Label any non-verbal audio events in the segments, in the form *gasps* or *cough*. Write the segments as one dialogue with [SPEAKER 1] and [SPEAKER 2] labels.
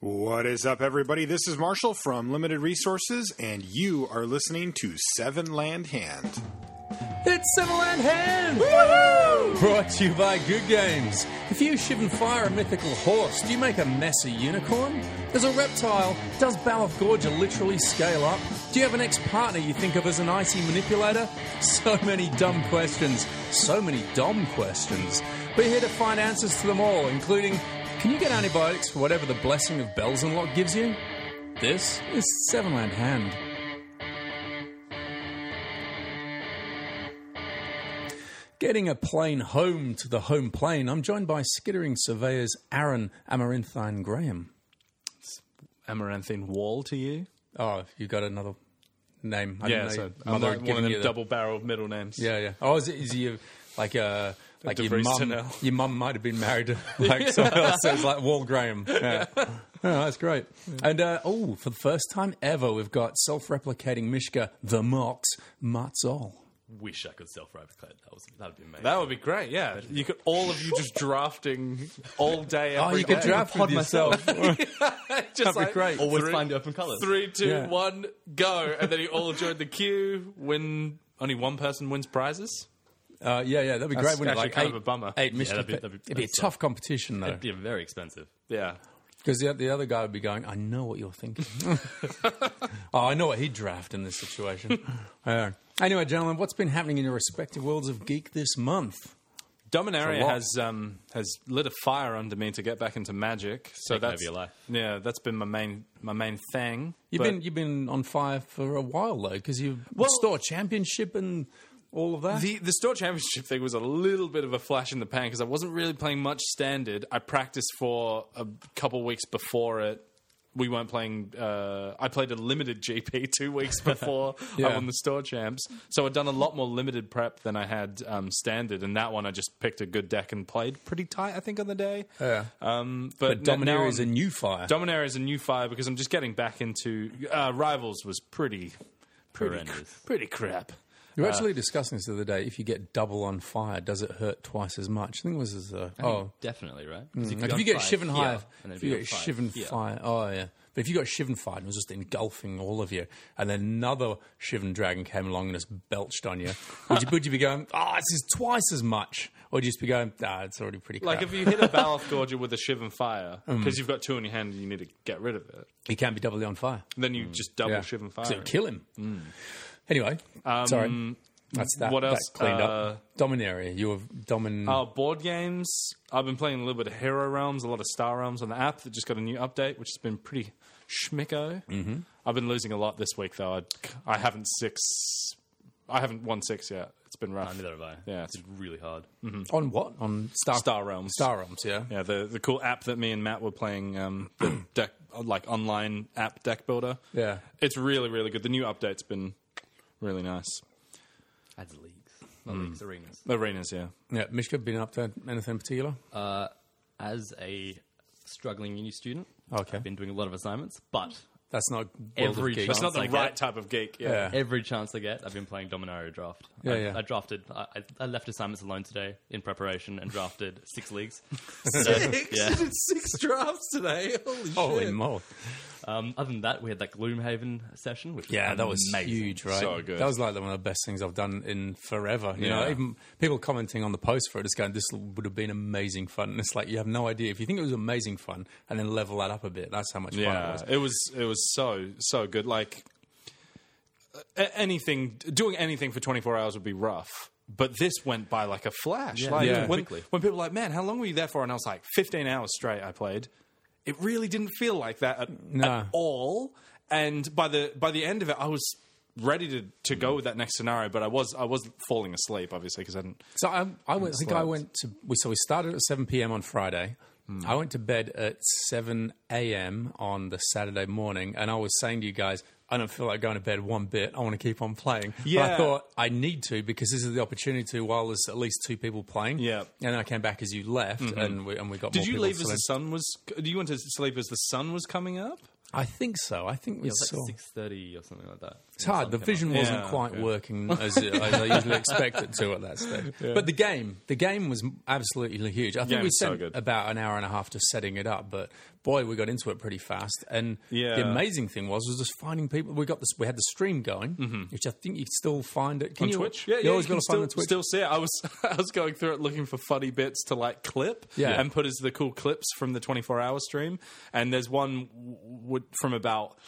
[SPEAKER 1] What is up, everybody? This is Marshall from Limited Resources, and you are listening to Seven Land Hand.
[SPEAKER 2] It's Seven Land Hand! Brought to you by Good Games. If you shiv and fire a mythical horse, do you make a messy unicorn? As a reptile, does Baloth Gorger literally scale up? Do you have an ex partner you think of as an icy manipulator? So many dumb questions. So many dumb questions. We're here to find answers to them all, including can you get antibiotics for whatever the blessing of Bells and Lock gives you? This is Seven Land Hand. Getting a plane home to the home plane, I'm joined by skittering surveyors Aaron Amaranthine Graham.
[SPEAKER 3] amaranthine wall to you.
[SPEAKER 2] Oh, you got another name? I
[SPEAKER 3] Yeah,
[SPEAKER 2] didn't know
[SPEAKER 3] so
[SPEAKER 2] your
[SPEAKER 3] I'm
[SPEAKER 2] mother had
[SPEAKER 3] like one of
[SPEAKER 2] given you
[SPEAKER 3] them
[SPEAKER 2] the-
[SPEAKER 3] double-barreled middle names.
[SPEAKER 2] Yeah, yeah. Oh, is, it, is you like uh, like your
[SPEAKER 3] DeVries
[SPEAKER 2] mum? *laughs*
[SPEAKER 3] Tanel.
[SPEAKER 2] Your mum might have been *laughs* married to like someone else. So it's like Wall Graham. *laughs* Yeah. oh, that's great. And uh, oh, for the first time ever, we've got self-replicating Mishka the Mox Matzol.
[SPEAKER 4] Wish I could self-replicate. That was that'd be amazing.
[SPEAKER 3] That would be great. Yeah, you could all of
[SPEAKER 2] *laughs*
[SPEAKER 3] you just drafting all day.
[SPEAKER 2] Oh,
[SPEAKER 3] every
[SPEAKER 2] you could
[SPEAKER 3] day.
[SPEAKER 2] draft with
[SPEAKER 3] *laughs*
[SPEAKER 4] pod
[SPEAKER 2] yourself. *laughs*
[SPEAKER 3] Just
[SPEAKER 2] That'd be great.
[SPEAKER 4] Always
[SPEAKER 3] three-
[SPEAKER 4] find open colours.
[SPEAKER 3] Three, two,
[SPEAKER 2] Yeah.
[SPEAKER 3] one, go, and then you all join the queue. Win. Only one person wins prizes.
[SPEAKER 2] Uh, yeah, yeah, that'd be great. wouldn't it?
[SPEAKER 3] actually
[SPEAKER 2] like
[SPEAKER 3] kind of
[SPEAKER 2] eight-
[SPEAKER 3] a bummer.
[SPEAKER 2] Eight
[SPEAKER 3] Yeah,
[SPEAKER 2] Mishka.
[SPEAKER 4] that'd be-
[SPEAKER 2] pe-
[SPEAKER 4] that'd be-
[SPEAKER 2] it'd be a
[SPEAKER 4] that's-
[SPEAKER 2] tough competition though.
[SPEAKER 4] It'd be very expensive.
[SPEAKER 3] Yeah.
[SPEAKER 2] Because the, the other guy would be going, I know what you're thinking. *laughs* oh, I know what he'd draft in this situation. Uh, anyway, gentlemen, what's been happening in your respective worlds of geek this month? It's a
[SPEAKER 3] Dominaria
[SPEAKER 2] lot.
[SPEAKER 3] has um, has lit a fire under me to get back into magic. So
[SPEAKER 4] Taking
[SPEAKER 3] that's
[SPEAKER 4] over your life.
[SPEAKER 3] yeah, that's been my main my main thing.
[SPEAKER 2] You've
[SPEAKER 3] But-
[SPEAKER 2] been you've been on fire for a while though, because you've store championship and all of that.
[SPEAKER 3] The the store championship thing was a little bit of a flash in the pan because I wasn't really playing much standard. I practiced for a couple weeks before it. We weren't playing. Uh, I played a limited GP two *laughs* weeks before
[SPEAKER 2] Yeah.
[SPEAKER 3] I won the store champs, so I'd done a lot more limited prep than I had um, standard. And that one, I just picked a good deck and played pretty tight. I think on the day.
[SPEAKER 2] Yeah.
[SPEAKER 3] Um, but
[SPEAKER 2] but
[SPEAKER 3] n- now
[SPEAKER 2] Dominaria is a
[SPEAKER 3] I'm-
[SPEAKER 2] new fire.
[SPEAKER 3] Dominaria is a new fire because I'm just getting back into uh, rivals. Was pretty, pretty, cr-
[SPEAKER 4] Horrendous.
[SPEAKER 3] pretty crap.
[SPEAKER 2] we were actually discussing this the other day. If you get double on fire, does it hurt twice as much? I think it was as a, oh,
[SPEAKER 4] Definitely, right? 'Cause
[SPEAKER 2] Like
[SPEAKER 4] go
[SPEAKER 2] if you
[SPEAKER 4] on
[SPEAKER 2] get
[SPEAKER 4] five
[SPEAKER 2] shiven
[SPEAKER 4] here,
[SPEAKER 2] high,
[SPEAKER 4] and then
[SPEAKER 2] if you
[SPEAKER 4] go
[SPEAKER 2] get
[SPEAKER 4] five
[SPEAKER 2] shiven
[SPEAKER 4] here.
[SPEAKER 2] fire, oh yeah. But if you got shiven fire and it was just engulfing all of you, and then another shiven dragon came along and just belched on you, would you, would you be going, oh, this is twice as much, or would you just be going, ah, it's already pretty?
[SPEAKER 3] Like
[SPEAKER 2] crap."
[SPEAKER 3] if you hit a Baloth Gorger with a Shiv and Fire, because you've got two in your hand and you need to get rid of it,
[SPEAKER 2] he can be doubly on fire,
[SPEAKER 3] then you just double
[SPEAKER 2] yeah,
[SPEAKER 3] Shiv and
[SPEAKER 2] so
[SPEAKER 3] Fire.
[SPEAKER 2] it'd kill him. Anyway, sorry, that's that.
[SPEAKER 3] what
[SPEAKER 2] that
[SPEAKER 3] else?
[SPEAKER 2] cleaned
[SPEAKER 3] Uh,
[SPEAKER 2] up? Dominaria, you have domin.
[SPEAKER 3] Uh, board games. I've been playing a little bit of Hero Realms, a lot of Star Realms on the app that just got a new update, which has been pretty schmicko. Mm-hmm. I've been losing a lot this week, though. I, I haven't six. I haven't won six yet. It's been rough.
[SPEAKER 4] Oh, neither have I.
[SPEAKER 3] Yeah.
[SPEAKER 4] it's really hard.
[SPEAKER 2] on what? On Star
[SPEAKER 3] Star Realms.
[SPEAKER 2] Star Realms, yeah.
[SPEAKER 3] Yeah, the the cool app that me and Matt were playing, um, the deck like online app deck builder.
[SPEAKER 2] Yeah.
[SPEAKER 3] it's really really good. The new update's been really nice.
[SPEAKER 4] Adds leagues, not
[SPEAKER 2] Mm.
[SPEAKER 4] leagues, arenas.
[SPEAKER 3] Arenas, yeah.
[SPEAKER 2] Yeah, Mishka, been up to anything in particular?
[SPEAKER 4] As a struggling uni student,
[SPEAKER 2] Okay.
[SPEAKER 4] I've been doing a lot of assignments, but
[SPEAKER 2] That's not
[SPEAKER 4] Every
[SPEAKER 2] World of
[SPEAKER 3] It's
[SPEAKER 2] Geeks.
[SPEAKER 4] chance
[SPEAKER 3] not the
[SPEAKER 4] like
[SPEAKER 3] right
[SPEAKER 4] that.
[SPEAKER 3] type of geek. Yeah.
[SPEAKER 2] Yeah.
[SPEAKER 4] every chance I get, I've been playing Dominaria Draft.
[SPEAKER 2] Yeah,
[SPEAKER 4] I,
[SPEAKER 2] yeah.
[SPEAKER 4] I drafted. I, I- I left assignments alone today in preparation and drafted *laughs*
[SPEAKER 2] *laughs*
[SPEAKER 4] six leagues. six? Yeah.
[SPEAKER 3] *laughs* six drafts today. Holy,
[SPEAKER 2] Holy moly!
[SPEAKER 4] Um, other than that, we had that Gloomhaven session, which
[SPEAKER 2] Yeah, that was
[SPEAKER 4] amazing.
[SPEAKER 2] huge, right?
[SPEAKER 3] So good.
[SPEAKER 2] That was like one of the best things I've done in forever. You know,
[SPEAKER 3] Yeah.
[SPEAKER 2] even people commenting on the post for it, just going, "This would have been amazing fun." And it's like you have no idea if you think it was amazing fun, and then level that up a bit. That's how much fun it was.
[SPEAKER 3] Yeah, it was it was so so good. Like a- anything, doing anything for twenty four hours would be rough. But this went by like a flash. like
[SPEAKER 2] Yeah.
[SPEAKER 3] when
[SPEAKER 4] quickly.
[SPEAKER 3] when people were like, man, how long were you there for? And I was like, fifteen hours straight. I played. It really didn't feel like that at,
[SPEAKER 2] No.
[SPEAKER 3] at all. And by the by the end of it, I was ready to, to go with that next scenario. But I was I was falling asleep obviously because I didn't.
[SPEAKER 2] So I, I went, I think I
[SPEAKER 3] slept.
[SPEAKER 2] went to. We so we started at seven p.m. on Friday. I went to bed at seven a.m. on the Saturday morning, and I was saying to you guys, I don't feel like going to bed one bit. I want to keep on playing. But I
[SPEAKER 3] Yeah.
[SPEAKER 2] thought I need to because this is the opportunity to while there's at least two people playing.
[SPEAKER 3] Yeah. Mm-hmm.
[SPEAKER 2] And then I came back as you left, and we and we got.
[SPEAKER 3] Did
[SPEAKER 2] more
[SPEAKER 3] you
[SPEAKER 2] people
[SPEAKER 3] leave as
[SPEAKER 2] still
[SPEAKER 3] the
[SPEAKER 2] in.
[SPEAKER 3] sun was? Do you went to sleep as the sun was coming up?
[SPEAKER 2] I think so. I think we
[SPEAKER 4] It was
[SPEAKER 2] saw.
[SPEAKER 4] like six thirty or something like that.
[SPEAKER 2] It's hard. The vision wasn't
[SPEAKER 3] Yeah,
[SPEAKER 2] quite
[SPEAKER 3] yeah.
[SPEAKER 2] working as, it, as I usually expect it to at that
[SPEAKER 3] *laughs*
[SPEAKER 2] stage. But the game, the game was absolutely huge. I think
[SPEAKER 3] Game
[SPEAKER 2] we
[SPEAKER 3] was so
[SPEAKER 2] spent
[SPEAKER 3] good.
[SPEAKER 2] about an hour and a half just setting it up, but boy, we got into it pretty fast. And the
[SPEAKER 3] Yeah.
[SPEAKER 2] amazing thing was, was just finding people. We got this. We had the stream going, which I think you can still find it. Can
[SPEAKER 3] Mm-hmm. on
[SPEAKER 2] you,
[SPEAKER 3] Twitch. Yeah,
[SPEAKER 2] you
[SPEAKER 3] yeah,
[SPEAKER 2] always
[SPEAKER 3] you
[SPEAKER 2] got
[SPEAKER 3] can
[SPEAKER 2] to find it
[SPEAKER 3] still,
[SPEAKER 2] on Twitch.
[SPEAKER 3] still see it. I was *laughs* I was going through it looking for funny bits to like clip
[SPEAKER 2] Yeah.
[SPEAKER 3] and put as the cool clips from the 24 hour stream. And there's one w- w- from about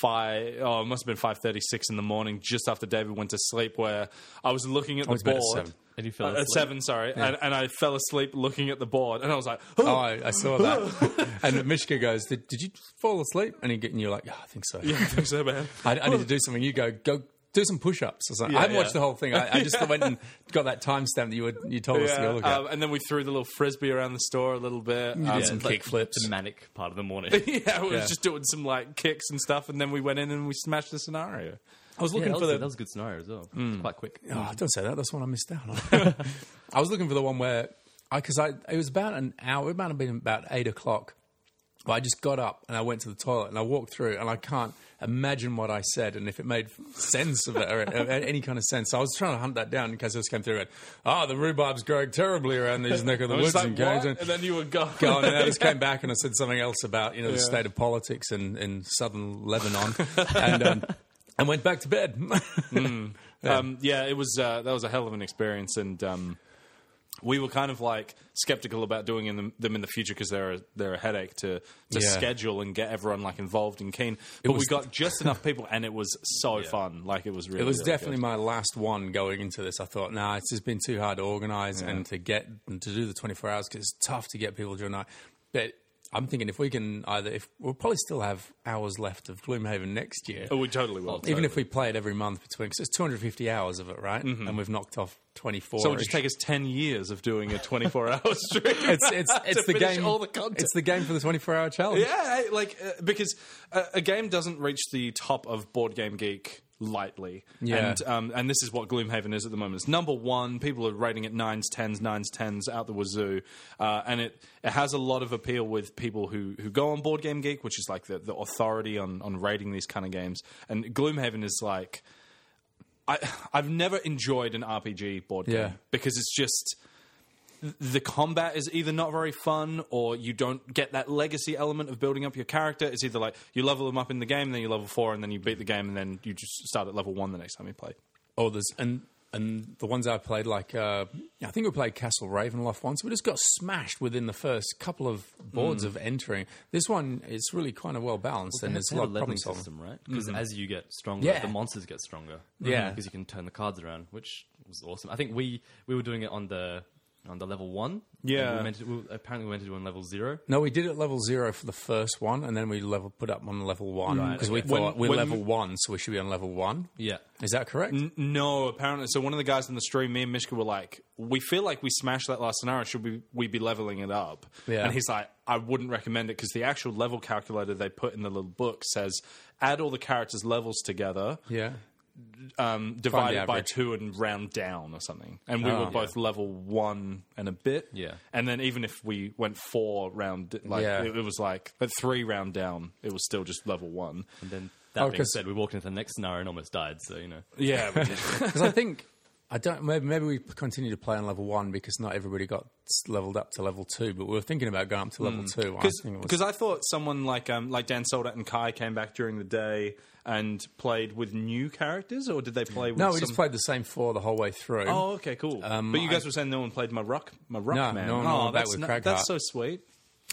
[SPEAKER 3] five oh it must have been 5:36 in the morning just after David went to sleep where I was looking at the
[SPEAKER 2] was about at
[SPEAKER 3] board
[SPEAKER 2] seven.
[SPEAKER 4] And you
[SPEAKER 3] Uh,
[SPEAKER 4] fell
[SPEAKER 3] at
[SPEAKER 4] asleep.
[SPEAKER 3] seven sorry and, and I fell asleep looking at the board and I was like
[SPEAKER 2] Oh,
[SPEAKER 3] oh
[SPEAKER 2] I, I saw that. and Mishka goes, did, did you fall asleep? And, he, get- and you're like, yeah, I think so.
[SPEAKER 3] *laughs* yeah, thanks so bad.
[SPEAKER 2] I, I need to do something. You go, go do some push-ups. Or something. I haven't
[SPEAKER 3] yeah.
[SPEAKER 2] watched the whole thing. I, I just went
[SPEAKER 3] *laughs*
[SPEAKER 2] and got that timestamp that you were, you told us to go
[SPEAKER 3] Yeah,
[SPEAKER 2] look at.
[SPEAKER 3] um, and then we threw the little frisbee around the store a little bit. Um,
[SPEAKER 2] some
[SPEAKER 4] It's like
[SPEAKER 2] kickflips.
[SPEAKER 4] The manic part of the *laughs* morning.
[SPEAKER 3] *laughs* yeah,
[SPEAKER 2] Yeah.
[SPEAKER 3] we was just doing some like kicks and stuff, and then we went in and we smashed the scenario.
[SPEAKER 2] I was
[SPEAKER 4] Yeah,
[SPEAKER 2] looking
[SPEAKER 4] that,
[SPEAKER 2] for
[SPEAKER 4] was, Mm.
[SPEAKER 2] the.
[SPEAKER 4] that was a good scenario as well. It's quite quick.
[SPEAKER 2] oh, don't say that. That's one I missed out
[SPEAKER 3] *laughs*
[SPEAKER 2] on. I was looking for the one where I because I it was about an hour. It might have been about eight o'clock. But I just got up and I went to the toilet and I walked through and I can't imagine what I said and if it made sense of it or a- a- any kind of sense. So I was trying to hunt that down in case this came through. And, oh, the rhubarb's growing terribly around these neck of the
[SPEAKER 3] I was
[SPEAKER 2] woods
[SPEAKER 3] like,
[SPEAKER 2] and
[SPEAKER 3] "What?"
[SPEAKER 2] going.
[SPEAKER 3] and then you were gone.
[SPEAKER 2] gone, and I just came back and I said something else about you know the state of politics in, in southern Lebanon, and
[SPEAKER 3] *laughs*
[SPEAKER 2] um, and went back to bed.
[SPEAKER 3] *laughs*
[SPEAKER 2] *laughs*
[SPEAKER 3] um, yeah, it was uh, that was a hell of an experience, and um, we were kind of like skeptical about doing in them, them in the future because they're a, they're a headache to to
[SPEAKER 2] Yeah.
[SPEAKER 3] schedule and get everyone like involved and keen. But
[SPEAKER 2] was-
[SPEAKER 3] we got just enough people, and it was so fun. Like it was really.
[SPEAKER 2] it was
[SPEAKER 3] really
[SPEAKER 2] definitely
[SPEAKER 3] good.
[SPEAKER 2] my last one going into this. I thought, nah, it's just been too hard to organise and to get and to do the twenty four hours because it's tough to get people during the night. But I'm thinking if we can either if we'll probably still have hours left of Gloomhaven next year.
[SPEAKER 3] Oh, we totally will.
[SPEAKER 2] Even if we play it every month between, because it's 250 hours of it, right? And we've knocked off 24.
[SPEAKER 3] so it would just take us ten years of
[SPEAKER 2] *laughs*
[SPEAKER 3] doing a twenty four hour stream.
[SPEAKER 2] it's
[SPEAKER 3] *laughs*
[SPEAKER 2] it's it's the
[SPEAKER 3] finish
[SPEAKER 2] game.
[SPEAKER 3] all the content.
[SPEAKER 2] It's the game for the 24 hour challenge.
[SPEAKER 3] Yeah, I- like uh, because a, a game doesn't reach the top of Board Game Geek lightly.
[SPEAKER 2] Yeah.
[SPEAKER 3] And, um, and this is what Gloomhaven is at the moment. It's number one. People are rating it nines, tens, nines, tens out the wazoo. Uh, and it, it has a lot of appeal with people who, who go on Board Game Geek, which is like the, the authority on, on rating these kind of games. And Gloomhaven is like. I, I've never enjoyed an RPG board game
[SPEAKER 2] Yeah.
[SPEAKER 3] because it's just the combat is either not very fun or you don't get that legacy element of building up your character. It's either like you level them up in the game, then you level four, and then you beat the game, and then you just start at level one the next time you play.
[SPEAKER 2] Oh, there's and and the ones I played, like uh, I think we played Castle Ravenloft once. We just got smashed within the first couple of boards of entering. This one, it's really kind of well balanced and there's a
[SPEAKER 4] Hmm. They
[SPEAKER 2] lot
[SPEAKER 4] have
[SPEAKER 2] of
[SPEAKER 4] a
[SPEAKER 2] problem
[SPEAKER 4] leveling
[SPEAKER 2] solving.
[SPEAKER 4] system, right? Because as you get stronger,
[SPEAKER 2] Yeah.
[SPEAKER 4] the monsters get stronger.
[SPEAKER 2] Yeah.
[SPEAKER 4] because you can turn the cards around, which was awesome. I think we we were doing it on the on the level one. and
[SPEAKER 3] Yeah.
[SPEAKER 4] we meant to, we, apparently we meant to do it on level zero.
[SPEAKER 2] No, we did it at level zero for the first one, and then we level put up on level one because we
[SPEAKER 3] okay.
[SPEAKER 2] thought
[SPEAKER 3] When-
[SPEAKER 2] we're
[SPEAKER 3] when- Mm.
[SPEAKER 2] level one, so we should be on level one.
[SPEAKER 4] Yeah,
[SPEAKER 2] Is that correct?
[SPEAKER 3] No, apparently. So one of the guys in the stream, me and Mishka, were like, "We feel like we smashed that last scenario. Should we we be leveling it up?"
[SPEAKER 2] Yeah.
[SPEAKER 3] And he's like, "I wouldn't recommend it because the actual level calculator they put in the little book says add all the characters' levels together,
[SPEAKER 2] Yeah.
[SPEAKER 3] um, divided by
[SPEAKER 2] average.
[SPEAKER 3] two and round down or something. And we
[SPEAKER 2] Ah.
[SPEAKER 3] were both level one and a bit.
[SPEAKER 4] Yeah.
[SPEAKER 3] And then even if we went four round, like
[SPEAKER 2] Yeah.
[SPEAKER 3] it, it was like at three round down, it was still just level one.
[SPEAKER 4] and then that
[SPEAKER 2] Oh,
[SPEAKER 4] being
[SPEAKER 2] 'cause-
[SPEAKER 4] said, we walked into the next scenario and almost died. So you know,
[SPEAKER 3] Yeah.
[SPEAKER 2] *laughs*
[SPEAKER 3] we did.
[SPEAKER 2] Because I think I don't. Maybe, maybe we continue to play on level one because not everybody got s- leveled up to level two. But we were thinking about going up to level
[SPEAKER 3] Mm.
[SPEAKER 2] two. I think it was-
[SPEAKER 3] because I thought someone like um, like Dan Soldat and Kai came back during the day and played with new characters, or did they play? with
[SPEAKER 2] no, we
[SPEAKER 3] some...
[SPEAKER 2] just played the same four the whole way through.
[SPEAKER 3] Oh, okay, cool. but you guys were saying no one played my rock, my rock
[SPEAKER 2] No,
[SPEAKER 3] man.
[SPEAKER 2] no one
[SPEAKER 3] oh,
[SPEAKER 2] went back
[SPEAKER 3] that's
[SPEAKER 2] with
[SPEAKER 3] no-
[SPEAKER 2] Craig
[SPEAKER 3] That's so
[SPEAKER 2] Hart.
[SPEAKER 3] sweet.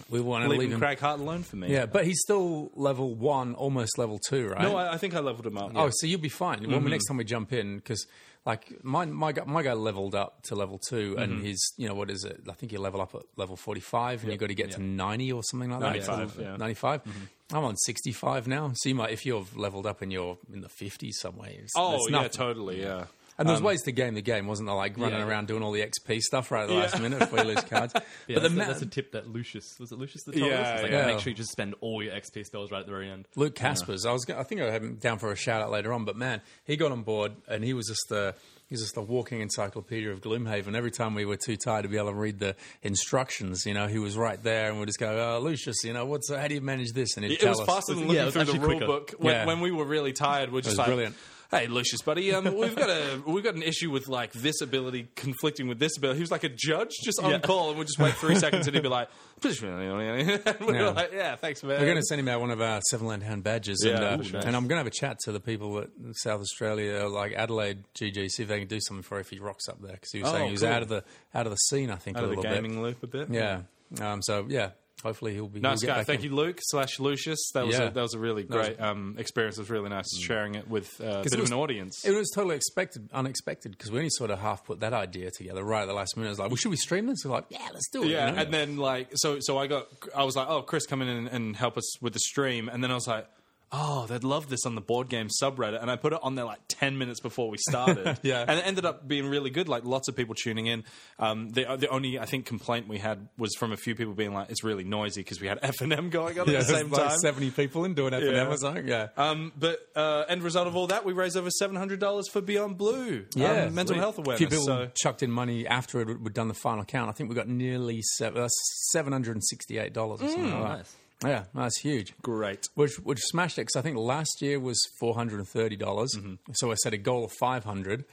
[SPEAKER 2] we want to
[SPEAKER 3] Leaving
[SPEAKER 2] leave him.
[SPEAKER 3] Craig Hart alone for me.
[SPEAKER 2] Yeah, but he's still level one, almost level two, right?
[SPEAKER 3] No, I, Mm-hmm. I think I leveled him up.
[SPEAKER 2] Oh, so you'll be fine. When we next time we jump in, because like my my guy, my guy leveled up to level 2
[SPEAKER 3] Mm-hmm.
[SPEAKER 2] and his you know what is it? I think you level up at level forty five, and you you got to get to ninety or something like
[SPEAKER 3] 95,
[SPEAKER 2] that.
[SPEAKER 3] yeah. Mm-hmm.
[SPEAKER 2] ninety I'm on sixty five now. So you might if you've leveled up and you're in the fifties somewhere. It's,
[SPEAKER 3] Oh,
[SPEAKER 2] it's
[SPEAKER 3] yeah,
[SPEAKER 2] nothing.
[SPEAKER 3] totally, Um, yeah.
[SPEAKER 2] And there's ways to game the game, wasn't there? Like running
[SPEAKER 4] yeah.
[SPEAKER 2] around doing all the XP stuff right at the last minute if we lose
[SPEAKER 3] *laughs*
[SPEAKER 2] cards.
[SPEAKER 4] yeah,
[SPEAKER 2] but the
[SPEAKER 4] that's, a,
[SPEAKER 2] ma-
[SPEAKER 4] that's a tip that Lucius was it Lucius that told
[SPEAKER 3] Yeah,
[SPEAKER 4] us. It's Like, "Oh,
[SPEAKER 2] yeah.
[SPEAKER 4] Make sure you just spend all your XP spells right at the very end.
[SPEAKER 2] Luke Caspers. I was. go- I think I had him down for a shout out later on, but man, he got on board and he was just the He's just a walking encyclopedia of Gloomhaven. Every time we were too tired to be able to read the instructions, you know, he was right there, and we'd just go, "Oh, Lucius, you know, what's how do you manage this?" And he'd
[SPEAKER 3] It
[SPEAKER 2] tell
[SPEAKER 3] was
[SPEAKER 2] us.
[SPEAKER 3] faster than looking
[SPEAKER 4] Yeah, it was
[SPEAKER 3] through the
[SPEAKER 4] actually
[SPEAKER 3] rule
[SPEAKER 4] quicker.
[SPEAKER 3] book. When,
[SPEAKER 2] Yeah.
[SPEAKER 3] when we were really tired, we're just
[SPEAKER 2] was
[SPEAKER 3] like,
[SPEAKER 2] brilliant.
[SPEAKER 3] "Hey, Lucius, buddy, um, we've got a we've got an issue with like this ability conflicting with this ability." He was like a judge, just on
[SPEAKER 4] Yeah.
[SPEAKER 3] call, and we'd just wait
[SPEAKER 2] *laughs*
[SPEAKER 3] three seconds, and he'd be like, and "We
[SPEAKER 2] Yeah.
[SPEAKER 3] *laughs* were like, yeah, thanks, man."
[SPEAKER 2] We're going to send him out one of our seven land hand badges,
[SPEAKER 3] Yeah,
[SPEAKER 2] and, uh,
[SPEAKER 3] ooh, nice.
[SPEAKER 2] and I'm going to have a chat to the people at South Australia, like Adelaide GG, see if they can do something for if he rocks up there because he was
[SPEAKER 3] Oh,
[SPEAKER 2] saying he was
[SPEAKER 3] cool.
[SPEAKER 2] out of the out of the scene, I think,
[SPEAKER 3] out
[SPEAKER 2] a
[SPEAKER 3] of the
[SPEAKER 2] little
[SPEAKER 3] gaming loop a bit.
[SPEAKER 2] bit. Yeah. Um, so yeah, hopefully he'll be
[SPEAKER 3] Nice
[SPEAKER 2] he'll get
[SPEAKER 3] guy.
[SPEAKER 2] back
[SPEAKER 3] Thank
[SPEAKER 2] in.
[SPEAKER 3] you, Luke slash Lucius. That was
[SPEAKER 2] Yeah.
[SPEAKER 3] a, that was a really
[SPEAKER 2] was- Mm.
[SPEAKER 3] great um, experience. It was really nice sharing it with uh, a
[SPEAKER 2] it
[SPEAKER 3] bit of
[SPEAKER 2] was-
[SPEAKER 3] an audience.
[SPEAKER 2] It was totally expected, unexpected, because we only sort of half put that idea together right at the last minute. I was like, well, should we stream this? We're like, yeah, let's do it.
[SPEAKER 3] Yeah,
[SPEAKER 2] you know?
[SPEAKER 3] and then like so so I got I was like, oh, Chris, come in and, and help us with the stream, and then I was like. Oh, they'd love this on the board game subreddit, and I put it on there like ten minutes before we started.
[SPEAKER 2] *laughs* Yeah.
[SPEAKER 3] and it ended up being really good. Like lots of people tuning in. Um, the the only I think complaint we had was from a few people being like, "It's really noisy" because we had F and M going
[SPEAKER 2] *laughs*
[SPEAKER 3] on
[SPEAKER 2] yeah,
[SPEAKER 3] at the same
[SPEAKER 2] like
[SPEAKER 3] time.
[SPEAKER 2] 70 people in doing F&M
[SPEAKER 3] Yeah.
[SPEAKER 2] or something. Yeah.
[SPEAKER 3] Um, but uh, end result of all that, we raised over seven hundred dollars for Beyond Blue,
[SPEAKER 2] Yeah,
[SPEAKER 3] um, mental
[SPEAKER 2] sweet.
[SPEAKER 3] health
[SPEAKER 2] A few
[SPEAKER 3] awareness.
[SPEAKER 2] people
[SPEAKER 3] So
[SPEAKER 2] chucked in money after it- we'd done the final count. I think we got nearly seven, uh, seven hundred and sixty-eight dollars.
[SPEAKER 3] Mm.
[SPEAKER 2] or something like
[SPEAKER 4] nice.
[SPEAKER 2] That. Yeah, that's huge.
[SPEAKER 3] great.
[SPEAKER 2] Which which smashed it because I think last year was four hundred and thirty dollars.
[SPEAKER 3] Mm-hmm.
[SPEAKER 2] So I set a goal of five hundred,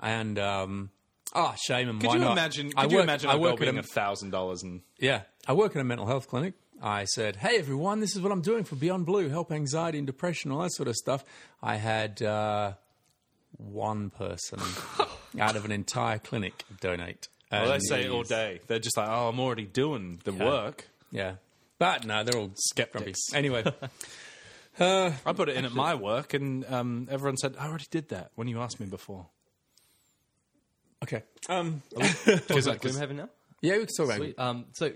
[SPEAKER 2] and um, ah, shame and
[SPEAKER 3] Could
[SPEAKER 2] why
[SPEAKER 3] you
[SPEAKER 2] not?
[SPEAKER 3] imagine? Could
[SPEAKER 2] I
[SPEAKER 3] you
[SPEAKER 2] work-
[SPEAKER 3] imagine?
[SPEAKER 2] I
[SPEAKER 3] our goal
[SPEAKER 2] work at
[SPEAKER 3] being
[SPEAKER 2] a-
[SPEAKER 3] a thousand dollars and
[SPEAKER 2] yeah, I work in a mental health clinic. I said, "Hey everyone, this is what I'm doing for Beyond Blue, help anxiety and depression, all that sort of stuff." I had uh, one person out of an entire clinic donate.
[SPEAKER 3] Well, they
[SPEAKER 2] And-
[SPEAKER 3] say all day. They're just like, oh, I'm already doing the work.
[SPEAKER 2] yeah, but no, they're all skeptics.
[SPEAKER 3] Skeptics. *laughs*
[SPEAKER 2] Anyway,
[SPEAKER 3] uh, I put it in at my work, and um, everyone said, I already did that when you asked me *laughs* before.
[SPEAKER 2] okay, um,
[SPEAKER 3] Because
[SPEAKER 4] Like Gloomhaven now?
[SPEAKER 2] yeah, we can talk about.
[SPEAKER 4] Sweet. Um, so,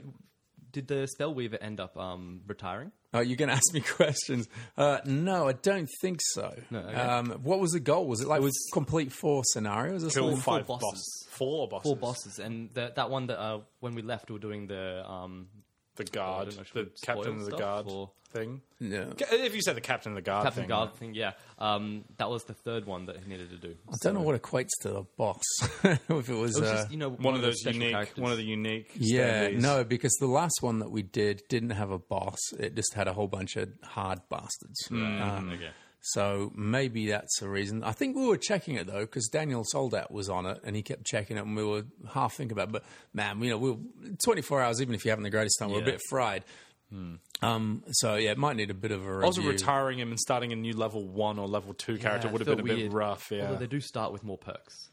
[SPEAKER 4] did the Spellweaver end up um, retiring?
[SPEAKER 2] Oh, you're going to ask me *laughs* questions? Uh, no, I don't think so. No,
[SPEAKER 4] okay.
[SPEAKER 2] um, what was the goal? Was it like
[SPEAKER 4] was-
[SPEAKER 2] complete four scenarios? or
[SPEAKER 3] kill
[SPEAKER 2] something?
[SPEAKER 3] five
[SPEAKER 4] bosses.
[SPEAKER 3] bosses. Four bosses.
[SPEAKER 4] Four bosses, and the, that one that uh, when we left, we were doing the um,
[SPEAKER 3] The
[SPEAKER 4] I
[SPEAKER 3] guard.
[SPEAKER 4] don't know, should
[SPEAKER 3] the
[SPEAKER 4] we spoil
[SPEAKER 3] captain of the
[SPEAKER 4] stuff,
[SPEAKER 3] guard
[SPEAKER 4] or-
[SPEAKER 3] thing.
[SPEAKER 2] No.
[SPEAKER 3] Ca- If you say the captain of the guard
[SPEAKER 4] Captain
[SPEAKER 3] thing.
[SPEAKER 4] Guard thing. Yeah, um, that was the third one that he needed to do.
[SPEAKER 2] I don't know what equates to the boss. *laughs* if it was,
[SPEAKER 4] It
[SPEAKER 2] uh,
[SPEAKER 4] was just, you know,
[SPEAKER 3] One, of those
[SPEAKER 4] special
[SPEAKER 3] unique,
[SPEAKER 4] characters.
[SPEAKER 3] one of the unique.
[SPEAKER 2] Yeah,
[SPEAKER 3] standees.
[SPEAKER 2] no, because the last one that we did didn't have a boss. It just had a whole bunch of hard bastards.
[SPEAKER 3] Mm,
[SPEAKER 2] Um,
[SPEAKER 4] okay.
[SPEAKER 2] So maybe that's the reason. I think we were checking it though, because Daniel Soldat was on it, and he kept checking it, and we were half thinking about. it. But man, you know, we we're twenty four hours. Even if you're having the greatest time, we're a
[SPEAKER 4] Yeah.
[SPEAKER 2] bit fried.
[SPEAKER 3] Hmm.
[SPEAKER 2] Um, so yeah, it might need a bit of a review.
[SPEAKER 3] Also, retiring him and starting a new level one or level two character
[SPEAKER 4] Yeah,
[SPEAKER 3] would have
[SPEAKER 4] felt
[SPEAKER 3] been a bit
[SPEAKER 4] weird.
[SPEAKER 3] rough. Yeah.
[SPEAKER 4] Although they do start with more perks.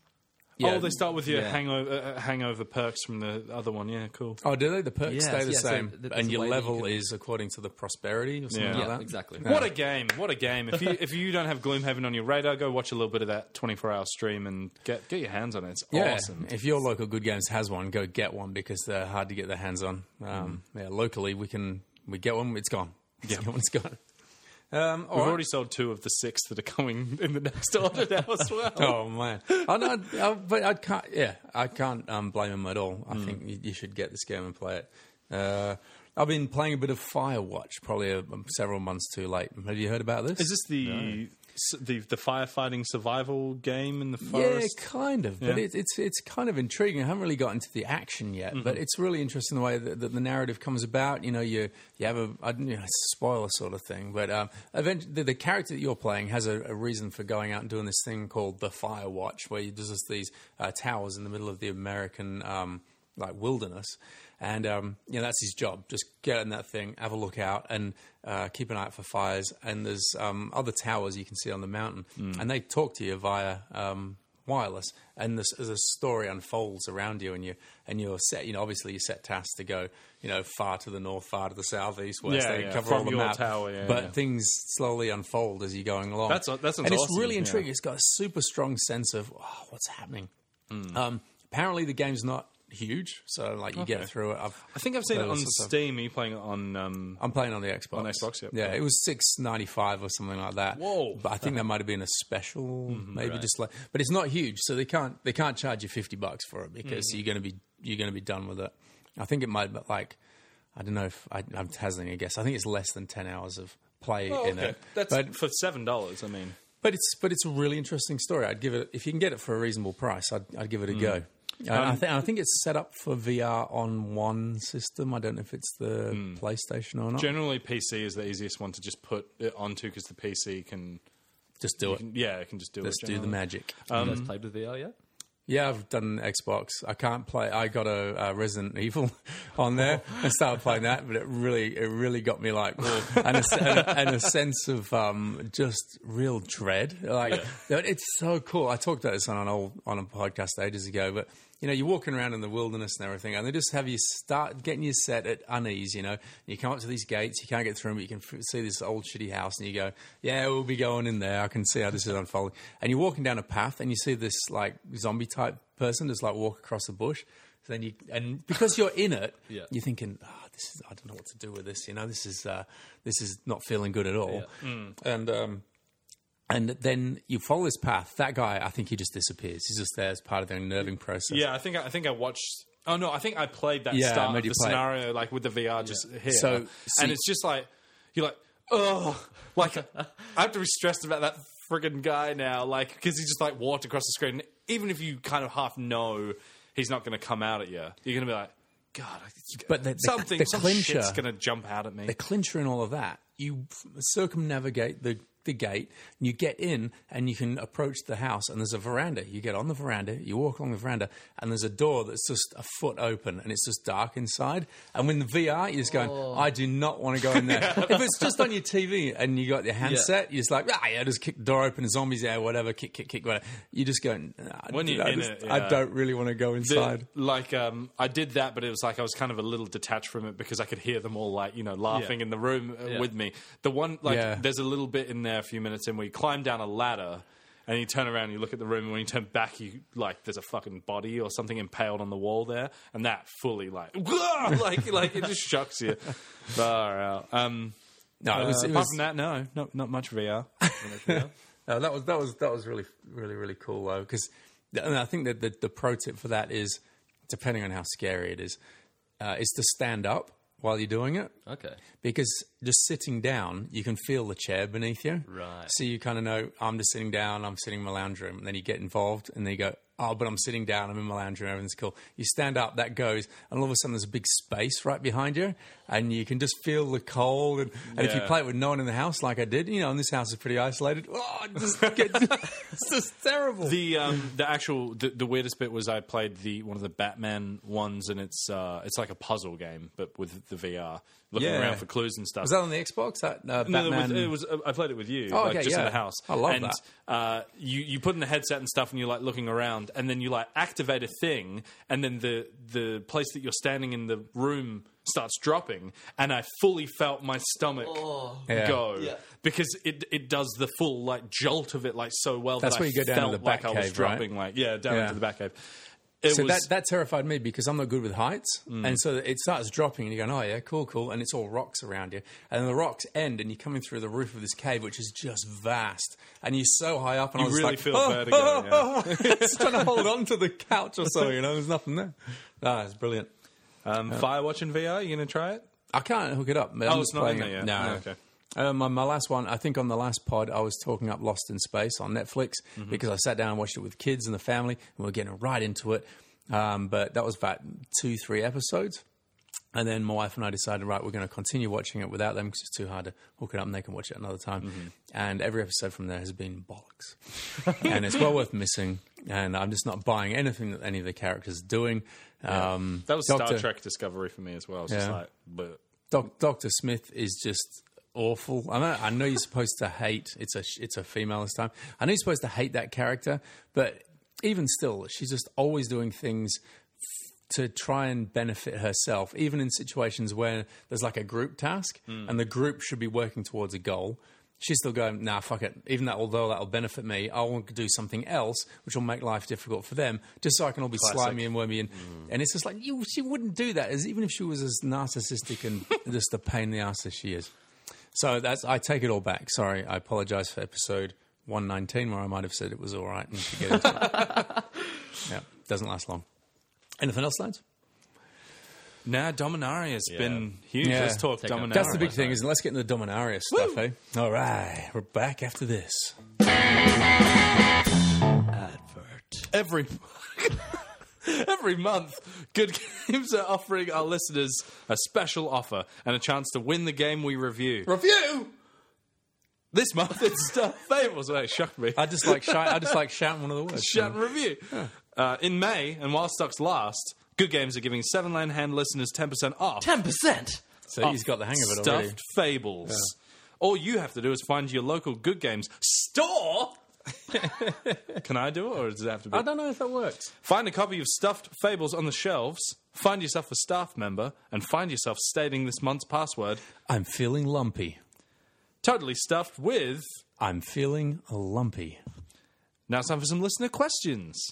[SPEAKER 2] Yeah.
[SPEAKER 3] Oh, they start with your
[SPEAKER 4] Yeah.
[SPEAKER 3] hangover, uh, hangover perks from the other one. Yeah, cool.
[SPEAKER 2] Oh, do they? The perks
[SPEAKER 4] Yes,
[SPEAKER 2] stay the
[SPEAKER 4] yeah, so
[SPEAKER 2] same,
[SPEAKER 4] th- there's
[SPEAKER 2] and
[SPEAKER 4] a
[SPEAKER 2] your
[SPEAKER 4] way that you
[SPEAKER 2] level
[SPEAKER 4] can-
[SPEAKER 2] is according to the prosperity or something
[SPEAKER 3] Yeah.
[SPEAKER 2] like
[SPEAKER 4] Yeah,
[SPEAKER 2] that.
[SPEAKER 4] exactly.
[SPEAKER 3] What a game! What a game! If you if you don't have Gloomhaven on your radar, go watch a little bit of that twenty four hour stream and get get your hands on it. It's
[SPEAKER 2] Yeah.
[SPEAKER 3] awesome.
[SPEAKER 2] If your local Good Games has one, go get one because they're hard to get their hands on. Um, Yeah, locally we can we get one, it's gone. *laughs* Yeah, it's gone. Um, all
[SPEAKER 3] We've
[SPEAKER 2] right.
[SPEAKER 3] already sold two of the six that are coming *laughs* in the next order now as well.
[SPEAKER 2] Oh man, I know, I, but I can't. Yeah, I can't um, blame him at all. I think you, you should get this game and play it. Uh, I've been playing a bit of Firewatch, probably uh, several months too late. Have you heard about this?
[SPEAKER 3] *laughs* Is this the s- the the firefighting survival game in the
[SPEAKER 2] Yeah,
[SPEAKER 3] forest?
[SPEAKER 2] kind of, but
[SPEAKER 3] Yeah.
[SPEAKER 2] it, it's it's kind of intriguing. I haven't really got into the action yet, but it's really interesting the way that, that the narrative comes about. You know, you you have a I don't, you know, spoiler sort of thing, but um, eventually the, the character that you're playing has a, a reason for going out and doing this thing called the Fire Watch, where you there's just these uh, towers in the middle of the American. Um, like wilderness, and um, you know that's his job. Just get in that thing, have a look out, and uh, keep an eye out for fires. And there's um, other towers you can see on the mountain, and they talk to you via um, wireless and this as a story unfolds around you and you and you're set you know obviously you're set tasks to go you know far to the north far to the south east west
[SPEAKER 3] Yeah,
[SPEAKER 2] they
[SPEAKER 3] yeah,
[SPEAKER 2] cover
[SPEAKER 3] from
[SPEAKER 2] all the
[SPEAKER 3] your
[SPEAKER 2] map
[SPEAKER 3] tower, yeah,
[SPEAKER 2] but
[SPEAKER 3] yeah.
[SPEAKER 2] things slowly unfold as you're going along
[SPEAKER 3] That's- that sounds
[SPEAKER 2] and it's
[SPEAKER 3] awesome,
[SPEAKER 2] really
[SPEAKER 3] yeah.
[SPEAKER 2] intriguing it's got a super strong sense of oh, what's happening
[SPEAKER 3] Hmm.
[SPEAKER 2] um, apparently the game's not huge so like you get through it I've,
[SPEAKER 3] I think I've seen
[SPEAKER 2] played
[SPEAKER 3] it
[SPEAKER 2] all
[SPEAKER 3] on
[SPEAKER 2] sorts of-
[SPEAKER 3] Steam. Are you playing it on? Um,
[SPEAKER 2] I'm playing on the Xbox.
[SPEAKER 3] Xbox, yep.
[SPEAKER 2] Yeah, it was six ninety five or something like that.
[SPEAKER 3] Whoa. Mm-hmm.
[SPEAKER 2] But I think that might have been a special, maybe just like. But it's not huge, so they can't they can't charge you fifty bucks for it because
[SPEAKER 3] Mm-hmm.
[SPEAKER 2] you're gonna be you're gonna be done with it. I think it might, but like, I don't know if I, I'm hazarding a guess. I think it's less than ten hours of play in
[SPEAKER 3] Oh, okay.
[SPEAKER 2] it.
[SPEAKER 3] That's
[SPEAKER 2] but
[SPEAKER 3] for seven dollars. I mean,
[SPEAKER 2] But it's but it's a really interesting story. I'd give it if you can get it for a reasonable price. I'd, I'd give it a
[SPEAKER 3] Mm.
[SPEAKER 2] go. And
[SPEAKER 3] Um,
[SPEAKER 2] I, think I think it's set up for VR on one system. I don't know if it's the
[SPEAKER 3] Mm.
[SPEAKER 2] PlayStation or not.
[SPEAKER 3] Generally, PC is the easiest one to just put it onto because the PC can,
[SPEAKER 2] Just do it.
[SPEAKER 3] yeah, it can just do
[SPEAKER 2] Let's
[SPEAKER 3] it.
[SPEAKER 2] do the
[SPEAKER 3] generally.
[SPEAKER 2] magic.
[SPEAKER 3] Um,
[SPEAKER 4] you guys played with oh, VR yet?
[SPEAKER 2] Yeah, I've done Xbox. I can't play. I got a, uh Resident Evil *laughs* on there and started playing that, but it really, it really got me like, and a, se- and, a, and a sense of um, just real dread. Like it's so cool. I talked about this on an old on a podcast ages ago, but you know, you're walking around in the wilderness and everything, and they just have you start getting you set at unease. You know, you come up to these gates, you can't get through them, but you can f- see this old shitty house, and you go, "Yeah, we'll be going in there. I can see how this is unfolding." And you're walking down a path, and you see this like zombie type person just like walk across the bush. So then you and because you're in it,
[SPEAKER 4] Yeah.
[SPEAKER 2] you're thinking, Ah, "This is I don't know what to do with this." You know, this is uh, this is not feeling good at all. And um, and then you follow this path. That guy, I think he just disappears. He's just there as part of the unnerving process.
[SPEAKER 3] Yeah, I think I think I watched. Oh no, I think I played that
[SPEAKER 2] Yeah, I
[SPEAKER 3] start of
[SPEAKER 2] made you
[SPEAKER 3] the
[SPEAKER 2] play it.
[SPEAKER 3] scenario like with the VR just here.
[SPEAKER 2] So, see-
[SPEAKER 3] and it's just like you're like, oh, like I have to be stressed about that friggin' guy now, like because he just like walked across the screen. Even if you kind of half know he's not going to come out at you, you're going to be like, God, it's,
[SPEAKER 2] But the- the-
[SPEAKER 3] something,
[SPEAKER 2] the
[SPEAKER 3] some
[SPEAKER 2] clincher-
[SPEAKER 3] shit's going to jump out at me.
[SPEAKER 2] the clincher and all of that, you f- circumnavigate the, the gate, and you get in, and you can approach the house, and there's a veranda. You get on the veranda, you walk along the veranda, and there's a door that's just a foot open, and it's just dark inside. And when the VR, you're just going,
[SPEAKER 3] Oh.
[SPEAKER 2] I do not want to go in
[SPEAKER 3] *laughs*
[SPEAKER 2] there. if it's just on your TV and you got your handset, you're just like, ah, yeah, just kick the door open, zombies there, whatever, kick, kick, kick, whatever. You just go, nah,
[SPEAKER 3] When you're
[SPEAKER 2] I,
[SPEAKER 3] in
[SPEAKER 2] just-
[SPEAKER 3] it,
[SPEAKER 2] I
[SPEAKER 3] yeah.
[SPEAKER 2] don't really want to go
[SPEAKER 3] the-
[SPEAKER 2] inside.
[SPEAKER 3] like um, I did that, but it was like I was kind of a little detached from it because I could hear them all like you know laughing
[SPEAKER 4] Yeah.
[SPEAKER 3] in the room uh, with me. The one like
[SPEAKER 2] Yeah.
[SPEAKER 3] there's a little bit in there a few minutes in where you climb down a ladder and you turn around, and you look at the room, and when you turn back, you like there's a fucking body or something impaled on the wall there, and that fully like *laughs* like like it just
[SPEAKER 2] *laughs*
[SPEAKER 3] shocks you. Far out. Um,
[SPEAKER 2] no, it was,
[SPEAKER 3] uh,
[SPEAKER 2] it
[SPEAKER 3] apart
[SPEAKER 2] was,
[SPEAKER 3] from that, no, not not much VR.
[SPEAKER 2] No, that was that was that was really really really cool though because and I think that the, the pro tip for that is depending on how scary it is, uh, is to stand up while you're doing it
[SPEAKER 4] Okay.
[SPEAKER 2] because just sitting down you can feel the chair beneath you,
[SPEAKER 4] Right.
[SPEAKER 2] So you kind of know I'm just sitting down, I'm sitting in my lounge room, and then you get involved and then you go. Oh, but I'm sitting down. I'm in my lounge room. Everything's cool. You stand up, that goes, and all of a sudden there's a big space right behind you, and you can just feel the cold. And, and if you
[SPEAKER 3] Yeah.
[SPEAKER 2] play it with no one in the house, like I did, you know, and this house is pretty isolated. Oh, it just get, *laughs* it's just terrible.
[SPEAKER 3] The um, the actual the, the weirdest bit was I played the one of the Batman ones, and it's uh, it's like a puzzle game, but with the VR, looking
[SPEAKER 2] Yeah.
[SPEAKER 3] around for clues and stuff.
[SPEAKER 2] was that on the Xbox? That uh,
[SPEAKER 3] no,
[SPEAKER 2] Batman.
[SPEAKER 3] it was, it was I played it with you,
[SPEAKER 2] Oh,
[SPEAKER 3] like,
[SPEAKER 2] okay,
[SPEAKER 3] just in
[SPEAKER 2] yeah.
[SPEAKER 3] the house.
[SPEAKER 2] I love
[SPEAKER 3] and,
[SPEAKER 2] that.
[SPEAKER 3] Uh, you you put in the headset and stuff, and you're like looking around, and then you like activate a thing, and then the the place that you're standing in the room starts dropping, and I fully felt my stomach
[SPEAKER 2] Yeah.
[SPEAKER 3] go
[SPEAKER 4] Yeah.
[SPEAKER 3] because it it does the full like jolt of it like so well.
[SPEAKER 2] That's
[SPEAKER 3] that
[SPEAKER 2] where
[SPEAKER 3] I
[SPEAKER 2] you go down to
[SPEAKER 3] felt
[SPEAKER 2] the
[SPEAKER 3] like I was
[SPEAKER 2] Batcave, right?
[SPEAKER 3] dropping, like yeah, down
[SPEAKER 2] Yeah.
[SPEAKER 3] into the back cave. It
[SPEAKER 2] so
[SPEAKER 3] was Mm.
[SPEAKER 2] that, that terrified me because I'm not good with heights, and so it starts dropping, and you're going, "Oh yeah, cool, cool," and it's all rocks around you, and the rocks end, and you're coming through the roof of this cave, which is just vast, and you're so high up, and I
[SPEAKER 3] You
[SPEAKER 2] was
[SPEAKER 3] really
[SPEAKER 2] like,
[SPEAKER 3] feel
[SPEAKER 2] "Oh,
[SPEAKER 3] vertigo,
[SPEAKER 2] oh, *laughs*
[SPEAKER 3] yeah."
[SPEAKER 2] oh," just trying to hold on to the couch or so, you know, there's nothing
[SPEAKER 3] *laughs*
[SPEAKER 2] there. Ah, it's brilliant.
[SPEAKER 3] um,
[SPEAKER 2] Oh.
[SPEAKER 3] Firewatch in VR. You gonna try it?
[SPEAKER 2] I can't hook it up. Oh,
[SPEAKER 3] it's not in there yet.
[SPEAKER 2] No.
[SPEAKER 3] Oh, okay.
[SPEAKER 2] Um, my, my last one, I think on the last pod, I was talking up Lost in Space on Netflix
[SPEAKER 3] Mm-hmm.
[SPEAKER 2] because I sat down and watched it with kids and the family, and we were getting right into it. Um, but that was about two, three episodes. And then my wife and I decided, right, we're going to continue watching it without them because it's too hard to hook it up and they can watch it another time.
[SPEAKER 3] Mm-hmm.
[SPEAKER 2] And every episode from there has been bollocks. *laughs* and it's well worth missing. And I'm just not buying anything that any of the characters are doing. Um,
[SPEAKER 3] That was
[SPEAKER 2] Doctor-
[SPEAKER 3] Star Trek Discovery for me as well. It's just
[SPEAKER 2] Yeah.
[SPEAKER 3] like, but
[SPEAKER 2] Doc, Dr. Smith is just awful. I know, I know you're supposed to hate. It's a sh- it's a female this time. I know you're supposed to hate that character, but even still, she's just always doing things to try and benefit herself, even in situations where there's like a group task and the group should be working towards a goal. She's still going, nah, fuck it. Even that, although that'll benefit me, I want to do something else which will make life difficult for them, just so I can all be slimy and wormy. And, and it's just like, you, she wouldn't do that, as, even if she was as narcissistic and *laughs* just a pain in the ass as she is. So that's I take it all back. Sorry, I apologize for episode 119 where I might have said it was all right and to get into it. yeah, doesn't last long. Anything else, lads?
[SPEAKER 3] Nah, Dominaria's
[SPEAKER 4] Yeah.
[SPEAKER 3] been huge.
[SPEAKER 2] Yeah.
[SPEAKER 3] Let's talk
[SPEAKER 4] Take up-
[SPEAKER 3] Dominaria.
[SPEAKER 2] That's the big thing, is let's get into the Dominaria stuff, eh? All right, we're back after this.
[SPEAKER 3] every *laughs* every month good games are offering our listeners a special offer and a chance to win the game we review
[SPEAKER 2] Review.
[SPEAKER 3] this month it's *laughs* uh, fables that shocked me
[SPEAKER 2] I just like sh- I just like shouting one of the words.
[SPEAKER 3] shut and review uh, in may and while stocks last good games are giving seven land hand listeners 10% off
[SPEAKER 4] Ten percent.
[SPEAKER 2] So he's got the hang of it
[SPEAKER 3] Oh, stuffed
[SPEAKER 2] already.
[SPEAKER 3] fables all you have to do is find your local good games
[SPEAKER 2] *laughs*
[SPEAKER 3] store can i do it or does it have to be
[SPEAKER 2] I don't know if that works.
[SPEAKER 3] Find a copy of Stuffed Fables on the shelves, find yourself a staff member, and find yourself stating this month's password
[SPEAKER 2] I'm feeling lumpy.
[SPEAKER 3] totally stuffed with.
[SPEAKER 2] I'm feeling lumpy.
[SPEAKER 3] Now it's time for some listener questions.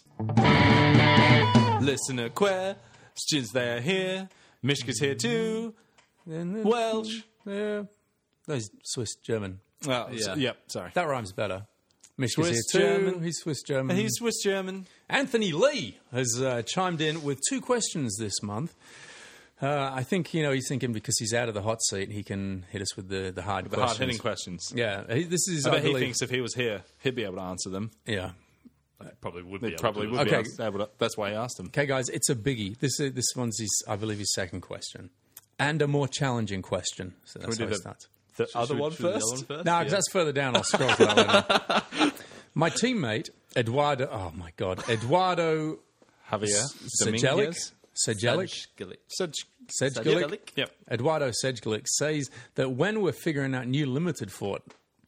[SPEAKER 3] listener questions, they're here. Mishka's here too. Welsh.
[SPEAKER 2] Yeah. Those Swiss German.
[SPEAKER 3] Oh,
[SPEAKER 4] Yeah.
[SPEAKER 3] so- yep, sorry.
[SPEAKER 2] That rhymes better. Mishka's
[SPEAKER 3] Swiss
[SPEAKER 2] here too.
[SPEAKER 3] German.
[SPEAKER 2] He's Swiss German.
[SPEAKER 3] He's Swiss German.
[SPEAKER 2] Anthony Lee has uh, chimed in with two questions this month. Uh, I think you know he's thinking because he's out of the hot seat, he can hit us with the the hard
[SPEAKER 3] The hard
[SPEAKER 2] questions.
[SPEAKER 3] hitting questions.
[SPEAKER 2] Yeah, he, this is.
[SPEAKER 3] I
[SPEAKER 2] I
[SPEAKER 3] bet he
[SPEAKER 2] believe-
[SPEAKER 3] thinks if he was here, he'd be able to answer them.
[SPEAKER 2] Yeah.
[SPEAKER 4] Probably would be.
[SPEAKER 3] He
[SPEAKER 4] able to
[SPEAKER 3] probably
[SPEAKER 4] do
[SPEAKER 3] would
[SPEAKER 4] it.
[SPEAKER 2] Okay.
[SPEAKER 3] be able to. That's why I asked him.
[SPEAKER 2] Okay, guys, it's a biggie. This uh, this one's his, I believe his second question, and a more challenging question. So that's
[SPEAKER 3] do
[SPEAKER 2] how it
[SPEAKER 3] the-
[SPEAKER 2] starts.
[SPEAKER 3] The other
[SPEAKER 4] Should-
[SPEAKER 3] one
[SPEAKER 4] should we do
[SPEAKER 3] first?
[SPEAKER 4] the other
[SPEAKER 2] No, 'cause that's further down. I'll scroll to that one. *laughs* My teammate Eduardo. Oh my God, Eduardo
[SPEAKER 3] Javier.
[SPEAKER 2] Sajelic. Sajelic.
[SPEAKER 4] Fudge Gillick.
[SPEAKER 3] Sajelic.
[SPEAKER 2] Sedgelick.
[SPEAKER 4] Sedgelick?
[SPEAKER 3] Yep.
[SPEAKER 2] Eduardo Sedgelick says that when we're figuring out new limited for-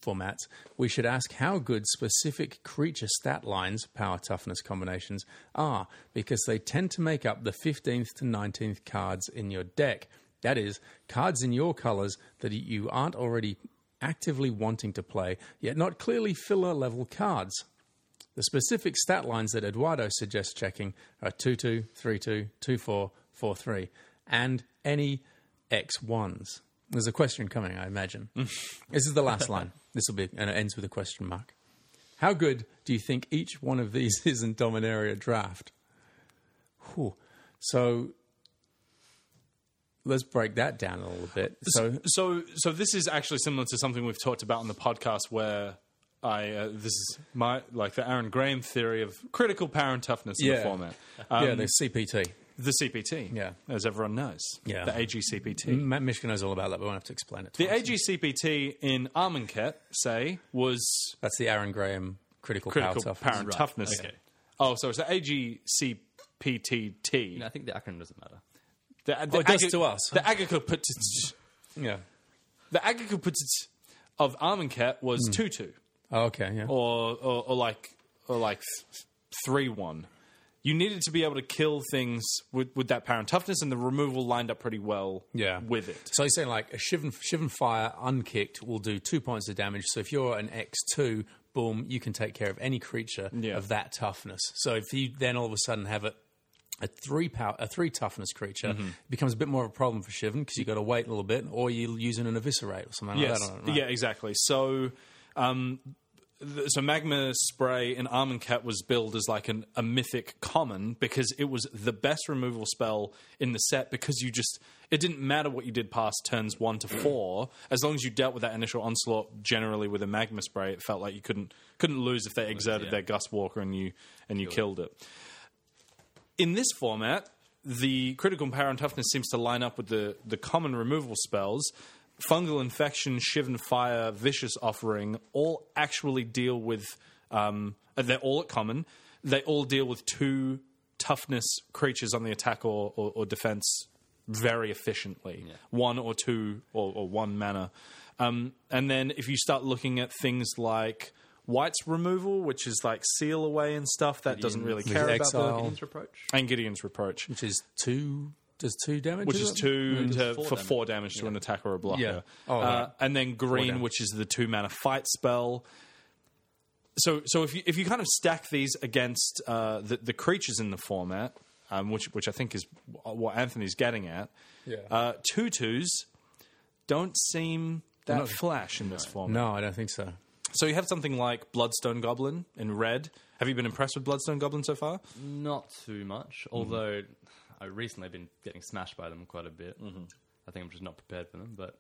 [SPEAKER 2] formats, we should ask how good specific creature stat lines, power toughness combinations, are, because they tend to make up the 15th to 19th cards in your deck. That is, cards in your colors that you aren't already actively wanting to play, yet not clearly filler level cards. The specific stat lines that Eduardo suggests checking are 2 2, 3 2, 2 4, 4 3, and any X1s. There's a question coming, I imagine.
[SPEAKER 3] Mm.
[SPEAKER 2] this is the last line. This will be, and it ends with a question mark. How good do you think each one of these is in Dominaria Draft? Whew. So let's break that down a little bit. So,
[SPEAKER 3] So, so this is actually similar to something we've talked about on the podcast, where I uh, this is my like the Aaron Graham theory of critical power and toughness in
[SPEAKER 2] Yeah.
[SPEAKER 3] the format. Um,
[SPEAKER 2] yeah, the CPT.
[SPEAKER 3] the CPT,
[SPEAKER 2] Yeah.
[SPEAKER 3] as everyone knows,
[SPEAKER 2] Yeah. Mm.
[SPEAKER 3] the AGCPT.
[SPEAKER 2] Matt Mishka knows all about that, but I won't have to explain it.
[SPEAKER 3] The
[SPEAKER 2] twice.
[SPEAKER 3] AGCPT in Armanket, say, was
[SPEAKER 2] That's the Aaron Graham critical,
[SPEAKER 3] critical
[SPEAKER 2] power
[SPEAKER 3] power,
[SPEAKER 2] toughness.
[SPEAKER 3] and toughness.
[SPEAKER 4] Okay.
[SPEAKER 3] Oh, so it's the AGCPTT.
[SPEAKER 4] I think the acronym doesn't matter.
[SPEAKER 3] The, the
[SPEAKER 2] it does to us.
[SPEAKER 3] The Agakaput.
[SPEAKER 2] Yeah.
[SPEAKER 3] The Agakaput of Armanket
[SPEAKER 2] Hmm.
[SPEAKER 3] was Tutu.
[SPEAKER 2] Oh, okay. Yeah.
[SPEAKER 3] or, or, or like or like three one. You needed to be able to kill things with, with that power and toughness, and the removal lined up pretty well
[SPEAKER 2] yeah.
[SPEAKER 3] with it.
[SPEAKER 2] So you're saying like a Shivan, Shivan Fire unkicked will do two points of damage. So if you're an X2, boom, you can take care of any creature
[SPEAKER 3] Yeah.
[SPEAKER 2] of that toughness. So if you then all of a sudden have a, a three power, a three toughness creature,
[SPEAKER 3] Mm-hmm.
[SPEAKER 2] it becomes a bit more of a problem for Shivan because you've got to wait a little bit, or you're using an Eviscerate or something
[SPEAKER 3] Yes,
[SPEAKER 2] like that. on it, right?
[SPEAKER 3] yeah, exactly. So, um, th- so magma spray in Armand Cat was billed as like an, a mythic common because it was the best removal spell in the set because you just it didn't matter what you did past turns one to four as long as you dealt with that initial onslaught. Generally, with a magma spray, it felt like you couldn't couldn't lose if they exerted
[SPEAKER 4] yeah.
[SPEAKER 3] their Gus Walker and you and you killed it. In this format, the critical power and toughness seems to line up with the, the common removal spells. Fungal infection, Shivan fire, vicious offering all actually deal with. Um, they're all at common. They all deal with two toughness creatures on the attack or, or, or defense very efficiently. One or two or, or one mana. Um, and then if you start looking at things like White's removal, which is like seal away and stuff, that doesn't really
[SPEAKER 2] There's
[SPEAKER 3] care about the
[SPEAKER 2] exile.
[SPEAKER 4] Ian's reproach.
[SPEAKER 3] and Gideon's reproach,
[SPEAKER 2] Which is two, does two damage?
[SPEAKER 3] which is
[SPEAKER 2] it?
[SPEAKER 3] two to,
[SPEAKER 4] four
[SPEAKER 3] for
[SPEAKER 4] damage.
[SPEAKER 3] four damage to an attack or a blocker,
[SPEAKER 2] Yeah. Oh,
[SPEAKER 3] uh,
[SPEAKER 2] right.
[SPEAKER 3] and then green, which is the two mana fight spell. So, so if you if you kind of stack these against uh, the the creatures in the format, um, which which I think is what Anthony's getting at,
[SPEAKER 2] Yeah.
[SPEAKER 3] uh, two twos don't seem that
[SPEAKER 2] not-
[SPEAKER 3] flash in this format.
[SPEAKER 2] No, I don't think so.
[SPEAKER 3] So you have something like Bloodstone Goblin in red. Have you been impressed with Bloodstone Goblin so far?
[SPEAKER 2] Mm-hmm.
[SPEAKER 4] Not too much, although I recently been getting smashed by them quite a bit.
[SPEAKER 2] Mm-hmm.
[SPEAKER 4] I think I'm just not prepared for them. But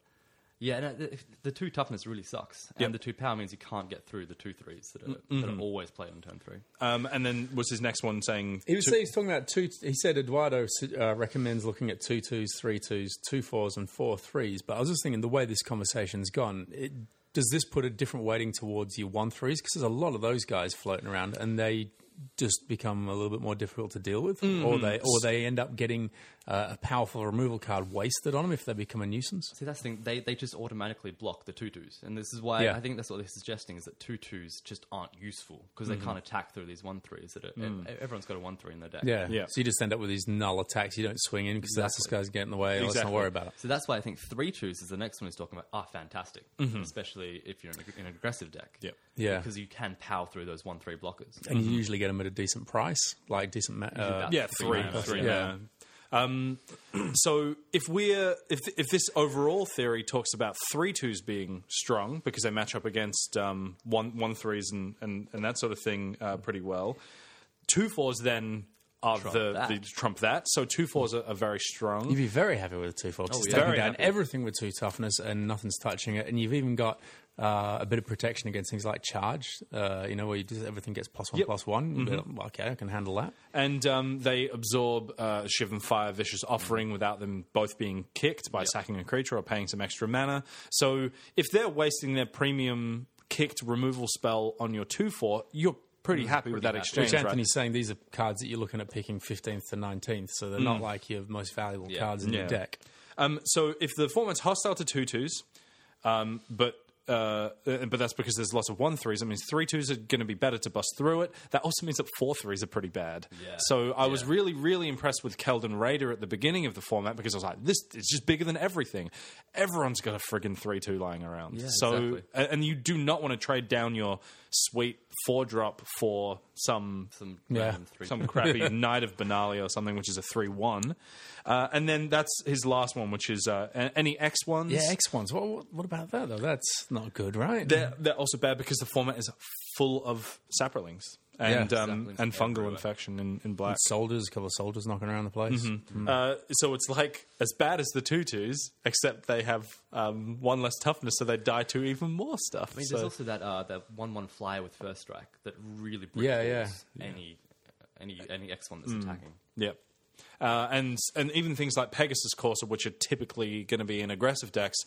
[SPEAKER 4] yeah, no, the, the two toughness really sucks, and the two power means you can't get through the two threes that are, that
[SPEAKER 2] Mm-hmm.
[SPEAKER 4] are always played on turn three.
[SPEAKER 2] Uh,
[SPEAKER 3] Um, and then was his next one saying
[SPEAKER 2] He was, he's talking about two. He said Eduardo uh, recommends looking at two twos, three twos, two fours, and four threes. But I was just thinking the way this conversation's gone, it, does this put a different weighting towards your one threes? Because there's a lot of those guys floating around, and they just become a little bit more difficult to deal with,
[SPEAKER 3] Mm.
[SPEAKER 2] or they or they end up getting uh, a powerful removal card wasted on them if they become a nuisance.
[SPEAKER 4] See, that's the thing. They, they just automatically block the tutus. And this is why
[SPEAKER 2] Yeah.
[SPEAKER 4] I think that's what they're suggesting is that tutus just aren't useful because
[SPEAKER 2] Mm-hmm.
[SPEAKER 4] they can't attack through these one threes. That are, and Everyone's got a one three in their deck.
[SPEAKER 2] Mm. Yeah.
[SPEAKER 3] Yeah.
[SPEAKER 2] So you just end up with these null attacks. You don't swing in because that's this guy's getting in the way. Let's not
[SPEAKER 3] Exactly.
[SPEAKER 2] worry about it.
[SPEAKER 4] So that's why I think three twos is the next one he's talking about are fantastic, especially if you're in, a, in an aggressive deck.
[SPEAKER 3] Yep.
[SPEAKER 2] Yeah.
[SPEAKER 4] Because you can power through those one three blockers.
[SPEAKER 2] And you usually get them at a decent price, like decent. Ma- uh,
[SPEAKER 4] about
[SPEAKER 3] Mm-hmm. Yeah,
[SPEAKER 4] three
[SPEAKER 3] three,
[SPEAKER 4] mana.
[SPEAKER 3] three.
[SPEAKER 2] Yeah.
[SPEAKER 3] mana. Um, so if we're if if this overall theory talks about three twos being strong because they match up against um, one one threes and and, and that sort of thing uh, pretty well, two fours then are the,
[SPEAKER 4] that.
[SPEAKER 3] the trump that. So two fours are, are very strong.
[SPEAKER 2] You'd be very happy with a two four. Just
[SPEAKER 4] yeah.
[SPEAKER 2] taking
[SPEAKER 3] Oh, Very
[SPEAKER 2] down
[SPEAKER 3] happy.
[SPEAKER 2] everything with two toughness and nothing's touching it. And you've even got uh, a bit of protection against things like charge. Uh, you know, where you just, everything gets plus one,
[SPEAKER 3] Yep. Mm-hmm.
[SPEAKER 2] plus one. You'd be like, "Well, okay, I can handle that.
[SPEAKER 3] and um, they absorb uh, Shiv and Fire Vicious Offering without them both being kicked by sacking a creature or paying some extra mana. So if they're wasting their premium kicked removal spell on your 2 4, you're Mm, pretty happy with that exchange,
[SPEAKER 2] Which
[SPEAKER 3] right?
[SPEAKER 2] Anthony's saying these are cards that you're looking at picking fifteenth to nineteenth, so they're not like your most valuable cards in
[SPEAKER 3] Mm. Yeah.
[SPEAKER 2] your deck.
[SPEAKER 3] Um, so if the format's hostile to two twos, um, but uh, uh, but that's because there's lots of one threes. That means three twos are going to be better to bust through it. That also means that four threes are pretty bad.
[SPEAKER 4] Yeah.
[SPEAKER 3] So I was really really impressed with Keldon Raider at the beginning of the format because I was like, this is just bigger than everything. Everyone's got a friggin' three two lying around. so
[SPEAKER 4] exactly.
[SPEAKER 3] a- and you do not want to trade down your sweet four drop for some
[SPEAKER 4] Some
[SPEAKER 2] Yeah.
[SPEAKER 4] random three.
[SPEAKER 3] some crappy Knight of Benali or something, which is a 3 1. Uh, and then that's his last one, which is uh, a- any X ones.
[SPEAKER 2] Yeah, X ones. What, what, what about that though? That's not good, right?
[SPEAKER 3] they're, they're also bad because the format is full of saplings and,
[SPEAKER 2] Yeah.
[SPEAKER 3] um,
[SPEAKER 4] Saplings
[SPEAKER 3] and fungal
[SPEAKER 4] everywhere.
[SPEAKER 3] infection in, in black.
[SPEAKER 2] soldiers, a couple of soldiers knocking around the place.
[SPEAKER 3] Uh, so it's like as bad as the tutus, except they have um, one less toughness, so they die to even more stuff.
[SPEAKER 4] I mean,
[SPEAKER 3] so,
[SPEAKER 4] there's also that uh, that one one flyer with first strike that really brings
[SPEAKER 2] Yeah, yeah.
[SPEAKER 4] any any any X one that's attacking.
[SPEAKER 3] Yep. Uh, and and even things like Pegasus Courser, which are typically going to be in aggressive decks.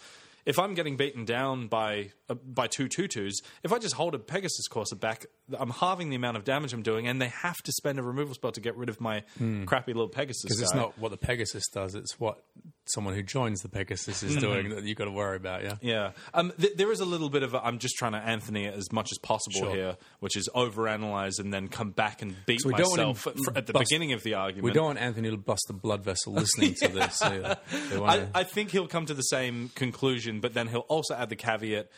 [SPEAKER 3] If I'm getting beaten down by uh, by two two twos, if I just hold a Pegasus Courser back, I'm halving the amount of damage I'm doing, and they have to spend a removal spell to get rid of my crappy little Pegasus.
[SPEAKER 2] Because Hmm. it's
[SPEAKER 3] guy.
[SPEAKER 2] not what the Pegasus does; it's what someone who joins the Pegasus
[SPEAKER 3] Mm-hmm.
[SPEAKER 2] is doing that you've got to worry about. Yeah,
[SPEAKER 3] Yeah, um, th- there is a little bit of i I'm just trying to Anthony it as much as possible
[SPEAKER 2] Sure.
[SPEAKER 3] here, which is overanalyze and then come back and beat
[SPEAKER 2] we don't want
[SPEAKER 3] myself
[SPEAKER 2] him
[SPEAKER 3] at, at the
[SPEAKER 2] bust-
[SPEAKER 3] beginning of the argument.
[SPEAKER 2] we don't want Anthony to bust a blood vessel listening to this. either. *laughs* They
[SPEAKER 3] I,
[SPEAKER 2] wanna-
[SPEAKER 3] I think he'll come to the same conclusion, but then he'll also add the caveat: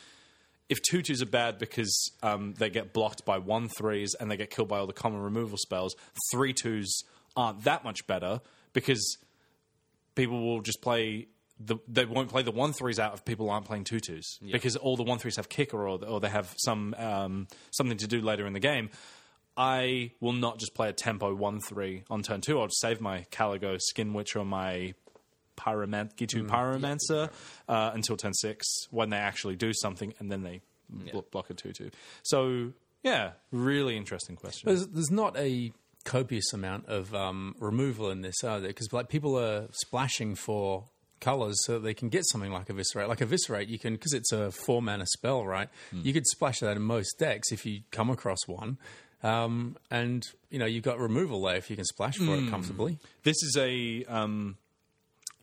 [SPEAKER 3] if two twos are bad because um, they get blocked by one threes and they get killed by all the common removal spells, three twos aren't that much better because people will just play. The, they won't play the one threes out if people aren't playing two twos because all the one threes have kicker or or they have some um, something to do later in the game. I will not just play a tempo one three on turn two. I'll just save my Caligo Skin Witch or my Pyroman-
[SPEAKER 4] Mm,
[SPEAKER 3] Gitu Pyromancer uh, until turn six when they actually do something and then they blo- block a 2 2. So, yeah, really interesting question.
[SPEAKER 2] there's, there's not a copious amount of um, removal in this, are there? Because like people are splashing for colors so that they can get something like eviscerate. Like eviscerate, you can because it's a four mana spell, right? You could splash that in most decks if you come across one. Um, and you know you've got removal there if you can splash for it comfortably.
[SPEAKER 3] This is a. Um,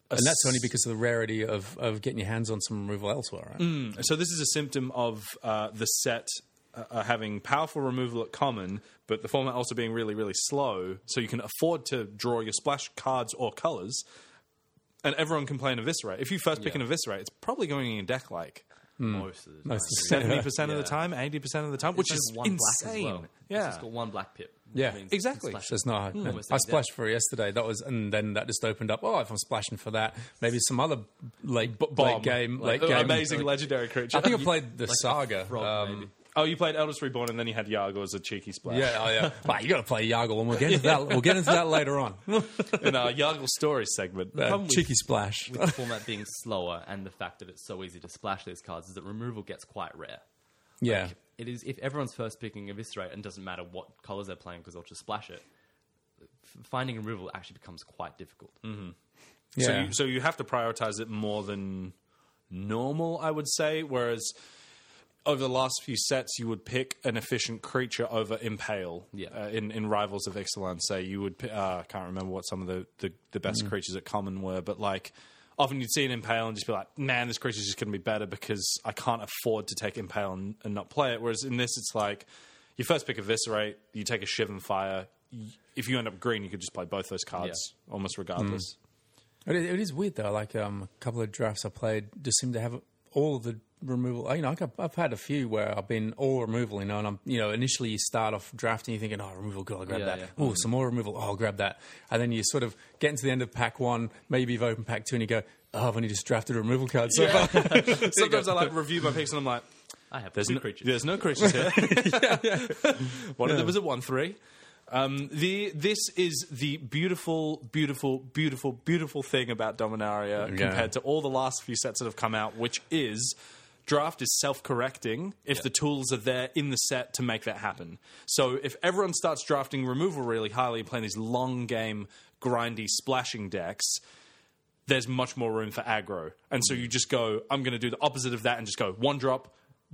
[SPEAKER 2] and that's only because of the rarity of, of getting your hands on some removal elsewhere, right?
[SPEAKER 3] so, this is a symptom of uh, the set. uh, Uh, having powerful removal at common, but the format also being really, really slow, so you can afford to draw your splash cards or colors, and everyone can play an eviscerate. If you first pick an eviscerate, it's probably going in your deck
[SPEAKER 4] *laughs*
[SPEAKER 3] like
[SPEAKER 4] Most of the time.
[SPEAKER 3] seventy percent of the time, eighty percent of the time, which
[SPEAKER 4] It's
[SPEAKER 3] is
[SPEAKER 4] only one black as
[SPEAKER 3] insane.
[SPEAKER 4] well.
[SPEAKER 3] Yeah,
[SPEAKER 4] it's just got one black pip.
[SPEAKER 2] Yeah.
[SPEAKER 4] Means you can
[SPEAKER 3] Exactly.
[SPEAKER 4] splash Hmm,
[SPEAKER 2] So it's not. yeah.
[SPEAKER 4] Almost
[SPEAKER 2] I
[SPEAKER 4] like
[SPEAKER 2] splashed for it yesterday. That was, and then that just opened up. Oh, if I'm splashing for that, maybe some other late, late
[SPEAKER 3] bomb.
[SPEAKER 2] game, late
[SPEAKER 3] An
[SPEAKER 2] game.
[SPEAKER 4] oh,
[SPEAKER 3] amazing legendary creature.
[SPEAKER 2] I think I played the saga.
[SPEAKER 4] frog,
[SPEAKER 2] um,
[SPEAKER 4] maybe.
[SPEAKER 3] Oh, you played Eldest Reborn and then you had Yago as a cheeky splash.
[SPEAKER 2] Yeah, oh,
[SPEAKER 4] *laughs*
[SPEAKER 2] yeah. Mate, you got to play Yargle, and we'll get into that. We'll get into that later on.
[SPEAKER 3] In our Yargle story segment.
[SPEAKER 2] Uh,
[SPEAKER 4] problem with-
[SPEAKER 2] cheeky splash.
[SPEAKER 4] with the format being slower and the fact that it's so easy to splash these cards is that removal gets quite rare.
[SPEAKER 2] yeah,
[SPEAKER 4] It is if everyone's first picking eviscerate and doesn't matter what colors they're playing because they'll just splash it. f- Finding removal actually becomes quite difficult.
[SPEAKER 3] Mm.
[SPEAKER 2] yeah.
[SPEAKER 3] So, you, so you have to prioritize it more than normal, I would say. Whereas over the last few sets, you would pick an efficient creature over Impale.
[SPEAKER 4] Yeah.
[SPEAKER 3] Uh, in, in Rivals of Excellence, say you would. pi- Uh, I can't remember what some of the, the, the best creatures at Common were, but like. Often you'd see an impale and just be like, "Man, this creature's just going to be better because I can't afford to take impale and, and not play it." Whereas in this, it's like you first pick eviscerate, you take a shivan fire. Y- If you end up green, you could just play both those cards almost regardless.
[SPEAKER 2] It is, it is weird though. Like um, a couple of drafts I played just seem to have all of the removal. You know, like I've, I've had a few where I've been all removal. You know, and I'm you know initially you start off drafting, you're thinking, oh, removal, good, I'll grab
[SPEAKER 4] Yeah,
[SPEAKER 2] that.
[SPEAKER 4] yeah.
[SPEAKER 3] Mm-hmm.
[SPEAKER 2] Oh, some more removal, oh, I'll grab that. And then you sort of get into the end of pack one, maybe you've opened pack two, and you go, oh, I've only just drafted a removal card so
[SPEAKER 3] *laughs*
[SPEAKER 2] far.
[SPEAKER 3] Sometimes I like review my picks and I'm like,
[SPEAKER 4] I have
[SPEAKER 3] there's
[SPEAKER 4] two
[SPEAKER 3] no
[SPEAKER 4] creatures.
[SPEAKER 3] There's no creatures *laughs* here. One of them is a one three. Um, the this is the beautiful, beautiful, beautiful, beautiful thing about Dominaria compared to all the last few sets that have come out, which is draft is self-correcting if the tools are there in the set to make that happen. So if everyone starts drafting removal really highly, playing these long game, grindy, splashing decks, there's much more room for aggro. And so
[SPEAKER 2] Mm.
[SPEAKER 3] you just go, I'm going to do the opposite of that and just go one drop,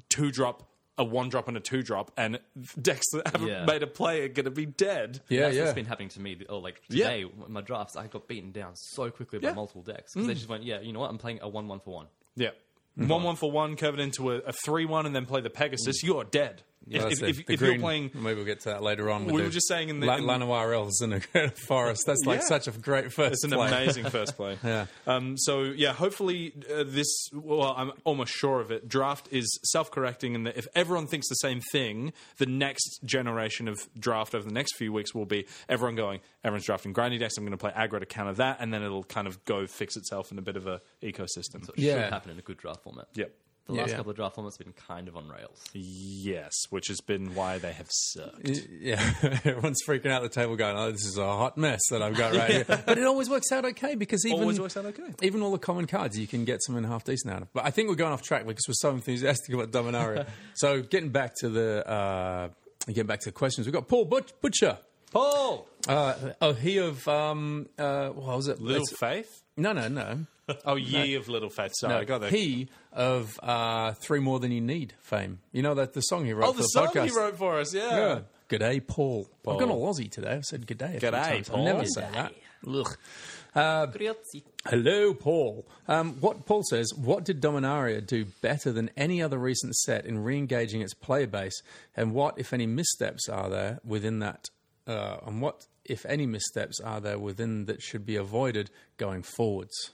[SPEAKER 3] two drop, a one drop, and a two drop. And *laughs* decks that haven't
[SPEAKER 4] Yeah.
[SPEAKER 3] made a play are going to be dead.
[SPEAKER 2] yeah,
[SPEAKER 4] That's
[SPEAKER 2] yeah.
[SPEAKER 4] what's been happening to me. Or like
[SPEAKER 3] Yeah.
[SPEAKER 4] today, w- my drafts, I got beaten down so quickly by
[SPEAKER 3] Yeah. Mm.
[SPEAKER 4] multiple decks because they just went, yeah, you know what? I'm playing a one-one for one.
[SPEAKER 3] Yeah.
[SPEAKER 2] Mm-hmm.
[SPEAKER 3] One one for one, curve it into a, a three one, and then play the Pegasus. You're dead.
[SPEAKER 2] Well,
[SPEAKER 3] if
[SPEAKER 2] Mm. that's
[SPEAKER 3] if,
[SPEAKER 2] the-
[SPEAKER 3] if,
[SPEAKER 2] the
[SPEAKER 3] if you're
[SPEAKER 2] green-
[SPEAKER 3] playing,
[SPEAKER 2] maybe we'll get to that later on. With
[SPEAKER 3] We
[SPEAKER 2] the
[SPEAKER 3] were just saying in the-
[SPEAKER 2] La-
[SPEAKER 3] in-
[SPEAKER 2] Lanoir elves in a *laughs* forest. That's like
[SPEAKER 3] Yeah.
[SPEAKER 2] such a great first.
[SPEAKER 3] it's an
[SPEAKER 2] play. *laughs*
[SPEAKER 3] amazing first play.
[SPEAKER 2] Yeah.
[SPEAKER 3] Um, so yeah, hopefully uh, this. Well, I'm almost sure of it. Draft is self-correcting, and that if everyone thinks the same thing, the next generation of draft over the next few weeks will be everyone going. Everyone's drafting grindy decks. I'm going to play aggro to counter that, and then it'll kind of go fix itself in a bit of a ecosystem.
[SPEAKER 4] So it
[SPEAKER 2] Yeah.
[SPEAKER 4] should happen in a good draft format.
[SPEAKER 3] Yep.
[SPEAKER 4] The last
[SPEAKER 2] Yeah.
[SPEAKER 4] couple of draft formats have been kind of on rails.
[SPEAKER 3] Yes, which has been why they have sucked.
[SPEAKER 2] E- Yeah, *laughs* everyone's freaking out at the table going, "Oh, this is a hot mess that I've
[SPEAKER 3] *laughs*
[SPEAKER 2] got right here." But it always works out okay because even
[SPEAKER 3] Always works out okay.
[SPEAKER 2] Even all the common cards, you can get something half decent out of. But I think we're going off track because we're so enthusiastic about
[SPEAKER 3] *laughs*
[SPEAKER 2] Dominaria. so getting back to the uh, getting back to the questions, we've got Paul Butch- Butcher.
[SPEAKER 3] Paul,
[SPEAKER 2] Uh, oh, he of um, uh, what was it?
[SPEAKER 3] little
[SPEAKER 2] It's-
[SPEAKER 3] faith.
[SPEAKER 2] no, no, no.
[SPEAKER 3] Oh, ye of little faith. Sorry, *laughs* I got that.
[SPEAKER 2] He of uh, three more than you need fame. You know that the song he wrote
[SPEAKER 3] Oh,
[SPEAKER 2] for
[SPEAKER 3] the
[SPEAKER 2] the
[SPEAKER 3] song
[SPEAKER 2] podcast.
[SPEAKER 3] he wrote for us.
[SPEAKER 2] Yeah. Good day, Paul. I've gone all Aussie today. I've said good day.
[SPEAKER 3] G'day, Paul.
[SPEAKER 2] I never say that. Ugh. Hello, Paul. Um, what Paul says, what did Dominaria do better than any other recent set in re engaging its player base? And what, if any, missteps are there within that? Uh, and what, if any, missteps are there within that should be avoided going forwards?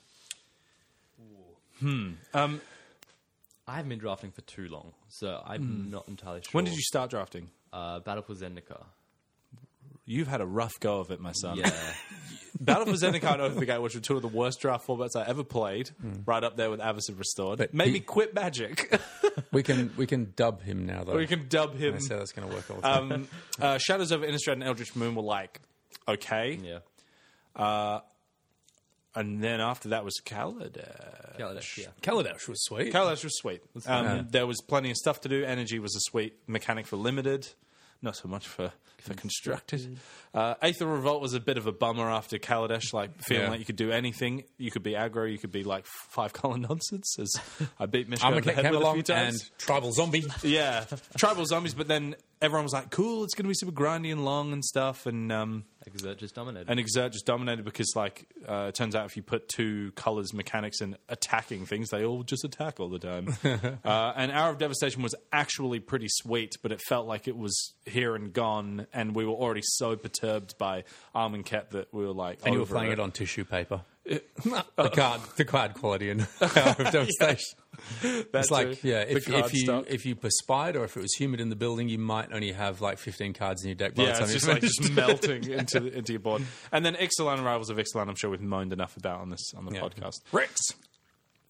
[SPEAKER 4] I haven't been drafting for too long, so I'm not entirely sure.
[SPEAKER 3] Mm. When did you start drafting?
[SPEAKER 4] Uh, Battle for Zendikar.
[SPEAKER 3] You've had a rough go of it, my son.
[SPEAKER 4] Yeah.
[SPEAKER 3] *laughs* Battle for Zendikar and Overgate, which were two of the worst draft formats I ever played, right up there with Avacyn Restored.
[SPEAKER 2] But
[SPEAKER 3] Maybe
[SPEAKER 2] he-
[SPEAKER 3] quit Magic. *laughs*
[SPEAKER 2] We can we can dub him now, though.
[SPEAKER 3] we can dub him.
[SPEAKER 2] That's how that's going to work all the time.
[SPEAKER 3] Um, uh, Shadows over Innistrad and Eldritch Moon were like, *laughs* okay.
[SPEAKER 4] yeah.
[SPEAKER 3] And then after that was Kaladesh.
[SPEAKER 4] Kaladesh, yeah.
[SPEAKER 2] Kaladesh was sweet.
[SPEAKER 3] Kaladesh was sweet. Um, There was plenty of stuff to do. Energy was a sweet mechanic for limited. Not so much for, for constructed. Uh, Aether Revolt was a bit of a bummer after Kaladesh, like feeling
[SPEAKER 2] Yeah.
[SPEAKER 3] like you could do anything. You could be aggro, you could be like five color nonsense.
[SPEAKER 2] *laughs*
[SPEAKER 3] As I beat Mishka
[SPEAKER 2] I'm
[SPEAKER 3] over
[SPEAKER 2] a
[SPEAKER 3] the head
[SPEAKER 2] came
[SPEAKER 3] with a few
[SPEAKER 2] along
[SPEAKER 3] times.
[SPEAKER 2] and tribal zombie.
[SPEAKER 3] yeah, tribal zombies. But then everyone was like, "Cool, it's going to be super grindy and long and stuff." And um,
[SPEAKER 4] Exert just dominated.
[SPEAKER 3] and exert just dominated because like uh, it turns out if you put two colors mechanics in attacking things they all just attack all
[SPEAKER 2] *laughs*
[SPEAKER 3] the time uh, and hour of devastation was actually pretty sweet but it felt like it was here and gone and we were already so perturbed by arm and cat that we were like
[SPEAKER 2] And you were
[SPEAKER 3] over uh,
[SPEAKER 2] playing it on tissue paper.
[SPEAKER 3] *laughs*
[SPEAKER 2] the card, the card quality and *laughs* power of devastation.
[SPEAKER 3] That
[SPEAKER 2] It's like
[SPEAKER 3] too.
[SPEAKER 2] yeah,
[SPEAKER 3] The
[SPEAKER 2] if,
[SPEAKER 3] card
[SPEAKER 2] if you
[SPEAKER 3] stock.
[SPEAKER 2] if you perspired or if it was humid in the building, you might only have like 15 cards in your deck. By the
[SPEAKER 3] yeah,
[SPEAKER 2] time
[SPEAKER 3] it's
[SPEAKER 2] you *laughs*
[SPEAKER 3] just like
[SPEAKER 2] finished.
[SPEAKER 3] just melting into the- into your board, and then Ixalan and Rivals of Ixalan. I'm sure we've moaned enough about on this on the podcast.
[SPEAKER 2] Rex.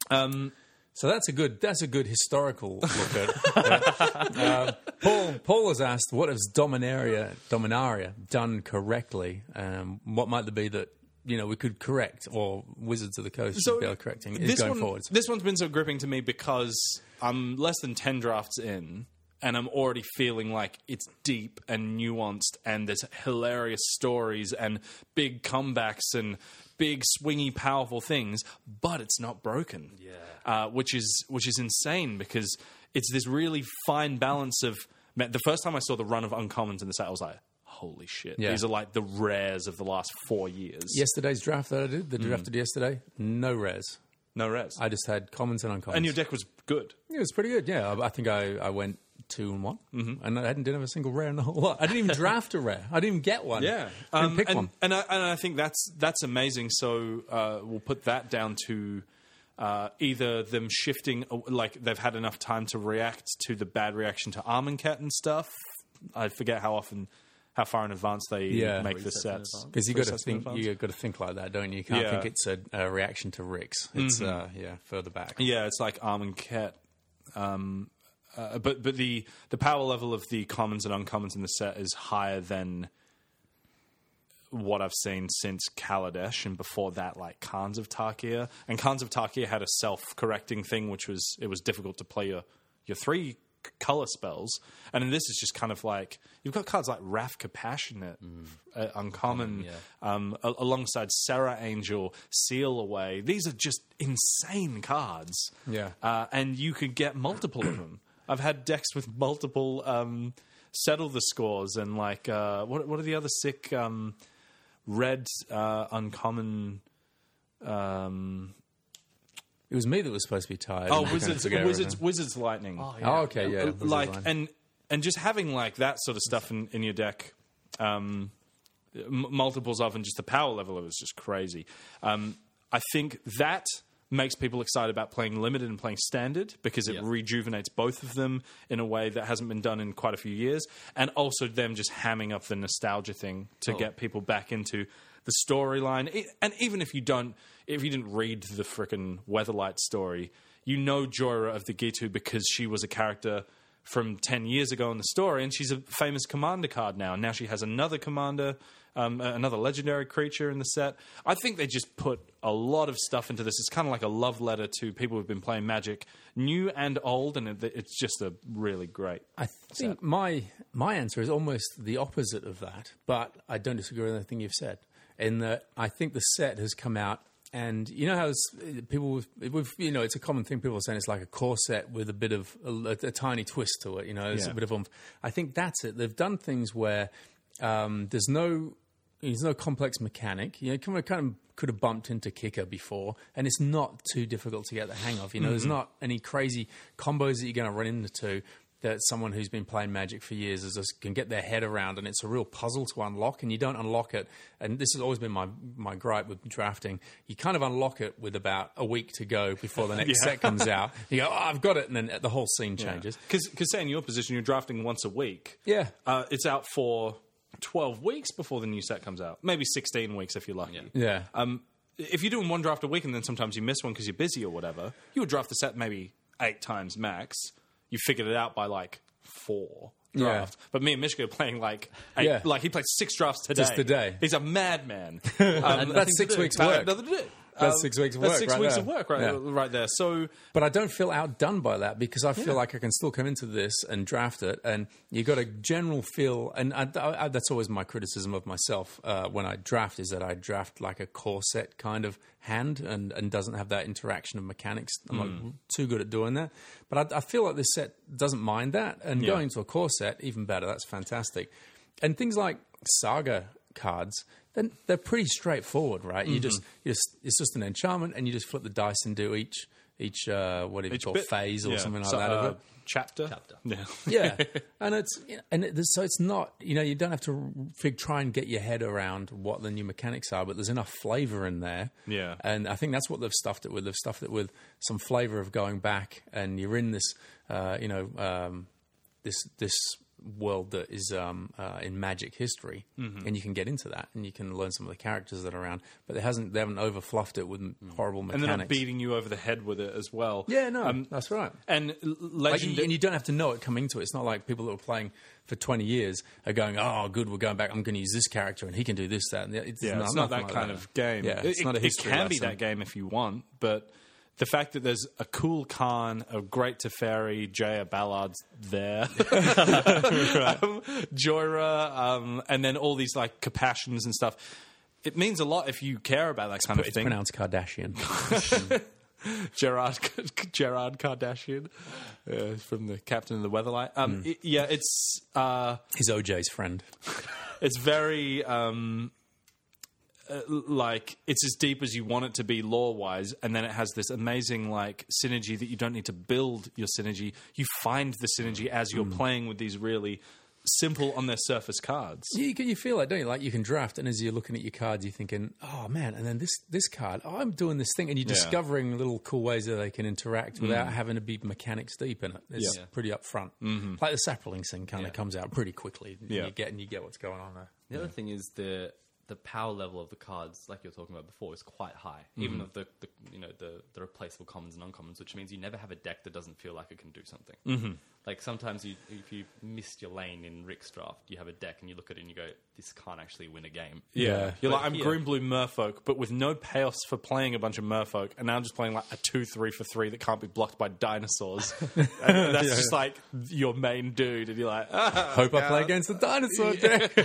[SPEAKER 3] Um,
[SPEAKER 2] So that's a good that's a good historical look at it. *laughs* Um, Paul Paul has asked, what has Dominaria Dominaria done correctly? Um, what might there be that you know we could correct or Wizards of the Coast should be able to correct in, is
[SPEAKER 3] this
[SPEAKER 2] going
[SPEAKER 3] one,
[SPEAKER 2] forwards?
[SPEAKER 3] This one's been so gripping to me because I'm less than 10 drafts in and I'm already feeling like it's deep and nuanced and there's hilarious stories and big comebacks and big swingy powerful things but it's not broken yeah uh, which is which is insane because it's this really fine balance of man, the first time I saw the run of uncommons in the set I was like holy shit
[SPEAKER 2] Yeah.
[SPEAKER 3] these are like the rares of the last four years
[SPEAKER 2] Yesterday's draft that I did, the
[SPEAKER 3] Mm.
[SPEAKER 2] drafted yesterday, no res.
[SPEAKER 3] no res
[SPEAKER 2] I just had commons and uncommons.
[SPEAKER 3] and your deck was good
[SPEAKER 2] Yeah, it was pretty good. Yeah, I, I think I, I went two and one, mm-hmm. and I hadn't didn't have a single rare in the whole lot. I didn't even draft a rare. I didn't even get one.
[SPEAKER 3] Yeah,
[SPEAKER 2] I didn't
[SPEAKER 3] Um,
[SPEAKER 2] pick
[SPEAKER 3] and,
[SPEAKER 2] one.
[SPEAKER 3] And I, and I think that's that's amazing. So uh, we'll put that down to uh, either them shifting, uh, like they've had enough time to react to the bad reaction to Armand Cat and stuff. I forget how often, how far in advance they
[SPEAKER 2] Yeah.
[SPEAKER 3] make the
[SPEAKER 4] Resets in
[SPEAKER 3] sets
[SPEAKER 4] advance.
[SPEAKER 2] Because you got to
[SPEAKER 3] Resets in
[SPEAKER 2] think,
[SPEAKER 3] advance.
[SPEAKER 2] you got to think like that, don't you? You can't
[SPEAKER 3] Yeah. Mm-hmm.
[SPEAKER 2] think it's a, a reaction to Rick's. It's uh, yeah, further back.
[SPEAKER 3] Yeah, it's like Arm and Cat. Um, uh, but but the the power level of the commons and uncommons in the set is higher than what I've seen since Kaladesh and before that, like Khans of Tarkir. And Khans of Tarkir had a self correcting thing, which was it was difficult to play your your three color spells. And then this is just kind of like you've got cards like Wrath Compassionate, uh, Uncommon, um, a- alongside Sarah Angel, Seal Away. These are just insane cards.
[SPEAKER 2] Yeah.
[SPEAKER 3] Uh, and you could get multiple of them. *clears throat* I've had decks with multiple um, settle the scores and like uh, what what are the other sick um, red uh, uncommon um,
[SPEAKER 2] It was me that was supposed to be tired. and I
[SPEAKER 3] oh
[SPEAKER 2] kinda
[SPEAKER 3] wizards
[SPEAKER 2] forget
[SPEAKER 3] wizards
[SPEAKER 2] everything.
[SPEAKER 3] wizards lightning
[SPEAKER 2] Oh, okay, yeah.
[SPEAKER 3] Uh,
[SPEAKER 2] Wizards
[SPEAKER 3] like
[SPEAKER 2] line.
[SPEAKER 3] and and just having like that sort of stuff in, in your deck um, m- multiples of and just the power level of it is just crazy um, i think that makes people excited about playing limited and playing standard because it rejuvenates both of them in a way that hasn't been done in quite a few years and also them just hamming up the nostalgia thing to get people back into the storyline E- and even if you don't if you didn't read the frickin' weatherlight story you know Jorah of the Gitu because she was a character from 10 years ago in the story, and she's a famous commander card now. Now she has another commander, um, a- another legendary creature in the set. I think they just put a lot of stuff into this. It's kind of like a love letter to people who've been playing Magic, new and old, and it, it's just a really great.
[SPEAKER 2] I think my my answer is almost the opposite of that, but I don't disagree with anything you've said. In that, I think the set has come out, and you know how it's, people with- with you know it's a common thing people are saying it's like a core set with a bit of a, a tiny twist to it. You know, there's
[SPEAKER 3] Yeah.
[SPEAKER 2] a bit of oomph. I think that's it. They've done things where um, there's no there's no complex mechanic. You know, kind of, kind of could have bumped into kicker before, and it's not too difficult to get the hang of. You know, there's not any crazy combos that you're going to run into that someone who's been playing Magic for years is just, can get their head around, and it's a real puzzle to unlock. And you don't unlock it, and this has always been my my gripe with drafting. You kind of unlock it with about a week to go before the next set comes out. You go, oh, I've got it, and then the whole scene changes.
[SPEAKER 3] Because, say, in your position, you're drafting once a week.
[SPEAKER 2] Yeah.
[SPEAKER 3] Uh, it's out for 12 weeks before the new set comes out, maybe 16 weeks if you're lucky.
[SPEAKER 2] Yeah.
[SPEAKER 3] Um, if you're doing one draft a week and then sometimes you miss one because you're busy or whatever, you would draft the set maybe eight times max. You figured it out by like four draft. But me and Mishka are playing like eight,
[SPEAKER 2] Yeah.
[SPEAKER 3] like he played six drafts today.
[SPEAKER 2] Just today.
[SPEAKER 3] He's
[SPEAKER 2] *laughs*
[SPEAKER 3] a madman. Um,
[SPEAKER 2] That's
[SPEAKER 3] *laughs*
[SPEAKER 2] six weeks'
[SPEAKER 3] I had
[SPEAKER 2] work.
[SPEAKER 3] nothing to do.
[SPEAKER 2] That's
[SPEAKER 3] Um,
[SPEAKER 2] six weeks of
[SPEAKER 3] that's
[SPEAKER 2] work
[SPEAKER 3] six
[SPEAKER 2] right
[SPEAKER 3] weeks
[SPEAKER 2] there.
[SPEAKER 3] of work right,
[SPEAKER 2] Yeah.
[SPEAKER 3] right there. So
[SPEAKER 2] But I don't feel outdone by that because I feel like I can still come into this and draft it, and you got a general feel. And I, I, that's always my criticism of myself uh, when I draft is that I draft like a corset kind of hand and, and doesn't have that interaction of mechanics. I'm not too good at doing that, but I, I feel like this set doesn't mind that. And going to a corset, even better. That's fantastic. And things like saga cards, then they're pretty straightforward, right? You just
[SPEAKER 3] Mm-hmm.
[SPEAKER 2] you just it's just an enchantment, and you just flip the dice and do each each uh, what do you call it,
[SPEAKER 3] bit-
[SPEAKER 2] phase or
[SPEAKER 3] yeah.
[SPEAKER 2] something like
[SPEAKER 3] So,
[SPEAKER 2] that.
[SPEAKER 3] uh,
[SPEAKER 2] of it.
[SPEAKER 3] Chapter. Chapter. Yeah. *laughs*
[SPEAKER 2] Yeah, and it's you know, and it, so it's not you know you don't have to fig, try and get your head around what the new mechanics are, but there's enough flavor in there.
[SPEAKER 3] Yeah.
[SPEAKER 2] and I think that's what they've stuffed it with. They've stuffed it with some flavor of going back, and you're in this uh, you know um, this this world that is um, uh, in Magic history,
[SPEAKER 3] Mm-hmm.
[SPEAKER 2] and you can get into that, and you can learn some of the characters that are around. But they hasn't they haven't overfluffed it with m horrible
[SPEAKER 3] and
[SPEAKER 2] mechanics.
[SPEAKER 3] then I'm beating you over the head with it as well.
[SPEAKER 2] yeah, no,
[SPEAKER 3] Um,
[SPEAKER 2] that's right.
[SPEAKER 3] and l-
[SPEAKER 2] Like, you-
[SPEAKER 3] legend.
[SPEAKER 2] and you don't have to know it coming to it. It's not like people that were playing for 20 years are going, oh, good, we're going back. I'm going to use this character and he can do this, that. And the- it's,
[SPEAKER 3] yeah,
[SPEAKER 2] no-
[SPEAKER 3] it's not
[SPEAKER 2] nothing
[SPEAKER 3] that
[SPEAKER 2] like
[SPEAKER 3] kind of game.
[SPEAKER 2] Yeah, it's
[SPEAKER 3] it,
[SPEAKER 2] not a
[SPEAKER 3] it-
[SPEAKER 2] history
[SPEAKER 3] It can be
[SPEAKER 2] lesson.
[SPEAKER 3] that game if you want, but the fact that there's a cool Khan, a great Teferi, Jaya Ballard's there, *laughs* um, Joyra, um, and then all these like Capassions and stuff. It means a lot if you care about that kind of
[SPEAKER 2] It's
[SPEAKER 3] thing.
[SPEAKER 2] pronounced
[SPEAKER 3] *laughs*
[SPEAKER 2] Kardashian.
[SPEAKER 3] Gerard *laughs* Gerard Kardashian uh, from the Captain of the Weatherlight.
[SPEAKER 2] Hmm.
[SPEAKER 3] Um, it- yeah, it's uh,
[SPEAKER 2] He's OJ's friend.
[SPEAKER 3] it's very um, uh, like it's as deep as you want it to be lore wise, and then it has this amazing like synergy that you don't need to build your synergy. You find the synergy as
[SPEAKER 2] Hmm.
[SPEAKER 3] you're playing with these really simple on their surface cards.
[SPEAKER 2] Yeah, you, can, you feel that, don't you? Like you can draft, and as you're looking at your cards, you're thinking, "Oh man!" And then this this card, oh, I'm doing this thing, and you're discovering little cool ways that they can interact without having to be mechanics deep in it. It's
[SPEAKER 3] Mm. Yeah.
[SPEAKER 2] pretty upfront. Mm-hmm. Like the sapling thing kind of comes out pretty quickly.
[SPEAKER 3] Yeah.
[SPEAKER 2] you get and you get what's going on there.
[SPEAKER 4] The other thing is the the power level of the cards, like you were talking about before, is quite high. Even of the, the you know the, the replaceable commons and uncommons, which means you never have a deck that doesn't feel like it can do something. Mm-hmm. Like sometimes you, if you missed your lane in Rick's draft, you have a deck and you look at it and you go, "This can't actually win a game."
[SPEAKER 3] You're
[SPEAKER 4] But
[SPEAKER 3] like, I'm
[SPEAKER 4] here-
[SPEAKER 3] green blue merfolk, but with no payoffs for playing a bunch of merfolk, and now I'm just playing like a two, three for three that can't be blocked by
[SPEAKER 2] *laughs*
[SPEAKER 3] dinosaurs. and that's just like your main dude, and you're like, ah.
[SPEAKER 2] Hope I play against the dinosaur deck.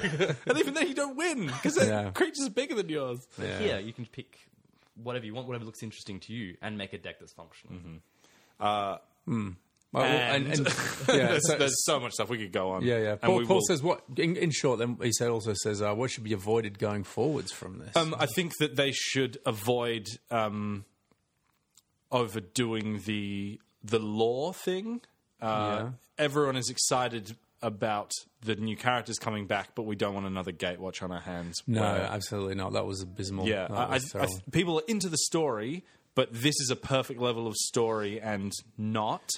[SPEAKER 3] and even then you don't win because
[SPEAKER 2] Yeah.
[SPEAKER 3] that creature's bigger than yours.
[SPEAKER 4] But here you can pick whatever you want, whatever looks interesting to you, and make a deck that's functional.
[SPEAKER 2] Well, well,
[SPEAKER 3] *laughs* And, *laughs*
[SPEAKER 2] yeah, *laughs*
[SPEAKER 3] there's,
[SPEAKER 2] so-
[SPEAKER 3] there's so much stuff we could go on.
[SPEAKER 2] yeah, yeah.
[SPEAKER 3] And
[SPEAKER 2] Paul,
[SPEAKER 3] we
[SPEAKER 2] Paul
[SPEAKER 3] will-
[SPEAKER 2] says what? In, in short, then he said also says, uh, "What should be avoided going forwards from this?"
[SPEAKER 3] Um, I think that they should avoid um, overdoing the the law thing. Uh, Everyone is excited about the new characters coming back, but we don't want another Gatewatch on our hands.
[SPEAKER 2] no,
[SPEAKER 3] where-
[SPEAKER 2] absolutely not. That was abysmal.
[SPEAKER 3] yeah.
[SPEAKER 2] That
[SPEAKER 3] I, I,
[SPEAKER 2] was
[SPEAKER 3] I,
[SPEAKER 2] terrible.
[SPEAKER 3] people are into the story, but this is a perfect level of story and not.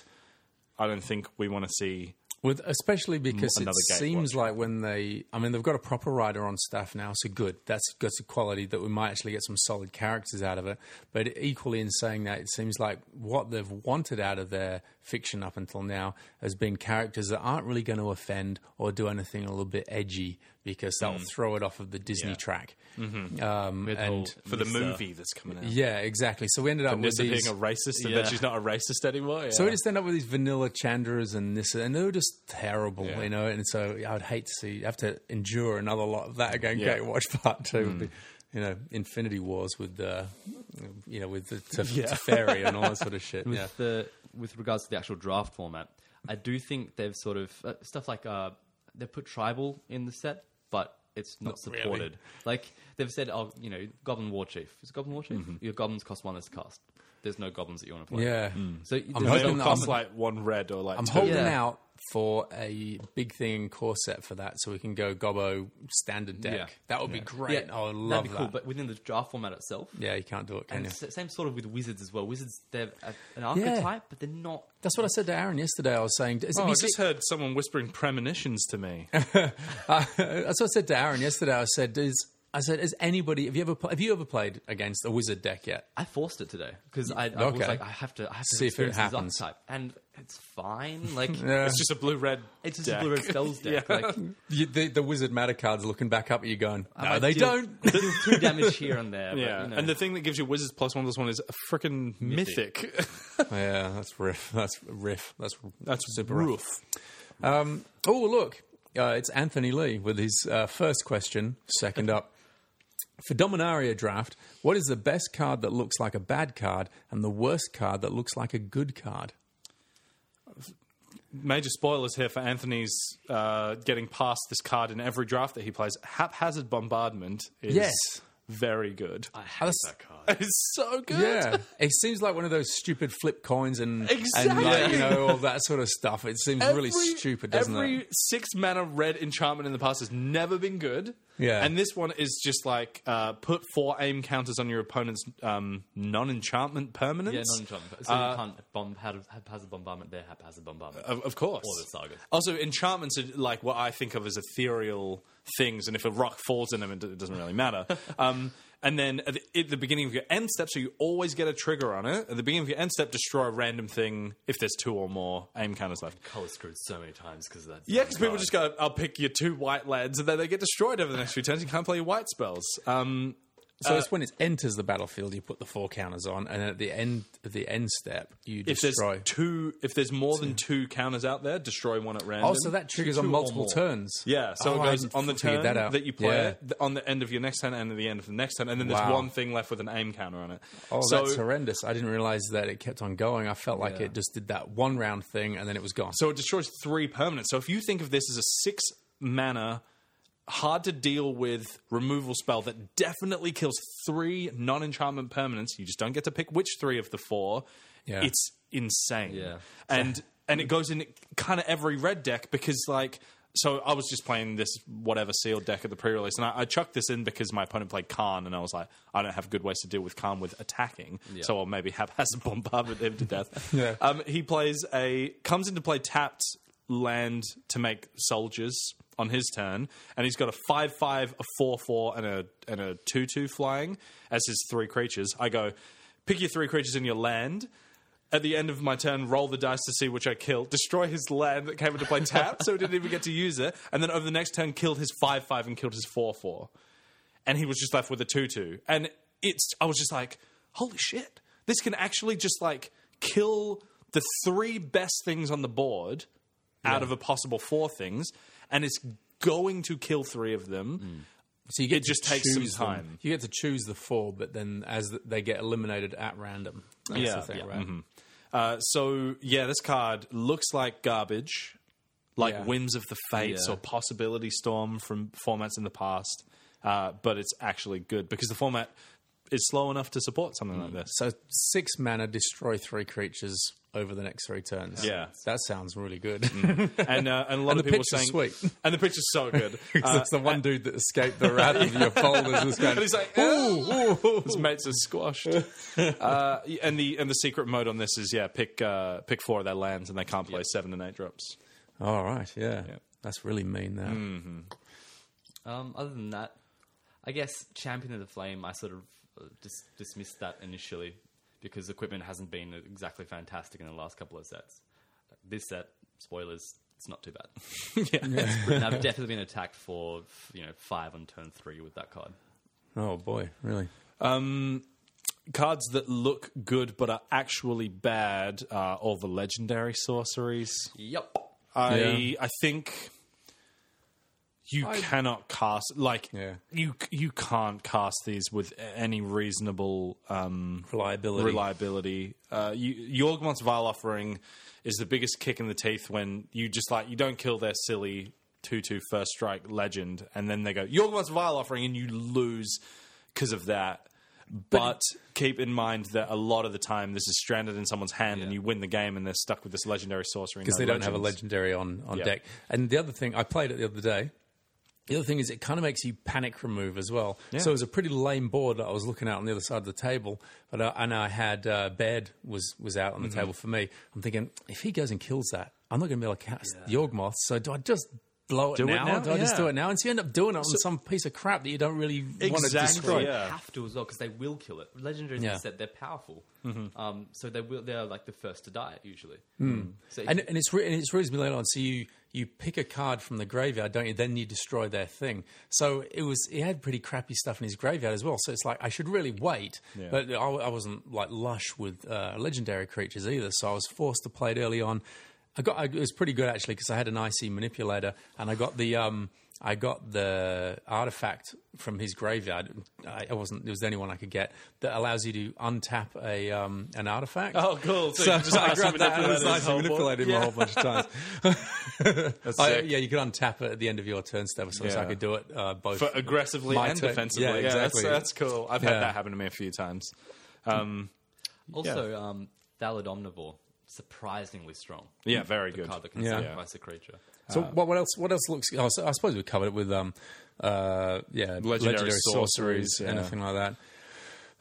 [SPEAKER 3] I don't think we want to see.
[SPEAKER 2] With especially because it
[SPEAKER 3] another Gatewatch.
[SPEAKER 2] seems like when they, I mean, they've got a proper writer on staff now, so good. That's that's a quality that we might actually get some solid characters out of it. But equally, in saying that, it seems like what they've wanted out of their fiction up until now has been characters that aren't really going to offend or do anything a little bit edgy because they'll
[SPEAKER 3] Mm.
[SPEAKER 2] throw it off of the Disney track. Um, and
[SPEAKER 4] Or
[SPEAKER 3] For the
[SPEAKER 4] Mr.
[SPEAKER 3] movie that's coming out,
[SPEAKER 2] yeah, exactly. So we ended up with
[SPEAKER 3] Nissa
[SPEAKER 2] these.
[SPEAKER 3] being a racist, and
[SPEAKER 4] Yeah.
[SPEAKER 3] then she's not a racist anymore.
[SPEAKER 2] So
[SPEAKER 3] yeah.
[SPEAKER 2] we just end up with these vanilla Chandras and this, and they were just terrible, you know. And so I'd hate to see have to endure another lot of that again.
[SPEAKER 3] Yeah. Mm.
[SPEAKER 2] Gatewatch Part Two, would be, you know, Infinity Wars with uh, you know, with the Tef- Teferi and all that sort of
[SPEAKER 3] *laughs*
[SPEAKER 2] shit. yeah,
[SPEAKER 4] with the with regards to the actual draft format, I do think they've sort of uh, stuff like uh, they put tribal in the set, but it's not, supported. Like they've said, oh, you know, Goblin War Chief is it Goblin War Chief. Your goblins cost one less cost. There's no goblins that you want to play.
[SPEAKER 2] Mm-hmm. yeah.
[SPEAKER 3] mm.
[SPEAKER 4] So I'm
[SPEAKER 3] They
[SPEAKER 2] hoping
[SPEAKER 3] all
[SPEAKER 2] that
[SPEAKER 3] cost like one red or like
[SPEAKER 2] I'm
[SPEAKER 3] two.
[SPEAKER 2] holding
[SPEAKER 4] Yeah.
[SPEAKER 2] out for a big thing in core set for that, so we can go Gobbo standard deck.
[SPEAKER 4] Yeah.
[SPEAKER 2] That would be great. Oh, I would love
[SPEAKER 4] that'd be cool.
[SPEAKER 2] that.
[SPEAKER 4] But within the draft format itself,
[SPEAKER 2] yeah, you can't do it, can
[SPEAKER 4] and
[SPEAKER 2] you?
[SPEAKER 4] s- same sort of with wizards as well. Wizards, they're a, an archetype, but they're not.
[SPEAKER 2] That's what I said to Aaron yesterday. I was saying, is it
[SPEAKER 3] Oh, I
[SPEAKER 2] is it-
[SPEAKER 3] just heard someone whispering premonitions to *laughs* me.
[SPEAKER 2] That's what I said to Aaron yesterday. I said, "Is I said, is anybody? Have you ever pl- have you ever played against a wizard deck yet?
[SPEAKER 4] I forced it today because I, I
[SPEAKER 2] Mm, Okay.
[SPEAKER 4] was like, I have to, I have to
[SPEAKER 2] See if it
[SPEAKER 4] experience this
[SPEAKER 2] happens.
[SPEAKER 4] archetype, and it's
[SPEAKER 2] *laughs*
[SPEAKER 4] fine. Like
[SPEAKER 3] It's just a blue red.
[SPEAKER 4] it's just a blue red spells deck. Like
[SPEAKER 2] You, the, the wizard matter card's looking back up at you, going, "No,
[SPEAKER 4] I
[SPEAKER 2] they *laughs*
[SPEAKER 4] deal- *laughs*
[SPEAKER 2] don't."
[SPEAKER 4] I deal two damage here and
[SPEAKER 3] *laughs*
[SPEAKER 4] there.
[SPEAKER 3] Uh, Yeah,
[SPEAKER 4] but, you know.
[SPEAKER 3] and the thing that gives you wizards plus one plus one is a freaking mythic. *laughs*
[SPEAKER 2] yeah, that's riff. That's riff. That's
[SPEAKER 3] That's
[SPEAKER 2] super rough. Um, oh look, uh, it's Anthony Lee with his uh, first question. Second up. For Dominaria draft, what is the best card that looks like a bad card and the worst card that looks like a good card?
[SPEAKER 3] Major spoilers here for Anthony's uh, getting past this card in every draft that he plays. Haphazard bombardment is
[SPEAKER 2] Yes.
[SPEAKER 3] very good.
[SPEAKER 2] How does-
[SPEAKER 3] *laughs* It's so good.
[SPEAKER 2] Yeah, it seems like one of those stupid flip coins and and like,
[SPEAKER 3] Exactly.
[SPEAKER 2] you know all that sort of stuff. It seems really
[SPEAKER 3] Every-
[SPEAKER 2] stupid, doesn't
[SPEAKER 3] every
[SPEAKER 2] it?
[SPEAKER 3] six mana red enchantment in the past has never been good.
[SPEAKER 2] Yeah.
[SPEAKER 3] And this one is just like uh, put four aim counters on your opponent's um, non enchantment permanents.
[SPEAKER 4] Yeah, non-enchantment. So you can't bomb had- haphazard bombardment there, haphazard bombardment.
[SPEAKER 3] uh, Of, of course.
[SPEAKER 4] All the sagas.
[SPEAKER 3] Also, enchantments are like what I think of as ethereal things, and if a rock falls in them, it, d- it doesn't really matter. um, and then at the, at the beginning of your end step, so you always get a trigger on it. At the beginning of your end step, destroy a random thing if there's two or more aim counters left.
[SPEAKER 4] I was screwed so many times because of that.
[SPEAKER 3] Yeah, because people just go, I'll pick your two white lads, and then they get destroyed over the next few turns. You can't play your white spells. Um,
[SPEAKER 2] So it's when it enters the battlefield, you put the four counters on, and at the end, at the end step, you
[SPEAKER 3] if
[SPEAKER 2] destroy.
[SPEAKER 3] there's two, if there's more than two counters out there, destroy one at random.
[SPEAKER 2] Oh, so that triggers on
[SPEAKER 4] or
[SPEAKER 2] multiple
[SPEAKER 4] more.
[SPEAKER 2] turns.
[SPEAKER 3] Yeah, so
[SPEAKER 2] Oh,
[SPEAKER 3] it
[SPEAKER 2] I
[SPEAKER 3] goes on the
[SPEAKER 2] figured
[SPEAKER 3] turn
[SPEAKER 2] that
[SPEAKER 3] that,
[SPEAKER 2] out.
[SPEAKER 3] you play
[SPEAKER 2] Yeah.
[SPEAKER 3] it, th- on the end of your next turn and at the end of the next turn, and then there's
[SPEAKER 2] Wow.
[SPEAKER 3] one thing left with an aim counter on it.
[SPEAKER 2] Oh,
[SPEAKER 3] so,
[SPEAKER 2] that's horrendous! I didn't realize that it kept on going. I felt like
[SPEAKER 4] Yeah.
[SPEAKER 2] it just did that one round thing, and then it was gone.
[SPEAKER 3] so it destroys three permanents. So if you think of this as a six mana, hard to deal with removal spell that definitely kills three non enchantment permanents, you just don't get to pick which three of the four.
[SPEAKER 2] Yeah.
[SPEAKER 3] It's insane.
[SPEAKER 4] Yeah.
[SPEAKER 3] And and it goes in kind of every red deck because like so I was just playing this whatever sealed deck at the pre-release, and I, I chucked this in because my opponent played Khan, and I was like, I don't have good ways to deal with Khan with attacking, so I'll maybe have *laughs* has bombardment him to
[SPEAKER 4] *laughs*
[SPEAKER 3] death.
[SPEAKER 2] Yeah.
[SPEAKER 3] Um, he plays a comes into play tapped land to make soldiers on his turn, and he's got a five five, a four four, and a and a two two flying as his three creatures. I go, pick your three creatures in your land. At the end of my turn, roll the dice to see which I kill. Destroy his land that came into play tapped, so he didn't even get to use it. And then over the next turn, killed his five five and killed his four four and he was just left with a tutu. And it's I was just like, holy shit, this can actually just like kill the three best things on the board out of a possible four things, and it's going to kill three of them.
[SPEAKER 2] So you get
[SPEAKER 3] It
[SPEAKER 2] to
[SPEAKER 3] just takes some
[SPEAKER 2] choose them.
[SPEAKER 3] time.
[SPEAKER 2] You get to choose the four, but then as th- they get eliminated at random. That's
[SPEAKER 3] Yeah,
[SPEAKER 2] the thing, right?
[SPEAKER 3] Uh, so yeah, this card looks like garbage, like
[SPEAKER 2] Yeah.
[SPEAKER 3] Whims of the Fates
[SPEAKER 4] Yeah.
[SPEAKER 3] or Possibility Storm from formats in the past, uh, but it's actually good because the format is slow enough to support something like this.
[SPEAKER 2] So six mana, destroy three creatures over the next three turns.
[SPEAKER 3] Yeah.
[SPEAKER 2] that sounds really good. *laughs*
[SPEAKER 3] and uh, and a lot
[SPEAKER 2] And
[SPEAKER 3] of
[SPEAKER 2] the
[SPEAKER 3] people
[SPEAKER 2] picture's
[SPEAKER 3] were saying,
[SPEAKER 2] sweet.
[SPEAKER 3] *laughs* and the picture's
[SPEAKER 2] *laughs*
[SPEAKER 3] so good. Uh,
[SPEAKER 2] That's the one dude that escaped the wrath of your folders. Was going,
[SPEAKER 3] *laughs* and he's like, "Ah!" *laughs* his mates are
[SPEAKER 2] *laughs*
[SPEAKER 3] squashed. uh, and the and the secret mode on this is yeah, pick uh, pick four of their lands, and they can't play seven and eight drops.
[SPEAKER 2] All right, yeah. That's really mean there.
[SPEAKER 4] Um, other than that, I guess Champion of the Flame, I sort of uh, dis- dismissed that initially because equipment hasn't been exactly fantastic in the last couple of sets. This set, spoilers, it's not too
[SPEAKER 3] *laughs*
[SPEAKER 4] bad. yeah, and I've definitely been attacked for f- you know five on turn three with that card.
[SPEAKER 2] Oh boy, really.
[SPEAKER 3] Um, Cards that look good but are actually bad are all the legendary sorceries.
[SPEAKER 4] Yep.
[SPEAKER 3] I
[SPEAKER 2] Yeah.
[SPEAKER 3] I think you cannot cast like
[SPEAKER 2] Yeah.
[SPEAKER 3] you you can't cast these with any reasonable um,
[SPEAKER 2] Reliability.
[SPEAKER 3] reliability. Uh, you, Yorgmont's Vile Offering is the biggest kick in the teeth when you just like you don't kill their silly two-two first strike legend, and then they go Yorgmont's Vile Offering, and you lose because of that. But keep in mind that a lot of the time this is stranded in someone's hand, and you win the game, and they're stuck with this legendary sorcery.
[SPEAKER 2] because they don't have a legendary on, on
[SPEAKER 3] Yeah.
[SPEAKER 2] deck. And the other thing, I played it the other day. The other thing is, it kind of makes you panic remove as well. So it was a pretty lame board that I was looking at on the other side of the table, but I, and I had uh, Baird was was out on the table for me. I'm thinking if he goes and kills that, I'm not going to be able to cast the Yorgmoth. So do I just blow it,
[SPEAKER 3] it
[SPEAKER 2] now,
[SPEAKER 3] now?
[SPEAKER 2] Or do I just
[SPEAKER 3] Yeah.
[SPEAKER 2] do it now? And so you end up doing it on some piece of crap that you don't really want to
[SPEAKER 3] Exactly,
[SPEAKER 2] destroy.
[SPEAKER 3] yeah.
[SPEAKER 4] have to as well because they will kill it. Legendaries
[SPEAKER 2] Yeah.
[SPEAKER 4] yeah. said they're powerful,
[SPEAKER 3] Mm-hmm.
[SPEAKER 4] um, so they will. They're like the first to die usually. Mm. So if
[SPEAKER 2] Hmm. And, and it's re- and it's reasonably late on. So you you pick a card from the graveyard, don't you? Then you destroy their thing. So it was he had pretty crappy stuff in his graveyard as well. So it's like I should really wait, but I, I wasn't like lush with uh, legendary creatures either. So I was forced to play it early on. I got I, it was pretty good actually because I had an icy manipulator and I got the um I got the artifact from his graveyard. I, I wasn't it was the only one I could get that allows you to untap a um an artifact.
[SPEAKER 3] Oh, cool! So,
[SPEAKER 2] *laughs*
[SPEAKER 3] you just
[SPEAKER 2] I
[SPEAKER 3] ice
[SPEAKER 2] grabbed that and it
[SPEAKER 3] manipulated
[SPEAKER 2] was
[SPEAKER 3] his
[SPEAKER 2] nice
[SPEAKER 3] whole
[SPEAKER 2] and
[SPEAKER 3] board.
[SPEAKER 2] manipulated him a whole bunch of *laughs* times. I-
[SPEAKER 3] sick.
[SPEAKER 2] yeah, you could untap it at the end of your turn step, or something, so I
[SPEAKER 3] Yeah.
[SPEAKER 2] could do it uh, both.
[SPEAKER 3] but aggressively
[SPEAKER 2] My
[SPEAKER 3] and
[SPEAKER 2] turn.
[SPEAKER 3] defensively.
[SPEAKER 2] Yeah,
[SPEAKER 3] Yeah,
[SPEAKER 2] exactly.
[SPEAKER 3] that's, that's cool. I've had
[SPEAKER 2] Yeah.
[SPEAKER 3] that happen to me a few times.
[SPEAKER 4] Also, um, Valid Omnivore surprisingly strong.
[SPEAKER 3] Yeah, very
[SPEAKER 4] the
[SPEAKER 3] good.
[SPEAKER 4] card that can
[SPEAKER 2] Yeah.
[SPEAKER 4] sacrifice a creature.
[SPEAKER 2] So what, what else? What else looks? Oh, so I suppose we covered it with um, uh, yeah, legendary, sorceries,
[SPEAKER 3] sorceries, yeah.
[SPEAKER 2] anything like that.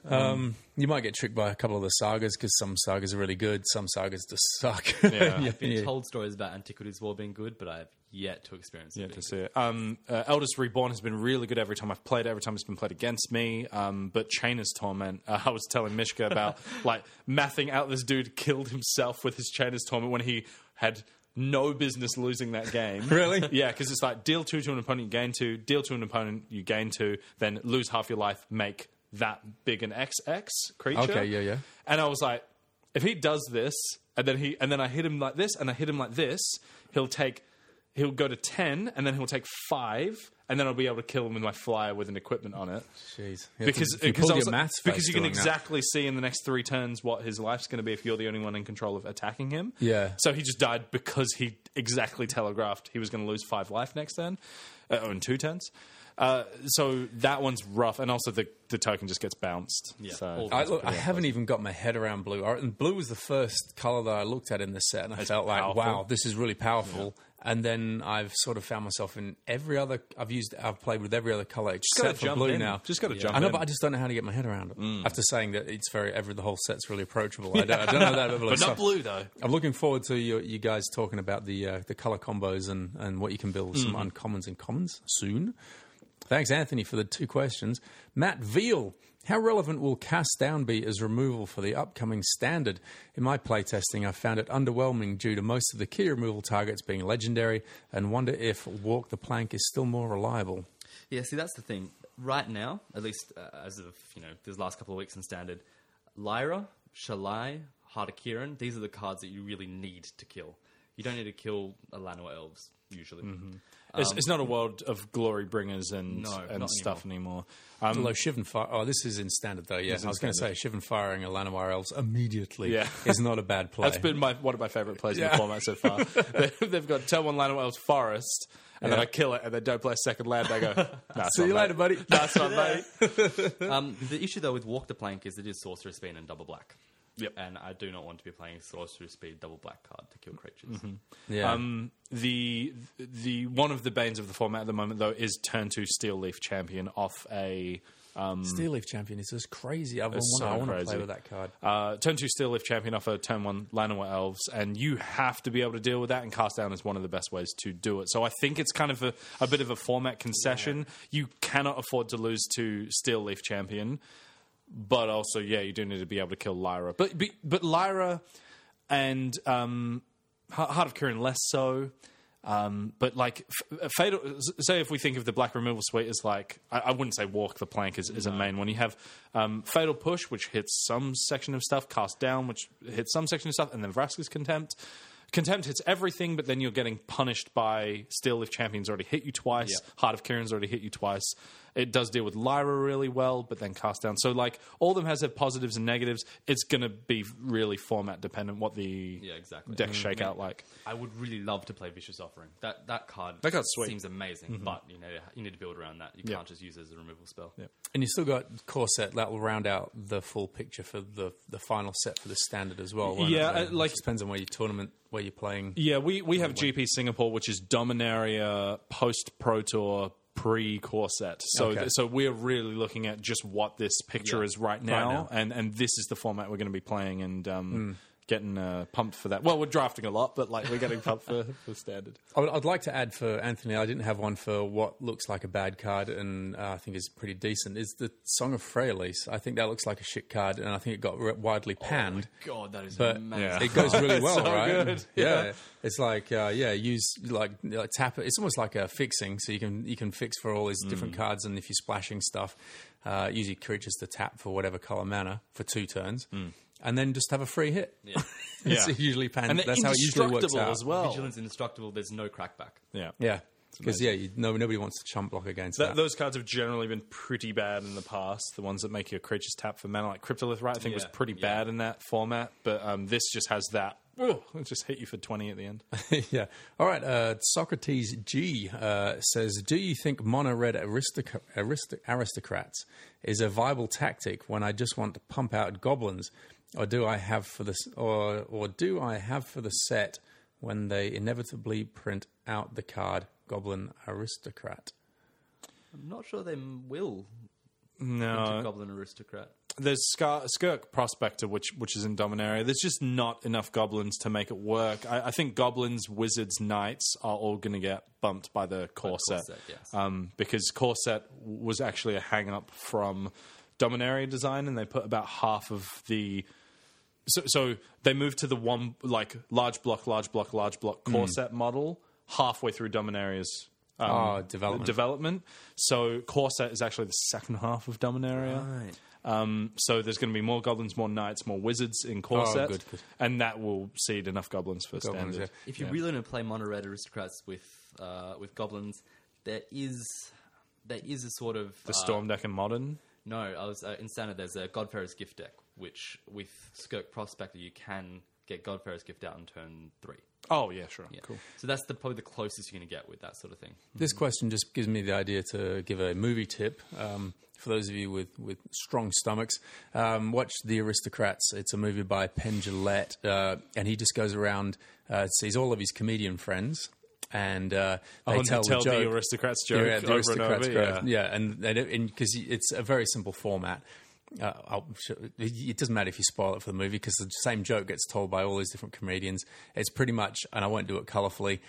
[SPEAKER 2] Um, you might get tricked by a couple of the sagas because some sagas are really good, some sagas just suck.
[SPEAKER 3] Yeah.
[SPEAKER 2] *laughs* yeah,
[SPEAKER 3] I've
[SPEAKER 4] Been
[SPEAKER 2] yeah.
[SPEAKER 4] told stories about Antiquities War being good, but I've yet to experience it.
[SPEAKER 3] Yeah,
[SPEAKER 4] being
[SPEAKER 3] to see it. Um, uh, Eldest Reborn has been really good every time I've played it, every time it's been played against me. Um, but Chainer's Torment, uh, *laughs* I was telling Mishka about like mathing out this dude killed himself with his Chainer's Torment when he had no business losing that game.
[SPEAKER 2] Really?
[SPEAKER 3] Yeah, because it's like deal two to an opponent, you gain two, deal to an opponent, you gain two, then lose half your life, make that big an XX creature.
[SPEAKER 2] Okay, yeah, yeah.
[SPEAKER 3] And I was like, if he does this, and then he and then I hit him like this, and I hit him like this, he'll take he'll go to ten, and then he'll take five, and then I'll be able to kill him with my flyer with an equipment on it.
[SPEAKER 2] Jeez,
[SPEAKER 3] Because
[SPEAKER 2] If you
[SPEAKER 3] because
[SPEAKER 2] pulled
[SPEAKER 3] I was
[SPEAKER 2] your
[SPEAKER 3] like-
[SPEAKER 2] maths face
[SPEAKER 3] because you can
[SPEAKER 2] doing that.
[SPEAKER 3] exactly see in the next three turns what his life's going to be if you're the only one in control of attacking him.
[SPEAKER 2] Yeah.
[SPEAKER 3] So he just died because he exactly telegraphed he was going to lose five life next turn, uh, oh, in two turns. Uh, so that one's rough, and also the, the token just gets bounced.
[SPEAKER 4] Yeah.
[SPEAKER 3] So.
[SPEAKER 4] All
[SPEAKER 2] I, look, I haven't even got my head around blue. I- And blue was the first color that I looked at in this set, and I felt like,
[SPEAKER 3] powerful.
[SPEAKER 2] wow, this is really powerful. And then I've sort of found myself in every other. I've used. I've played with every other color
[SPEAKER 3] gotta
[SPEAKER 2] except for
[SPEAKER 3] jump
[SPEAKER 2] blue
[SPEAKER 3] in.
[SPEAKER 2] now.
[SPEAKER 3] Just gotta jump
[SPEAKER 2] I know,
[SPEAKER 3] in. Mm.
[SPEAKER 2] but I just don't know how to get my head around it. After saying that, it's very. Every the whole set's really
[SPEAKER 3] *laughs*
[SPEAKER 2] approachable. I, don't, I don't know that.
[SPEAKER 3] but not blue though.
[SPEAKER 2] I'm looking forward to you, you guys talking about the uh, the color combos and, and what you can build some uncommons and commons soon. Thanks, Anthony, for the two questions. Matt Veal, how relevant will cast down be as removal for the upcoming standard? In my playtesting, I found it underwhelming due to most of the key removal targets being legendary, and wonder if walk the plank is still more reliable.
[SPEAKER 4] Yeah, see, that's the thing. Right now, at least uh, as of you know these last couple of weeks in standard, Lyra, Shalai, Hardakiran, these are the cards that you really need to kill. You don't need to kill Alanor elves usually.
[SPEAKER 3] Mm-hmm. It's, it's not a world of glory bringers and
[SPEAKER 4] No,
[SPEAKER 3] and
[SPEAKER 4] not
[SPEAKER 3] stuff anymore. Um,
[SPEAKER 2] Although Shivan Fire, oh, this is in standard though. Yeah,
[SPEAKER 3] in
[SPEAKER 2] I was going to say
[SPEAKER 3] standard.
[SPEAKER 2] Shivan firing Alanowar elves immediately
[SPEAKER 3] Yeah.
[SPEAKER 2] is not a *laughs* bad play.
[SPEAKER 3] that's been my one of my favorite plays in
[SPEAKER 2] Yeah.
[SPEAKER 3] the format so far. They- *laughs* They've got turn one land of Wales Forest, and then I kill it, and they don't play a second land. They go, nah,
[SPEAKER 2] See you later, buddy.
[SPEAKER 3] That's not mate. *laughs*
[SPEAKER 4] Um, the issue though with Walk the Plank is it is sorcery speed and double black.
[SPEAKER 3] Yep.
[SPEAKER 4] And I do not want to be playing sorcery speed double black card to kill creatures.
[SPEAKER 2] Yeah.
[SPEAKER 3] Um, the the one of the banes of the format at the moment though is turn two Steel Leaf Champion off a
[SPEAKER 2] Steel Leaf Champion is just crazy. I want,
[SPEAKER 3] so
[SPEAKER 2] I want to play
[SPEAKER 3] crazy.
[SPEAKER 2] with that card.
[SPEAKER 3] Uh, turn two Steel Lift Champion off a turn one Llanowar Elves, and you have to be able to deal with that. And cast down is one of the best ways to do it. So I think it's kind of a, a bit of a format concession. You cannot afford to lose to Steel Leaf Champion, but also yeah, you do need to be able to kill Lyra. But but, but Lyra and um, Heart Heart of Kirin less so. Um, but like f- fatal, s- say if we think of the black removal suite as like I, I wouldn't say walk the plank is, is a main one. You have um, fatal push, which hits some section of stuff, cast down, which hits some section of stuff, and then Vraska's contempt. Contempt hits everything, but then you're getting punished by Steel Lift Champion's already hit you twice. Heart of Kirin's already hit you twice. It does deal with Lyra really well, but then cast down. So like all of them has their positives and negatives. It's gonna be really format dependent what the
[SPEAKER 4] Yeah, exactly.
[SPEAKER 3] deck
[SPEAKER 4] Mm.
[SPEAKER 3] shakeout like.
[SPEAKER 4] I would really love to play Vicious Offering. That that card
[SPEAKER 3] That card's sweet. Mm-hmm.
[SPEAKER 4] seems amazing, but you know you need to build around that. You can't just use it as a removal spell.
[SPEAKER 2] and you still got core set that will round out the full picture for the the final set for the standard as well. won't it?
[SPEAKER 3] Yeah,
[SPEAKER 2] It
[SPEAKER 3] uh, like-
[SPEAKER 2] just depends on where your tournament where you're playing.
[SPEAKER 3] Yeah, we, we have GP Singapore, which is Dominaria post Pro Tour pre Corset. So
[SPEAKER 2] Okay.
[SPEAKER 3] th- so we're really looking at just what this picture
[SPEAKER 4] Yeah.
[SPEAKER 3] is right now,
[SPEAKER 2] now. Hmm.
[SPEAKER 3] and and this is the format we're going to be playing and um, getting uh, pumped for that. Well, we're drafting a lot, but like we're getting pumped for, *laughs* for standard.
[SPEAKER 2] I would, I'd like to add for Anthony. I didn't have one for what looks like a bad card, and uh, I think is pretty decent. Is the Song of Freylise? I think that looks like a shit card, and I think it got re- widely panned.
[SPEAKER 4] God, that is
[SPEAKER 2] but
[SPEAKER 4] amazing.
[SPEAKER 2] it goes
[SPEAKER 3] *laughs*
[SPEAKER 2] really well,
[SPEAKER 3] so
[SPEAKER 2] right?
[SPEAKER 3] good.
[SPEAKER 2] Yeah. it's like uh, yeah, use like, like tap. It's almost like a fixing, so you can you can fix for all these
[SPEAKER 3] Mm.
[SPEAKER 2] different cards, and if you're splashing stuff, uh, use your creatures to tap for whatever color mana for two turns, and then just have a free hit.
[SPEAKER 4] *laughs*
[SPEAKER 2] Yeah, *laughs* it's
[SPEAKER 3] Mm. Yeah.
[SPEAKER 2] usually pan-
[SPEAKER 3] And they're
[SPEAKER 2] that's how it usually works
[SPEAKER 3] indestructible
[SPEAKER 2] out.
[SPEAKER 3] as well.
[SPEAKER 4] Vigilance indestructible. There's no crackback.
[SPEAKER 3] Yeah.
[SPEAKER 2] Yeah, because yeah, you, no, nobody wants to chump block against
[SPEAKER 3] Th-
[SPEAKER 2] that.
[SPEAKER 3] Those cards have generally been pretty bad in the past. The ones that make your creatures tap for mana, like Cryptolith, right? I think was
[SPEAKER 4] Yeah,
[SPEAKER 3] pretty
[SPEAKER 4] yeah.
[SPEAKER 3] bad in that format, but um, this just has that. Ugh, it just hit you for twenty at the end.
[SPEAKER 2] *laughs* yeah. All right. Uh, Socrates G uh, says, "Do you think mono-red aristoc- aristoc- aristocrats is a viable tactic when I just want to pump out goblins? or do I have for this, or or do I have for the set when they inevitably print out the card Goblin Aristocrat?
[SPEAKER 4] I'm not sure they m- will.
[SPEAKER 3] No,
[SPEAKER 4] to Goblin Aristocrat.
[SPEAKER 3] there's Scar- Skirk Prospector, which which is in Dominaria. There's just not enough goblins to make it work. I, I think goblins, wizards, knights are all going to get bumped by the core set,
[SPEAKER 4] set, yes.
[SPEAKER 3] um, because core set was actually a hang up from Dominaria design, and they put about half of the. So, so they moved to the one like large block, large block, large block core set model halfway through Dominaria's um,
[SPEAKER 2] Oh, development.
[SPEAKER 3] development. So Corset is actually the second half of
[SPEAKER 2] Ah.
[SPEAKER 3] Dominaria.
[SPEAKER 4] Right.
[SPEAKER 3] Um, so there's going to be more goblins, more knights, more wizards in Corset,
[SPEAKER 2] good, good.
[SPEAKER 3] and that will seed enough goblins for
[SPEAKER 2] Goblins,
[SPEAKER 3] standard.
[SPEAKER 2] yeah.
[SPEAKER 4] If you really want to play mono red aristocrats with uh, with goblins, there is there is a sort of
[SPEAKER 3] The
[SPEAKER 4] uh,
[SPEAKER 3] storm deck in modern.
[SPEAKER 4] No, I was uh, in standard. There's a Godfarer's gift deck, which with Skirk Prospector you can get Godfarer's gift out in turn three.
[SPEAKER 3] Oh yeah, sure,
[SPEAKER 4] Yeah.
[SPEAKER 3] cool.
[SPEAKER 4] So that's the, probably the closest you're going to get with that sort of thing.
[SPEAKER 2] This question just gives me the idea to give a movie tip. Um, for those of you with, with strong stomachs, um, watch The Aristocrats. It's a movie by Penn Gillette, uh, and he just goes around, uh, sees all of his comedian friends, and uh, they
[SPEAKER 3] Oh, and
[SPEAKER 2] tell,
[SPEAKER 3] they tell
[SPEAKER 2] the,
[SPEAKER 3] the
[SPEAKER 2] joke.
[SPEAKER 3] aristocrats joke
[SPEAKER 2] Yeah, the
[SPEAKER 3] over and
[SPEAKER 2] aristocrats
[SPEAKER 3] over,
[SPEAKER 2] joke. Yeah, and they don't- and because it's a very simple format. Uh, I'll, show- it it doesn't matter if you spoil it for the movie because the same joke gets told by all these different comedians. It's pretty much, and I won't do it colorfully.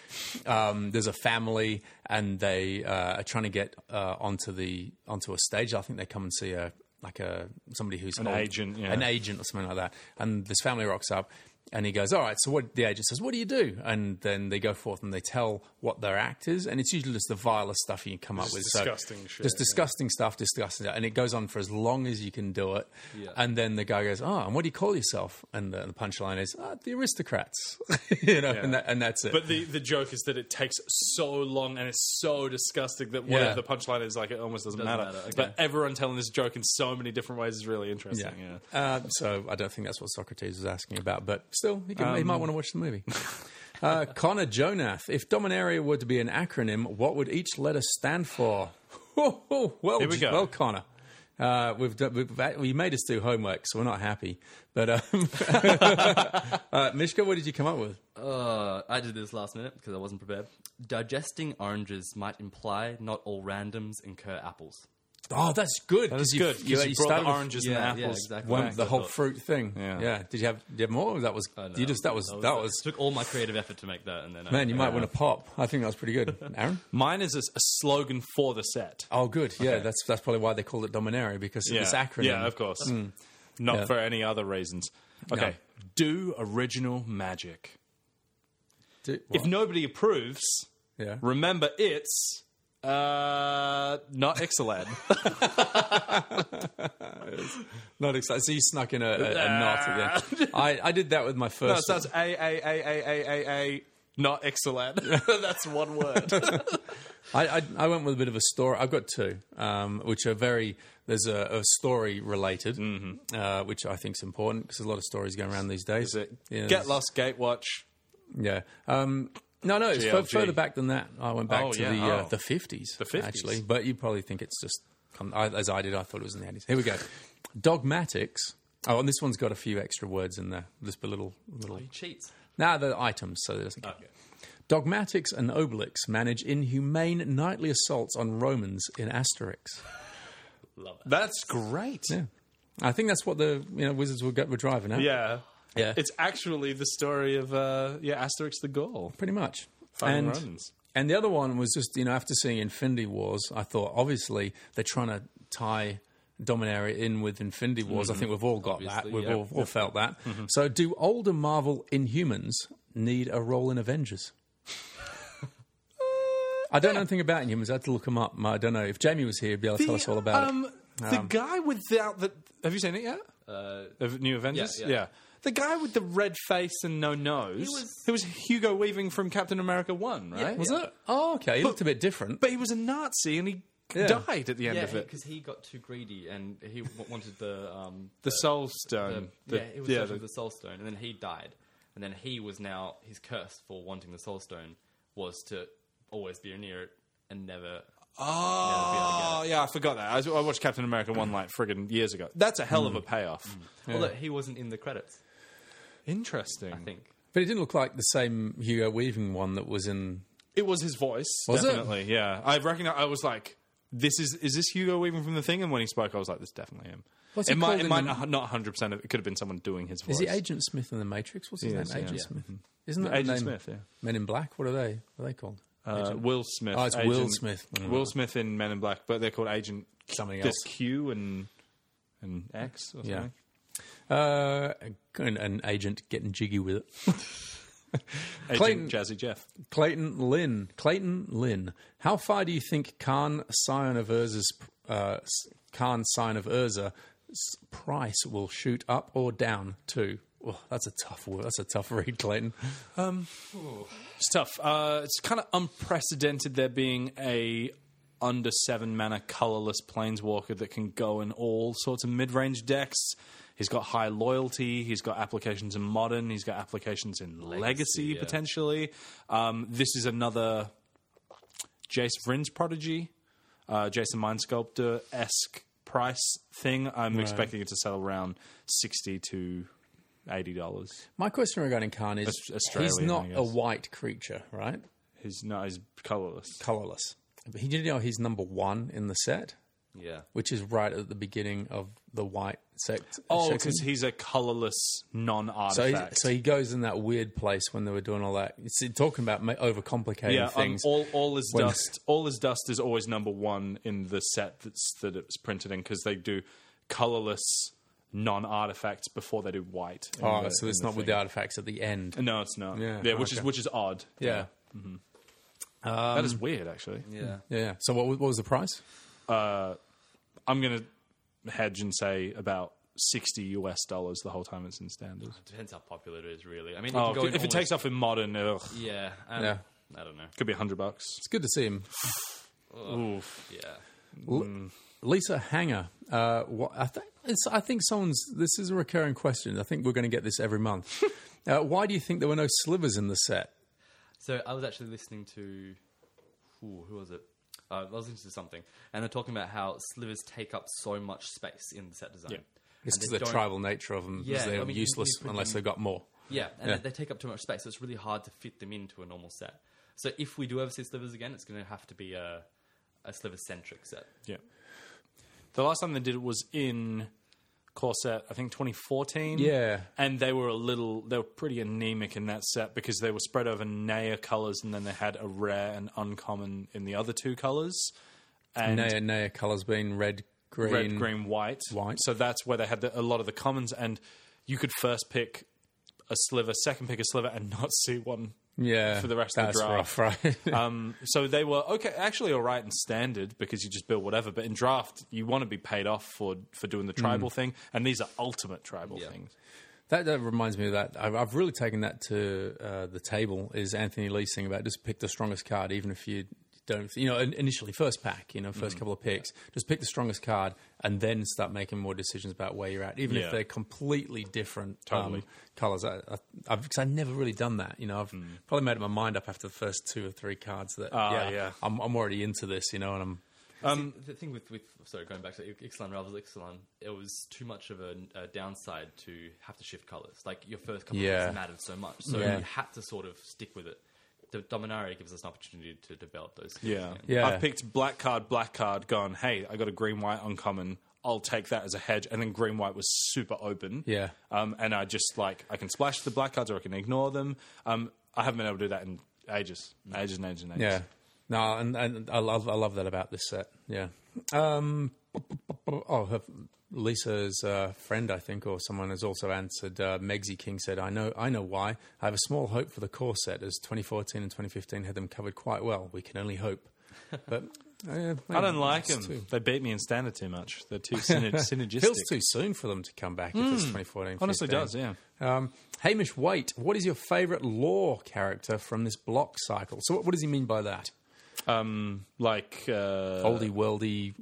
[SPEAKER 2] Um, there's a family, and they uh, are trying to get uh, onto the onto a stage. I think they come and see a like a somebody who's an
[SPEAKER 3] agent, yeah.
[SPEAKER 2] an agent or something like that. And this family rocks up and he goes, All right, so what the agent says, What do you do? And then they go forth and they tell what their act is. And it's usually just the vilest stuff you can come up with. So
[SPEAKER 3] disgusting shit,
[SPEAKER 2] Just
[SPEAKER 3] yeah.
[SPEAKER 2] disgusting stuff, disgusting stuff. And it goes on for as long as you can do it.
[SPEAKER 4] Yeah.
[SPEAKER 2] And then the guy goes, Oh, and what do you call yourself? And the, the punchline is, oh, The aristocrats. *laughs* you know, and, that, and that's it.
[SPEAKER 3] But the, the joke is that it takes so long and it's so disgusting that whatever
[SPEAKER 2] Yeah.
[SPEAKER 3] the punchline is, like it almost doesn't,
[SPEAKER 4] Doesn't
[SPEAKER 3] matter.
[SPEAKER 4] matter, okay.
[SPEAKER 3] But everyone telling this joke in so many different ways is really interesting. Yeah.
[SPEAKER 2] Uh, so I don't think that's what Socrates was asking about, but still, he, can, he
[SPEAKER 3] Um,
[SPEAKER 2] might want to watch the
[SPEAKER 3] *laughs*
[SPEAKER 2] movie. uh, Connor Jonath, if Dominaria were to be an acronym, what would each letter stand for? Ho, ho, well,
[SPEAKER 3] Here we go.
[SPEAKER 2] well, Connor. Uh, we've, done, we've act- well, you made us do homework, so we're not happy. But um, *laughs* uh, Mishka, what did you come up with?
[SPEAKER 4] Uh, I did this last minute because I wasn't prepared. Digesting oranges might imply not all randoms incur apples.
[SPEAKER 2] Oh, that's good. That's
[SPEAKER 3] It's good 'cause you, brought the oranges
[SPEAKER 4] yeah,
[SPEAKER 3] and the
[SPEAKER 4] yeah,
[SPEAKER 3] apples.
[SPEAKER 4] exactly.
[SPEAKER 2] One,
[SPEAKER 4] back,
[SPEAKER 2] the
[SPEAKER 4] I
[SPEAKER 2] whole
[SPEAKER 4] thought.
[SPEAKER 2] fruit thing.
[SPEAKER 3] Yeah.
[SPEAKER 2] Did you have? Did you have more? Or that was you just. That was. That was.
[SPEAKER 4] took all my creative effort to make that, and then I,
[SPEAKER 2] Man, you might want to pop. I think that was pretty good,
[SPEAKER 3] *laughs*
[SPEAKER 2] Aaron.
[SPEAKER 3] Mine is a, a slogan for the set.
[SPEAKER 2] Oh, good. Yeah, that's that's probably why they called it Dominaria because
[SPEAKER 3] yeah.
[SPEAKER 2] of this acronym.
[SPEAKER 3] Yeah, of course. Not
[SPEAKER 2] Yeah.
[SPEAKER 3] for any other reasons. Okay. Do original magic.
[SPEAKER 2] Do-
[SPEAKER 3] If nobody approves,
[SPEAKER 2] yeah.
[SPEAKER 3] *laughs* remember it's uh, not *laughs* Ixalan.
[SPEAKER 2] not excited. So you snuck in a, a, a knot at the
[SPEAKER 3] *laughs*
[SPEAKER 2] end. I, I did that with my
[SPEAKER 3] no,
[SPEAKER 2] first.
[SPEAKER 3] it starts A, A, A, A, A, A, A, not Ixalan. That's one word.
[SPEAKER 2] I, I I went with a bit of a story. I've got two, um, which are very there's a, a story related, uh, which I think is important because there's a lot of stories going around these days.
[SPEAKER 3] That's Mm-hmm. it.
[SPEAKER 2] Yeah,
[SPEAKER 3] Get
[SPEAKER 2] there's-
[SPEAKER 3] Lost Gatewatch.
[SPEAKER 2] Yeah. Um, no, no, it's fu-
[SPEAKER 3] GLG.
[SPEAKER 2] further back than that. I went back
[SPEAKER 3] Oh,
[SPEAKER 2] to
[SPEAKER 3] yeah.
[SPEAKER 2] the
[SPEAKER 3] Oh.
[SPEAKER 2] uh, the fifties, the
[SPEAKER 3] 50s.
[SPEAKER 2] actually. But you probably think it's just come, I, as I did. I thought it was in the eighties. Here we go. Dogmatics. Oh, and this one's got a few extra words in there. Just a little, little.
[SPEAKER 4] He cheats.
[SPEAKER 2] Now the items, so it doesn't. count. Dogmatics and Obelix manage inhumane nightly assaults on Romans in Asterix.
[SPEAKER 3] That's great.
[SPEAKER 2] Yeah, I think that's what the you know wizards were, go- were driving at.
[SPEAKER 3] Yeah.
[SPEAKER 2] Yeah.
[SPEAKER 3] It's actually the story of uh, yeah Asterix the Gaul.
[SPEAKER 2] pretty much.
[SPEAKER 3] Fighting
[SPEAKER 2] and,
[SPEAKER 3] Romans.
[SPEAKER 2] and the other one was just, you know, after seeing Infinity Wars, I thought, obviously, they're trying to tie Dominaria in with Infinity Wars.
[SPEAKER 3] Mm-hmm.
[SPEAKER 2] I think we've all got that.
[SPEAKER 4] Obviously,
[SPEAKER 2] We've
[SPEAKER 4] yeah.
[SPEAKER 2] all, all felt that. So, do older Marvel Inhumans need a role in Avengers? I don't know anything about Inhumans. I had to look them up. I don't know. If Jamie was here, he'd be able to tell us all about
[SPEAKER 3] um,
[SPEAKER 2] it.
[SPEAKER 3] The guy without the have you seen it yet?
[SPEAKER 4] Uh,
[SPEAKER 3] Of New Avengers,
[SPEAKER 4] yeah.
[SPEAKER 3] The guy with the red face and no nose. He
[SPEAKER 4] was-
[SPEAKER 3] Hugo Weaving from Captain America One, right?
[SPEAKER 2] Was it? Oh, okay. He looked a bit different.
[SPEAKER 3] But he was a Nazi and he
[SPEAKER 2] Yeah.
[SPEAKER 3] died at the end
[SPEAKER 4] yeah,
[SPEAKER 3] of it.
[SPEAKER 4] because he got too greedy and he w- wanted the um,
[SPEAKER 3] the Soul Stone. Mm, The-
[SPEAKER 4] the, yeah, it was
[SPEAKER 3] yeah,
[SPEAKER 4] searching
[SPEAKER 3] the-
[SPEAKER 4] for the Soul Stone, and then he died, and then he was now he's cursed for wanting the Soul Stone was to always be near it and never Yeah,
[SPEAKER 3] Oh, yeah, I forgot that. I, was- I watched Captain America one like friggin' years ago. That's a hell of a
[SPEAKER 4] Hmm.
[SPEAKER 3] payoff.
[SPEAKER 4] Although he wasn't in the credits,
[SPEAKER 3] Interesting.
[SPEAKER 4] I think.
[SPEAKER 2] But it didn't look like the same Hugo Weaving one that was in.
[SPEAKER 3] It was his voice.
[SPEAKER 2] Was it?
[SPEAKER 3] definitely, yeah. I recognize. I was like, "This is is this Hugo Weaving from the thing?" And when he spoke, I was like, "This is definitely him."
[SPEAKER 2] What's
[SPEAKER 3] it
[SPEAKER 2] he
[SPEAKER 3] might
[SPEAKER 2] called
[SPEAKER 3] it
[SPEAKER 2] in
[SPEAKER 3] might
[SPEAKER 2] the-
[SPEAKER 3] not not hundred percent. It could have been someone doing his voice.
[SPEAKER 2] Is he Agent Smith in the Matrix? What's his
[SPEAKER 3] Yes,
[SPEAKER 2] name? Agent
[SPEAKER 3] yeah. Mm-hmm.
[SPEAKER 2] Smith. Isn't that the
[SPEAKER 3] Agent
[SPEAKER 2] name?
[SPEAKER 3] Smith, yeah.
[SPEAKER 2] Men in Black. What are they? What are they called?
[SPEAKER 3] Uh, Will Smith.
[SPEAKER 2] Oh, it's Will Smith. Mm.
[SPEAKER 3] Will Smith in Men in Black, but they're called Agent
[SPEAKER 2] Something
[SPEAKER 3] this
[SPEAKER 2] else.
[SPEAKER 3] Q and and X. Or something.
[SPEAKER 2] Yeah. Uh, and, and Agent getting jiggy with it. *laughs*
[SPEAKER 3] Agent
[SPEAKER 2] Clayton-
[SPEAKER 3] Jazzy Jeff.
[SPEAKER 2] Clayton Lynn. Clayton Lynn. How far do you think Khan Scion of Urza's uh, S- Khan Scion of Urza's price will shoot up or down to? Oh, that's a tough word. That's a tough *laughs* read, Clayton.
[SPEAKER 3] It's tough. Uh, it's kind of unprecedented there being a under seven mana colorless planeswalker that can go in all sorts of mid range decks. He's got high loyalty. He's got applications in modern. He's got applications in legacy,
[SPEAKER 4] yeah.
[SPEAKER 3] potentially. Um, this is another Jace Vryn's prodigy, uh, Jason Mind Sculptor esque price thing. I'm expecting it to settle around sixty to eighty dollars.
[SPEAKER 2] My question regarding Khan is:
[SPEAKER 3] Aus- Australian,
[SPEAKER 2] he's not
[SPEAKER 3] I guess.
[SPEAKER 2] a white creature, right?
[SPEAKER 3] His no, he's colorless.
[SPEAKER 2] Colorless. But he did know he's number one in the set,
[SPEAKER 4] Yeah.
[SPEAKER 2] which is right at the beginning of the white sect.
[SPEAKER 3] Oh,
[SPEAKER 2] section.
[SPEAKER 3] because he's a colorless
[SPEAKER 2] So, he,
[SPEAKER 3] non-artifact.
[SPEAKER 2] so he goes in that weird place when they were doing all that. It's talking about ma- overcomplicating
[SPEAKER 3] yeah, um,
[SPEAKER 2] things.
[SPEAKER 3] all all is
[SPEAKER 2] When-
[SPEAKER 3] dust. All is dust is always number one in the set that's that it's printed in because they do colorless non-artifacts before they do white. in
[SPEAKER 2] oh,
[SPEAKER 3] the-
[SPEAKER 2] so
[SPEAKER 3] in
[SPEAKER 2] it's
[SPEAKER 3] the
[SPEAKER 2] not with the
[SPEAKER 3] thing.
[SPEAKER 2] artifacts at the end.
[SPEAKER 3] No, it's not. Yeah,
[SPEAKER 2] Yeah,
[SPEAKER 3] which is
[SPEAKER 2] okay.
[SPEAKER 3] which is odd.
[SPEAKER 2] Yeah, um,
[SPEAKER 3] that is weird. Actually, Hmm.
[SPEAKER 4] Yeah.
[SPEAKER 2] yeah. So what, wa- what was the price?
[SPEAKER 3] I'm gonna hedge and say about sixty US dollars the whole time it's in standard.
[SPEAKER 4] Depends how popular it is, really. I mean,
[SPEAKER 3] Oh,
[SPEAKER 4] it can go
[SPEAKER 3] if it takes off in modern, ugh, it
[SPEAKER 4] Yeah. Um,
[SPEAKER 2] Yeah.
[SPEAKER 4] I don't know.
[SPEAKER 3] could be hundred bucks.
[SPEAKER 2] It's good to see him.
[SPEAKER 3] Oof.
[SPEAKER 4] Yeah.
[SPEAKER 2] L-
[SPEAKER 3] Hmm.
[SPEAKER 2] Lisa Hanger. Uh, what, I, th- it's, I think someone's. This is a recurring question. I think we're going to get this every
[SPEAKER 3] *laughs*
[SPEAKER 2] month. uh, why do you think there were no slivers in the set?
[SPEAKER 4] So I was actually listening to. Ooh, who was it? Uh, I was listening to something, and they're talking about how slivers take up so much space in the set design.
[SPEAKER 3] Yeah.
[SPEAKER 2] It's
[SPEAKER 4] And
[SPEAKER 2] because
[SPEAKER 4] they
[SPEAKER 2] the
[SPEAKER 4] don't-
[SPEAKER 2] tribal nature of them. 'cause
[SPEAKER 4] Yeah,
[SPEAKER 2] they're
[SPEAKER 4] I mean, you-
[SPEAKER 2] useless
[SPEAKER 4] you put
[SPEAKER 2] unless
[SPEAKER 4] them-
[SPEAKER 2] they've got more.
[SPEAKER 4] Yeah, and
[SPEAKER 2] Yeah.
[SPEAKER 4] They, they take up too much space, so it's really hard to fit them into a normal set. So if we do ever see slivers again, it's going to have to be a, a sliver centric set.
[SPEAKER 3] Yeah. The last time they did it was in Corset, I think 2014.
[SPEAKER 2] Yeah.
[SPEAKER 3] And they were a little, they were pretty anemic in that set because they were spread over Naya colors and then they had a rare and uncommon in the other two colors. And
[SPEAKER 2] Naya Naya colors being red, green,
[SPEAKER 3] red, green, white.
[SPEAKER 2] White.
[SPEAKER 3] So that's where they had the, a lot of the commons and you could first pick a sliver, second pick a sliver, and *laughs* not see one
[SPEAKER 2] Yeah,
[SPEAKER 3] for the rest of the
[SPEAKER 2] that's
[SPEAKER 3] draft.
[SPEAKER 2] rough, right? *laughs*
[SPEAKER 3] Um, so they were okay, actually all right in standard because you just build whatever. But in draft, you want to be paid off for for doing the
[SPEAKER 2] Hmm.
[SPEAKER 3] tribal thing, and these are ultimate tribal
[SPEAKER 4] Yeah.
[SPEAKER 3] things.
[SPEAKER 2] That, that reminds me of that. I've, I've really taken that to uh, the table. Is Anthony Lee's thing about just pick the strongest card, even if you don't, you know, in- initially first pack, you know, 1st
[SPEAKER 3] Mm.
[SPEAKER 2] couple of picks, just pick the strongest card and then start making more decisions about where you're at, even
[SPEAKER 3] Yeah.
[SPEAKER 2] if they're completely different um,
[SPEAKER 3] Totally.
[SPEAKER 2] colors. I, I, I've, because I've never really done that. You know, I've
[SPEAKER 3] Mm.
[SPEAKER 2] probably made up my mind up after the first two or three cards that
[SPEAKER 3] Ah, yeah.
[SPEAKER 2] I'm, I'm already into this, you know, and I'm
[SPEAKER 4] Um, the thing with, with sorry, going back to Ixalan Rivals Ixalan, it was too much of a, a downside to have to shift colors. Like your first couple
[SPEAKER 2] Yeah.
[SPEAKER 4] of picks mattered so much, so
[SPEAKER 2] Yeah.
[SPEAKER 4] you had to sort of stick with it. The Dominaria gives us an opportunity to develop those. skills,
[SPEAKER 3] Yeah,
[SPEAKER 4] you
[SPEAKER 2] Yeah.
[SPEAKER 4] know.
[SPEAKER 3] I've picked black card, black card, gone. Hey, I got a green white uncommon. I'll take that as a hedge, and then green white was super open.
[SPEAKER 2] Yeah.
[SPEAKER 3] um, and I just like I can splash the black cards or I can ignore them. Um, I haven't been able to do that in ages, ages and ages and
[SPEAKER 2] Mm.
[SPEAKER 3] ages.
[SPEAKER 2] Yeah. No, and, and I love I love that about this set. Yeah. Um, oh, her, Lisa's uh, friend, I think, or someone has also answered. Uh, Megsy King said, "I know, I know why. I have a small hope for the core set, as 2014 and 2015 had them covered quite well. We can only
[SPEAKER 3] *laughs*
[SPEAKER 2] hope." But uh,
[SPEAKER 3] I don't like them. They beat me in standard too much.
[SPEAKER 2] *laughs*
[SPEAKER 3] They're too syner- synergistic.
[SPEAKER 2] Feels too soon for them to come back if it's 2014.
[SPEAKER 3] Hmm. Honestly,
[SPEAKER 2] 15.
[SPEAKER 3] does yeah.
[SPEAKER 2] Um, Hamish Waite, what is your favourite lore character from this block cycle? So, what, what does he mean by that?
[SPEAKER 3] Um, like uh,
[SPEAKER 2] oldie worldy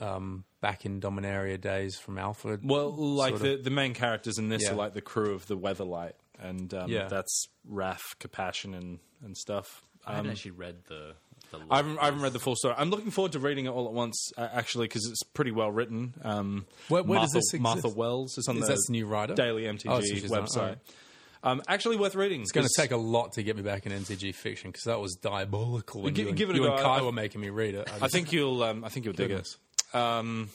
[SPEAKER 2] um, back in Dominaria days from Alfred.
[SPEAKER 3] Well, like
[SPEAKER 2] sort
[SPEAKER 3] the, the main characters in this
[SPEAKER 2] Yeah.
[SPEAKER 3] are like the crew of the Weatherlight, and um,
[SPEAKER 2] Yeah.
[SPEAKER 3] that's Raf, Compassion, and and stuff.
[SPEAKER 4] I haven't
[SPEAKER 3] Um,
[SPEAKER 4] actually read the a lot.
[SPEAKER 3] I haven't, I haven't read the full story. I'm looking forward to reading it all at once, uh, actually, because it's pretty well written. Um,
[SPEAKER 2] Where- where
[SPEAKER 3] Martha,
[SPEAKER 2] does this
[SPEAKER 3] Martha
[SPEAKER 2] exist?
[SPEAKER 3] Wells is on
[SPEAKER 2] Is
[SPEAKER 3] the
[SPEAKER 2] this the new writer?
[SPEAKER 3] Daily MTG
[SPEAKER 2] Oh, so she's not-
[SPEAKER 3] website.
[SPEAKER 2] alright.
[SPEAKER 3] um, actually, worth reading.
[SPEAKER 2] It's going to take a lot to get me back in NTG fiction because that was diabolical when
[SPEAKER 3] Gi-
[SPEAKER 2] you, and,
[SPEAKER 3] give it a
[SPEAKER 2] you
[SPEAKER 3] go.
[SPEAKER 2] and Kai
[SPEAKER 3] I-
[SPEAKER 2] were making me read it.
[SPEAKER 3] I think you'll. Um, I think you'll dig it. Um,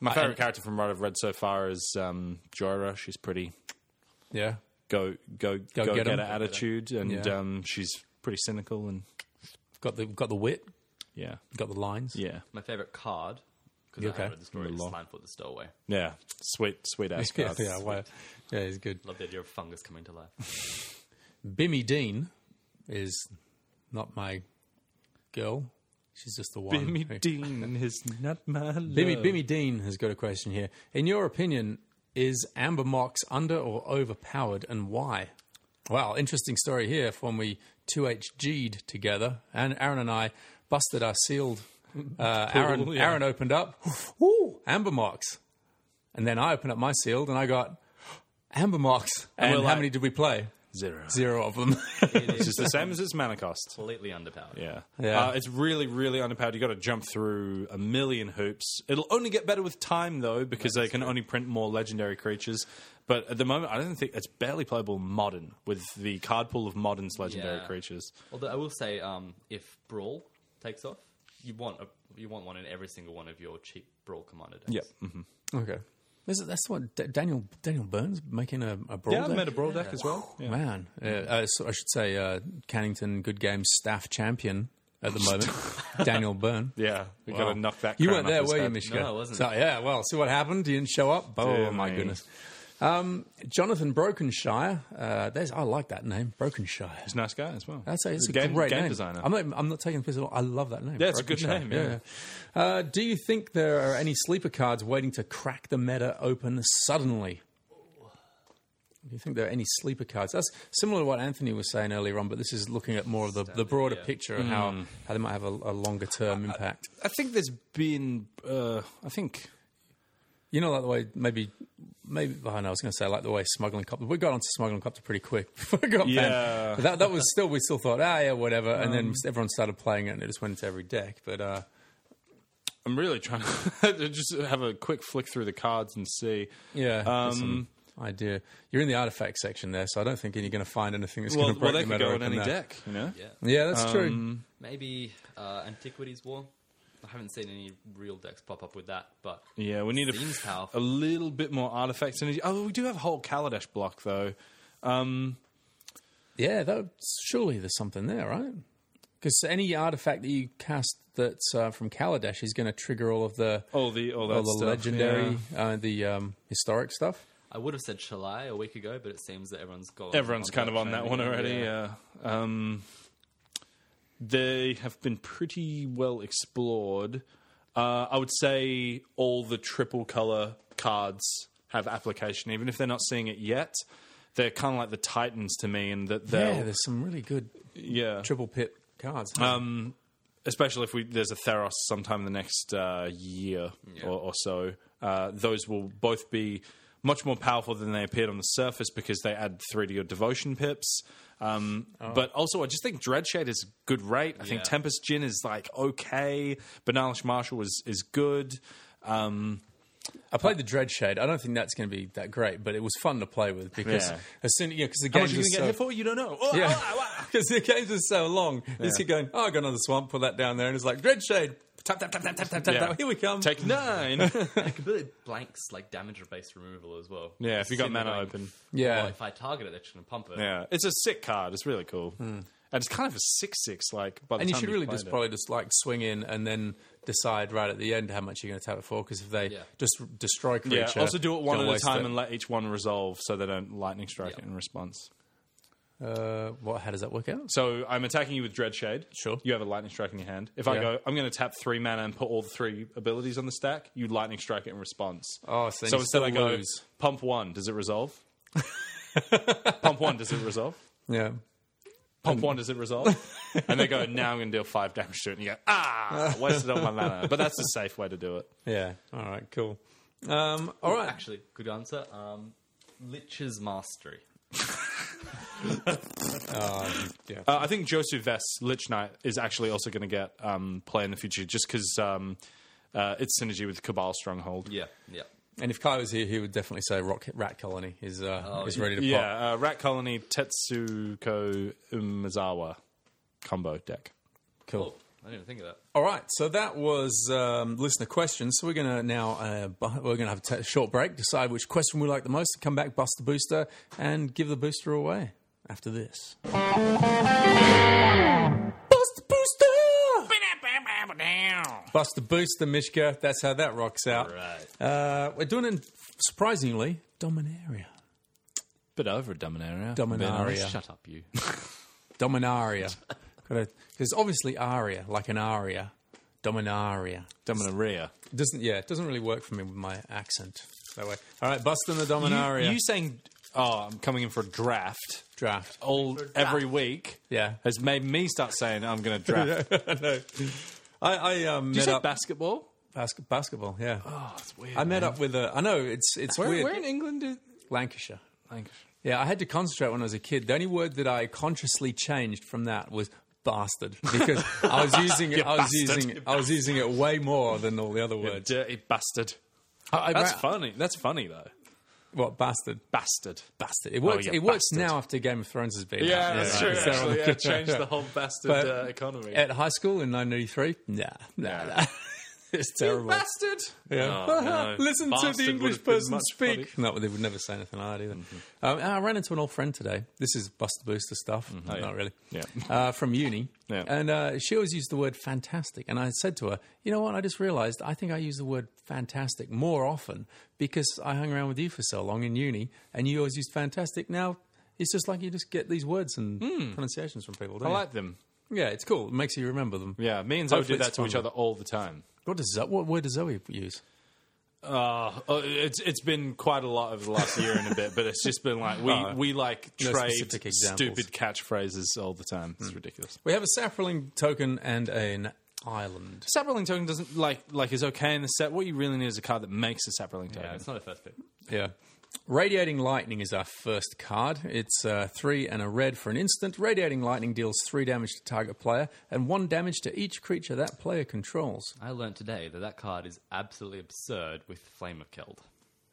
[SPEAKER 3] my favorite character from what I've read so far is um, Joyra. She's pretty
[SPEAKER 2] yeah.
[SPEAKER 3] go go go,
[SPEAKER 2] get
[SPEAKER 3] get,
[SPEAKER 2] 'em.
[SPEAKER 3] her attitude, and
[SPEAKER 2] Yeah.
[SPEAKER 3] um, she's pretty cynical and
[SPEAKER 2] Got the got the wit,
[SPEAKER 3] yeah,
[SPEAKER 2] got the *laughs* lines.
[SPEAKER 3] yeah,
[SPEAKER 4] My favorite card, because
[SPEAKER 2] Okay.
[SPEAKER 4] I read the story, is Slimefoot the Stowaway.
[SPEAKER 3] yeah. Sweet, sweet ass
[SPEAKER 2] *laughs* yeah,
[SPEAKER 3] card.
[SPEAKER 2] yeah, wow. yeah, he's good.
[SPEAKER 4] Love the idea of fungus coming to life.
[SPEAKER 2] Bimmy Dean is not my girl. She's just the one. who-
[SPEAKER 3] Bimmy Dean is not my love.
[SPEAKER 2] Bimmy, Bimmy Dean has got a question here. In your opinion, is Amber Mox under or overpowered and why? Wow, interesting story here from we 2HG'd together. And Aaron and I busted our
[SPEAKER 3] *laughs*
[SPEAKER 2] sealed. Uh, Aaron,
[SPEAKER 3] yeah.
[SPEAKER 2] Aaron opened up, *gasps* ooh, Amber Mox. And then I opened up my sealed and I got *gasps* Amber Mox. And,
[SPEAKER 3] And we're
[SPEAKER 2] how
[SPEAKER 3] like-
[SPEAKER 2] many did we play?
[SPEAKER 3] Zero.
[SPEAKER 2] Zero of them. *laughs*
[SPEAKER 3] It's just the same as its mana cost.
[SPEAKER 4] Completely underpowered.
[SPEAKER 3] Yeah.
[SPEAKER 2] Yeah.
[SPEAKER 3] Uh, it's really, really underpowered. You've got to jump through a million hoops. It'll only get better with time, though, because they can only print more legendary creatures. But at the moment, I don't think it's barely playable modern with the card pool of modern's legendary
[SPEAKER 4] Yeah.
[SPEAKER 3] creatures.
[SPEAKER 4] Although I will say, um, if Brawl takes off, you want a, you want one in every single one of your cheap Brawl commander decks.
[SPEAKER 3] Mm-hmm.
[SPEAKER 2] okay. Is it- that's what D- Daniel Daniel Burns making a, a brawl
[SPEAKER 3] Yeah, I've
[SPEAKER 2] deck?
[SPEAKER 3] made a brawl deck as well. Yeah.
[SPEAKER 2] Man, uh, uh, so I should say uh, Cannington Good Games staff champion at the
[SPEAKER 3] *laughs*
[SPEAKER 2] moment, Daniel Byrne.
[SPEAKER 3] Yeah, we
[SPEAKER 2] Wow.
[SPEAKER 3] got to knock that.
[SPEAKER 2] You
[SPEAKER 3] crown
[SPEAKER 2] weren't
[SPEAKER 3] off
[SPEAKER 2] there,
[SPEAKER 3] his
[SPEAKER 2] were you,
[SPEAKER 3] head.
[SPEAKER 2] Mishka?
[SPEAKER 4] No, I wasn't.
[SPEAKER 2] So, yeah, well, see what happened? You didn't show up? Oh,
[SPEAKER 3] Dear
[SPEAKER 2] my
[SPEAKER 3] me.
[SPEAKER 2] goodness. Um, Jonathan Brokenshire. Uh, there's, I like that name, Brokenshire.
[SPEAKER 3] He's a nice guy as well.
[SPEAKER 2] That's a, it's a
[SPEAKER 3] game,
[SPEAKER 2] great
[SPEAKER 3] game
[SPEAKER 2] name.
[SPEAKER 3] designer.
[SPEAKER 2] I'm not, I'm not taking the piss at all. I love that name.
[SPEAKER 3] Yeah, it's a good
[SPEAKER 2] Brokenshire.
[SPEAKER 3] name, yeah.
[SPEAKER 2] yeah. Uh, do you think there are any sleeper cards waiting to crack the meta open suddenly? Do you think there are any sleeper cards? That's similar to what Anthony was saying earlier on, but this is looking at more of the, the broader picture of
[SPEAKER 3] Hmm.
[SPEAKER 2] how, how they might have a, a longer term impact.
[SPEAKER 3] I think there's been. Uh, I think
[SPEAKER 2] You know, like the way maybe, maybe oh, I know I was going to say like the way smuggling copter. We got onto smuggling copter pretty quick *laughs* before it got
[SPEAKER 3] Yeah. Um,
[SPEAKER 2] banned. But that that was still we still thought ah yeah whatever, and then everyone started playing it and it just went into every deck. But uh,
[SPEAKER 3] I'm really trying to *laughs* just have a quick flick through the cards and see.
[SPEAKER 2] yeah, there's
[SPEAKER 3] Um,
[SPEAKER 2] some idea. You're in the artifact section there, so I don't think you're going to find anything that's
[SPEAKER 3] Well,
[SPEAKER 2] going to break
[SPEAKER 3] well, they
[SPEAKER 2] the
[SPEAKER 3] could
[SPEAKER 2] meta
[SPEAKER 3] go on
[SPEAKER 2] open
[SPEAKER 3] any
[SPEAKER 2] there.
[SPEAKER 3] deck, Um, you know.
[SPEAKER 4] Yeah.
[SPEAKER 2] Yeah, that's true.
[SPEAKER 4] Maybe uh, Antiquities War. I haven't seen any real decks pop up with that, but
[SPEAKER 3] Yeah, we need
[SPEAKER 4] Seems
[SPEAKER 3] a, a
[SPEAKER 4] powerful.
[SPEAKER 3] little bit more artifacts energy. Oh, we do have a whole Kaladesh block though. Um,
[SPEAKER 2] Yeah, that, surely there's something there, right? Because any artifact that you cast that's uh, from Kaladesh is going to trigger all of the
[SPEAKER 3] all the all that
[SPEAKER 2] all the
[SPEAKER 3] stuff,
[SPEAKER 2] legendary,
[SPEAKER 3] yeah.
[SPEAKER 2] uh, the um, historic stuff.
[SPEAKER 4] I would have said Shalai a week ago, but it seems that everyone's gone.
[SPEAKER 3] Everyone's kind of on that
[SPEAKER 4] train
[SPEAKER 3] one
[SPEAKER 4] again.
[SPEAKER 3] already. Yeah. Um, they have been pretty well explored. Uh, I would say all the triple color cards have application, even if they're not seeing it yet. They're kind of like the Titans to me, in that
[SPEAKER 2] Yeah,
[SPEAKER 3] they're
[SPEAKER 2] there's some really good
[SPEAKER 3] yeah.
[SPEAKER 2] triple pit cards.
[SPEAKER 3] especially if we there's a Theros sometime in the next uh, year or, or so, uh, those will both be much more powerful than they appeared on the surface because they add three to your devotion pips. Um, But also, I just think Dreadshade is a good rate. I think
[SPEAKER 4] Yeah.
[SPEAKER 3] Tempest Gin is like okay. Banalish Marshall is is good. Um,
[SPEAKER 2] I played the Dread Shade. I don't think that's going to be that great, but it was fun to play with because
[SPEAKER 3] Yeah.
[SPEAKER 2] as soon yeah, because the
[SPEAKER 3] how
[SPEAKER 2] games
[SPEAKER 3] much are
[SPEAKER 2] are
[SPEAKER 3] you going to get
[SPEAKER 2] so,
[SPEAKER 3] hit for? You don't know. Oh,
[SPEAKER 2] yeah,
[SPEAKER 3] oh,
[SPEAKER 2] *laughs*
[SPEAKER 3] oh, oh.
[SPEAKER 2] because the games are so long. You just keep going. Oh, I got another swamp. Put that down there, and it's like Dread Shade. Tap tap tap tap tap tap tap.
[SPEAKER 3] *laughs* Yeah.
[SPEAKER 2] tap. Here we come.
[SPEAKER 3] Take nine.
[SPEAKER 4] *laughs* I completely blanks like damage or base removal as well.
[SPEAKER 3] *laughs* Yeah, if you got
[SPEAKER 4] Sitting there
[SPEAKER 3] mana
[SPEAKER 4] going,
[SPEAKER 3] open.
[SPEAKER 2] Yeah.
[SPEAKER 4] Well, if I target it, they're just going to pump it.
[SPEAKER 3] yeah, it's a sick card. It's really cool, and it's kind of a six six. Like, by the
[SPEAKER 2] and you
[SPEAKER 3] time
[SPEAKER 2] should really
[SPEAKER 3] played
[SPEAKER 2] just
[SPEAKER 3] it.
[SPEAKER 2] probably just like swing in and then decide right at the end how much you're going to tap it for. Because if they
[SPEAKER 4] Yeah.
[SPEAKER 2] just destroy
[SPEAKER 3] Yeah,
[SPEAKER 2] creature,
[SPEAKER 3] also do it one
[SPEAKER 2] don't
[SPEAKER 3] at a
[SPEAKER 2] waste
[SPEAKER 3] time
[SPEAKER 2] it.
[SPEAKER 3] and let each one resolve so they don't lightning strike
[SPEAKER 4] Yeah.
[SPEAKER 3] it in response.
[SPEAKER 2] uh, what? How does that work out?
[SPEAKER 3] So I'm attacking you with Dreadshade.
[SPEAKER 2] Sure.
[SPEAKER 3] You have a lightning strike in your hand. If I
[SPEAKER 2] Yeah.
[SPEAKER 3] go, I'm going to tap three mana and put all the three abilities on the stack, you lightning strike it in response.
[SPEAKER 2] Oh, so then you
[SPEAKER 3] instead I
[SPEAKER 2] still
[SPEAKER 3] go,
[SPEAKER 2] lose.
[SPEAKER 3] pump one, does it
[SPEAKER 2] *laughs*
[SPEAKER 3] resolve? pump one, does it resolve?
[SPEAKER 2] Yeah.
[SPEAKER 3] Pump one, does it resolve?
[SPEAKER 2] *laughs*
[SPEAKER 3] and they go, now I'm going to deal five damage to it. And you go, ah, wasted all my mana. But that's a safe way to do it.
[SPEAKER 2] Yeah. All right. Cool. Um, all right.
[SPEAKER 4] Actually, good answer. Um, Lich's Mastery.
[SPEAKER 2] yeah.
[SPEAKER 3] Uh, I think Joseph Vess, Lich Knight, is actually also going to get um, play in the future just because um, uh, it's synergy with Cabal Stronghold.
[SPEAKER 4] Yeah, yeah.
[SPEAKER 2] And if Kai was here, he would definitely say rock, Rat Colony is uh, is ready to pop.
[SPEAKER 3] Yeah, uh, Rat Colony Tetsuko Umazawa combo deck.
[SPEAKER 2] Cool.
[SPEAKER 4] Oh, I didn't even think of that.
[SPEAKER 2] All right, so that was um, listener questions. So we're going to now uh, bu- we're going to have a t- short break, decide which question we like the most, come back, bust the booster, and give the booster away after this. Bust the booster. Bust the booster, Mishka. That's how that rocks out.
[SPEAKER 3] Oh.
[SPEAKER 4] Right.
[SPEAKER 2] Uh, we're doing it surprisingly Dominaria.
[SPEAKER 3] Bit over at Dominaria.
[SPEAKER 2] Dominaria.
[SPEAKER 4] Shut up, you.
[SPEAKER 2] *laughs* Dominaria. Because obviously aria, like an aria, dominaria.
[SPEAKER 3] *laughs* Dominaria.
[SPEAKER 2] Doesn't yeah, it doesn't really work for me with my accent that way. All right, busting the
[SPEAKER 3] You,
[SPEAKER 2] dominaria
[SPEAKER 3] you saying, oh, I'm coming in for a draft
[SPEAKER 2] draft.
[SPEAKER 3] all every week
[SPEAKER 2] *laughs* Yeah,
[SPEAKER 3] has made me start saying I'm going to *laughs* draft.
[SPEAKER 2] I, I um,
[SPEAKER 3] Did you
[SPEAKER 2] met
[SPEAKER 3] say
[SPEAKER 2] up
[SPEAKER 3] basketball?
[SPEAKER 2] bas- basketball. Yeah,
[SPEAKER 3] Oh, that's weird.
[SPEAKER 2] I met up with a. I know it's it's
[SPEAKER 3] Where,
[SPEAKER 2] weird.
[SPEAKER 3] where in England did.
[SPEAKER 2] Lancashire.
[SPEAKER 3] Like,
[SPEAKER 2] Yeah, I had to concentrate when I was a kid. The only word that I consciously changed from that was bastard because I *laughs* was using it. I was
[SPEAKER 3] bastard.
[SPEAKER 2] using I was using it way more than all the other words.
[SPEAKER 3] dirty bastard.
[SPEAKER 2] I- I-
[SPEAKER 3] That's funny. That's funny, though.
[SPEAKER 2] What bastard?
[SPEAKER 3] Bastard.
[SPEAKER 2] Bastard. It works.
[SPEAKER 3] you
[SPEAKER 2] it works
[SPEAKER 3] Oh, bastard.
[SPEAKER 2] now after Game of Thrones has been. out.
[SPEAKER 3] Yeah, that's true.
[SPEAKER 2] So- *laughs*
[SPEAKER 3] Actually, yeah, changed *laughs* the whole bastard
[SPEAKER 2] But-
[SPEAKER 3] uh, economy.
[SPEAKER 2] At high school in 1993? Nah, nah, nah. *laughs* it's terrible.
[SPEAKER 3] bastard.
[SPEAKER 2] Yeah. *laughs*
[SPEAKER 3] Oh, no.
[SPEAKER 2] Listen to
[SPEAKER 3] Bastard
[SPEAKER 2] the
[SPEAKER 3] would
[SPEAKER 2] English
[SPEAKER 3] have been
[SPEAKER 2] person
[SPEAKER 3] much Mm-hmm.
[SPEAKER 2] speak. No, they would never say anything like that either. Um, I ran into an old friend today. This is Buster Booster stuff.
[SPEAKER 3] Mm-hmm. Oh, yeah.
[SPEAKER 2] Not really.
[SPEAKER 3] Yeah.
[SPEAKER 2] *laughs* Uh, from uni.
[SPEAKER 3] Yeah.
[SPEAKER 2] And uh, she always used the word fantastic. And I said to her, you know what? I just realized I think I use the word fantastic more often because I hung around with you for so long in uni and you always used fantastic. Now, it's just like you just get these words and pronunciations from people, don't
[SPEAKER 3] I
[SPEAKER 2] you?
[SPEAKER 3] like them.
[SPEAKER 2] yeah, it's cool. It makes you remember them.
[SPEAKER 3] Yeah, me and Zoe
[SPEAKER 2] Hopefully
[SPEAKER 3] do that
[SPEAKER 2] it's
[SPEAKER 3] to each
[SPEAKER 2] fun.
[SPEAKER 3] other all the time.
[SPEAKER 2] What does Zo- what word does Zoe use?
[SPEAKER 3] Uh, uh, it's it's been quite a lot over the last year and a bit, but it's just been like *laughs* we,
[SPEAKER 2] Oh.
[SPEAKER 3] we like
[SPEAKER 2] No
[SPEAKER 3] trade
[SPEAKER 2] specific examples.
[SPEAKER 3] stupid catchphrases all the time. It's ridiculous.
[SPEAKER 2] We have a sapling token and an island.
[SPEAKER 3] Sapperling token doesn't like like is okay in the set. What you really need is a card that makes a sapperling token.
[SPEAKER 4] Yeah, it's not a first pick.
[SPEAKER 2] Yeah. Radiating Lightning is our first card. It's uh, three and a red for an instant. Radiating Lightning deals three damage to target player and one damage to each creature that player controls.
[SPEAKER 4] I learned today that that card is absolutely absurd with Flame of Keld.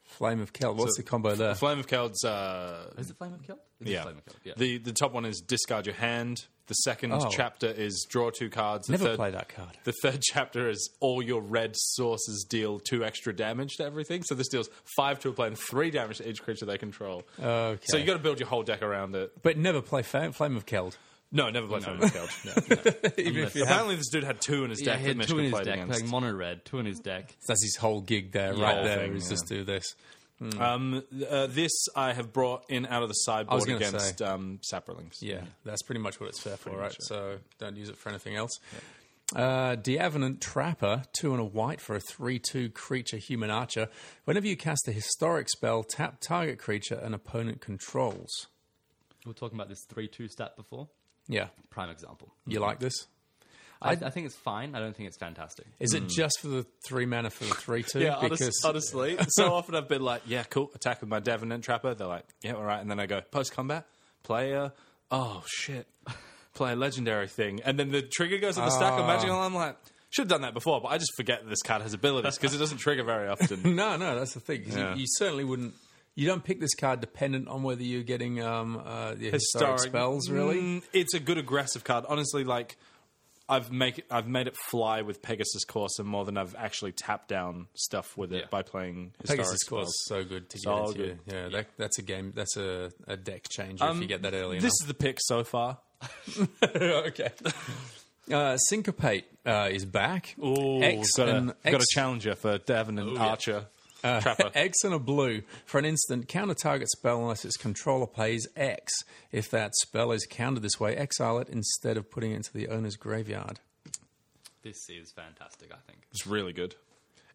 [SPEAKER 2] Flame of Kel. What's the combo there?
[SPEAKER 3] Flame of Keld's uh,
[SPEAKER 4] Is it Flame of Keld? It is
[SPEAKER 3] yeah.
[SPEAKER 4] Flame of Keld. Yeah.
[SPEAKER 3] The the top one is discard your hand. The second
[SPEAKER 2] Oh.
[SPEAKER 3] chapter is draw two cards. The
[SPEAKER 2] Never
[SPEAKER 3] third,
[SPEAKER 2] play that card.
[SPEAKER 3] The third *laughs* chapter is all your red sources deal two extra damage to everything. So this deals five to a player and three damage to each creature they control.
[SPEAKER 2] Okay.
[SPEAKER 3] So you got to build your whole deck around it.
[SPEAKER 2] but never play fa- Flame of Keld.
[SPEAKER 3] No, never play Flame of Keld. *laughs* No, no.
[SPEAKER 2] Even if you have.
[SPEAKER 3] Apparently, this dude had two in his
[SPEAKER 4] yeah,
[SPEAKER 3] deck
[SPEAKER 4] he
[SPEAKER 3] that
[SPEAKER 4] had two
[SPEAKER 3] Michigan
[SPEAKER 4] in his
[SPEAKER 3] played
[SPEAKER 4] deck,
[SPEAKER 3] against.
[SPEAKER 4] playing mono red, two in his deck.
[SPEAKER 2] That's his whole gig there,
[SPEAKER 4] whole
[SPEAKER 2] right there.
[SPEAKER 3] thing,
[SPEAKER 2] is just do this.
[SPEAKER 3] Um, uh, this I have brought in out of the sideboard
[SPEAKER 2] gonna
[SPEAKER 3] against
[SPEAKER 2] say.
[SPEAKER 3] um, Saprolings.
[SPEAKER 2] Yeah, that's pretty much what it's there for, right?
[SPEAKER 3] much it.
[SPEAKER 2] So don't use it for anything else. Uh, Deavenant Trapper, two and a white for a 3 2 creature human archer. Whenever you cast a historic spell, tap target creature an opponent controls.
[SPEAKER 4] We were talking about this 3 2 stat before.
[SPEAKER 2] Yeah,
[SPEAKER 4] Prime example.
[SPEAKER 2] you
[SPEAKER 3] Mm-hmm.
[SPEAKER 2] like this?
[SPEAKER 4] I, I think it's fine. I don't think it's fantastic.
[SPEAKER 2] Is it just for the 3 mana for the 3 2?
[SPEAKER 3] Mm. *laughs* Yeah,
[SPEAKER 2] *laughs*
[SPEAKER 3] honest-
[SPEAKER 2] because
[SPEAKER 3] honestly, so often I've been like, "Yeah, cool, attack with my Devenant Trapper." They're like, "Yeah, all right," and then I go post combat player. Oh shit, play a legendary thing, and then the trigger goes on the stack
[SPEAKER 2] Ah.
[SPEAKER 3] of magical. and I'm like, should have done that before, but I just forget that this card has abilities because it doesn't trigger
[SPEAKER 2] *laughs*
[SPEAKER 3] very often.
[SPEAKER 2] No, no, that's the thing. 'cause
[SPEAKER 3] Yeah.
[SPEAKER 2] You, you certainly wouldn't. You don't pick this card dependent on whether you're getting um, uh, the historic, spells, really.
[SPEAKER 3] Mm, it's a good aggressive card, honestly. Like. I've make I've made it fly with Pegasus Courser more than I've actually tapped down stuff with it
[SPEAKER 4] Yeah.
[SPEAKER 3] by playing historic
[SPEAKER 2] Pegasus Core
[SPEAKER 3] spells.
[SPEAKER 2] is so good to
[SPEAKER 3] So
[SPEAKER 2] get into.
[SPEAKER 3] good. Um,
[SPEAKER 2] Yeah, That, that's a game. That's a, a deck changer if you get that early
[SPEAKER 3] This is the pick so far.
[SPEAKER 2] enough. *laughs* okay. Uh, Syncopate uh, is back.
[SPEAKER 3] Ooh, got,
[SPEAKER 2] and-
[SPEAKER 3] a, got a
[SPEAKER 2] X- Uh.
[SPEAKER 3] challenger for Davin and Archer.
[SPEAKER 2] *laughs*
[SPEAKER 3] Trapper.
[SPEAKER 2] X and a blue. For an instant, counter target spell unless its controller pays X. If that spell is countered this way, exile it instead of putting it into the owner's graveyard.
[SPEAKER 4] This is fantastic, I think.
[SPEAKER 3] It's really good.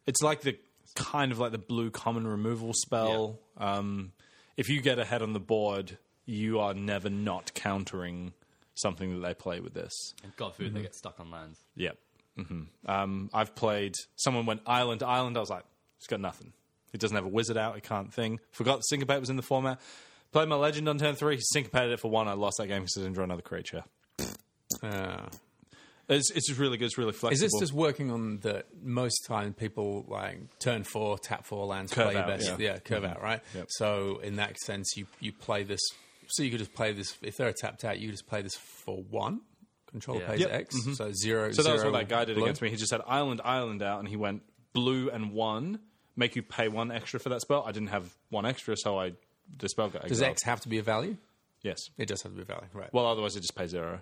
[SPEAKER 3] It's like the kind of like the blue common removal spell. Um, if you get ahead on the board, you are never not countering something that they play with this.
[SPEAKER 4] And God food, they get stuck on lands.
[SPEAKER 3] Yep. hmm Um, I've played. Someone went island island. I was like, it's got nothing. It doesn't have a wizard out. It can't thing. Forgot syncopate was in the format. Played my legend on turn three, syncopated it for one. I lost that game because I didn't draw another creature. Uh, It's, it's just really good. It's really flexible.
[SPEAKER 2] Ah. Is this just working on the most time people like turn four, tap four lands,
[SPEAKER 3] Curve
[SPEAKER 2] play your
[SPEAKER 3] out,
[SPEAKER 2] best,
[SPEAKER 3] yeah. Mm-hmm.
[SPEAKER 2] yeah, curve out, right? So in that sense, you you play this. So you could just play this if they're tapped out. You could just play this for one. Controller
[SPEAKER 4] Yeah.
[SPEAKER 2] plays
[SPEAKER 3] Yep. Mm-hmm.
[SPEAKER 2] X, so zero.
[SPEAKER 3] So that was
[SPEAKER 2] zero
[SPEAKER 3] what that guy did
[SPEAKER 2] blue.
[SPEAKER 3] against me. He just had island, island out, and he went blue and one, make you pay one extra for that spell. I didn't have one extra, so I the spell got
[SPEAKER 2] Does
[SPEAKER 3] exiled.
[SPEAKER 2] X have to be a value?
[SPEAKER 3] Yes.
[SPEAKER 2] It does have to be a value, right?
[SPEAKER 3] Well, otherwise it just pays zero.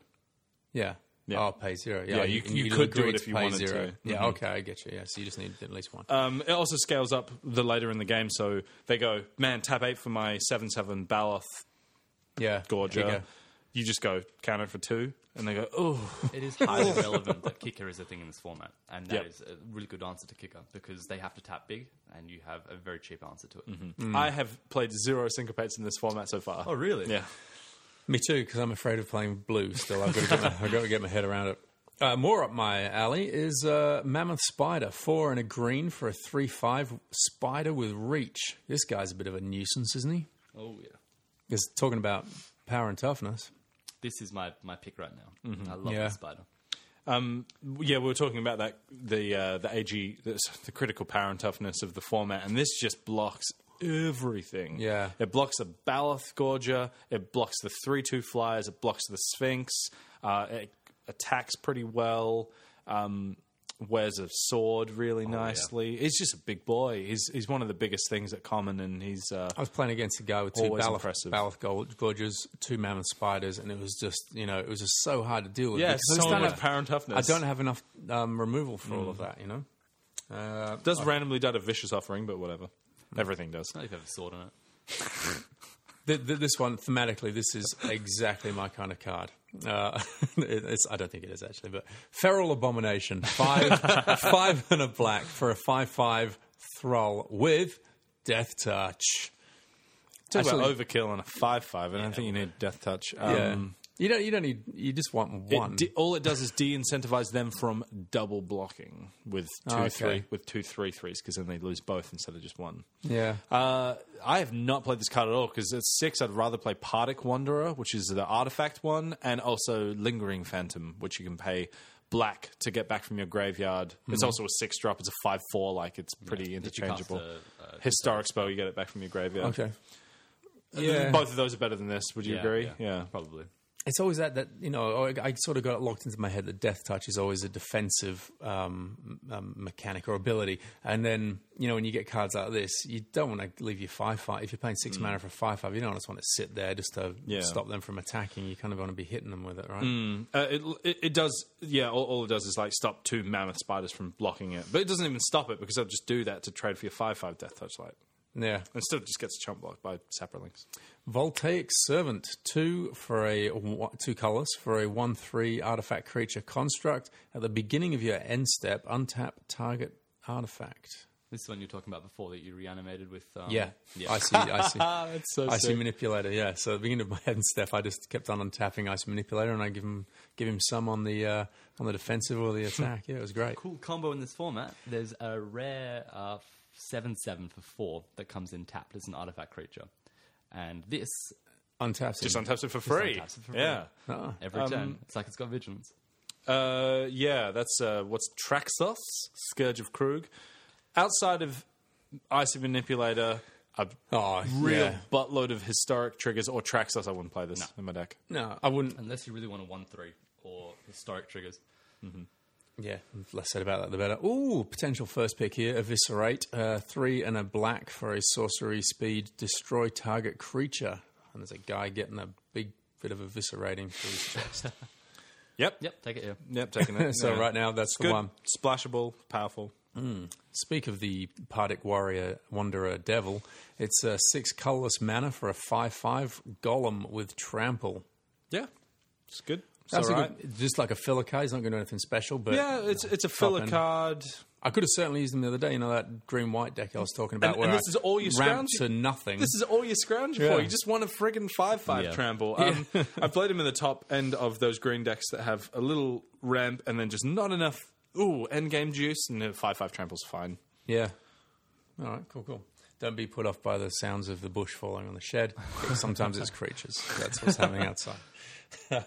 [SPEAKER 2] yeah.
[SPEAKER 3] yeah.
[SPEAKER 2] Oh, pay zero. Yeah,
[SPEAKER 3] Yeah, you-
[SPEAKER 2] and
[SPEAKER 3] you could do
[SPEAKER 2] agree
[SPEAKER 3] it
[SPEAKER 2] to
[SPEAKER 3] if you
[SPEAKER 2] pay
[SPEAKER 3] wanted
[SPEAKER 2] zero.
[SPEAKER 3] to. Mm-hmm.
[SPEAKER 2] Yeah, okay, I get you. Yeah, so you just need at least one.
[SPEAKER 3] Um, it also scales up the later in the game, so they go, man, tap eight for my seven seven Baloth
[SPEAKER 2] yeah,
[SPEAKER 3] Gorger.
[SPEAKER 2] bigger.
[SPEAKER 3] You, just go count it for two, and they go, oh,
[SPEAKER 4] It is *laughs* highly relevant that kicker is a thing in this format, and that
[SPEAKER 3] Yep.
[SPEAKER 4] is a really good answer to kicker because they have to tap big, and you have a very cheap answer to it.
[SPEAKER 3] I have played zero syncopates in this format so far.
[SPEAKER 4] Hmm. Oh, really?
[SPEAKER 3] Yeah.
[SPEAKER 2] Me too, because I'm afraid of playing blue. Still, I've got to get my, I've got to get my head around it. Uh, more up my alley is uh, Mammoth Spider, four and a green for a three-five spider with reach. This guy's a bit of a nuisance, isn't he?
[SPEAKER 4] Oh, yeah.
[SPEAKER 2] Because talking about power and toughness,
[SPEAKER 4] This is my, my pick right now. I love
[SPEAKER 2] Yeah.
[SPEAKER 4] the spider.
[SPEAKER 3] Um, yeah, we were talking about that the uh, the AG the, the critical power and toughness of the format, and this just blocks everything.
[SPEAKER 2] Yeah.
[SPEAKER 3] it blocks the Baloth Gorger, it blocks the three two flyers, it blocks the Sphinx, uh, it attacks pretty well. Um, wears a sword really nicely. He's just a big boy. He's he's one of the biggest things at common, and he's uh,
[SPEAKER 2] I was playing against a guy with two
[SPEAKER 3] Always
[SPEAKER 2] Baloth,
[SPEAKER 3] impressive.
[SPEAKER 2] Baloth Gol- Gorges, two Mammoth Spiders, and it was just you know it was just so hard to deal with.
[SPEAKER 3] Yeah,
[SPEAKER 2] because I
[SPEAKER 3] so
[SPEAKER 2] just don't
[SPEAKER 3] much
[SPEAKER 2] have-
[SPEAKER 3] power and toughness. Hmm.
[SPEAKER 2] I don't have enough um, removal for all of that, you know. Uh,
[SPEAKER 3] does randomly die to vicious offering, but whatever. Everything does.
[SPEAKER 4] I don't know if you have a sword on it.
[SPEAKER 2] Th- th- this one thematically, this is exactly my kind of card. Uh, *laughs* it- it's, I don't think it is actually, but Feral Abomination, five, *laughs* five and a black for a five-five thrall with Death Touch.
[SPEAKER 3] Talk about
[SPEAKER 2] Actually-
[SPEAKER 3] overkill on a five five, and I don't think you need death touch. Um,
[SPEAKER 2] yeah, you don't, you don't need, you just want
[SPEAKER 3] it
[SPEAKER 2] one.
[SPEAKER 3] de- all it does is de-incentivize them from double blocking with two
[SPEAKER 2] Oh, okay.
[SPEAKER 3] three with two three threes because then they lose both instead of just one.
[SPEAKER 2] yeah,
[SPEAKER 3] Uh, I have not played this card at all because at six I'd rather play Partic Wanderer, which is the artifact one, and also Lingering Phantom, which you can pay black to get back from your graveyard. It's also a six drop. It's a five four, like it's pretty
[SPEAKER 4] you cast
[SPEAKER 3] interchangeable.
[SPEAKER 4] a- a-
[SPEAKER 3] Historic spell, you get it back from your graveyard.
[SPEAKER 2] okay.
[SPEAKER 3] uh,
[SPEAKER 2] Yeah,
[SPEAKER 3] Both of those are better than this. Would you agree?
[SPEAKER 4] Probably.
[SPEAKER 2] it's always that that you know I, I sort of got it locked into my head that death touch is always a defensive um, m- um, mechanic or ability, and then you know when you get cards like this, you don't want to leave your five five if you're playing six mana for five five, you don't just want to sit there just to
[SPEAKER 3] Yeah.
[SPEAKER 2] stop them from attacking. You kind of want to be hitting them with it, right?
[SPEAKER 3] Uh, it, it it does. Yeah, all, all it does is like stop two mammoth spiders from blocking it, but it doesn't even stop it because they'll just do that to trade for your five five death touch light,
[SPEAKER 2] Yeah.
[SPEAKER 3] and still just gets chump blocked by sapperlings.
[SPEAKER 2] Voltaic Servant, two for a two colors for a one three artifact creature construct. At the beginning of your end step, untap target artifact.
[SPEAKER 4] This is one you're talking about before that you reanimated with. Um,
[SPEAKER 2] Yeah, I see. I see.
[SPEAKER 4] Oh,
[SPEAKER 3] That's so
[SPEAKER 2] Icy Manipulator, yeah. So at the beginning of my *laughs* head and stuff, I just kept on untapping Icy Manipulator, and I give him give him some on the uh, on the defensive or the
[SPEAKER 3] *laughs*
[SPEAKER 2] attack. Yeah, it was great.
[SPEAKER 4] Cool combo in this format. There's a rare uh, 7 7 for 4 that comes in tapped as an artifact creature. And this,
[SPEAKER 2] Untapped.
[SPEAKER 3] Just
[SPEAKER 2] him.
[SPEAKER 3] untaps it for free.
[SPEAKER 4] untaps it for free.
[SPEAKER 3] yeah,
[SPEAKER 2] Ah.
[SPEAKER 4] every turn, it's like it's got vigilance.
[SPEAKER 3] uh, yeah. That's uh, what's Traxos, Scourge of Krug. Outside of Icy Manipulator, a
[SPEAKER 2] Oh,
[SPEAKER 3] real
[SPEAKER 2] yeah.
[SPEAKER 3] buttload of historic triggers or Traxos. I wouldn't play this in my deck.
[SPEAKER 2] No, I wouldn't.
[SPEAKER 4] Unless you really want a 1 3 or historic triggers.
[SPEAKER 2] Yeah, less said about that, the better. Ooh, potential first pick here: Eviscerate, uh, three and a black for a sorcery speed, destroy target creature. And there's a guy getting a big bit of eviscerating through
[SPEAKER 3] *laughs*
[SPEAKER 2] his chest.
[SPEAKER 3] Yep.
[SPEAKER 4] Yep, take
[SPEAKER 2] *laughs*
[SPEAKER 4] it here.
[SPEAKER 3] Yep. Taking it.
[SPEAKER 2] so
[SPEAKER 3] Yeah.
[SPEAKER 2] right now, that's the
[SPEAKER 3] Good,
[SPEAKER 2] one.
[SPEAKER 3] splashable, powerful.
[SPEAKER 2] Speak of the Pardic Warrior Wanderer Devil, it's a six colorless mana for a five-five golem with trample.
[SPEAKER 3] Yeah, it's good. It's
[SPEAKER 2] That's
[SPEAKER 3] all
[SPEAKER 2] a
[SPEAKER 3] right.
[SPEAKER 2] good, just like a filler card. He's not going to do anything special, but
[SPEAKER 3] yeah, it's it's a filler
[SPEAKER 2] end.
[SPEAKER 3] card.
[SPEAKER 2] I could have certainly used him the other day. You know that green white deck I was talking about,
[SPEAKER 3] And-
[SPEAKER 2] where
[SPEAKER 3] and this
[SPEAKER 2] I
[SPEAKER 3] is all you
[SPEAKER 2] ramped
[SPEAKER 3] scrounge-
[SPEAKER 2] to nothing.
[SPEAKER 3] This is all you're scrounging for.
[SPEAKER 2] Yeah.
[SPEAKER 3] You just want a friggin' five five
[SPEAKER 4] Yeah.
[SPEAKER 3] trample. Um, I played him in the top end of those green decks that have a little ramp and then just not enough. Ooh, end game juice and a five five trample's fine.
[SPEAKER 2] yeah. All right, cool, cool. Don't be put off by the sounds of the bush falling on the shed. *laughs* Sometimes it's creatures. That's what's happening outside. Um,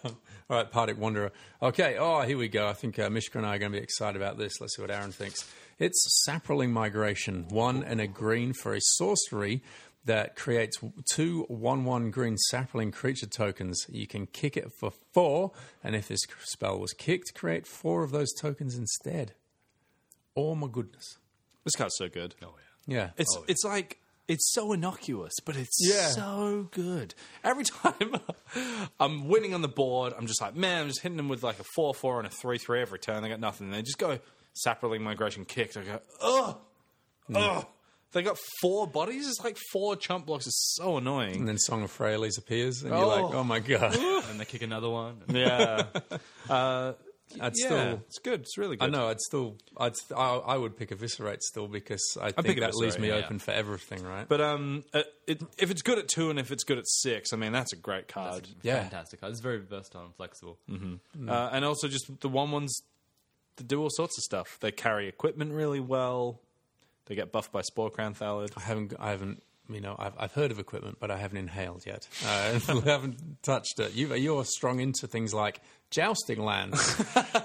[SPEAKER 2] all right, Partic Wanderer. Okay, oh, here we go. I think uh, Mishka and I are going to be excited about this. Let's see what Aaron thinks. It's Saproling Migration, one and a green for a sorcery that creates two 1 1 green sapling creature tokens. You can kick it for four, and if this spell was kicked, create four of those tokens instead. Oh my goodness.
[SPEAKER 3] This card's so good. Oh yeah.
[SPEAKER 2] Yeah.
[SPEAKER 3] It's it's like it's so innocuous, but it's
[SPEAKER 2] Yeah.
[SPEAKER 3] so good. Every *laughs* time I'm winning on the board, I'm just like, man, I'm just hitting them with like a four four and a three three every turn. They got nothing. And they just go sapperling migration kicked. I go, ugh, ugh. They got four bodies. It's like four chump blocks. It's so annoying.
[SPEAKER 2] and then Song of Frailes appears, and you're like, oh my God.
[SPEAKER 4] and they kick another one.
[SPEAKER 3] Yeah,
[SPEAKER 2] I'd
[SPEAKER 3] yeah.
[SPEAKER 2] still.
[SPEAKER 3] it's good. It's really
[SPEAKER 2] I
[SPEAKER 3] good.
[SPEAKER 2] know. I'd still. I'd. st- I, I would pick eviscerate still because I think
[SPEAKER 3] pick
[SPEAKER 2] that leaves
[SPEAKER 3] Eviscerate,
[SPEAKER 2] me
[SPEAKER 3] yeah.
[SPEAKER 2] open for everything, right?
[SPEAKER 3] But um, uh, it, if it's good at two and if it's good at six, I mean that's a great card.
[SPEAKER 2] yeah.
[SPEAKER 4] Fantastic. It's very versatile and flexible.
[SPEAKER 3] Uh, and also just the one ones that do all sorts of stuff. They carry equipment really well. They get buffed by Spore Crown Thalid.
[SPEAKER 2] I haven't. I haven't. You know, I've, I've heard of equipment, but I haven't inhaled yet. Uh, *laughs* I haven't touched it. You, you're strong into things like jousting
[SPEAKER 3] *laughs*
[SPEAKER 2] lands.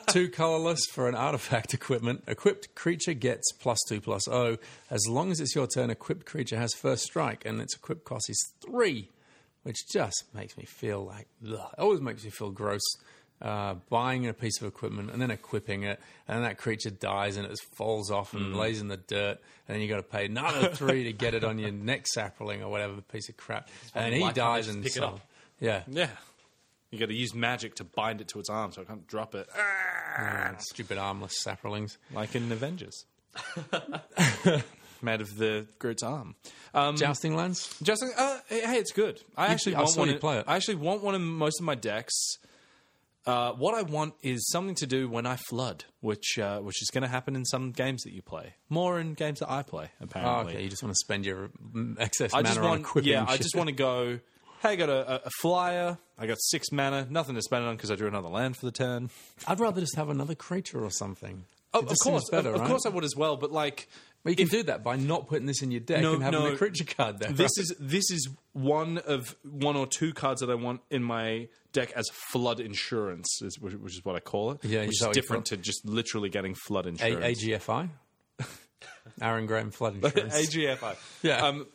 [SPEAKER 2] two colorless for an artifact equipment. Equipped creature gets plus two plus O. As long as it's your turn, equipped creature has first strike, and its equipped cost is three, which just makes me feel like. Ugh, it always makes me feel gross. Uh, buying a piece of equipment and then equipping it, and that creature dies and it just falls off and
[SPEAKER 3] Mm.
[SPEAKER 2] lays in the dirt, and then you got to pay
[SPEAKER 3] *laughs*
[SPEAKER 2] another three to get it on your next sapling or whatever piece of crap, and
[SPEAKER 4] why
[SPEAKER 2] he
[SPEAKER 4] can't they
[SPEAKER 2] dies
[SPEAKER 4] just
[SPEAKER 2] and
[SPEAKER 4] pick it
[SPEAKER 2] so-
[SPEAKER 4] up?
[SPEAKER 2] yeah,
[SPEAKER 3] Yeah. You got to use magic to bind it to its arm so it can't drop it. Ah!
[SPEAKER 2] stupid armless saplings.
[SPEAKER 3] Like in Avengers. *laughs* Made of the Groot's arm. Um,
[SPEAKER 2] Jousting lands.
[SPEAKER 3] Justin, uh, hey, it's good. I actually
[SPEAKER 2] I
[SPEAKER 3] want
[SPEAKER 2] saw
[SPEAKER 3] one.
[SPEAKER 2] you
[SPEAKER 3] in-
[SPEAKER 2] play it.
[SPEAKER 3] I actually want one in most of my decks. Uh, what I want is something to do when I flood, which uh, which is going to happen in some games that you play, more in games that I play.
[SPEAKER 2] Oh,
[SPEAKER 3] Apparently,
[SPEAKER 2] okay, you just want to spend your mm, excess
[SPEAKER 3] I
[SPEAKER 2] mana
[SPEAKER 3] just
[SPEAKER 2] on
[SPEAKER 3] want,
[SPEAKER 2] equipping.
[SPEAKER 3] *laughs* yeah, I
[SPEAKER 2] shit.
[SPEAKER 3] just want to go. Hey, I got a, a- a flyer. I got six mana, nothing to spend it on because I drew another land for the turn.
[SPEAKER 2] I'd rather just have another creature or something.
[SPEAKER 3] Oh,
[SPEAKER 2] It
[SPEAKER 3] of
[SPEAKER 2] just seems
[SPEAKER 3] course,
[SPEAKER 2] better,
[SPEAKER 3] of,
[SPEAKER 2] right?
[SPEAKER 3] of course, I would as well. But like,
[SPEAKER 2] But you can do that by not putting this in your deck
[SPEAKER 3] No,
[SPEAKER 2] and having
[SPEAKER 3] no.
[SPEAKER 2] a creature card there.
[SPEAKER 3] this is this is one of one or two cards that I want in my deck as flood insurance, is, which, which is what I call it.
[SPEAKER 2] Yeah,
[SPEAKER 3] which
[SPEAKER 2] is
[SPEAKER 3] is
[SPEAKER 2] that what you
[SPEAKER 3] different to just literally getting flood
[SPEAKER 2] right? A-
[SPEAKER 3] insurance.
[SPEAKER 2] AGFI, *laughs* Aaron Graham
[SPEAKER 3] *laughs*
[SPEAKER 2] flood insurance.
[SPEAKER 3] AGFI.
[SPEAKER 2] Yeah.
[SPEAKER 3] Um,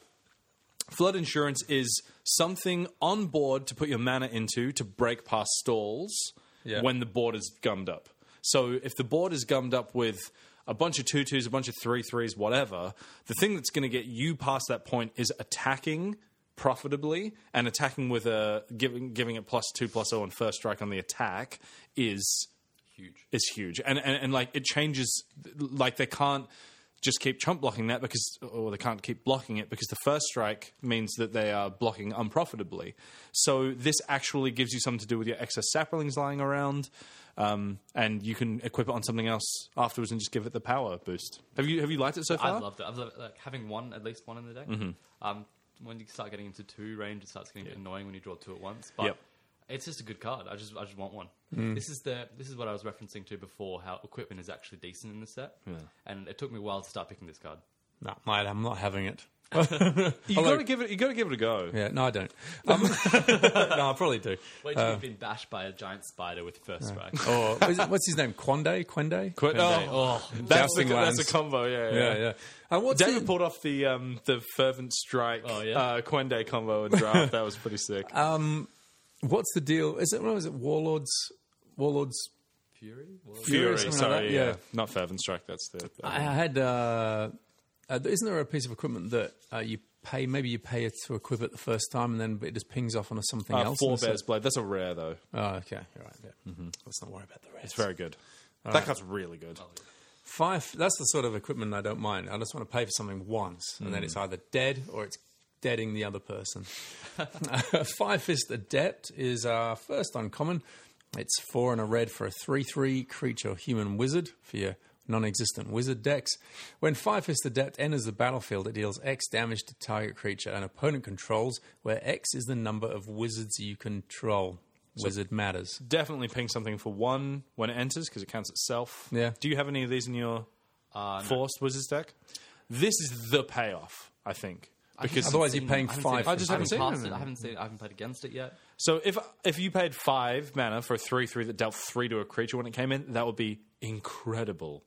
[SPEAKER 3] flood insurance is something on board to put your mana into to break past stalls
[SPEAKER 2] Yeah.
[SPEAKER 3] when the board is gummed up. So if the board is gummed up with a bunch of two twos, a bunch of three threes, whatever, the thing that's going to get you past that point is attacking profitably and attacking with a giving giving it plus two plus zero and first strike on the attack is
[SPEAKER 4] Huge.
[SPEAKER 3] is huge, and, and and like it changes. Like they can't just keep chump blocking that because, or they can't keep blocking it because the first strike means that they are blocking unprofitably. So this actually gives you something to do with your excess saplings lying around, um, and you can equip it on something else afterwards and just give it the power boost. Have you have you liked it so
[SPEAKER 4] I
[SPEAKER 3] far?
[SPEAKER 4] loved it. I've loved, like having one at least one in the deck.
[SPEAKER 3] Mm-hmm.
[SPEAKER 4] Um, when you start getting into two range, it starts getting a bit annoying when you draw two at once. But
[SPEAKER 3] Yep.
[SPEAKER 4] it's just a good card. I just I just want one.
[SPEAKER 3] Mm.
[SPEAKER 4] This is the this is what I was referencing to before. How equipment is actually decent in the set, and it took me a while to start picking this card.
[SPEAKER 2] no, mate, I'm not having it.
[SPEAKER 3] you got to give it. You got to give it a go.
[SPEAKER 2] Yeah, no, I don't. Um, *laughs* no, I probably do.
[SPEAKER 4] Wait
[SPEAKER 3] Uh.
[SPEAKER 4] till you've been bashed by a giant spider with first strike.
[SPEAKER 3] Oh.
[SPEAKER 4] *laughs*
[SPEAKER 2] Or what is it- what's his name? Quande? Quende?
[SPEAKER 3] Quit- oh, that's, the,
[SPEAKER 2] Jousting
[SPEAKER 3] that's a
[SPEAKER 2] lands.
[SPEAKER 3] combo. Yeah, yeah.
[SPEAKER 2] yeah, yeah. And what's
[SPEAKER 3] David
[SPEAKER 2] in-
[SPEAKER 3] pulled off the um, the fervent strike,
[SPEAKER 4] Oh, yeah?
[SPEAKER 3] uh, Quende combo and
[SPEAKER 2] *laughs*
[SPEAKER 3] draft. that was pretty sick.
[SPEAKER 2] what's the deal? Is it what was it? Warlords, warlords
[SPEAKER 4] Fury. Well,
[SPEAKER 3] Fury,
[SPEAKER 2] something like
[SPEAKER 3] sorry,
[SPEAKER 2] that,
[SPEAKER 3] yeah.
[SPEAKER 2] yeah.
[SPEAKER 3] not Fervent Strike. That's the.
[SPEAKER 2] I I had. Uh, uh, isn't there a piece of equipment that uh, you pay? Maybe you pay it to equip it the first time, and then it just pings off onto something
[SPEAKER 3] uh,
[SPEAKER 2] else.
[SPEAKER 3] Four
[SPEAKER 2] and so-
[SPEAKER 3] Bears Blade. That's a rare though.
[SPEAKER 2] Oh, okay. All right. Yeah. Mm-hmm. Let's not worry about the rest.
[SPEAKER 3] It's very good. that card's really good.
[SPEAKER 2] Five. That's the sort of equipment I don't mind. I just want to pay for something once, and
[SPEAKER 3] Mm.
[SPEAKER 2] then it's either dead or it's deading the other
[SPEAKER 3] *laughs*
[SPEAKER 2] person. *laughs* Five Fist Adept is our first uncommon. It's four and a red for a 3 3 creature human wizard for your non existent wizard decks. When Five Fist Adept enters the battlefield, it deals X damage to target creature an opponent controls, where X is the number of wizards you control. Wizard matters.
[SPEAKER 3] Definitely ping something for one when it enters because it counts itself.
[SPEAKER 2] Yeah.
[SPEAKER 3] Do you have any of these in your
[SPEAKER 4] Uh, no.
[SPEAKER 3] Forced Wizards deck? This is the payoff. I think because
[SPEAKER 2] Otherwise, you're paying
[SPEAKER 4] I haven't
[SPEAKER 2] five.
[SPEAKER 4] Seen,
[SPEAKER 3] I
[SPEAKER 4] I
[SPEAKER 3] just
[SPEAKER 4] just
[SPEAKER 3] haven't
[SPEAKER 4] haven't,
[SPEAKER 3] seen
[SPEAKER 4] passed
[SPEAKER 3] it.
[SPEAKER 4] it. I haven't seen. I haven't played against it yet.
[SPEAKER 3] So if if you paid five mana for a three three that dealt three to a creature when it came in, that would be incredible.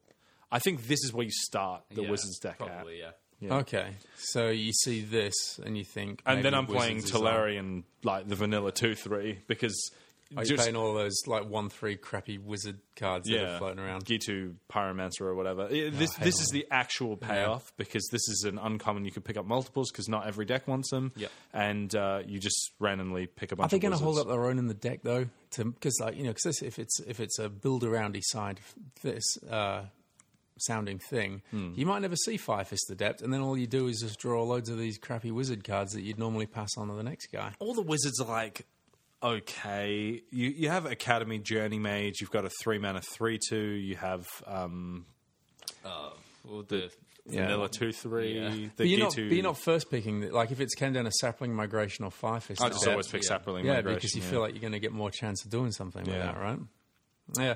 [SPEAKER 3] I think this is where you start the
[SPEAKER 4] Yeah,
[SPEAKER 3] Wizards deck at.
[SPEAKER 4] Probably, yeah.
[SPEAKER 2] Okay, so you see this and you think,
[SPEAKER 3] And then
[SPEAKER 2] maybe
[SPEAKER 3] I'm playing
[SPEAKER 2] Wizards is on.
[SPEAKER 3] Talarian like the vanilla two three because
[SPEAKER 2] Are you
[SPEAKER 3] just
[SPEAKER 2] playing all those like one three crappy wizard cards that
[SPEAKER 3] yeah,
[SPEAKER 2] are floating around?
[SPEAKER 3] Gitu Pyromancer or whatever. Yeah, this
[SPEAKER 2] hate
[SPEAKER 3] this
[SPEAKER 2] all
[SPEAKER 3] is the actual payoff because this is an uncommon. You could pick up multiples because not every deck wants them.
[SPEAKER 4] Yeah.
[SPEAKER 3] and uh, you just randomly pick a bunch.
[SPEAKER 2] Are they
[SPEAKER 3] going to
[SPEAKER 2] hold up their own in the deck though? Because like you know, because if it's if it's a build aroundy side f- this uh, sounding thing,
[SPEAKER 3] Hmm.
[SPEAKER 2] you might never see Five Fist Adept, and then all you do is just draw loads of these crappy wizard cards that you'd normally pass on to the next guy.
[SPEAKER 3] all the wizards are like okay you you have academy journey mage you've got a three mana three two you have um
[SPEAKER 4] Well, the
[SPEAKER 2] Yeah.
[SPEAKER 3] vanilla two three
[SPEAKER 4] Yeah.
[SPEAKER 3] the
[SPEAKER 2] But you're, not,
[SPEAKER 3] Gitu-
[SPEAKER 2] but you're not first picking. the- Like if it's came down to Sapling Migration or Five Fist,
[SPEAKER 3] i just
[SPEAKER 2] Adept,
[SPEAKER 3] always pick
[SPEAKER 4] Yeah.
[SPEAKER 3] sapling
[SPEAKER 2] yeah,
[SPEAKER 3] Migration,
[SPEAKER 2] because you
[SPEAKER 3] yeah.
[SPEAKER 2] feel like you're going to get more chance of doing something with
[SPEAKER 3] Yeah.
[SPEAKER 2] that, right? Yeah,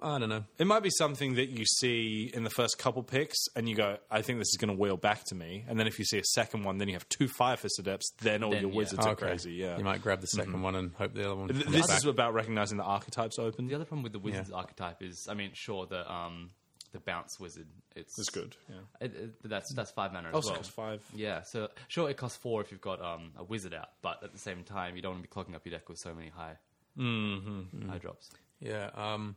[SPEAKER 2] I don't know.
[SPEAKER 3] it might be something that you see in the first couple picks and you go i think this is going to wheel back to me and then if you see a second one then you have two fire fist adepts then all
[SPEAKER 4] Then,
[SPEAKER 3] your
[SPEAKER 4] yeah.
[SPEAKER 3] wizards are crazy yeah
[SPEAKER 2] Oh,
[SPEAKER 3] Mm-hmm.
[SPEAKER 2] You might grab the 2nd one and hope the other one.
[SPEAKER 3] Th-
[SPEAKER 2] comes
[SPEAKER 3] this
[SPEAKER 2] back.
[SPEAKER 3] is about recognizing the archetypes open
[SPEAKER 4] the other problem with the wizard's archetype is, I mean, sure, the um, the bounce wizard, it's
[SPEAKER 3] it's good yeah
[SPEAKER 4] It, it, but that's that's five mana as
[SPEAKER 3] also
[SPEAKER 4] well.
[SPEAKER 3] costs five
[SPEAKER 4] Yeah, so sure it costs four if you've got um, a wizard out, but at the same time you don't want to be clogging up your deck with so many high high drops.
[SPEAKER 2] Yeah. Um,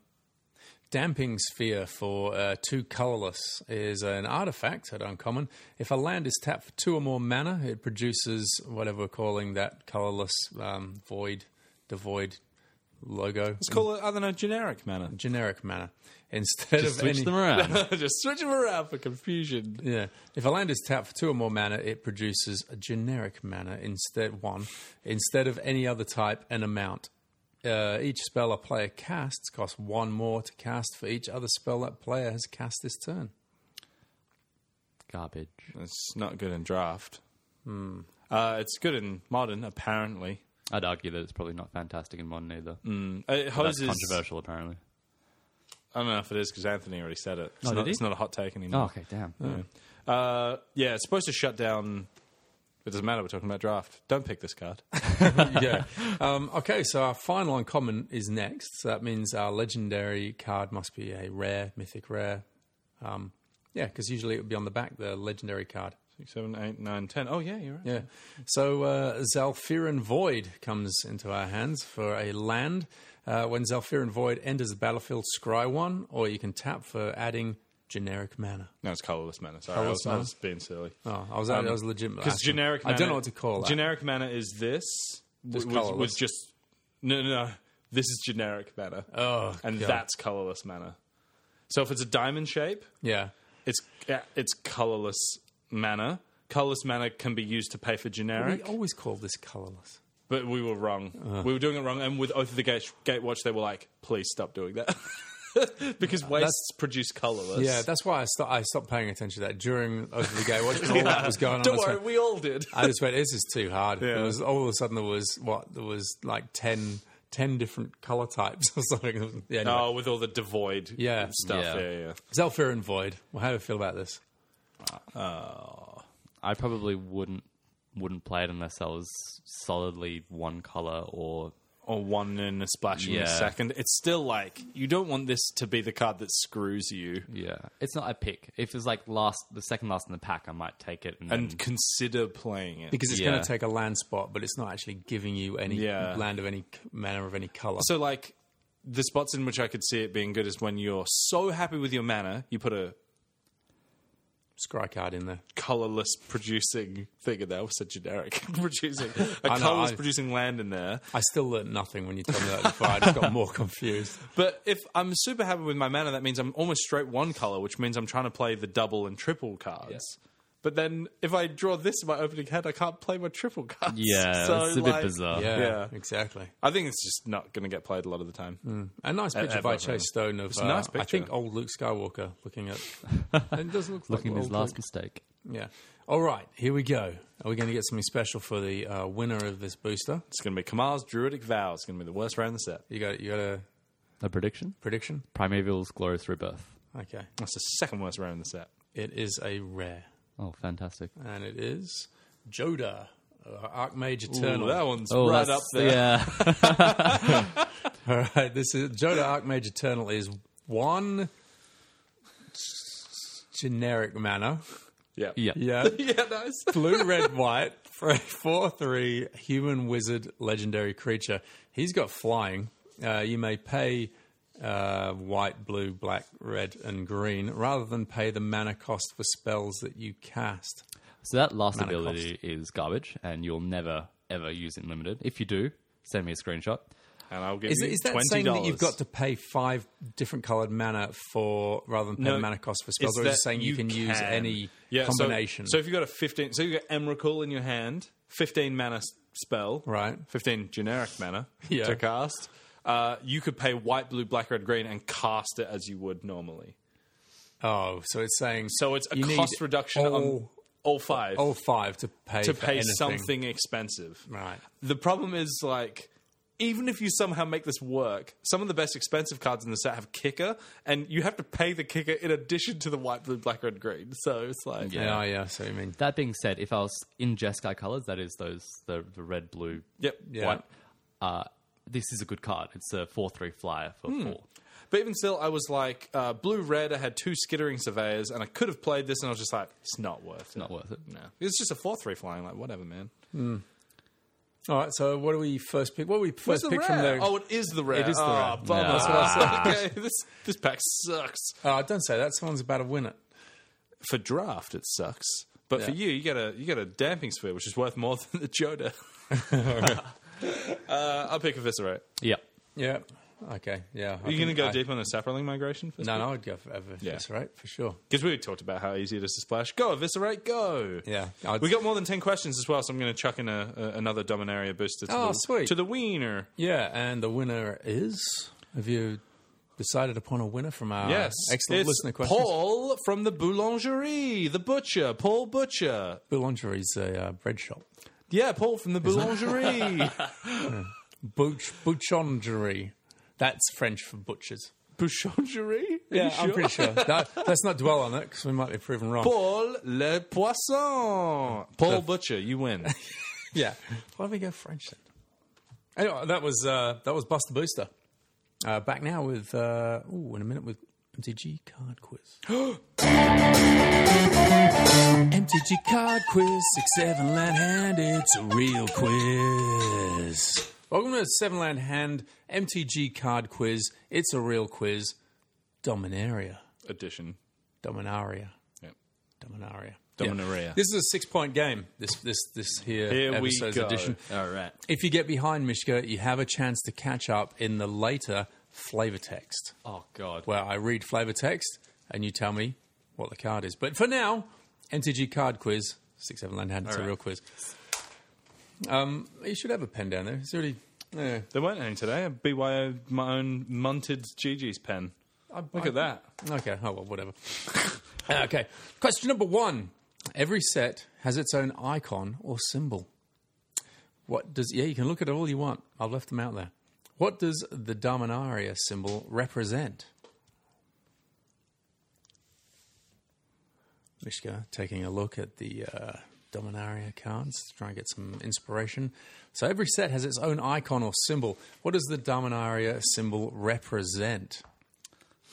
[SPEAKER 2] Damping Sphere for uh, two colorless is an artifact at Uncommon. If a land is tapped for two or more mana, it produces whatever we're calling that colorless um, void, devoid logo.
[SPEAKER 3] let's call it i don't know generic manner *laughs*
[SPEAKER 2] Generic mana. Instead of
[SPEAKER 4] Switch
[SPEAKER 2] any,
[SPEAKER 4] them around.
[SPEAKER 3] just switch them around for confusion
[SPEAKER 2] Yeah. If a land is tapped for two or more mana, it produces a generic mana instead one instead of any other type and amount. Uh, each spell a player casts costs one more to cast for each other spell that player has cast this turn. *laughs*
[SPEAKER 4] Garbage.
[SPEAKER 3] It's not good in draft. Uh, it's good in modern, apparently.
[SPEAKER 4] I'd argue that it's probably not fantastic in modern either.
[SPEAKER 3] Uh, It
[SPEAKER 4] That's
[SPEAKER 3] hoses.
[SPEAKER 4] controversial, apparently.
[SPEAKER 3] I don't know if it is because Anthony already said it. It's,
[SPEAKER 4] Oh, did
[SPEAKER 3] not,
[SPEAKER 4] he?
[SPEAKER 3] it's not a hot take
[SPEAKER 4] Oh,
[SPEAKER 3] anymore.
[SPEAKER 4] okay, damn.
[SPEAKER 3] Uh, yeah, it's supposed to shut down. It doesn't matter. We're talking about draft. Don't pick
[SPEAKER 2] *laughs*
[SPEAKER 3] this card.
[SPEAKER 2] yeah. Um, okay, so our final uncommon is next. So that means our legendary card must be a rare, mythic rare. Um, yeah, because usually it would be on the back, the legendary card.
[SPEAKER 3] Six, seven, eight, nine, ten. Oh yeah, you're right.
[SPEAKER 2] Yeah. So uh, Zalfiran Void comes into our hands for a land. Uh, when Zalfiran Void enters the battlefield, scry one, or you can tap for adding generic mana.
[SPEAKER 3] No, it's colorless mana. Sorry, I,
[SPEAKER 2] Colourless
[SPEAKER 3] was, I
[SPEAKER 2] mana?
[SPEAKER 3] was being silly.
[SPEAKER 2] Oh, I was, I was legit.
[SPEAKER 3] Because Um, generic.
[SPEAKER 2] I
[SPEAKER 3] Mana,
[SPEAKER 2] don't know what to call that.
[SPEAKER 3] Generic mana is this.
[SPEAKER 2] Just
[SPEAKER 3] w- was, was
[SPEAKER 2] colourless.
[SPEAKER 3] just no, no, no. This is generic mana.
[SPEAKER 2] Oh,
[SPEAKER 3] and
[SPEAKER 2] God.
[SPEAKER 3] that's colorless mana. So if it's a diamond shape,
[SPEAKER 2] yeah.
[SPEAKER 3] It's yeah, it's colorless mana. Colorless mana can be used to pay for
[SPEAKER 2] We
[SPEAKER 3] generic,
[SPEAKER 2] always call this colorless.
[SPEAKER 3] but we were wrong.
[SPEAKER 2] Uh.
[SPEAKER 3] We were doing it wrong, and with Oath of the Gate, Gatewatch, they were like, "Please stop doing that," *laughs* because wastes produce colorless.
[SPEAKER 2] Uh, Yeah, that's why I, sto- I stopped paying attention to that during Over the Gate
[SPEAKER 3] *laughs*
[SPEAKER 2] Watch. and All that was going on.
[SPEAKER 3] Don't
[SPEAKER 2] I just
[SPEAKER 3] worry,
[SPEAKER 2] went-
[SPEAKER 3] we all did.
[SPEAKER 2] I just went, this is too hard.
[SPEAKER 3] Yeah.
[SPEAKER 2] There was all of a sudden there was what there was like 10, 10 different color types *laughs* or something. Yeah, anyway.
[SPEAKER 3] *laughs* Oh, with all the devoid
[SPEAKER 2] Yeah.
[SPEAKER 3] stuff. Yeah,
[SPEAKER 4] Yeah.
[SPEAKER 3] yeah. yeah.
[SPEAKER 2] Zelfir and Void. Well, how do you feel about this?
[SPEAKER 4] I probably wouldn't wouldn't play it unless I was solidly one color or
[SPEAKER 3] Or one in a splash in
[SPEAKER 4] Yeah.
[SPEAKER 3] a second. It's still like you don't want this to be the card that screws you.
[SPEAKER 4] yeah. It's not a pick. If it's like last, the second last in the pack, I might take it. And,
[SPEAKER 3] And
[SPEAKER 2] Mm.
[SPEAKER 4] then,
[SPEAKER 3] consider playing it.
[SPEAKER 2] Because it's
[SPEAKER 4] Yeah.
[SPEAKER 2] going to take a land spot, but it's not actually giving you any
[SPEAKER 3] Yeah.
[SPEAKER 2] land of any c- manner of any color.
[SPEAKER 3] So like the spots in which I could see it being good is when you're so happy with your mana, you put a
[SPEAKER 2] Scry card in there.
[SPEAKER 3] colorless producing thing in there. I was so generic *laughs* producing a
[SPEAKER 2] I know,
[SPEAKER 3] colorless
[SPEAKER 2] I-
[SPEAKER 3] producing land in there.
[SPEAKER 2] I still learned nothing when you told me that before. I
[SPEAKER 3] *laughs*
[SPEAKER 2] just got more confused.
[SPEAKER 3] But if I'm super happy with my mana, that means I'm almost straight one color, which means I'm trying to play the double and triple cards. But then if I draw this in my opening hand, I can't play my triple cards. *laughs*
[SPEAKER 4] yeah,
[SPEAKER 3] so
[SPEAKER 4] it's a
[SPEAKER 3] like,
[SPEAKER 4] bit bizarre.
[SPEAKER 2] Yeah,
[SPEAKER 3] Uh-huh. Yeah.
[SPEAKER 2] exactly.
[SPEAKER 3] I think it's just not going to get played a lot of the time.
[SPEAKER 2] A nice picture
[SPEAKER 3] uh,
[SPEAKER 2] by
[SPEAKER 3] both of them.
[SPEAKER 2] Chase Stone of,
[SPEAKER 3] a
[SPEAKER 2] uh,
[SPEAKER 3] nice
[SPEAKER 2] I
[SPEAKER 3] picture.
[SPEAKER 2] think, old Luke Skywalker looking
[SPEAKER 3] *laughs*
[SPEAKER 2] at. and it doesn't look
[SPEAKER 4] Looking at
[SPEAKER 2] like
[SPEAKER 4] his
[SPEAKER 2] old
[SPEAKER 4] last
[SPEAKER 2] Luke.
[SPEAKER 4] mistake.
[SPEAKER 2] Yeah. All right, here we go. Are we going to get something special for the uh, winner of this booster?
[SPEAKER 3] It's going to be Kamal's Druidic Vow. It's going to be the worst round in the set.
[SPEAKER 2] You got you got a
[SPEAKER 4] A prediction?
[SPEAKER 2] prediction?
[SPEAKER 4] Primaval's Glorious Rebirth.
[SPEAKER 2] Okay.
[SPEAKER 3] That's the second worst round in the set.
[SPEAKER 2] It is a rare.
[SPEAKER 4] Oh, fantastic.
[SPEAKER 2] and it is Joda, uh, Archmage Eternal.
[SPEAKER 3] Ooh, that one's
[SPEAKER 4] Oh,
[SPEAKER 3] right
[SPEAKER 4] that's-
[SPEAKER 3] up there.
[SPEAKER 2] uh,
[SPEAKER 4] Yeah.
[SPEAKER 2] *laughs* All right, this is Joda Archmage Eternal is one generic mana.
[SPEAKER 3] Yeah.
[SPEAKER 4] *laughs* yeah.
[SPEAKER 2] *laughs* Yeah.
[SPEAKER 3] Yeah, *laughs* nice.
[SPEAKER 2] Blue, red, white for a 4 3 human wizard legendary creature. He's got flying. Uh, you may pay uh, white, blue, black, red, and green rather than pay the mana cost for spells that you cast.
[SPEAKER 4] So that last
[SPEAKER 2] Mana
[SPEAKER 4] ability is garbage, and you'll never ever use it in limited. If you do, send me a screenshot.
[SPEAKER 3] And I'll give
[SPEAKER 2] Is,
[SPEAKER 3] you
[SPEAKER 2] is that
[SPEAKER 3] $20.
[SPEAKER 2] saying that you've got to pay five different colored mana for rather than pay
[SPEAKER 3] No,
[SPEAKER 2] the mana cost for spells?
[SPEAKER 3] It's
[SPEAKER 2] Or is it
[SPEAKER 3] that
[SPEAKER 2] saying you, can, use any
[SPEAKER 3] Yeah, so-
[SPEAKER 2] combination?
[SPEAKER 3] So, if you've got a 15, so you've got Emrakul in your hand, 15 mana s- spell,
[SPEAKER 2] Right.
[SPEAKER 3] 15 generic mana
[SPEAKER 2] *laughs* Yeah.
[SPEAKER 3] to cast, uh, you could pay white, blue, black, red, green and cast it as you would normally.
[SPEAKER 2] oh, so it's saying
[SPEAKER 3] So it's a
[SPEAKER 2] you need
[SPEAKER 3] cost reduction on
[SPEAKER 2] all,
[SPEAKER 3] all five
[SPEAKER 2] all five to pay
[SPEAKER 3] to
[SPEAKER 2] for
[SPEAKER 3] pay
[SPEAKER 2] anything.
[SPEAKER 3] something expensive.
[SPEAKER 2] Right.
[SPEAKER 3] The problem is like even if you somehow make this work, some of the best expensive cards in the set have kicker, and you have to pay the kicker in addition to the white, blue, black, red, green. So it's like
[SPEAKER 2] Yeah, yeah. So I mean,
[SPEAKER 4] That being said, if I was in Jeskai colors, that is those the, the red, blue,
[SPEAKER 3] Yep.
[SPEAKER 2] yeah.
[SPEAKER 4] white. Uh, this is a good card. It's a four three flyer for
[SPEAKER 3] Hmm.
[SPEAKER 4] four.
[SPEAKER 3] But even still, I was like uh, blue, red. I had two skittering surveyors, and I could have played this, and I was just like, it's not worth it.
[SPEAKER 4] Not worth it.
[SPEAKER 3] No, it's just a four three flying. Like whatever, man.
[SPEAKER 2] All right. So what do we first pick? What do we first pick from there?
[SPEAKER 3] Oh, it is the rare.
[SPEAKER 2] It is the
[SPEAKER 3] Ah,
[SPEAKER 2] rare.
[SPEAKER 3] bummer.
[SPEAKER 4] Yeah.
[SPEAKER 3] That's what I was like. *laughs* Okay, this this pack sucks.
[SPEAKER 2] Oh, don't say that. Someone's about to win it.
[SPEAKER 3] For draft, it sucks. But for
[SPEAKER 2] Yeah.
[SPEAKER 3] you, you get a you get a damping sphere, which is worth more *laughs* than the
[SPEAKER 2] *laughs*
[SPEAKER 3] Joda. uh, I'll pick eviscerate.
[SPEAKER 4] Yeah.
[SPEAKER 2] Yeah. Okay. Yeah.
[SPEAKER 3] Are you going to go deep on the Saproling migration?
[SPEAKER 2] No, no. I'd go for ever.
[SPEAKER 3] Yeah.
[SPEAKER 2] That's right for sure.
[SPEAKER 3] Because we talked about how easy it is to splash. Go, eviscerate, go.
[SPEAKER 2] Yeah. I'd-
[SPEAKER 3] We got more than 10 questions as well, so I'm going to chuck in a, a, another Dominaria booster to,
[SPEAKER 2] Oh,
[SPEAKER 3] the,
[SPEAKER 2] sweet.
[SPEAKER 3] to the wiener.
[SPEAKER 2] Yeah, and the winner is. Have you decided upon a winner from our
[SPEAKER 3] yes.
[SPEAKER 2] excellent
[SPEAKER 3] it's
[SPEAKER 2] listener questions?
[SPEAKER 3] Paul from the Boulangerie, the butcher, Paul Butcher.
[SPEAKER 2] Boulangerie is a uh, bread shop.
[SPEAKER 3] Yeah, Paul from the Boulangerie.
[SPEAKER 2] Bouch- bouchongerie. That's French for butchers.
[SPEAKER 3] Boulangerie?
[SPEAKER 2] Yeah, I'm pretty sure. No, let's not dwell on it because we might be proven wrong.
[SPEAKER 3] Paul Le Poisson. Paul Butcher, you win.
[SPEAKER 2] Yeah. Why don't we go French then? Anyway, that was uh, that was Buster Booster. Uh, back now with uh, ooh, in a minute with MTG card quiz. *gasps* MTG card quiz, six seven land hand. It's a real quiz. Welcome to Seven Land Hand MTG card quiz. It's a real quiz. Dominaria,
[SPEAKER 3] Edition.
[SPEAKER 2] Dominaria,
[SPEAKER 3] Yeah.
[SPEAKER 2] Dominaria,
[SPEAKER 3] Dominaria.
[SPEAKER 2] This is a six point game. This this this here,
[SPEAKER 3] Here we
[SPEAKER 2] episode's
[SPEAKER 3] go.
[SPEAKER 2] edition.
[SPEAKER 4] All right.
[SPEAKER 2] If you get behind Mishka, you have a chance to catch up in the later flavor text,
[SPEAKER 4] Oh god.
[SPEAKER 2] where I read flavor text and you tell me what the card is. But for now, MTG card quiz, six seven land hand. It's a real quiz. Um, you should have a pen down there. It's already. Yeah,
[SPEAKER 3] There weren't any today. I BYO my own munted Gigi's pen. Look
[SPEAKER 2] I-
[SPEAKER 3] at that.
[SPEAKER 2] Okay. Oh well, whatever. *laughs* okay. Question number one. Every set has its own icon or symbol. What does? Yeah, you can look at it all you want. I've left them out there. What does the Dominaria symbol represent? Mishka taking a look at the uh, Dominaria cards to try and get some inspiration. So every set has its own icon or symbol. What does the Dominaria symbol represent?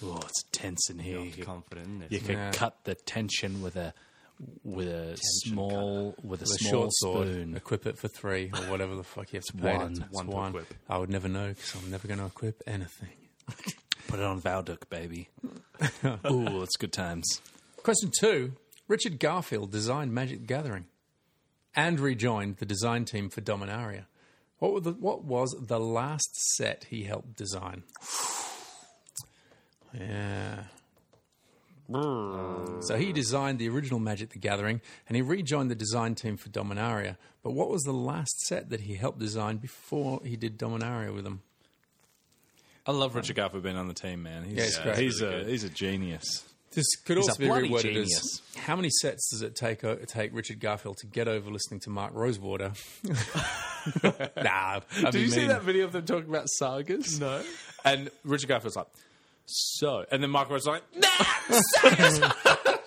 [SPEAKER 3] Oh, it's tense in here.
[SPEAKER 4] Not confident in this.
[SPEAKER 3] You can
[SPEAKER 2] Yeah.
[SPEAKER 3] cut the tension with a with a small with a
[SPEAKER 2] the
[SPEAKER 3] small
[SPEAKER 2] short sword,
[SPEAKER 3] spoon.
[SPEAKER 2] equip it for three or whatever the fuck you have to pay.
[SPEAKER 3] one.
[SPEAKER 2] It's it's
[SPEAKER 3] One per equip.
[SPEAKER 2] I would never know because I'm never going to equip anything.
[SPEAKER 3] Put it on Valduck, baby. *laughs* Ooh, it's good times.
[SPEAKER 2] Question two: Richard Garfield designed Magic the Gathering and rejoined the design team for Dominaria. What, were the, what was the last set he helped design? *sighs* Yeah. So he designed the original Magic the Gathering and he rejoined the design team for Dominaria. But what was the last set that he helped design before he did Dominaria with them?
[SPEAKER 3] I love Richard Garfield being on the team, man. He's,
[SPEAKER 2] Yeah, it's great.
[SPEAKER 3] he's
[SPEAKER 2] Really
[SPEAKER 3] a he's a genius.
[SPEAKER 2] This could
[SPEAKER 3] a
[SPEAKER 2] also be
[SPEAKER 3] bloody
[SPEAKER 2] reworded as
[SPEAKER 3] genius.
[SPEAKER 2] how many sets does it take uh, take Richard Garfield to get over listening to Mark
[SPEAKER 3] *laughs*
[SPEAKER 2] Rosewater? nah, did
[SPEAKER 3] Did you see that video of them talking about sagas? No. And Richard Garfield's like, so, and then Mark was like, nah, sagas.
[SPEAKER 4] That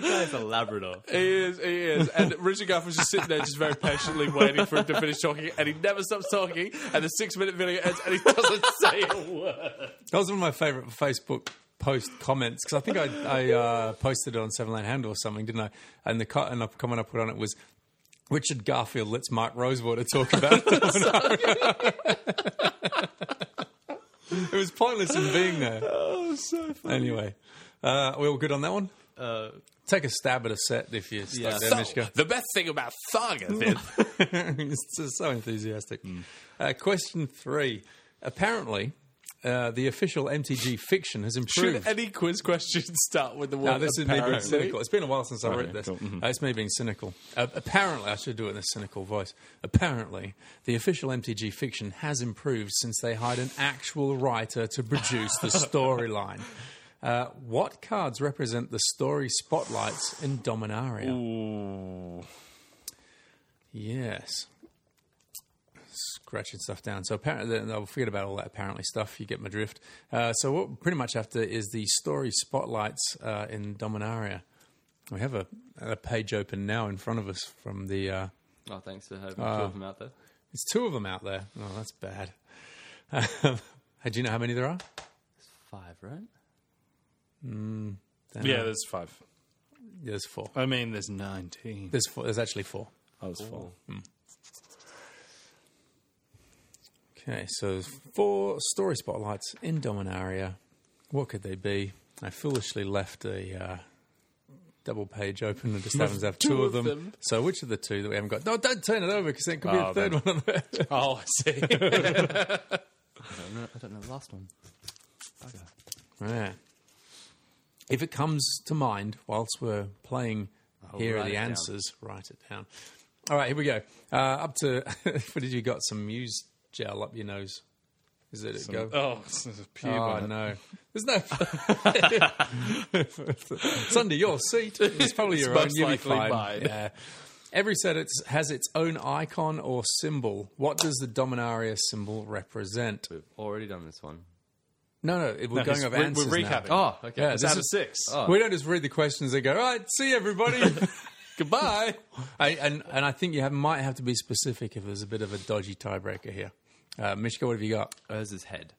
[SPEAKER 4] guy's
[SPEAKER 3] *laughs*
[SPEAKER 4] a Labrador.
[SPEAKER 3] He is, he is. And Richard Guff was just sitting there, just very patiently waiting for him to finish talking, and he never stops talking. And the six minute video ends, and he doesn't *laughs* say a word.
[SPEAKER 2] That was one of my favorite Facebook post comments because I think I, I uh, posted it on Seven Lane Hand or something, didn't I? And the co- and the comment I put on it was Richard Garfield lets Mark Rosewater talk about
[SPEAKER 3] *laughs*
[SPEAKER 2] it. *laughs* it was pointless in being there. Oh, so funny. Anyway, uh, are we all good on that one?
[SPEAKER 4] Uh,
[SPEAKER 2] Take a stab at a set if you're stuck
[SPEAKER 4] Yeah.
[SPEAKER 2] there, Mishka.
[SPEAKER 3] the best thing about Saga, then.
[SPEAKER 2] *laughs*
[SPEAKER 3] Mm.
[SPEAKER 2] it's just so enthusiastic. Uh, question three. Apparently, uh, the official MTG fiction has improved.
[SPEAKER 3] Should any quiz questions start with the word
[SPEAKER 2] No, this is me being
[SPEAKER 3] apparently?
[SPEAKER 2] cynical. It's been a while since I read
[SPEAKER 3] Okay,
[SPEAKER 2] this.
[SPEAKER 3] cool. Mhm.
[SPEAKER 2] Uh, it's me being cynical. Uh, apparently, I should do it in a cynical voice. Apparently, the official MTG fiction has improved since they hired an actual writer to produce
[SPEAKER 3] *laughs*
[SPEAKER 2] the storyline. Uh, what cards represent the story spotlights in Dominaria? Yes. Scratching stuff down. So apparently, then I'll forget about all that apparently stuff. You get my drift. Uh, so what pretty much after is the story spotlights uh, in Dominaria. We have a, a page open now in front of us from the. Uh,
[SPEAKER 4] oh, thanks for having
[SPEAKER 3] Uh,
[SPEAKER 4] two of them out there.
[SPEAKER 2] it's two of them out there. Oh, that's bad. *laughs* Um, do you know how many there are?
[SPEAKER 4] Five, right?
[SPEAKER 3] Yeah, there's five.
[SPEAKER 2] Yeah, There's four.
[SPEAKER 3] I mean, there's 19.
[SPEAKER 2] There's four. There's actually four.
[SPEAKER 3] I was four.
[SPEAKER 2] Okay, so there's four story spotlights in Dominaria. What could they be? I foolishly left a uh, double page open and just happens to have two, of them. So which of the two that we haven't got? No, don't turn it over because there could be a
[SPEAKER 3] Oh,
[SPEAKER 2] third
[SPEAKER 3] then.
[SPEAKER 2] one. On there. *laughs*
[SPEAKER 3] Oh, I see.
[SPEAKER 4] I don't know, I don't know the last one. Bugger.
[SPEAKER 2] Yeah. If it comes to mind whilst we're playing, here are
[SPEAKER 4] write
[SPEAKER 2] the
[SPEAKER 4] it down.
[SPEAKER 2] answers. Write it down. All right, here we go. Uh, up to *laughs* what did you got? Some muse gel up your nose. Is it a go?
[SPEAKER 3] oh, this is a pube
[SPEAKER 2] Oh
[SPEAKER 3] on it.
[SPEAKER 2] no, there's no. *laughs* it's under your seat. It's probably your own.
[SPEAKER 3] most
[SPEAKER 2] You'll be
[SPEAKER 3] likely
[SPEAKER 2] fine.
[SPEAKER 3] mine.
[SPEAKER 2] Yeah. Every set it's, has its own icon or symbol. What does the Dominaria symbol represent?
[SPEAKER 4] We've already done this one.
[SPEAKER 2] No, no, it- we're going
[SPEAKER 3] it's-
[SPEAKER 2] over
[SPEAKER 3] we're- we're
[SPEAKER 2] answers now.
[SPEAKER 3] recapping.
[SPEAKER 4] Oh, okay.
[SPEAKER 2] Yeah,
[SPEAKER 3] It's
[SPEAKER 2] this
[SPEAKER 3] out of
[SPEAKER 2] is-
[SPEAKER 3] six. Oh.
[SPEAKER 2] We don't just read the questions and go, all right, see
[SPEAKER 3] *laughs*
[SPEAKER 2] everybody. Goodbye. I, and, and I think you have, might have to be specific if there's a bit of a dodgy tiebreaker here. Uh, Mishka, what have you got?
[SPEAKER 4] Urza's oh, head.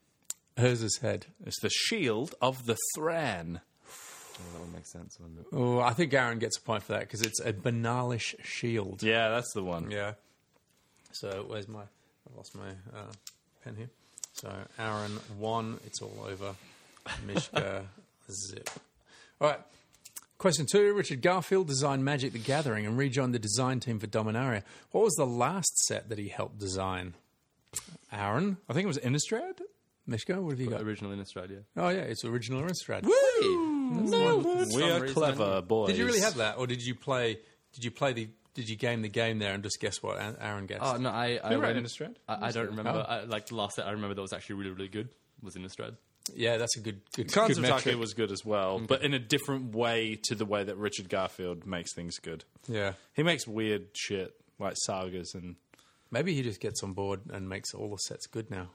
[SPEAKER 2] Hers is head.
[SPEAKER 3] It's the shield of the Thran.
[SPEAKER 4] Oh, that would make sense. Wouldn't it?
[SPEAKER 2] Oh, I think Aaron gets a point for that because it's a banalish shield.
[SPEAKER 3] Yeah, that's the one.
[SPEAKER 2] Yeah. So where's my? I've lost my uh, pen here. So Aaron one. It's all over. Mishka *laughs* zip. All right. Question two: Richard Garfield designed Magic: The Gathering and rejoined the design team for Dominaria. What was the last set that he helped design? Aaron,
[SPEAKER 3] I think it was Innistrad.
[SPEAKER 2] Mishka, what have you got?
[SPEAKER 4] Original in Australia.
[SPEAKER 2] Oh yeah, it's original Innistrad.
[SPEAKER 4] For
[SPEAKER 3] We
[SPEAKER 4] some
[SPEAKER 3] are
[SPEAKER 4] reason-
[SPEAKER 3] clever boys.
[SPEAKER 2] Did you really have that, or did you play? Did you play the? Did you game the game there and just guess what A- Aaron guessed?
[SPEAKER 4] Oh no, I I,
[SPEAKER 3] You wrote
[SPEAKER 4] went-
[SPEAKER 3] Innistrad?
[SPEAKER 4] I, I don't remember.
[SPEAKER 3] Oh.
[SPEAKER 4] I, like the last set, I remember that was actually really really good. Was Innistrad.
[SPEAKER 2] yeah, that's a good good,
[SPEAKER 3] Cards
[SPEAKER 2] good
[SPEAKER 3] of Taki
[SPEAKER 2] metric.
[SPEAKER 3] was good as well, but in a different way to the way that Richard Garfield makes things good.
[SPEAKER 2] Yeah.
[SPEAKER 3] He makes weird shit like sagas and
[SPEAKER 2] Maybe he just gets on board and makes all the sets good now.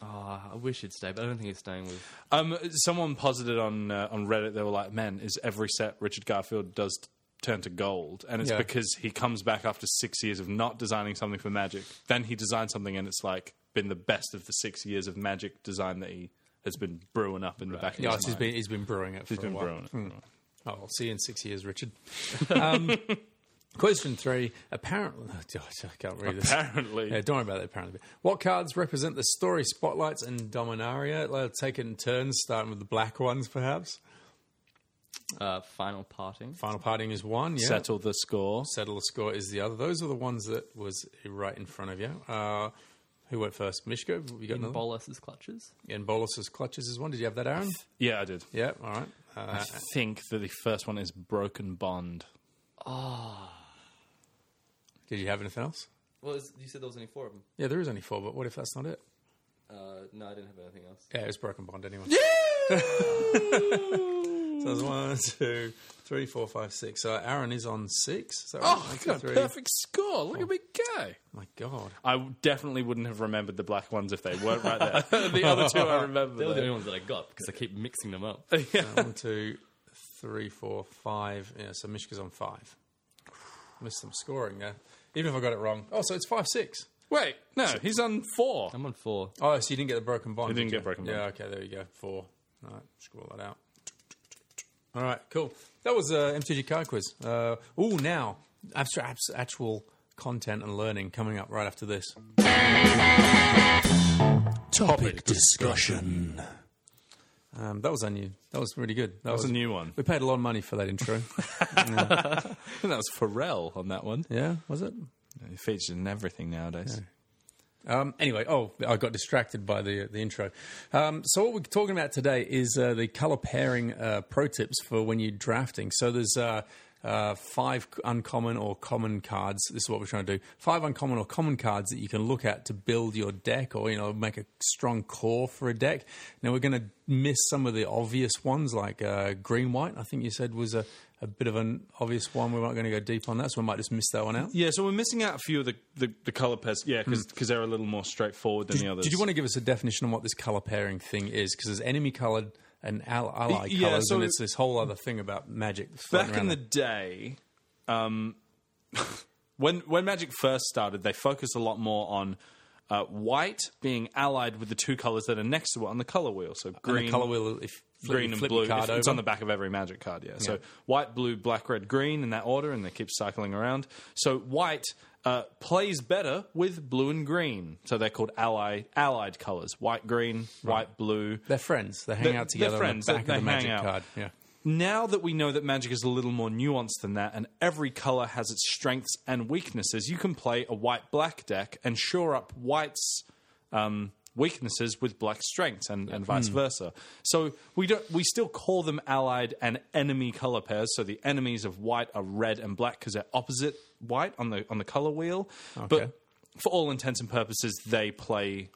[SPEAKER 4] Oh, I wish it'd stay, but I don't think it's staying with.
[SPEAKER 3] um, someone posited on uh, on Reddit they were like, "Man, is every set Richard Garfield does t- turn to gold?" And it's
[SPEAKER 2] Yeah.
[SPEAKER 3] because he comes back after six years of not designing something for Magic. Then he designs something, and it's like been the best of the six years of Magic design that he has been brewing up in the back of
[SPEAKER 2] Yeah,
[SPEAKER 3] his
[SPEAKER 2] he's
[SPEAKER 3] mind.
[SPEAKER 2] been he's been brewing it for
[SPEAKER 3] He's
[SPEAKER 2] a
[SPEAKER 3] been
[SPEAKER 2] while.
[SPEAKER 3] brewing. it.
[SPEAKER 2] Oh, I'll see you in six years, Richard. Um, *laughs* question three. Apparently, *laughs* oh, gosh, I can't read this.
[SPEAKER 3] Apparently.
[SPEAKER 2] Yeah, don't worry about that. Apparently, what cards represent the story spotlights in Dominaria? Let's take it in turns, starting with the black ones, perhaps.
[SPEAKER 4] Uh, final parting.
[SPEAKER 2] Final parting is one. Yeah.
[SPEAKER 3] Settle the score.
[SPEAKER 2] Settle the score is the other. Those are the ones that was right in front of you. Uh, who went first? Mishko, you got another?
[SPEAKER 4] Bolas's clutches.
[SPEAKER 2] And Bolus's clutches is one. Did you have that, Aaron?
[SPEAKER 3] Yeah, I did.
[SPEAKER 2] Yeah, all right.
[SPEAKER 3] I
[SPEAKER 2] Uh,
[SPEAKER 3] think that the first one is Broken Bond.
[SPEAKER 2] did you have anything else?
[SPEAKER 4] Ah. Well, is- you said there was only four of them.
[SPEAKER 2] Yeah, there is only four, but what if that's not it?
[SPEAKER 4] Uh, no, I didn't have anything else.
[SPEAKER 2] Yeah, it was Broken Bond anyway. so there's one, two, three, four, five, six. So Aaron is on six. So
[SPEAKER 3] *laughs* Oh, I
[SPEAKER 2] One,
[SPEAKER 3] got a
[SPEAKER 2] two, three.
[SPEAKER 3] perfect score. Look at me go.
[SPEAKER 2] My God.
[SPEAKER 3] I definitely wouldn't have remembered the black ones if they weren't right *laughs*
[SPEAKER 4] *laughs*
[SPEAKER 3] there. the other two I remember.
[SPEAKER 4] They were the
[SPEAKER 3] though.
[SPEAKER 4] only ones that I got because I keep mixing them up.
[SPEAKER 2] One, two, three, four, five. Yeah, so Mishka's on five. Missed some scoring there. Even if I got it wrong. Oh, so it's five six.
[SPEAKER 3] Wait, no, he's on four.
[SPEAKER 4] I'm on four.
[SPEAKER 2] Oh, so you didn't get the broken bond.
[SPEAKER 3] I didn't
[SPEAKER 2] did you?
[SPEAKER 3] get broken bond.
[SPEAKER 2] Yeah, okay, there you go. Four. All right, scroll that out. All right, cool. That was uh, MTG card quiz. Uh, ooh, now abstract, abs- actual content and learning coming up right after this.
[SPEAKER 1] Topic discussion.
[SPEAKER 2] Um, that was on you. That was really good. That,
[SPEAKER 3] was a new one.
[SPEAKER 2] We paid a lot of money for that
[SPEAKER 3] *laughs*
[SPEAKER 2] intro.
[SPEAKER 3] I think that was Pharrell on that one.
[SPEAKER 2] yeah, was it?
[SPEAKER 3] He featured in everything nowadays.
[SPEAKER 2] Um, anyway, oh, I got distracted by the the intro. Um, so what we're talking about today is uh, the color pairing uh, pro tips for when you're drafting. So there's uh, uh, five uncommon or common cards. This is what we're trying to do: five uncommon or common cards that you can look at to build your deck, or you know, make a strong core for a deck. Now we're going to miss some of the obvious ones, like uh, green white. I think you said was a a bit of an obvious one. We're not going to go deep on that, so we might just miss that one out.
[SPEAKER 3] Yeah, so we're missing out a few of the, the, the color pairs. Yeah, because they're a little more straightforward than the others.
[SPEAKER 2] Did you want to give us a definition on what this color pairing thing is? Because there's enemy colored and al- ally
[SPEAKER 3] Y- yeah,
[SPEAKER 2] colors,
[SPEAKER 3] so-
[SPEAKER 2] and it's this whole other thing about magic. floating
[SPEAKER 3] back
[SPEAKER 2] around.
[SPEAKER 3] in the day, um, *laughs* when when Magic first started, they focused a lot more on uh, white being allied with the two colors that are next to it on the color wheel. So
[SPEAKER 2] And the
[SPEAKER 3] green,
[SPEAKER 2] color wheel, if flip,
[SPEAKER 3] green
[SPEAKER 2] you
[SPEAKER 3] and
[SPEAKER 2] flip
[SPEAKER 3] blue.
[SPEAKER 2] your card
[SPEAKER 3] If- It's
[SPEAKER 2] over.
[SPEAKER 3] on the back of every Magic card. Yeah. So white, blue, black, red, green in that order, and they keep cycling around. So white. Uh, plays better with blue and green, so they're called ally allied colors: white, green, white, blue.
[SPEAKER 2] They're friends. They hang
[SPEAKER 3] They're-
[SPEAKER 2] out
[SPEAKER 3] they're
[SPEAKER 2] together
[SPEAKER 3] friends.
[SPEAKER 2] on the back
[SPEAKER 3] They-
[SPEAKER 2] of the
[SPEAKER 3] they hang
[SPEAKER 2] magic
[SPEAKER 3] out.
[SPEAKER 2] card. Yeah.
[SPEAKER 3] Now that we know that magic is a little more nuanced than that, and every color has its strengths and weaknesses, you can play a white black deck and shore up white's um, weaknesses with black strengths, and, and
[SPEAKER 2] Hmm.
[SPEAKER 3] vice versa. So we don't we still call them allied and enemy color pairs. So the enemies of white are red and black because they're opposite white on the on the color wheel.
[SPEAKER 2] Okay.
[SPEAKER 3] But for all intents and purposes, they play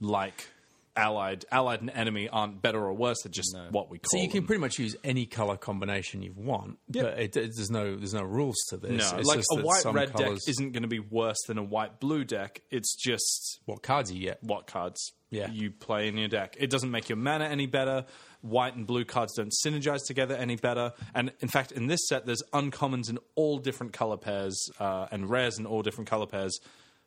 [SPEAKER 3] like. Allied, allied, and enemy aren't better or worse. They're just what we call.
[SPEAKER 2] So you
[SPEAKER 3] them.
[SPEAKER 2] can pretty much use any color combination you want, but it, it- there's no there's no rules to
[SPEAKER 3] No,
[SPEAKER 2] this. It's
[SPEAKER 3] like
[SPEAKER 2] just
[SPEAKER 3] a
[SPEAKER 2] that
[SPEAKER 3] white
[SPEAKER 2] some
[SPEAKER 3] red
[SPEAKER 2] colors,
[SPEAKER 3] deck isn't going to be worse than a white blue deck. It's just
[SPEAKER 2] what cards you get.
[SPEAKER 3] what cards
[SPEAKER 2] Yeah.
[SPEAKER 3] you play in your deck. It doesn't make your mana any better. White and blue cards don't synergize together any better. And in fact, in this set, there's uncommons in all different color pairs uh, and rares in all different color pairs,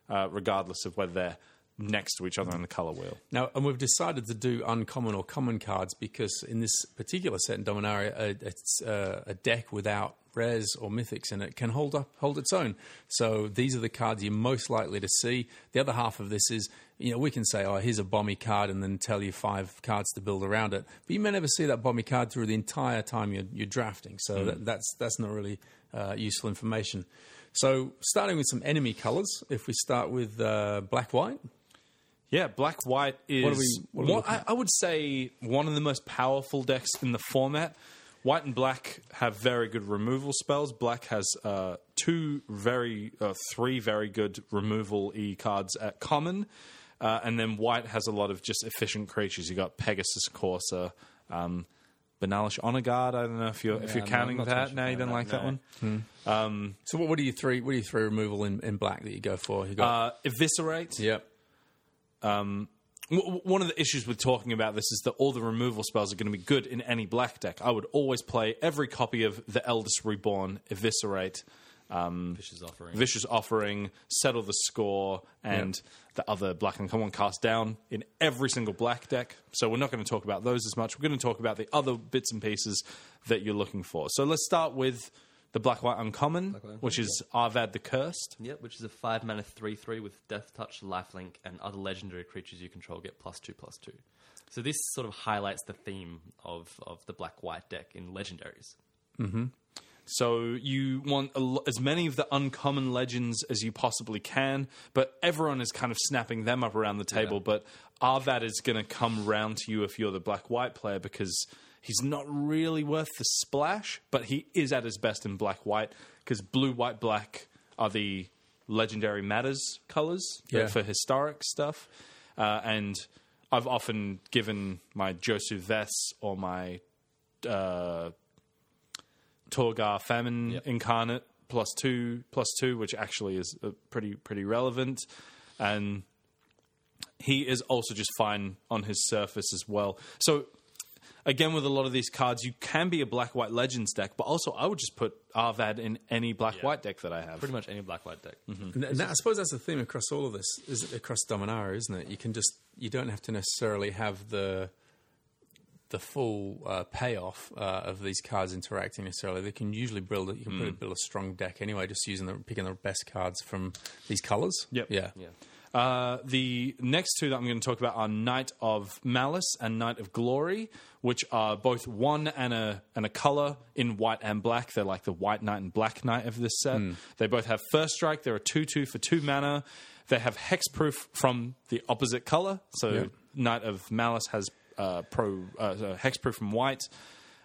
[SPEAKER 3] uh, regardless of whether they're next to each other on the color wheel.
[SPEAKER 2] Now, and we've decided to do uncommon or common cards because in this particular set in Dominaria, a, it's, uh, a deck without rares or mythics in it can hold up hold its own. So these are the cards you're most likely to see. The other half of this is, you know, we can say, oh, here's a bomby card, and then tell you five cards to build around it, but you may never see that bomby card through the entire time you're, you're drafting. So that, that's that's not really uh, useful information. So starting with some enemy colors, if we start with uh, black white.
[SPEAKER 3] Yeah, black white is.
[SPEAKER 2] What are we- what are we
[SPEAKER 3] one-
[SPEAKER 2] looking
[SPEAKER 3] I, I would say one of the most powerful decks in the format. White and black have very good removal spells. Black has uh, two very, uh, three very good removal e cards at common, uh, and then white has a lot of just efficient creatures. You got Pegasus Courser, um, Banalish Honor Guard. I don't know if you're if you're
[SPEAKER 4] I'm not-
[SPEAKER 3] counting
[SPEAKER 4] not too much
[SPEAKER 3] that.
[SPEAKER 4] of
[SPEAKER 3] No,
[SPEAKER 4] a
[SPEAKER 3] you
[SPEAKER 4] fan of
[SPEAKER 3] don't
[SPEAKER 4] that,
[SPEAKER 3] like that
[SPEAKER 4] no.
[SPEAKER 3] one.
[SPEAKER 2] So what, what are your three? What are your three removal in, in black that you go for? You got
[SPEAKER 3] Uh, eviscerate.
[SPEAKER 2] yep.
[SPEAKER 3] W- w- One of the issues with talking about this is that all the removal spells are going to be good in any black deck. I would always play every copy of The Eldest Reborn, Eviscerate,
[SPEAKER 4] Fish's offering.
[SPEAKER 3] Vicious Offering, Settle the Score, and the other black and common cast down in every single black deck. So we're not going to talk about those as much. We're going to talk about the other bits and pieces that you're looking for. So let's start with the black white uncommon, which is Arvad the Cursed.
[SPEAKER 4] Yep, which is a five mana three three with Death Touch, Lifelink, and other legendary creatures you control get plus two plus two. So this sort of highlights the theme of, of the black white deck in legendaries.
[SPEAKER 3] So you want a lo- as many of the uncommon legends as you possibly can, but everyone is kind of snapping them up around the table. But Arvad is going to come round to you if you're the black white player because he's not really worth the splash, but he is at his best in black white because blue, white, black are the legendary matters colors
[SPEAKER 2] Yeah.
[SPEAKER 3] for historic stuff. Uh, and I've often given my Josu Vess or my uh, Torgar Famine incarnate plus two plus two, which actually is uh, pretty pretty relevant, and he is also just fine on his surface as well. So again, with a lot of these cards, you can be a black white legends deck, but also I would just put Arvad in any black white deck that I have.
[SPEAKER 4] Pretty much any black white deck.
[SPEAKER 2] And th- I suppose that's the theme across all of this, is across Dominara, isn't it? You can just you don't have to necessarily have the the full uh, payoff uh, of these cards interacting necessarily. They can usually build it. You can probably build a strong deck anyway, just using the picking the best cards from these colors.
[SPEAKER 3] Yep.
[SPEAKER 2] Yeah.
[SPEAKER 4] Yeah.
[SPEAKER 3] Uh, the next two that I'm going to talk about are Knight of Malice and Knight of Glory, which are both one and a and a color in white and black. They're like the white knight and black knight of this set. They both have first strike. They're a two two for two mana. They have hexproof from the opposite color. So Knight of Malice has uh, pro uh, uh, hexproof from white.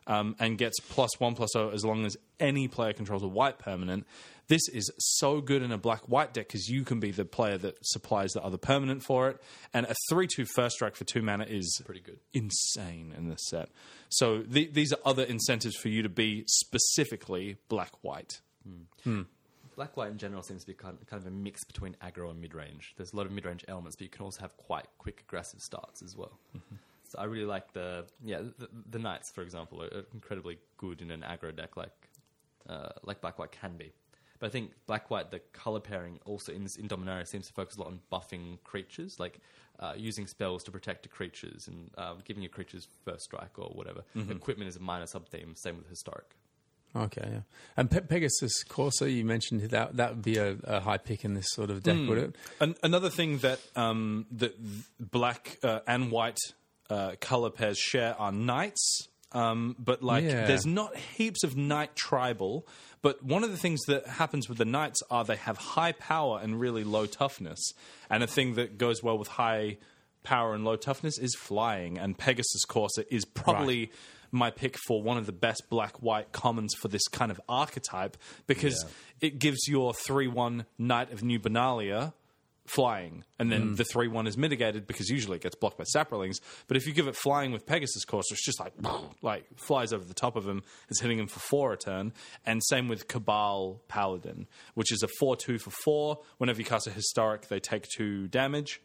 [SPEAKER 3] Um, and gets plus one plus zero as long as any player controls a white permanent. This is so good in a black white deck because you can be the player that supplies the other permanent for it. And a 3 2 first strike for two mana is pretty
[SPEAKER 4] good.
[SPEAKER 3] insane in this set. So th- these are other incentives for you to be specifically black white.
[SPEAKER 4] Black white in general seems to be kind of, kind of a mix between aggro and mid range. There's a lot of mid range elements, but you can also have quite quick aggressive starts as well. So I really like the yeah the, the knights for example are incredibly good in an aggro deck like uh, like black white can be. But I think black white the color pairing also in, in Dominaria seems to focus a lot on buffing creatures like uh, using spells to protect your creatures and uh, giving your creatures first strike or whatever. Equipment is a minor sub theme. Same with historic.
[SPEAKER 2] Okay. Yeah. And Pe- Pegasus Corsa, you mentioned that that would be a, a high pick in this sort of deck, would it?
[SPEAKER 3] An- another thing that um, that th- black uh, and white uh, color pairs share are knights. Um, but like,
[SPEAKER 2] Yeah.
[SPEAKER 3] there's not heaps of knight tribal. But one of the things that happens with the knights are they have high power and really low toughness. And a thing that goes well with high power and low toughness is flying. And Pegasus Corsa is probably my pick for one of the best black white commons for this kind of archetype because it gives your 3 1 Knight of New Benalia flying and then the 3 1 is mitigated because usually it gets blocked by saplings but if you give it flying with pegasus course it's just like *laughs* like flies over the top of him it's hitting him for 4 a turn and same with cabal paladin which is a 4 2 for 4 whenever you cast a historic they take 2 damage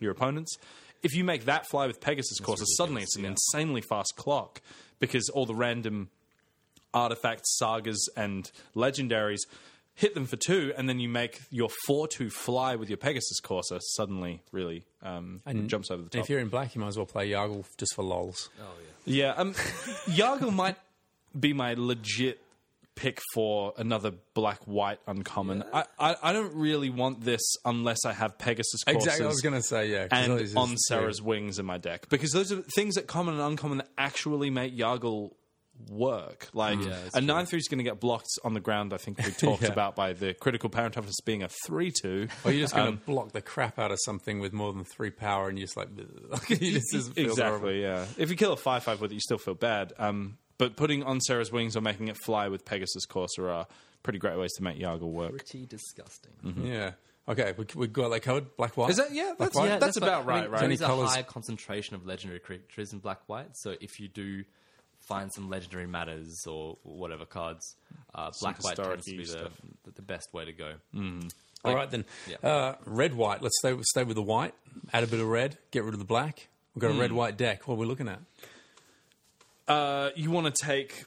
[SPEAKER 3] your opponents. If you make that fly with Pegasus courses, suddenly it's an insanely fast clock because all the random artifacts, sagas, and legendaries hit them for two, and then you make your four two fly with your Pegasus courser suddenly really um, jumps over the
[SPEAKER 2] And
[SPEAKER 3] top.
[SPEAKER 2] if you're in black, you might as well play Yargle just for lols.
[SPEAKER 3] Yeah, um, Yargle might be my legit pick for another black white uncommon. I, I I don't really want this unless I have Pegasus courses.
[SPEAKER 2] Exactly, I was going to say yeah. 'cause those is-
[SPEAKER 3] and on
[SPEAKER 2] yeah.
[SPEAKER 3] Sarah's wings in my deck because those are things that common and uncommon that actually make Yargle work. Like a nine three is going to get blocked on the ground. I think
[SPEAKER 2] *laughs*
[SPEAKER 3] we talked
[SPEAKER 2] Yeah. Oh,
[SPEAKER 3] about by the critical parent toughness being a three two.
[SPEAKER 2] Or
[SPEAKER 3] *laughs*
[SPEAKER 2] you're just going to
[SPEAKER 3] Um,
[SPEAKER 2] block the crap out of something with more than three power, and you're just like, *laughs* this is
[SPEAKER 3] exactly, yeah. If you kill a five five with it, you still feel bad. Um, but putting on Sarah's wings or making it fly with Pegasus Courser are pretty great ways to make Yargle work.
[SPEAKER 4] Pretty disgusting.
[SPEAKER 2] Yeah. Okay, we, we got that covered. Black white.
[SPEAKER 3] Is that yeah? That's
[SPEAKER 2] white?
[SPEAKER 3] that's, about
[SPEAKER 4] I
[SPEAKER 3] right,
[SPEAKER 4] mean,
[SPEAKER 3] right?
[SPEAKER 4] There's a
[SPEAKER 2] colours-
[SPEAKER 4] high concentration of legendary creatures in black white, so if you do find some legendary matters or whatever cards, uh, black white tends to be the,
[SPEAKER 3] historic-y
[SPEAKER 4] the, the best way to go.
[SPEAKER 2] All right then.
[SPEAKER 4] Yeah.
[SPEAKER 2] Uh, red white. Let's stay stay with the white. Add a bit of red. Get rid of the black. We've
[SPEAKER 3] Hmm.
[SPEAKER 2] got a red white deck. What are we looking at?
[SPEAKER 3] Uh, you want to take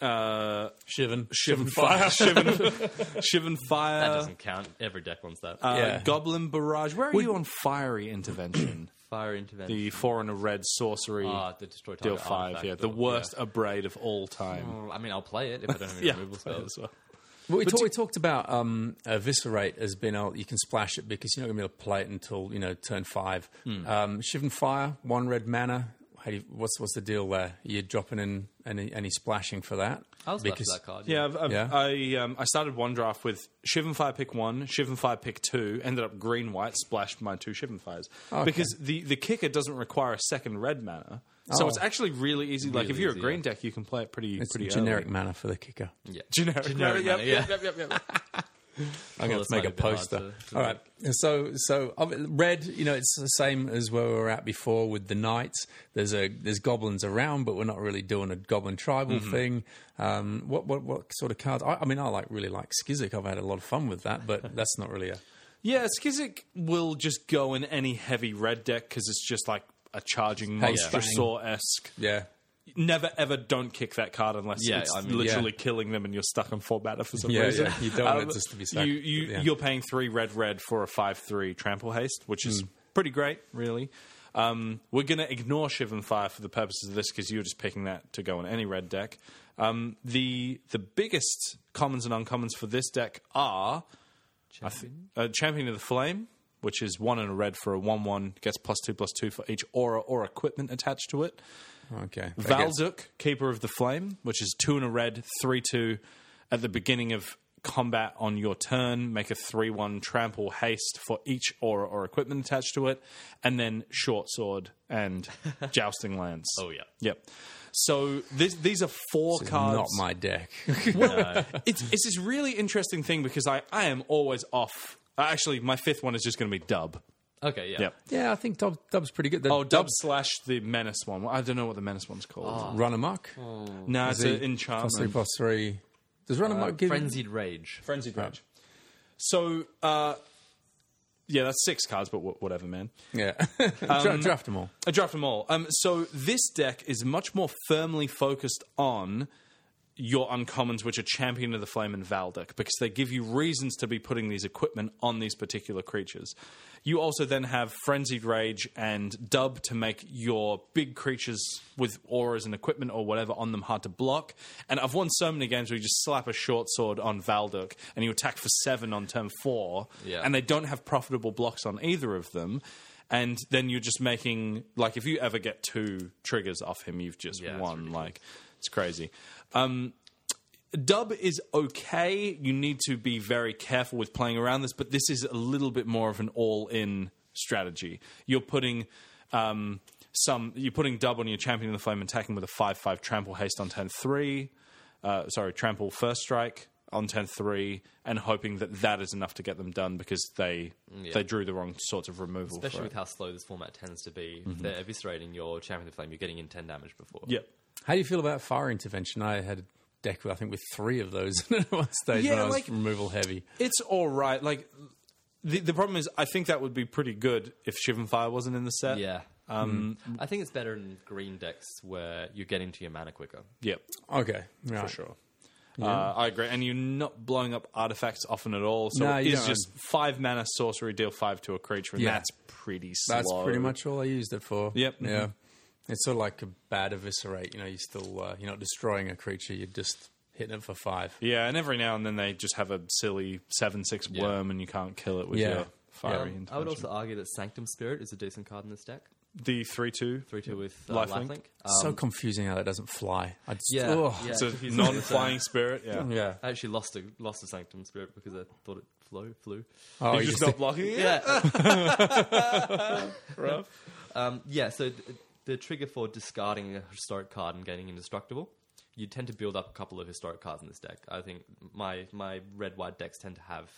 [SPEAKER 3] uh,
[SPEAKER 2] Shivan.
[SPEAKER 3] Shivan *laughs* Fire,
[SPEAKER 2] *laughs*
[SPEAKER 3] Shivan, Shivan Fire.
[SPEAKER 4] That doesn't count. Every deck wants that.
[SPEAKER 3] Uh,
[SPEAKER 2] Yeah.
[SPEAKER 3] Goblin Barrage. Where are you on Fiery Intervention?
[SPEAKER 4] Fire intervention.
[SPEAKER 3] the four and a red sorcery.
[SPEAKER 4] Ah, the destroy target
[SPEAKER 3] deal five,
[SPEAKER 4] artifact
[SPEAKER 3] yeah. The
[SPEAKER 4] or- Oh,
[SPEAKER 3] worst abrade of all time.
[SPEAKER 4] Well, I mean, I'll play it if I don't have
[SPEAKER 3] *laughs*
[SPEAKER 4] any
[SPEAKER 3] Yeah.
[SPEAKER 4] removal spells.
[SPEAKER 2] Well, we, talk, we talked about um, eviscerate as being able, you can splash it because you're not going to be able to play it until you know turn five.
[SPEAKER 4] Hmm.
[SPEAKER 2] Um, Shivan fire, one red mana. How do you, what's what's the deal there? You're dropping in any any splashing for that?
[SPEAKER 4] I'll smash
[SPEAKER 2] Because-
[SPEAKER 4] that card.
[SPEAKER 3] Yeah, I've, I've,
[SPEAKER 2] Yeah.
[SPEAKER 3] I um, I started one draft with Shivan Fire pick one, Shivan Fire pick two, ended up green white, splashed my two Shivan Fires.
[SPEAKER 4] Oh,
[SPEAKER 3] Because the, the kicker doesn't require a second red mana. So
[SPEAKER 2] Oh.
[SPEAKER 3] it's actually really easy. like if
[SPEAKER 4] Really
[SPEAKER 3] you're
[SPEAKER 4] easy,
[SPEAKER 3] a green deck, you can play it pretty
[SPEAKER 2] It's
[SPEAKER 3] pretty
[SPEAKER 2] generic
[SPEAKER 3] early.
[SPEAKER 2] mana for the kicker.
[SPEAKER 4] Yeah.
[SPEAKER 3] *laughs* Generic, mana,
[SPEAKER 4] Generic mana,
[SPEAKER 3] yep,
[SPEAKER 4] yeah.
[SPEAKER 3] yep, yep,
[SPEAKER 4] *laughs*
[SPEAKER 3] yep, yep.
[SPEAKER 2] I'm going
[SPEAKER 4] that's
[SPEAKER 2] to make a
[SPEAKER 4] might be a bit
[SPEAKER 2] poster.
[SPEAKER 4] hard to- to
[SPEAKER 2] All right. So, so of it- red. You know, it's the same as where we were at before with the knights. There's a there's goblins around, but we're not really doing a goblin tribal
[SPEAKER 3] Mm-hmm.
[SPEAKER 2] thing. Um, what what what sort of cards? I, I mean, I like really like Skizik. I've had a lot of fun with that, but
[SPEAKER 3] *laughs*
[SPEAKER 2] that's not really a.
[SPEAKER 3] Yeah, Skizik will just go in any heavy red deck because it's just like a charging
[SPEAKER 2] Hey,
[SPEAKER 3] monster
[SPEAKER 2] bang.
[SPEAKER 3] saw esque.
[SPEAKER 2] Yeah.
[SPEAKER 3] never ever don't kick that card unless
[SPEAKER 4] Yeah,
[SPEAKER 3] it's
[SPEAKER 4] I mean,
[SPEAKER 3] literally killing them and you're stuck on four mana for some
[SPEAKER 2] Yeah,
[SPEAKER 3] reason. Um,
[SPEAKER 2] yeah. You don't want it just to be stuck.
[SPEAKER 3] You, you,
[SPEAKER 2] Yeah.
[SPEAKER 3] You're paying three red red for a five three trample haste, which
[SPEAKER 2] Hmm.
[SPEAKER 3] is pretty great, really. Um, we're going to ignore Shiv and Fire for the purposes of this because you're just picking that to go on any red deck. Um, the the biggest commons and uncommons for this deck are I th- uh, Champion of the Flame, which is one and a red for a one-one, gets plus two plus two for each aura or equipment attached to it.
[SPEAKER 2] Okay. That gets-
[SPEAKER 3] Valduk, Keeper of the Flame, which is two and a red, three two. At the beginning of combat on your turn, make a three one trample haste for each aura or equipment attached to it, and then short sword and jousting lance.
[SPEAKER 4] Oh, yeah.
[SPEAKER 3] yep. So this, these are four cards.
[SPEAKER 2] Not my deck. *laughs*
[SPEAKER 3] it's it's this really interesting thing because I I am always off. Uh, Actually, my fifth one is just going to be Dub.
[SPEAKER 4] Okay, yeah.
[SPEAKER 3] Yep.
[SPEAKER 2] yeah, I think Dub, Oh. Dub's pretty good. The
[SPEAKER 3] Oh, Dub slash the Menace one. I don't know what the Menace one's called.
[SPEAKER 2] Run amok.
[SPEAKER 3] no, it's an
[SPEAKER 2] Plus three
[SPEAKER 3] enchantment. Uh,
[SPEAKER 2] plus three. Does run amok give?
[SPEAKER 4] Frenzied Rage.
[SPEAKER 3] Frenzied Rage. So, uh, yeah, that's six cards, but wh- whatever, man.
[SPEAKER 2] Yeah. *laughs*
[SPEAKER 3] Um,
[SPEAKER 2] Dra- draft them all.
[SPEAKER 3] I draft them all. Um, so this deck is much more firmly focused on your uncommons, which are Champion of the Flame and Valdek, because they give you reasons to be putting these equipment on these particular creatures. You also then have Frenzied Rage and Dub to make your big creatures with auras and equipment or whatever on them hard to block. And I've won so many games where you just slap a short sword on Valduk and you attack for seven on turn four,
[SPEAKER 4] Yeah.
[SPEAKER 3] and they don't have profitable blocks on either of them. And then you're just making like if you ever get two triggers off him, you've just
[SPEAKER 4] Yeah, it's
[SPEAKER 3] won. Like it's crazy. Um, Dub is okay. You need to be very careful with playing around this, but this is a little bit more of an all-in strategy. You're putting um, some. You're putting Dub on your Champion of the Flame, attacking with a five-five trample haste on turn three. Uh, sorry, trample first strike on turn three, and hoping that that is enough to get them done because they they drew the wrong sorts of removal. for
[SPEAKER 4] Especially
[SPEAKER 3] it.
[SPEAKER 4] with how slow this format tends to be. If they're eviscerating your Champion of the Flame, you're getting in 10 damage before.
[SPEAKER 3] Yep.
[SPEAKER 2] How do you feel about fire intervention? I had a deck, with, I think, with three of those *laughs* at one stage
[SPEAKER 3] Yeah,
[SPEAKER 2] when I was
[SPEAKER 3] like-
[SPEAKER 2] removal heavy.
[SPEAKER 3] It's all right. Like the the problem is, I think that would be pretty good if Shivan Fire wasn't in the set.
[SPEAKER 4] Yeah. Um, I think it's better in green decks where you get into your mana quicker.
[SPEAKER 3] Yep.
[SPEAKER 2] Okay, right.
[SPEAKER 3] For sure. Uh, I agree, and you're not blowing up artifacts often at all. So
[SPEAKER 2] No,
[SPEAKER 3] it
[SPEAKER 2] you
[SPEAKER 3] is
[SPEAKER 2] don't.
[SPEAKER 3] just five mana sorcery, deal five to a creature, and
[SPEAKER 2] Yeah.
[SPEAKER 3] that's pretty slow.
[SPEAKER 2] That's pretty much all I used it for.
[SPEAKER 3] Yep.
[SPEAKER 2] Yeah. It's sort of like a bad eviscerate. You know, you still uh, you're not destroying a creature. You're just hitting it for five.
[SPEAKER 3] Yeah, and every now and then they just have a silly seven six worm, and you can't kill it with
[SPEAKER 2] Yeah.
[SPEAKER 3] your fiery.
[SPEAKER 4] Um, I would
[SPEAKER 3] intervention.
[SPEAKER 4] also argue that Sanctum Spirit is a decent card in this deck.
[SPEAKER 3] the three two.
[SPEAKER 4] 3 2 with uh,
[SPEAKER 3] Lifelink.
[SPEAKER 4] Lifelink.
[SPEAKER 2] so
[SPEAKER 4] Um,
[SPEAKER 2] confusing how that doesn't fly. I just,
[SPEAKER 4] yeah,
[SPEAKER 2] ugh.
[SPEAKER 4] yeah.
[SPEAKER 3] It's a
[SPEAKER 4] confusing.
[SPEAKER 3] non flying spirit. Yeah.
[SPEAKER 2] yeah.
[SPEAKER 4] I actually lost a lost a Sanctum Spirit because I thought it flew flew.
[SPEAKER 2] Oh,
[SPEAKER 3] You're
[SPEAKER 2] you
[SPEAKER 3] just
[SPEAKER 2] see-
[SPEAKER 3] not *laughs* blocking it.
[SPEAKER 4] Yeah,
[SPEAKER 3] Rough.
[SPEAKER 4] um, yeah. So th- the trigger for discarding a historic card and getting indestructible, you tend to build up a couple of historic cards in this deck. I think my my red white decks tend to have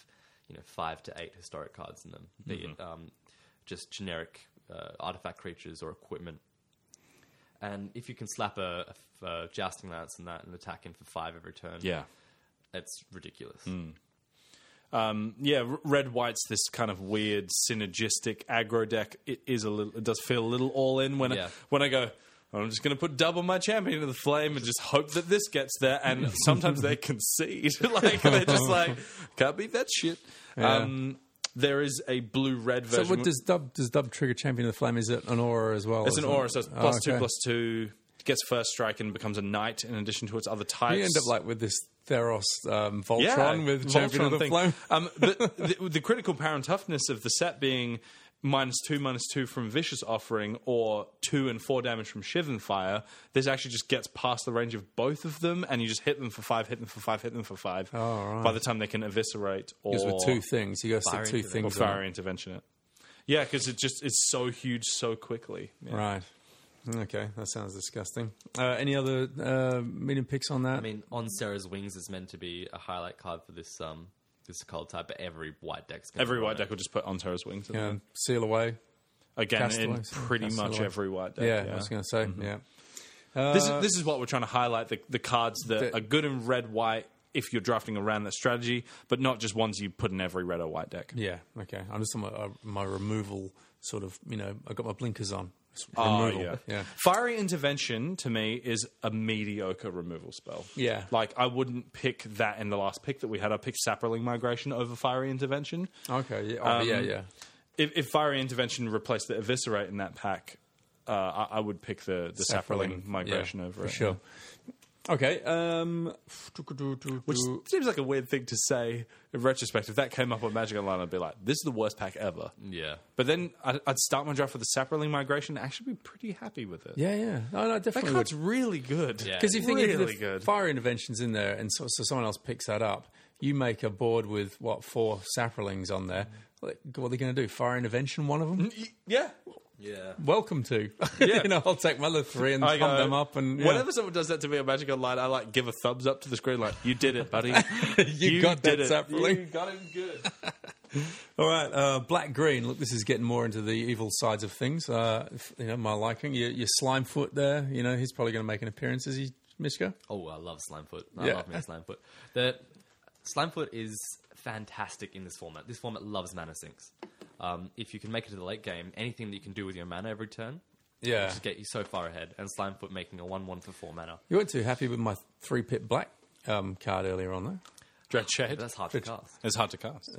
[SPEAKER 4] you know five to eight historic cards in them, be
[SPEAKER 3] Mm-hmm.
[SPEAKER 4] it um, just generic uh, artifact creatures or equipment. And if you can slap a, a f- a jousting lance and that and attack in for five every turn,
[SPEAKER 3] Yeah. Mm.
[SPEAKER 4] it's ridiculous.
[SPEAKER 3] yeah, r- red white's this kind of weird synergistic aggro deck. It is a little, it does feel a little all in when I,
[SPEAKER 4] Yeah.
[SPEAKER 3] when I go. I'm just going to put double my champion of the flame and just hope that this gets there.
[SPEAKER 2] *laughs*
[SPEAKER 3] And sometimes they concede, *laughs* like they're just like, can't beat that shit. Um, there is a blue red
[SPEAKER 2] So
[SPEAKER 3] version.
[SPEAKER 2] what does dub does dub trigger champion of the flame? Is it an aura as well?
[SPEAKER 3] it's an
[SPEAKER 2] isn't
[SPEAKER 3] aura,
[SPEAKER 2] it?
[SPEAKER 3] so it's
[SPEAKER 2] Oh,
[SPEAKER 3] plus two,
[SPEAKER 2] okay.
[SPEAKER 3] plus two. Gets first strike and becomes a knight in addition to its other types.
[SPEAKER 2] You end up like with this Theros um, Voltron with champion of the
[SPEAKER 3] Voltron thing.
[SPEAKER 2] flame. *laughs*
[SPEAKER 3] Um, but the, the critical power and toughness of the set being minus two, minus two from Vicious Offering, or two and four damage from Shivan Fire. This actually just gets past the range of both of them, and you just hit them for five, hit them for five, hit them for five.
[SPEAKER 2] Oh,
[SPEAKER 3] By the time they can eviscerate or
[SPEAKER 2] Because with two things, you got to
[SPEAKER 4] Fire
[SPEAKER 2] stick two
[SPEAKER 4] into the-
[SPEAKER 2] things. on it.
[SPEAKER 3] fire intervention it. Yeah, because it just it's so huge so quickly. Yeah.
[SPEAKER 2] Right. Okay, that sounds disgusting. Uh, any other uh, medium picks on that?
[SPEAKER 4] I mean, on Sarah's wings is meant to be a highlight card for this um this card type, but every white deck's gonna
[SPEAKER 3] Every
[SPEAKER 4] run
[SPEAKER 3] white
[SPEAKER 4] it.
[SPEAKER 3] deck will just put on Terra's wings.
[SPEAKER 2] yeah, seal away.
[SPEAKER 3] Again, in
[SPEAKER 2] Castaways.
[SPEAKER 3] pretty much
[SPEAKER 2] Castaways.
[SPEAKER 3] every white deck.
[SPEAKER 2] yeah, I was going to say.
[SPEAKER 3] Mm-hmm.
[SPEAKER 2] Yeah.
[SPEAKER 3] this is this is what we're trying to highlight the the cards that
[SPEAKER 2] the-
[SPEAKER 3] are good in red white if you're drafting around that strategy, but not just ones you put in every red or white deck.
[SPEAKER 2] Yeah. Okay. I'm just on my, uh, my removal sort of. You know, I got my blinkers on.
[SPEAKER 3] Oh,
[SPEAKER 2] removal.
[SPEAKER 3] yeah.
[SPEAKER 2] Yeah.
[SPEAKER 3] Fiery Intervention to me is a mediocre removal spell.
[SPEAKER 2] Yeah.
[SPEAKER 3] Like, I wouldn't pick that in the last pick that we had. I picked Sapperling Migration over Fiery Intervention.
[SPEAKER 2] Okay. Yeah. oh, yeah.
[SPEAKER 3] Um,
[SPEAKER 2] Yeah.
[SPEAKER 3] If, if Fiery Intervention replaced the Eviscerate in that pack, uh, I, I would pick the, the Sapperling,
[SPEAKER 2] Yeah,
[SPEAKER 3] Migration over
[SPEAKER 2] for
[SPEAKER 3] it.
[SPEAKER 2] sure. Okay. Um, *sniffs*
[SPEAKER 3] Which seems like a weird thing to say in retrospect. If that came up on Magic Online, I'd be like, this is the worst pack ever.
[SPEAKER 4] Yeah.
[SPEAKER 3] But then I'd, I'd start my draft with the Sapperling Migration and actually be pretty happy with it.
[SPEAKER 2] yeah, yeah. No, no,
[SPEAKER 3] That
[SPEAKER 2] definitely. would.
[SPEAKER 3] card's really good.
[SPEAKER 4] Yeah.
[SPEAKER 2] Because if you think
[SPEAKER 3] really
[SPEAKER 2] if the
[SPEAKER 3] good.
[SPEAKER 2] fire intervention's in there, and so, so someone else picks that up, you make a board with what four saplings on there. Like, What are they going to do? Fire intervention, one of them.
[SPEAKER 3] yeah.
[SPEAKER 4] Yeah.
[SPEAKER 2] Welcome to. *laughs*
[SPEAKER 3] Yeah.
[SPEAKER 2] you know, I'll take my other three and
[SPEAKER 3] I
[SPEAKER 2] pump
[SPEAKER 3] go-
[SPEAKER 2] them up, and yeah.
[SPEAKER 3] whenever someone does that to me on Magic Online, I like give a thumbs up to the screen, like you did it, buddy.
[SPEAKER 2] *laughs* You got that sapling.
[SPEAKER 3] You got him
[SPEAKER 2] *laughs*
[SPEAKER 3] good.
[SPEAKER 2] All right, uh, black green. Look, this is getting more into the evil sides of things. Uh, if- you know, my liking. Your, your slime foot there. You know, he's probably going to make an appearance. Is he, Mishka?
[SPEAKER 4] Oh, I love Slimefoot. I
[SPEAKER 2] Yeah.
[SPEAKER 4] love me a Slimefoot. The Slimefoot is fantastic in this format. This format loves mana sinks. Um, if you can make it to the late game, anything that you can do with your mana every turn
[SPEAKER 2] Yeah.
[SPEAKER 4] will just get you so far ahead. And Slimefoot making a one-one for four mana.
[SPEAKER 2] You weren't too happy with my three pit black um, card earlier on, though.
[SPEAKER 3] Dread shade.
[SPEAKER 4] But that's hard to cast.
[SPEAKER 3] It's hard to cast.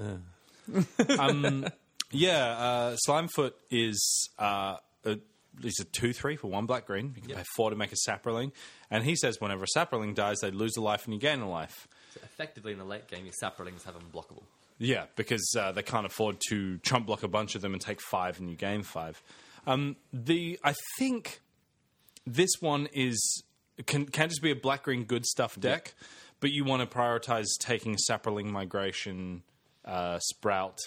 [SPEAKER 3] *laughs* um, yeah, uh, Slimefoot is uh, a, he's a two three for one black green. You can pay four to make a Sapperling, and he says whenever a Sapperling dies, they lose a life and you gain a life.
[SPEAKER 4] So effectively, in the late game, your Saprolings have unblockable.
[SPEAKER 3] Yeah, because uh, they can't afford to chump block a bunch of them and take five and you gain five. Um, the I think this one is can can just be a black green good stuff deck, but you want to prioritize taking Sapperling Migration, uh, Sprout,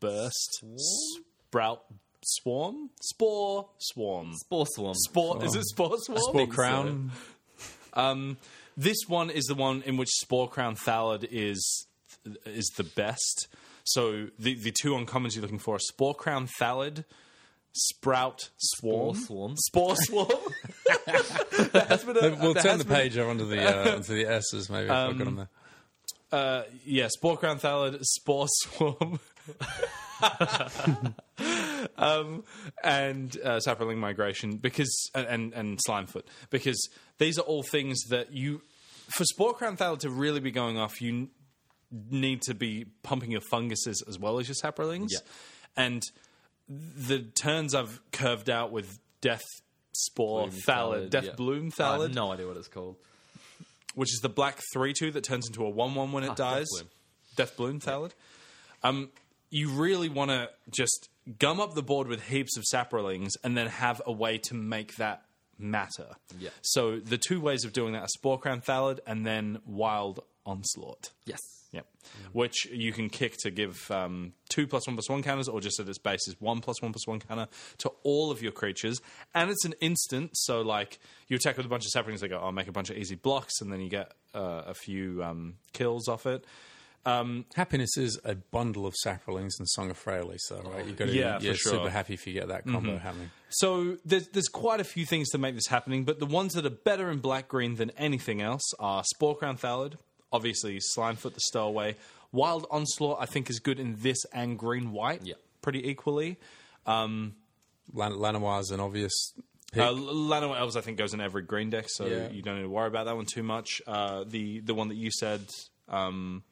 [SPEAKER 3] Burst, Sprout, Swarm, Spore, Swarm,
[SPEAKER 4] Spore Swarm.
[SPEAKER 3] Spore. Is it Spore Swarm?
[SPEAKER 2] Spore crown.
[SPEAKER 3] Um, this one is the one in which Spore Crown Thalid is is the best. So the the two uncommons you're looking for are Spore Crown Thalid, Sprout Swarm,
[SPEAKER 4] Swarm.
[SPEAKER 3] Spore Swarm. There has been a-
[SPEAKER 2] We'll
[SPEAKER 3] there
[SPEAKER 2] turn
[SPEAKER 3] has
[SPEAKER 2] the
[SPEAKER 3] been a-
[SPEAKER 2] page over onto the uh, onto the S's maybe. if I've got
[SPEAKER 3] Um,
[SPEAKER 2] 'em there.
[SPEAKER 3] Uh, yeah, Spore Crown Thalid, Spore Swarm. um, and uh, Sapperling Migration because and and Slimefoot because these are all things that you for Spore Crown Thalid to really be going off you n- need to be pumping your funguses as well as your Sapperlings
[SPEAKER 4] Yeah.
[SPEAKER 3] and the turns I've curved out with Death Spore
[SPEAKER 4] Bloom
[SPEAKER 3] Thalid, Death
[SPEAKER 4] yeah.
[SPEAKER 3] Bloom
[SPEAKER 4] I
[SPEAKER 3] Thalid
[SPEAKER 4] have no idea what it's called.
[SPEAKER 3] which is the black 3 2 that turns into a 1 1 when it dies.
[SPEAKER 4] Ah, Death Bloom.
[SPEAKER 3] Death Bloom, Thalid. Um, you really want to just gum up the board with heaps of saprolings and then have a way to make that matter.
[SPEAKER 4] Yeah.
[SPEAKER 3] So the two ways of doing that are Spore Crown Thalid and then Wild Onslaught.
[SPEAKER 4] Yes.
[SPEAKER 3] Yep. Which you can kick to give um, two plus one plus one counters, or just at its base is one plus one plus one counter to all of your creatures. And it's an instant, so like you attack with a bunch of saplings, they go, I'll make a bunch of easy blocks, and then you get uh, a few um, kills off it.
[SPEAKER 2] Happiness is a bundle of saplings and song of frailty, so right, you've got to
[SPEAKER 3] Yeah, for
[SPEAKER 2] you're
[SPEAKER 3] sure. Mm-hmm.
[SPEAKER 2] super happy if you get that combo happening.
[SPEAKER 3] So there's there's quite a few things to make this happening, but the ones that are better in black green than anything else are Spore Crown Thalid, obviously Slimefoot the Stowaway, Wild Onslaught. I think is good in this and green white,
[SPEAKER 4] Yeah.
[SPEAKER 3] pretty equally.
[SPEAKER 2] Lan- Lanoir's an obvious pick.
[SPEAKER 3] Uh, Lano Elves, I think, goes in every green deck, so
[SPEAKER 2] Yeah.
[SPEAKER 3] you don't need to worry about that one too much. Uh, the the one that you said, um,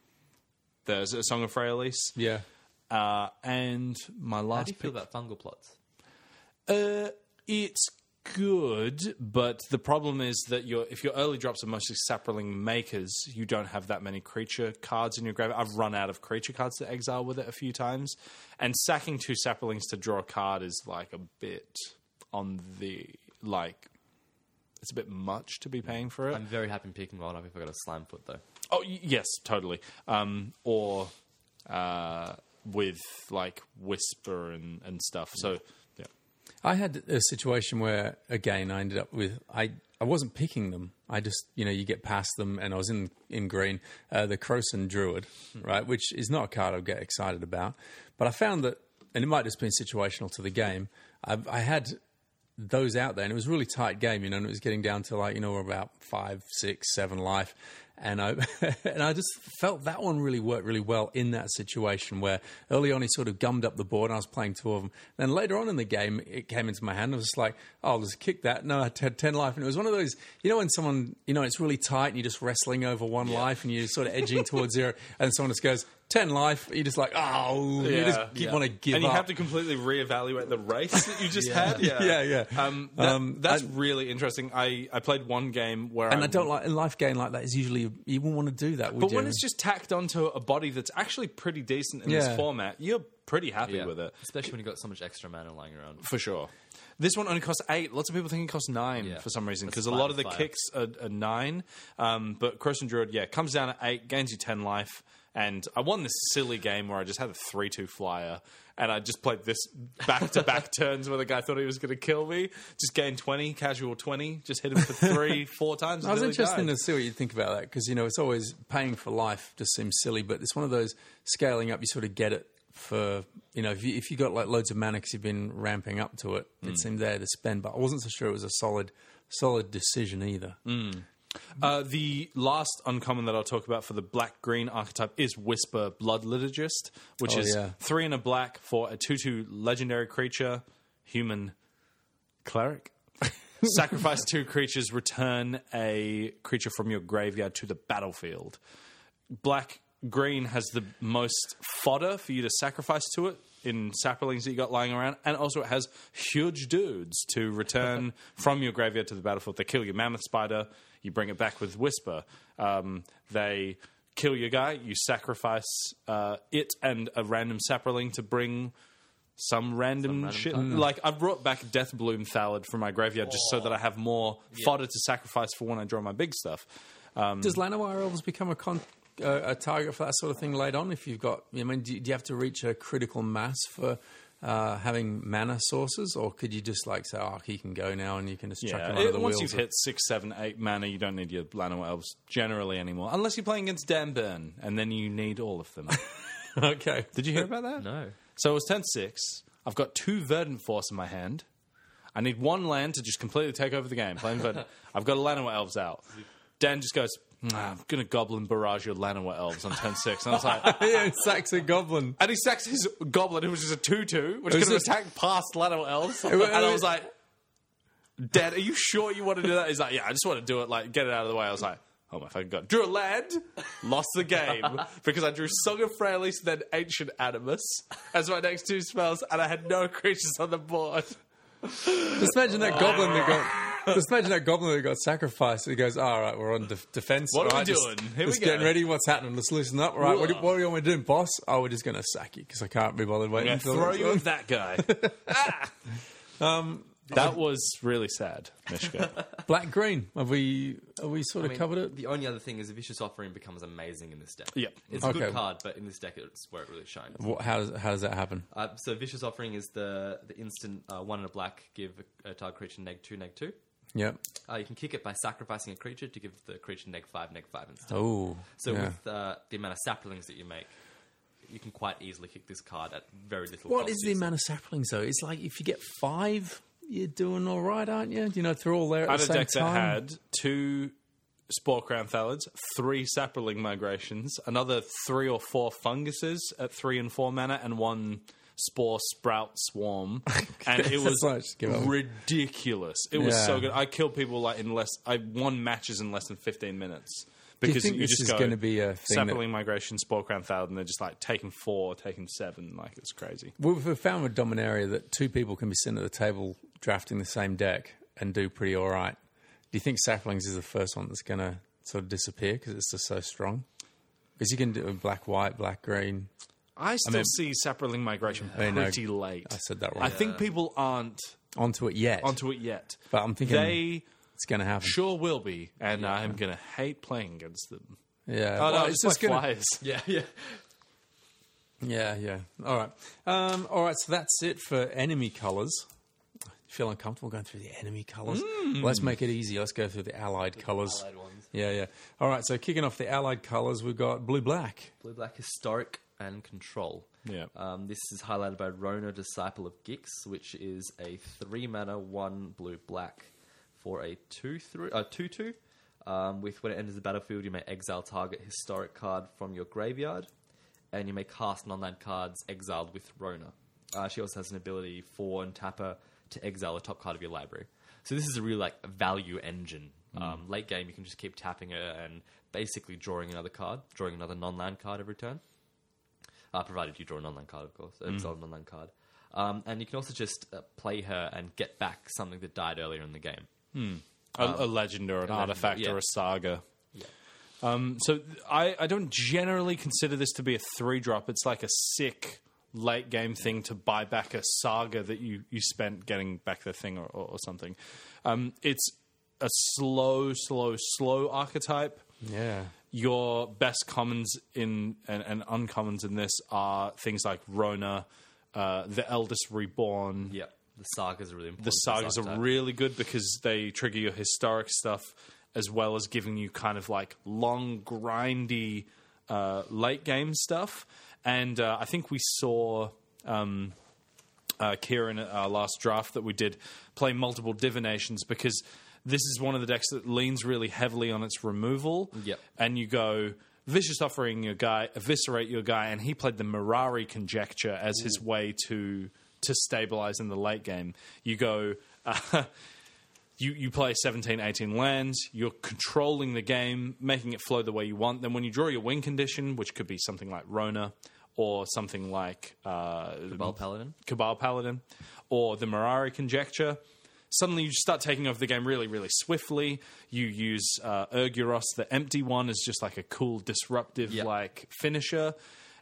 [SPEAKER 3] there's a Song of Freyalise.
[SPEAKER 2] yeah,
[SPEAKER 3] Uh, and my
[SPEAKER 4] How do you
[SPEAKER 3] last
[SPEAKER 4] feel
[SPEAKER 3] pick.
[SPEAKER 4] about fungal plots?
[SPEAKER 3] Uh, it's good, but the problem is that your if your early drops are mostly Sapperling makers, you don't have that many creature cards in your graveyard. I've run out of creature cards to exile with it a few times, and sacking two Sapperlings to draw a card is like a bit on the like. It's a bit much to be paying for it.
[SPEAKER 4] I'm very happy picking one up if I got a Slimefoot though.
[SPEAKER 3] Oh y- yes, totally. Um, or uh, with like whisper and, and stuff. So yeah,
[SPEAKER 2] I had a situation where again I ended up with I I wasn't picking them. I just you know you get past them, and I was in in green uh, the Croson Druid, right, which is not a card I get excited about, but I found that, and it might just been situational to the game. I, I had those out there, and it was a really tight game, you know, and it was getting down to like you know about five, six, seven life, and I *laughs* and I just felt that one really worked really well in that situation where early on he sort of gummed up the board, and I was playing two of them. Then later on in the game, it came into my hand. And I was just like, oh, I'll just kick that. No, I had ten life, and it was one of those, you know, when someone, you know, it's really tight, and you're just wrestling over one life, and you're sort of edging towards zero, and someone just goes. 10 life, you're just like, oh, you just
[SPEAKER 3] Yeah.
[SPEAKER 2] keep
[SPEAKER 5] Yeah.
[SPEAKER 2] want to give
[SPEAKER 3] and you
[SPEAKER 2] up.
[SPEAKER 3] have to completely reevaluate the race that you just had.
[SPEAKER 2] *laughs*
[SPEAKER 3] Yeah,
[SPEAKER 2] Yeah, yeah.
[SPEAKER 3] Um, that-
[SPEAKER 2] Um,
[SPEAKER 3] that's
[SPEAKER 2] I-
[SPEAKER 3] really interesting. I, I played one game where
[SPEAKER 2] and
[SPEAKER 3] I
[SPEAKER 2] I don't like a life game like that is usually you wouldn't want to do that. Would
[SPEAKER 3] But
[SPEAKER 2] you?
[SPEAKER 3] when it's just tacked onto a body that's actually pretty decent in this
[SPEAKER 2] Yeah.
[SPEAKER 3] format, you're pretty happy
[SPEAKER 4] Yeah.
[SPEAKER 3] with it.
[SPEAKER 4] Especially when you've got so much extra mana lying around.
[SPEAKER 3] For sure. This one only costs eight. Lots of people think it costs nine
[SPEAKER 4] Yeah.
[SPEAKER 3] for some reason
[SPEAKER 4] That's
[SPEAKER 3] because a
[SPEAKER 4] fine,
[SPEAKER 3] lot of the
[SPEAKER 4] fire.
[SPEAKER 3] kicks are, are nine. Um, but Cross and Druid, yeah, comes down at eight, gains you 10 life. And I won this silly game where I just had a 3 2 flyer and I just played this back to
[SPEAKER 4] *laughs*
[SPEAKER 3] back turns where the guy thought he was going to kill me. Just gained 20, casual 20, just hit him for
[SPEAKER 4] *laughs*
[SPEAKER 3] three, four times.
[SPEAKER 2] I was
[SPEAKER 3] until he
[SPEAKER 2] interested
[SPEAKER 3] died.
[SPEAKER 2] to see what you think about that because you know it's always paying for life just seems silly, but it's one of those scaling up. You sort of get it for you know if you if you got like loads of mana 'cause you've been ramping up to it, it seemed there to spend. But I wasn't so sure it was a solid solid decision either.
[SPEAKER 3] Mm. Uh, the last uncommon that I'll talk about for the black green archetype is Whisper Blood Liturgist, which
[SPEAKER 2] Oh,
[SPEAKER 3] is
[SPEAKER 2] yeah.
[SPEAKER 3] three and a black for a 2 2 legendary creature, human cleric.
[SPEAKER 2] *laughs*
[SPEAKER 3] Sacrifice two creatures, return a creature from your graveyard to the battlefield. Black green has the most fodder for you to sacrifice to it in saplings that you got lying around, and also it has huge dudes to *laughs* return from your graveyard to the battlefield. They kill your mammoth spider, you bring it back with whisper. Um, they kill your guy, you sacrifice uh, it and a random sapling to bring some random, shit. Like I brought back Death Bloom Thalid from my graveyard just so that I have more fodder to sacrifice for when I draw my big stuff. Um,
[SPEAKER 2] Does Llanowar Elves become a con? Uh, a target for that sort of thing later on if you've got i mean do you, do you have to reach a critical mass for uh, having mana sources or could you just like say oh he can go now and you can just chuck him
[SPEAKER 3] yeah,
[SPEAKER 2] under
[SPEAKER 3] it-
[SPEAKER 2] the
[SPEAKER 3] once
[SPEAKER 2] wheels
[SPEAKER 3] you've
[SPEAKER 2] or-
[SPEAKER 3] hit six, seven, eight mana, you don't need your Llanowar Elves generally anymore, unless you're playing against Danburn, and then you need all of *laughs* them.
[SPEAKER 2] okay
[SPEAKER 3] Did you hear about that?
[SPEAKER 4] No.
[SPEAKER 3] So it was 10 6. I've got two Verdant Force in my hand. I need one land to just completely take over the game. Playing *laughs* Verdant. I've got a Llanowar Elves out. Dan just goes, "Nah, I'm going to Goblin Barrage your Llanowar Elves on 10 6. And I was *laughs* like,
[SPEAKER 2] *laughs* yeah, Saxon Goblin.
[SPEAKER 3] and he sacks his Goblin, who was just a 2 2, which could
[SPEAKER 2] was
[SPEAKER 3] have
[SPEAKER 2] a-
[SPEAKER 3] attacked past Llanowar Elves.
[SPEAKER 2] wa-
[SPEAKER 3] and I
[SPEAKER 2] it
[SPEAKER 3] was
[SPEAKER 2] was-
[SPEAKER 3] like, Dan, are you sure you want to do that? He's like, yeah, I just want to do it, like, get it out of the way. I was like, oh my fucking god. Drew a land, lost the game because I drew Song of Frailties, then Ancient Animus as my next two spells, and I had no creatures on the board.
[SPEAKER 2] Just imagine that goblin that
[SPEAKER 3] *laughs*
[SPEAKER 2] got. Just imagine that goblin that got sacrificed. He goes, "All right, we're on de- defense.
[SPEAKER 3] What are
[SPEAKER 2] All
[SPEAKER 3] we
[SPEAKER 2] right, just-
[SPEAKER 3] doing? Here we
[SPEAKER 2] just
[SPEAKER 3] go."
[SPEAKER 2] getting ready. What's happening? Let's loosen up. All right, what, do- what are we going to do, boss? Oh, we're just going to sack you because I can't be bothered waiting.
[SPEAKER 3] Yeah,
[SPEAKER 2] until
[SPEAKER 3] throw
[SPEAKER 2] it's
[SPEAKER 3] you
[SPEAKER 2] on."
[SPEAKER 3] with that guy. Ah!
[SPEAKER 2] Um,
[SPEAKER 3] That was really sad, Mishka.
[SPEAKER 2] *laughs* black green. Have we? Have we sort
[SPEAKER 4] I
[SPEAKER 2] of
[SPEAKER 4] mean,
[SPEAKER 2] covered it?
[SPEAKER 4] The only other thing is Vicious Offering becomes amazing in this deck.
[SPEAKER 3] Yeah.
[SPEAKER 4] It's a
[SPEAKER 2] Okay.
[SPEAKER 4] good card, but in this deck it's where it really shines.
[SPEAKER 2] What, how does how does that happen?
[SPEAKER 4] Uh, so Vicious Offering is the, the instant uh, one in a black give a, a target creature neg two, neg two.
[SPEAKER 2] Yep.
[SPEAKER 4] Uh, you can kick it by sacrificing a creature to give the creature neg five, neg five instead.
[SPEAKER 2] Oh,
[SPEAKER 4] So
[SPEAKER 2] yeah.
[SPEAKER 4] with uh, the amount of saplings that you make, you can quite easily kick this card at very little.
[SPEAKER 2] What
[SPEAKER 4] cost
[SPEAKER 2] is
[SPEAKER 4] to
[SPEAKER 2] the
[SPEAKER 4] yourself.
[SPEAKER 2] amount of saplings though? It's like if you get five, you're doing all right, aren't you? You know, they're all there at
[SPEAKER 3] I
[SPEAKER 2] the
[SPEAKER 3] had a
[SPEAKER 2] same
[SPEAKER 3] deck that
[SPEAKER 2] time.
[SPEAKER 3] had two Spore Crown Thalids, three Sapperling Migrations, another three or four Funguses at three and four mana, and one Spore Sprout
[SPEAKER 2] *laughs*
[SPEAKER 3] Swarm. and it
[SPEAKER 2] That's
[SPEAKER 3] was
[SPEAKER 2] why I just give up.
[SPEAKER 3] ridiculous. It was
[SPEAKER 2] Yeah.
[SPEAKER 3] so good. I killed people like in less. I won matches in less than fifteen minutes.
[SPEAKER 2] you
[SPEAKER 3] Because
[SPEAKER 2] think this
[SPEAKER 3] just
[SPEAKER 2] is
[SPEAKER 3] go
[SPEAKER 2] gonna be a thing that-
[SPEAKER 3] Sapperling Migration, Spore Crown Thalid, and they're just like taking four, taking seven. Like it's crazy.
[SPEAKER 2] We've we've found with Dominaria that two people can be sitting at the table drafting the same deck and do pretty all right. Do you think Saplings is the first one that's going to sort of disappear because it's just so strong? Because you can do black, white, black, green.
[SPEAKER 3] I still see Sapperling Migration
[SPEAKER 2] mean, I-
[SPEAKER 3] pretty late.
[SPEAKER 2] I said that wrong.
[SPEAKER 3] I think people aren't
[SPEAKER 2] Onto it yet.
[SPEAKER 3] onto it yet.
[SPEAKER 2] But I'm thinking-
[SPEAKER 3] they
[SPEAKER 2] it's going to happen.
[SPEAKER 3] sure will be, and I'm going to hate playing against them.
[SPEAKER 2] Yeah.
[SPEAKER 3] Oh
[SPEAKER 2] Well,
[SPEAKER 3] no, it's just
[SPEAKER 2] gonna-
[SPEAKER 3] flies.
[SPEAKER 4] *laughs* Yeah, yeah.
[SPEAKER 2] Yeah, yeah. All right. Um, all right. So that's it for enemy colors. Feel uncomfortable going through the enemy colors? Let's make it easy. Let's go through the allied colors.
[SPEAKER 4] allied ones.
[SPEAKER 2] Yeah, yeah. All right. So kicking off the allied colors, we've got blue, black.
[SPEAKER 4] Blue black historic and Control.
[SPEAKER 3] Yeah.
[SPEAKER 4] Um, this is highlighted by Rona, Disciple of Gix, which is a three mana, one blue black for a two three, uh, two two. Um, with when it enters the battlefield, you may exile target historic card from your graveyard, and you may cast non-land cards exiled with Rona. Uh, she also has an ability for and tapper to exile the top card of your library. So this is a real like value engine. Um, late game, you can just keep tapping it and basically drawing another card, drawing another non-land card every turn. Uh, provided you draw an online card, of course.
[SPEAKER 3] Mm.
[SPEAKER 4] It's not an online card. Um, and you can also just uh, play her and get back something that died earlier in the game.
[SPEAKER 3] a, a legend or an artifact
[SPEAKER 4] yeah.
[SPEAKER 3] or a saga. Um, so th- I, I don't generally consider this to be a three drop. It's like a sick late game thing to buy back a saga that you, you spent getting back the thing or, or, or something. Um, it's a slow, slow, slow archetype.
[SPEAKER 2] Yeah.
[SPEAKER 3] Your best commons in and, and uncommons in this are things like Rona, uh, the Eldest Reborn,
[SPEAKER 4] Yeah, the saga's are really important.
[SPEAKER 3] the sagas
[SPEAKER 4] for this
[SPEAKER 3] are
[SPEAKER 4] archetype.
[SPEAKER 3] really good because they trigger your historic stuff as well as giving you kind of like long grindy uh, late game stuff and uh, i think we saw um, uh, kieran at our last draft that we did play multiple divinations because this is one of the decks that leans really heavily on its removal
[SPEAKER 4] Yep.
[SPEAKER 3] and you go vicious offering your guy, eviscerate your guy, and he played the Mirari conjecture as his way to to stabilize in the late game. You go. Uh, *laughs* You, you play 17, 18 lands, you're controlling the game, making it flow the way you want. Then, when you draw your win condition, which could be something like Rona or something like uh,
[SPEAKER 4] Cabal Paladin.
[SPEAKER 3] Cabal Paladin or the Mirari Conjecture. Suddenly, you start taking over the game really, really swiftly. You use uh, Erguros, the empty one, as just like a cool, disruptive,
[SPEAKER 4] Yeah.
[SPEAKER 3] like finisher.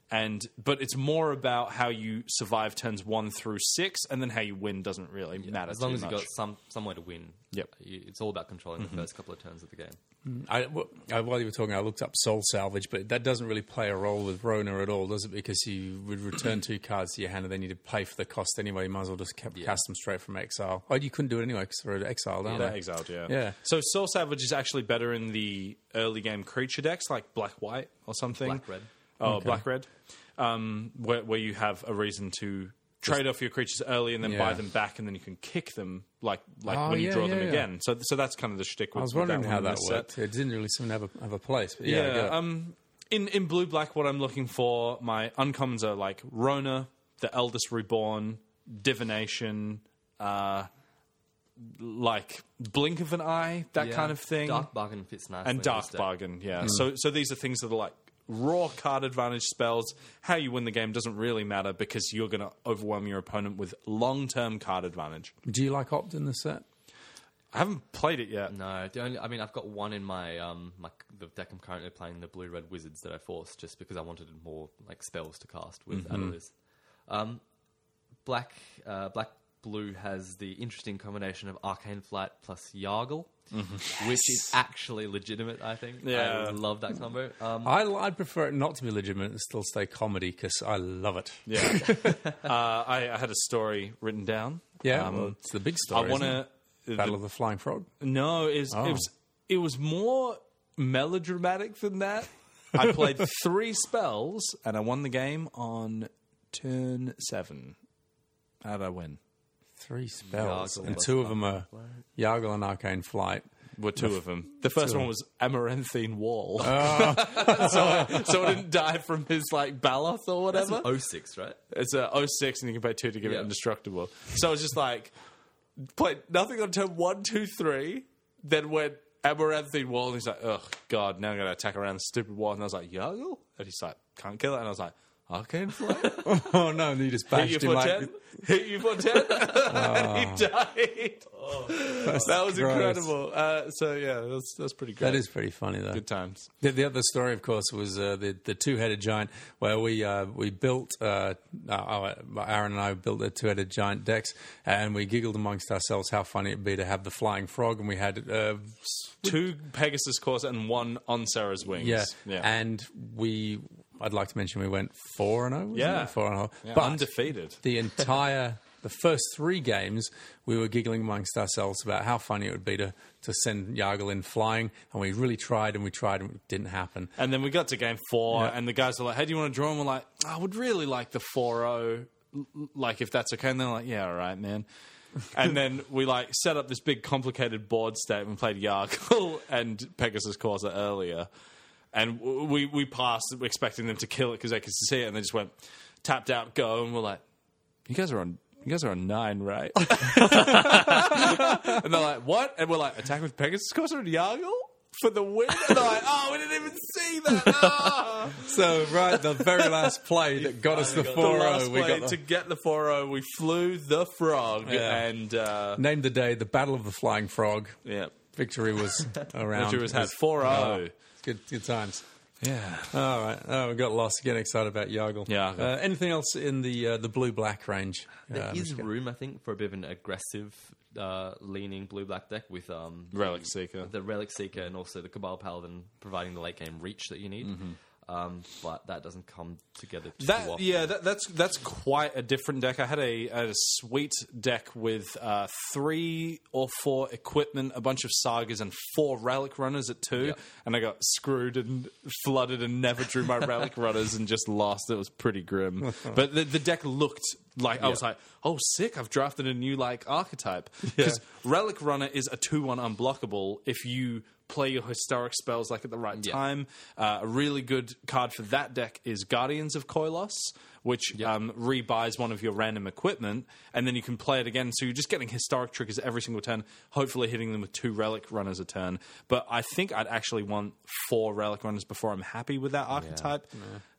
[SPEAKER 3] And but it's more about how you survive turns one through six, and then how you win doesn't really matter.
[SPEAKER 4] As long
[SPEAKER 3] too
[SPEAKER 4] as you
[SPEAKER 3] much.
[SPEAKER 4] got some some way to win.
[SPEAKER 3] Yep. Mm-hmm.
[SPEAKER 4] you, it's all about controlling the first couple of turns of the game.
[SPEAKER 2] I, w- I- while you were talking, I looked up Soul Salvage, but that doesn't really play a role with Rona at all, does it? Because you would return two cards to your hand and then you'd pay for the cost anyway. You might as well just ca- cast them straight from exile. Oh, you couldn't do it anyway because they're exiled, aren't
[SPEAKER 3] They're
[SPEAKER 2] they?
[SPEAKER 3] exiled, yeah.
[SPEAKER 2] Yeah.
[SPEAKER 3] So Soul Savage is actually better in the early game creature decks, like Black White or something.
[SPEAKER 4] Black Red.
[SPEAKER 3] Oh, Black Red. Um, where, where you have a reason to trade off your creatures early and then buy
[SPEAKER 2] Yeah.
[SPEAKER 3] them back, and then you can kick them like like
[SPEAKER 2] Oh,
[SPEAKER 3] when you
[SPEAKER 2] yeah,
[SPEAKER 3] draw
[SPEAKER 2] yeah,
[SPEAKER 3] them
[SPEAKER 2] yeah.
[SPEAKER 3] again. So so that's kind of the shtick. With,
[SPEAKER 2] I was
[SPEAKER 3] with
[SPEAKER 2] wondering
[SPEAKER 3] that
[SPEAKER 2] how
[SPEAKER 3] one in
[SPEAKER 2] that
[SPEAKER 3] this set.
[SPEAKER 2] worked. It didn't really seem to have a, have a place. But yeah, I
[SPEAKER 3] Yeah.
[SPEAKER 2] get it.
[SPEAKER 3] um, in in blue black, what I'm looking for, my uncommons are like Rona, the Eldest Reborn, Divination, uh, like Blink of an Eye, that
[SPEAKER 4] Yeah.
[SPEAKER 3] kind of thing,
[SPEAKER 4] Dark Bargain Hmm. fits nicely.
[SPEAKER 3] and
[SPEAKER 4] in this
[SPEAKER 3] Dark
[SPEAKER 4] deck.
[SPEAKER 3] Bargain. Yeah. So so these are things that are like raw card advantage spells. How you win the game doesn't really matter because you're going to overwhelm your opponent with long term card advantage.
[SPEAKER 2] Do you like Opt in the set?
[SPEAKER 3] I haven't played it yet.
[SPEAKER 4] No, the only I mean I've got one in my um my the deck I'm currently playing the blue red wizards that I forced just because I wanted more like spells to cast with Adolis. Um, black uh, black blue has the interesting combination of arcane flight plus Yargle, which is actually legitimate. I think.
[SPEAKER 3] Yeah.
[SPEAKER 4] I love that combo. Um,
[SPEAKER 2] I, I'd prefer it not to be legitimate and still stay comedy because I love it. Yeah,
[SPEAKER 3] *laughs* Uh, I, I had a story written down. Um,
[SPEAKER 2] well, Um, it's the big story.
[SPEAKER 3] I want
[SPEAKER 2] isn't
[SPEAKER 3] to.
[SPEAKER 2] it? Battle of the Flying Frog.
[SPEAKER 3] No, it was, it was it was more melodramatic than that. *laughs* I played three spells and I won the game on turn seven. How'd I win?
[SPEAKER 2] Three spells,
[SPEAKER 4] Yargle
[SPEAKER 2] and
[SPEAKER 4] was
[SPEAKER 2] two of them are Yargle and Arcane Flight. *laughs*
[SPEAKER 3] Were two Oh. of them. The first one was Amaranthine Wall, *laughs* so, so I didn't die from his like Baloth or
[SPEAKER 4] that's
[SPEAKER 3] whatever.
[SPEAKER 4] an 06, right?
[SPEAKER 3] It's a 06 and you can pay two to give it
[SPEAKER 4] Yeah.
[SPEAKER 3] indestructible. So it's just like played nothing on turn one, two, three, then went Amaranthine Wall and he's like, Oh god, now I'm gonna attack around the stupid wall and I was like, Yargle? And he's like, Can't kill it and I was like, Arcane Flight?
[SPEAKER 2] Oh no! And you just
[SPEAKER 3] Hit
[SPEAKER 2] bashed
[SPEAKER 3] you
[SPEAKER 2] him
[SPEAKER 3] for ten?
[SPEAKER 2] like Ah.
[SPEAKER 3] Hit you for ten? *laughs* and he died. that was
[SPEAKER 2] gross.
[SPEAKER 3] incredible. Uh, so yeah, that's that's pretty great.
[SPEAKER 2] that is pretty funny though.
[SPEAKER 3] good times.
[SPEAKER 2] The, the other story, of course, was uh, the the two headed giant where we uh, we built uh, uh, Aaron and I built the two headed giant decks, and we giggled amongst ourselves how funny it'd be to have the flying frog, and we had uh,
[SPEAKER 3] Two Pegasus cores and one on Sarah's wings.
[SPEAKER 2] yeah,
[SPEAKER 3] yeah.
[SPEAKER 2] and we. I'd like to mention we went four and zero. wasn't
[SPEAKER 3] Yeah.
[SPEAKER 2] it? four and zero.
[SPEAKER 3] Yeah,
[SPEAKER 2] but
[SPEAKER 3] undefeated.
[SPEAKER 2] the entire *laughs* the first three games, we were giggling amongst ourselves about how funny it would be to, to send Yargle in flying, and we really tried and we tried and it didn't happen.
[SPEAKER 3] And then we got to game four, and the guys were like, "Hey, do you want to draw?" And we're like, "I would really like the 4-0, l- l- like if that's okay." And they're like, "Yeah, all right, man." and then we like set up this big complicated board state and played Yargle *laughs* and Pegasus Causa earlier, and w- we we passed expecting them to kill it because they could see it, and they just went tapped out, go, and we're like, "You guys are on." You guys are on nine, right? and they're like, "What?" And we're like, "Attack with Pegasus Corsair and Yargle for the win." And they're like, "Oh, we didn't even see that." Ah.
[SPEAKER 2] So, right, the very last play
[SPEAKER 3] *laughs*
[SPEAKER 2] that got us the 4
[SPEAKER 3] the last
[SPEAKER 2] 0, we
[SPEAKER 3] play
[SPEAKER 2] got
[SPEAKER 3] to
[SPEAKER 2] the,
[SPEAKER 3] get the 4-0, we flew the frog,
[SPEAKER 2] Yeah.
[SPEAKER 3] and uh,
[SPEAKER 2] named the day the Battle of the Flying Frog.
[SPEAKER 3] yeah,
[SPEAKER 2] Victory
[SPEAKER 3] *laughs*
[SPEAKER 2] was around.
[SPEAKER 3] Andrew was
[SPEAKER 2] It
[SPEAKER 3] had 4-0.
[SPEAKER 2] Good, good times.
[SPEAKER 3] yeah,
[SPEAKER 2] All right. Oh, we got lost. Getting excited about Yargle.
[SPEAKER 3] Yargle.
[SPEAKER 2] Uh, anything else in the uh, the blue black range?
[SPEAKER 4] There
[SPEAKER 2] Uh,
[SPEAKER 4] is room, I think, for a bit of an aggressive uh, leaning blue black deck with um,
[SPEAKER 3] Relic Seeker.
[SPEAKER 4] the Relic Seeker and also the Cabal Paladin providing the late game reach that you need. Um, but that doesn't come together
[SPEAKER 3] Mm-hmm.
[SPEAKER 4] too
[SPEAKER 3] That,
[SPEAKER 4] often.
[SPEAKER 3] yeah, that, that's that's quite a different deck. I had a, a sweet deck with uh, three or four equipment, a bunch of sagas, and four relic runners at two, and I got screwed and flooded and never drew my relic runners and just lost. It was pretty grim. but the, the deck looked like I was like, oh, sick! I've drafted a new like archetype because relic runner is a two-one unblockable if you play your historic spells like at the right time. Uh, a really good card for that deck is Guardians of Koilos, which um, rebuys one of your random equipment, and then you can play it again. So you're just getting historic triggers every single turn, hopefully hitting them with two relic runners a turn. But I think I'd actually want four relic runners before I'm happy with that archetype.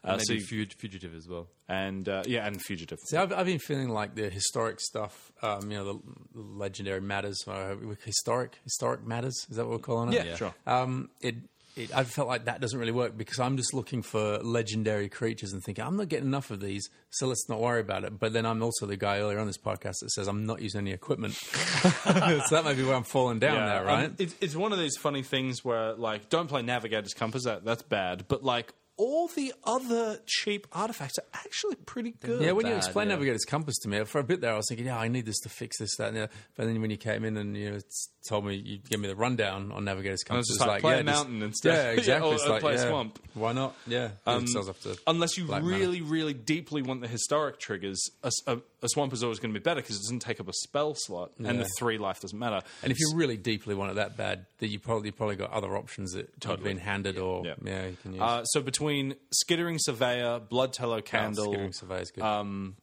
[SPEAKER 3] Uh,
[SPEAKER 4] Maybe
[SPEAKER 3] so you-
[SPEAKER 4] Fug- Fugitive as well.
[SPEAKER 3] and uh, yeah, and fugitive.
[SPEAKER 2] See, I've, I've been feeling like the historic stuff, um, you know, the legendary matters, uh, historic historic matters. Is that what we're calling it?
[SPEAKER 3] Yeah, sure.
[SPEAKER 2] Um, it, it, I felt like that doesn't really work because I'm just looking for legendary creatures and thinking I'm not getting enough of these, so let's not worry about it. But then I'm also the guy earlier on this podcast that says I'm not using any equipment, *laughs* so that may be where I'm falling down
[SPEAKER 3] Yeah,
[SPEAKER 2] there, right?
[SPEAKER 3] um, it's, it's one of these funny things where, like, don't play Navigator's Compass. That, that's bad. But, like, all the other cheap artifacts are actually pretty good.
[SPEAKER 2] Yeah, when you
[SPEAKER 4] bad,
[SPEAKER 2] explained
[SPEAKER 4] yeah.
[SPEAKER 2] Navigator's Compass to me, for a bit there, I was thinking, yeah, I need this to fix this, that, and the other. But then when you came in and you know, s- told me, you gave me the rundown on Navigator's Compass,
[SPEAKER 3] was just
[SPEAKER 2] it's
[SPEAKER 3] like, play
[SPEAKER 2] yeah,
[SPEAKER 3] a
[SPEAKER 2] just-
[SPEAKER 3] mountain *laughs* instead.
[SPEAKER 2] Yeah, exactly.
[SPEAKER 3] Or-
[SPEAKER 2] it's
[SPEAKER 3] or
[SPEAKER 2] like,
[SPEAKER 3] play
[SPEAKER 2] yeah,
[SPEAKER 3] swamp.
[SPEAKER 2] Why not? Yeah. Um, themselves up to
[SPEAKER 3] Unless you
[SPEAKER 2] Black Manor.
[SPEAKER 3] really, really deeply want the historic triggers, a, s- a- a swamp is always going to be better because it doesn't take up a spell slot, and the
[SPEAKER 2] Yeah.
[SPEAKER 3] three life doesn't matter.
[SPEAKER 2] And if you really deeply want it that bad, that you probably you probably got other options that
[SPEAKER 3] Totally.
[SPEAKER 2] have been handed or yeah.
[SPEAKER 3] Yeah.
[SPEAKER 2] you can use.
[SPEAKER 3] uh, so between Skittering Surveyor, Blood Tallow Candle,
[SPEAKER 2] Oh, Skittering Surveyor's good.
[SPEAKER 3] um,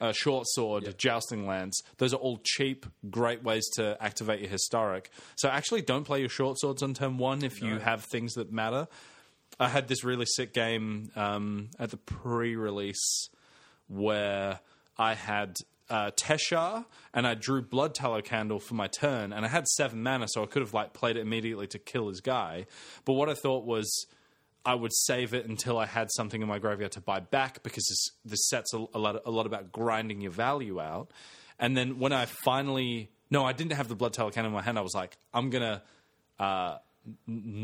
[SPEAKER 3] uh, short sword, jousting lance. Those are all cheap, great ways to activate your historic. So actually, don't play your short swords on turn one if you have things that matter. I had this really sick game um, at the pre-release where I had uh, Teshar and I drew Blood Tallow Candle for my turn, and I had seven mana, so I could have like played it immediately to kill his guy. But what I thought was. I would save it until I had something in my graveyard to buy back because this, this sets a, a lot a lot about grinding your value out. And then when I finally no, I didn't have the blood telecan in my hand. I was like, I'm gonna uh, n-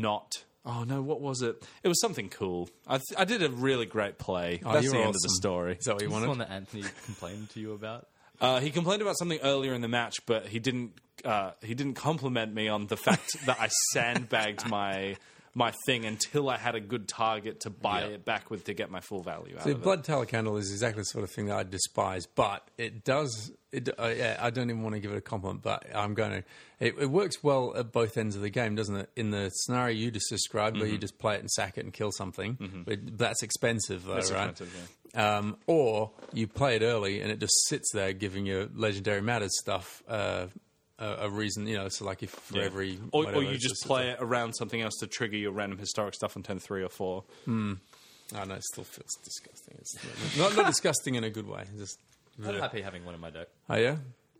[SPEAKER 3] not. Oh no, what was it? It was something cool. I, th- I did a really great play.
[SPEAKER 2] Oh,
[SPEAKER 3] That's
[SPEAKER 2] you're
[SPEAKER 3] the end of
[SPEAKER 2] awesome.
[SPEAKER 3] the story.
[SPEAKER 2] Is that what you
[SPEAKER 4] This is one
[SPEAKER 2] wanted?
[SPEAKER 4] that Anthony complained to you about.
[SPEAKER 3] Uh, he complained about something earlier in the match, but he didn't. Uh, he didn't compliment me on the fact *laughs* that I sandbagged my my thing until I had a good target to buy it back with to get my full value out
[SPEAKER 2] The
[SPEAKER 3] of it.
[SPEAKER 2] blood tallow candle is exactly the sort of thing that I despise, but it does. It, uh, yeah, I don't even want to give it a compliment, but I'm going to. It, it works well at both ends of the game, doesn't it? In the scenario you just described, where you
[SPEAKER 3] Mm-hmm.
[SPEAKER 2] just play it and sack it and kill something, but that's expensive, though, right?
[SPEAKER 3] expensive,
[SPEAKER 2] Um, or you play it early and it just sits there, giving your legendary matters stuff uh, a, a reason. You know, so like if for every
[SPEAKER 3] or,
[SPEAKER 2] whatever,
[SPEAKER 3] or you
[SPEAKER 2] it's
[SPEAKER 3] just play it around something else to trigger your random historic stuff on turn three or four.
[SPEAKER 2] I know Oh, it still feels disgusting. It's not, not disgusting in a good way. Just
[SPEAKER 4] I'm happy having one in my deck.
[SPEAKER 2] oh yeah.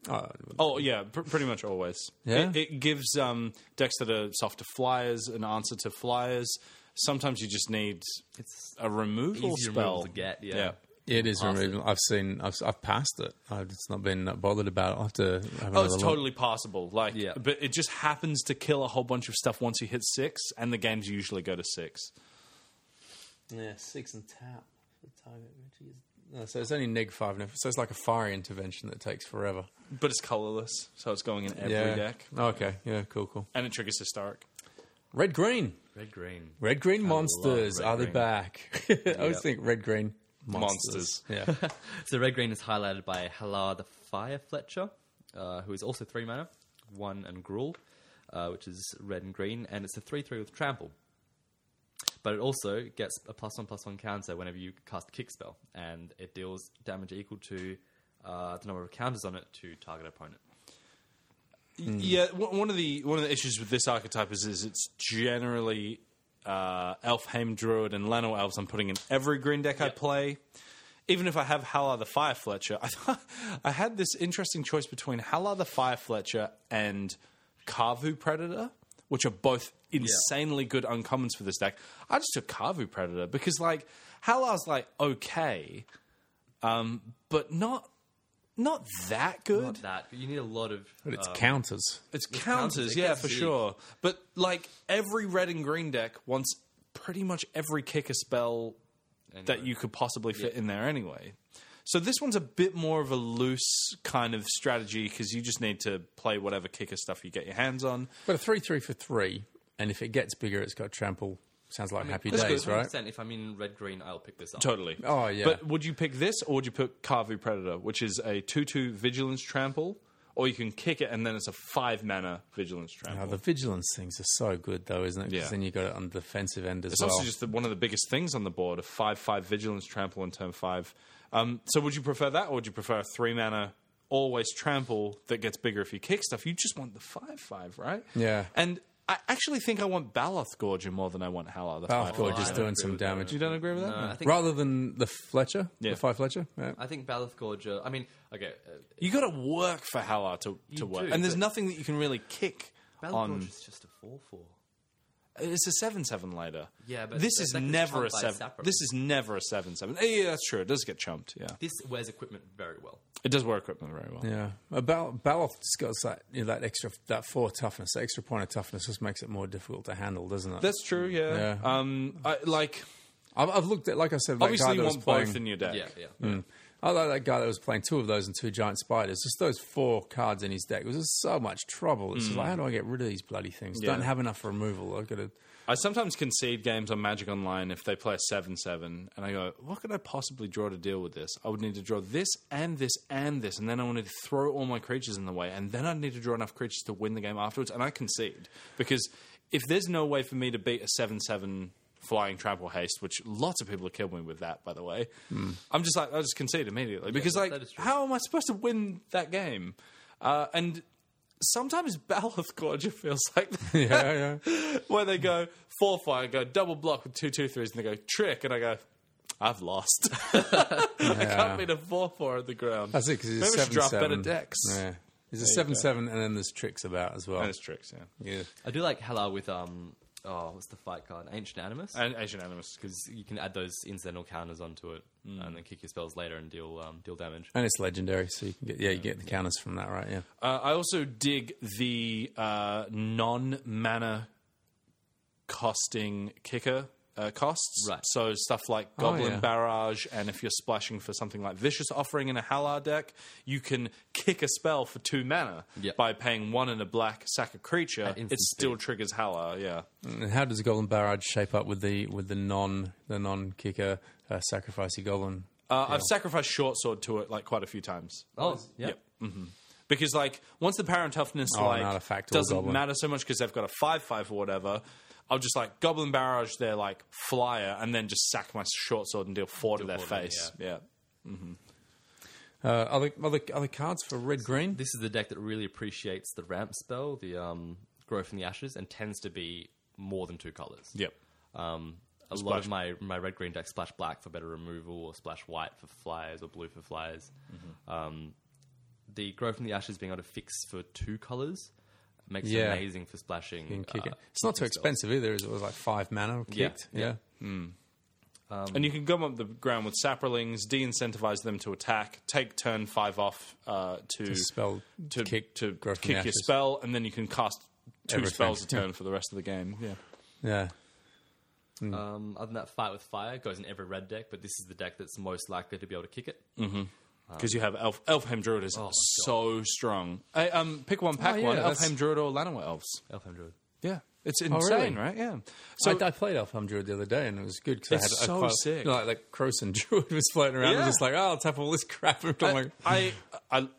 [SPEAKER 2] Oh,
[SPEAKER 3] Oh yeah, pr- pretty much always.
[SPEAKER 2] Yeah?
[SPEAKER 3] It, it gives um, decks that are soft to flyers an answer to flyers. Sometimes you just need
[SPEAKER 4] It's
[SPEAKER 3] a removal
[SPEAKER 4] Easy
[SPEAKER 3] spell
[SPEAKER 4] removal to get, yeah.
[SPEAKER 2] It is
[SPEAKER 4] Pass it.
[SPEAKER 2] removable. I've seen. I've, I've passed it. I've just not been bothered about it. I'll have to. Have
[SPEAKER 3] Oh,
[SPEAKER 2] another
[SPEAKER 3] it's
[SPEAKER 2] look.
[SPEAKER 3] totally passable. Like,
[SPEAKER 4] Yeah.
[SPEAKER 3] but it just happens to kill a whole bunch of stuff once you hit six, and the games usually go to six.
[SPEAKER 2] Yeah, six and tap. The target No, so it's only neg five, and if- so it's like a fire intervention that takes forever.
[SPEAKER 3] But it's colorless, so it's going in every
[SPEAKER 2] yeah.
[SPEAKER 3] deck.
[SPEAKER 2] Okay. Yeah. Cool. Cool.
[SPEAKER 3] And it triggers historic.
[SPEAKER 2] Red green.
[SPEAKER 4] Red green.
[SPEAKER 2] Red green monsters
[SPEAKER 4] red
[SPEAKER 2] are they
[SPEAKER 4] green.
[SPEAKER 2] back? *laughs* I always think red green monsters.
[SPEAKER 3] Monsters.
[SPEAKER 2] Yeah.
[SPEAKER 4] So red green is highlighted by Halar the Fire Fletcher, uh, who is also three mana, one and gruel, uh, which is red and green, and it's a three three with trample. But it also gets a plus one plus one counter whenever you cast kick spell, and it deals damage equal to uh, the number of counters on it to target opponent.
[SPEAKER 3] Yeah, w- one of the one of the issues with this archetype is, is it's generally uh, elf, hame, druid, and lano elves. I'm putting in every green deck I play, even if I have Halar the Fire Fletcher. *laughs* I thought, I had this interesting choice between Halar the Fire Fletcher and Kavu Predator, which are both insanely good uncommons for this deck. I just took Kavu Predator because like Halar's like okay, um, but not not that good.
[SPEAKER 4] Not that but you need a lot of.
[SPEAKER 2] but
[SPEAKER 3] *laughs*
[SPEAKER 2] it's
[SPEAKER 3] Um,
[SPEAKER 4] uh,
[SPEAKER 2] counters.
[SPEAKER 3] It's
[SPEAKER 4] counters,
[SPEAKER 3] counters,
[SPEAKER 4] it
[SPEAKER 3] yeah,
[SPEAKER 4] gets
[SPEAKER 3] for
[SPEAKER 4] big.
[SPEAKER 3] sure. But like every red and green deck wants pretty much every kicker spell that you could possibly fit in there anyway. So this one's a bit more of a loose kind of strategy because you just need to play whatever kicker stuff you get your hands on.
[SPEAKER 2] But a three three for three, and if it gets bigger, it's got trample. Sounds like happy
[SPEAKER 3] that's
[SPEAKER 2] days,
[SPEAKER 3] good.
[SPEAKER 2] right?
[SPEAKER 4] 100%, If I'm in red green, I'll pick this up.
[SPEAKER 3] Totally.
[SPEAKER 2] Oh, yeah.
[SPEAKER 3] But would you pick this or would you pick Carvu Predator, which is a two-two vigilance trample, or you can kick it and then it's a five mana vigilance trample.
[SPEAKER 2] Oh, the vigilance things are so good, though, isn't it? 'Cause
[SPEAKER 3] Yeah.
[SPEAKER 2] then you got it on the defensive end as
[SPEAKER 3] It's
[SPEAKER 2] well.
[SPEAKER 3] also just the, one of the biggest things on the board: a five-five vigilance trample in turn five. Um, so, would you prefer that, or would you prefer a three mana always trample that gets bigger if you kick stuff? You just want the five-five, right?
[SPEAKER 2] Yeah.
[SPEAKER 3] And I actually think I want Baloth Gorger more than I want Halar. The
[SPEAKER 2] Balth
[SPEAKER 3] Five.
[SPEAKER 2] Gorge is
[SPEAKER 4] I
[SPEAKER 2] doing
[SPEAKER 4] agree
[SPEAKER 2] some
[SPEAKER 4] with that.
[SPEAKER 2] damage.
[SPEAKER 3] You don't agree with that?
[SPEAKER 4] Uh, I think
[SPEAKER 2] Rather than the Fletcher,
[SPEAKER 3] Yeah.
[SPEAKER 2] the five Fletcher. Yeah.
[SPEAKER 4] I think Baloth Gorger. I mean, okay, uh,
[SPEAKER 3] You got to work for Halar to, to
[SPEAKER 4] You
[SPEAKER 3] work,
[SPEAKER 4] do,
[SPEAKER 3] and there's
[SPEAKER 4] but-
[SPEAKER 3] nothing that you can really kick
[SPEAKER 4] Baloth
[SPEAKER 3] on.
[SPEAKER 4] Gorger is just a four four.
[SPEAKER 3] It's a seven-seven later.
[SPEAKER 4] Yeah, but
[SPEAKER 3] this
[SPEAKER 4] that-
[SPEAKER 3] is
[SPEAKER 4] that gets
[SPEAKER 3] never a
[SPEAKER 4] chumped by
[SPEAKER 3] seven.
[SPEAKER 4] Sapper.
[SPEAKER 3] This is never a seven-seven. Yeah, that's true. It does get chumped. Yeah,
[SPEAKER 4] This wears equipment very well.
[SPEAKER 3] it does wear equipment very well.
[SPEAKER 2] Yeah, about Baloth's got that you know, that extra that four toughness, that extra point of toughness, just makes it more difficult to handle, doesn't it?
[SPEAKER 3] That's true. Yeah.
[SPEAKER 2] Yeah.
[SPEAKER 3] Um. I, like
[SPEAKER 2] I've, I've looked at like I said, that guy
[SPEAKER 3] obviously you
[SPEAKER 2] that was
[SPEAKER 3] want
[SPEAKER 2] playing,
[SPEAKER 3] both in your deck.
[SPEAKER 4] Yeah, yeah.
[SPEAKER 2] I like that guy that was playing two of those and two giant spiders. Just those four cards in his deck was just so much trouble. It's just
[SPEAKER 3] Hmm.
[SPEAKER 2] like, how do I get rid of these bloody things? Don't have enough removal. I've got to.
[SPEAKER 3] I sometimes concede games on Magic Online if they play a seven seven, and I go, "What could I possibly draw to deal with this? I would need to draw this and this and this, and then I wanted to throw all my creatures in the way, and then I'd need to draw enough creatures to win the game afterwards." And I concede because if there's no way for me to beat a seven seven flying trample haste, which lots of people have killed me with that, by the way, I'm just like I just concede immediately because
[SPEAKER 4] Hmm. that
[SPEAKER 3] like
[SPEAKER 4] is true.
[SPEAKER 3] how am I supposed to win that game? Uh, and sometimes Baloth Gorger *laughs* feels like that
[SPEAKER 2] *laughs* Yeah, yeah.
[SPEAKER 3] where they go four fire, go double block with two two threes, and they go trick, and I go, I've lost. *laughs* I can't beat a four four on the ground.
[SPEAKER 2] That's it because
[SPEAKER 3] Maybe
[SPEAKER 2] it's
[SPEAKER 3] I should
[SPEAKER 2] seven
[SPEAKER 3] draft
[SPEAKER 2] seven.
[SPEAKER 3] better decks.
[SPEAKER 2] Yeah, it's a seven seven, and then there's tricks about as well.
[SPEAKER 3] And it's tricks, yeah.
[SPEAKER 2] Yeah,
[SPEAKER 4] I do like Hela with um oh what's the fight card Ancient Animus
[SPEAKER 3] And Asian Animus.
[SPEAKER 4] because you can add those incidental counters onto it and then kick your spells later and deal um, deal damage.
[SPEAKER 2] and it's legendary, so you can get yeah you get the counters from that, right? Yeah.
[SPEAKER 3] Uh, I also dig the uh, non mana costing kicker. Uh, costs
[SPEAKER 4] Right. Oh,
[SPEAKER 3] so stuff like goblin
[SPEAKER 2] yeah.
[SPEAKER 3] barrage and if you're splashing for something like vicious offering in a halar deck you can kick a spell for two mana
[SPEAKER 4] Yep.
[SPEAKER 3] by paying one and a black sack a creature
[SPEAKER 4] At instant
[SPEAKER 3] it still triggers halar yeah Uh,
[SPEAKER 2] And how does the Goblin Barrage shape up with the with the non the non kicker uh, sacrificey Goblin?
[SPEAKER 3] Uh, I've sacrificed short sword to it like quite a few times.
[SPEAKER 4] Oh yeah,
[SPEAKER 3] Because like once the power and toughness
[SPEAKER 2] Oh, an
[SPEAKER 3] like
[SPEAKER 2] artifact or a
[SPEAKER 3] doesn't
[SPEAKER 2] goblin.
[SPEAKER 3] matter so much because they've got a five five or whatever, I'll just like goblin barrage their like flyer and then just sack my short sword and deal four to their
[SPEAKER 4] four to them,
[SPEAKER 3] face. Yeah.
[SPEAKER 2] Uh, other other other cards for red green.
[SPEAKER 4] This is the deck that really appreciates the ramp spell, the um, growth from the ashes, and tends to be more than two colors.
[SPEAKER 3] Yep.
[SPEAKER 4] Um, a lot of my, my red green deck splash black for better removal, or splash white for flyers, or blue for flyers.
[SPEAKER 2] Mm-hmm.
[SPEAKER 4] Um, the grow from the ashes being able to fix for two colors makes
[SPEAKER 2] Yeah.
[SPEAKER 4] it amazing for splashing.
[SPEAKER 2] You can kick
[SPEAKER 4] uh,
[SPEAKER 2] it. It's not too
[SPEAKER 4] kicking spells.
[SPEAKER 2] expensive either. It was like five mana
[SPEAKER 4] Yeah,
[SPEAKER 2] kicked. Yeah.
[SPEAKER 3] and you can gum up the ground with sapperlings, de incentivize them to attack, take turn five off uh, to,
[SPEAKER 2] spell
[SPEAKER 3] to
[SPEAKER 2] kick
[SPEAKER 3] to
[SPEAKER 2] growth from the
[SPEAKER 3] kick your
[SPEAKER 2] ashes.
[SPEAKER 3] spell, and then you can cast
[SPEAKER 2] *laughs*
[SPEAKER 3] two
[SPEAKER 2] Everything.
[SPEAKER 3] spells a turn
[SPEAKER 2] Yeah.
[SPEAKER 3] for the rest of the game. Yeah.
[SPEAKER 2] yeah,
[SPEAKER 4] Um, other than that, fight with fire goes in every red deck, but this is the deck that's most likely to be able to kick it.
[SPEAKER 2] Mm.
[SPEAKER 3] because you have Elf Elfheim Druid is so strong. Hey, um, pick one, pack
[SPEAKER 2] yeah,
[SPEAKER 3] one.
[SPEAKER 2] that's-
[SPEAKER 3] Elfheim Druid or Llanowar Elves.
[SPEAKER 4] Elfheim Druid.
[SPEAKER 3] Yeah, it's
[SPEAKER 2] Oh, really?
[SPEAKER 3] insane, right? Yeah.
[SPEAKER 2] So I, I played Elfheim Druid the other day, and it was good because I had
[SPEAKER 3] It's
[SPEAKER 2] a
[SPEAKER 3] so
[SPEAKER 2] quite-
[SPEAKER 3] sick.
[SPEAKER 2] Like, like Croson *laughs* Druid was floating around, and
[SPEAKER 3] Yeah. Uh,
[SPEAKER 2] just like, oh, I'll tap all this crap. *laughs* And I'm like,
[SPEAKER 3] I, I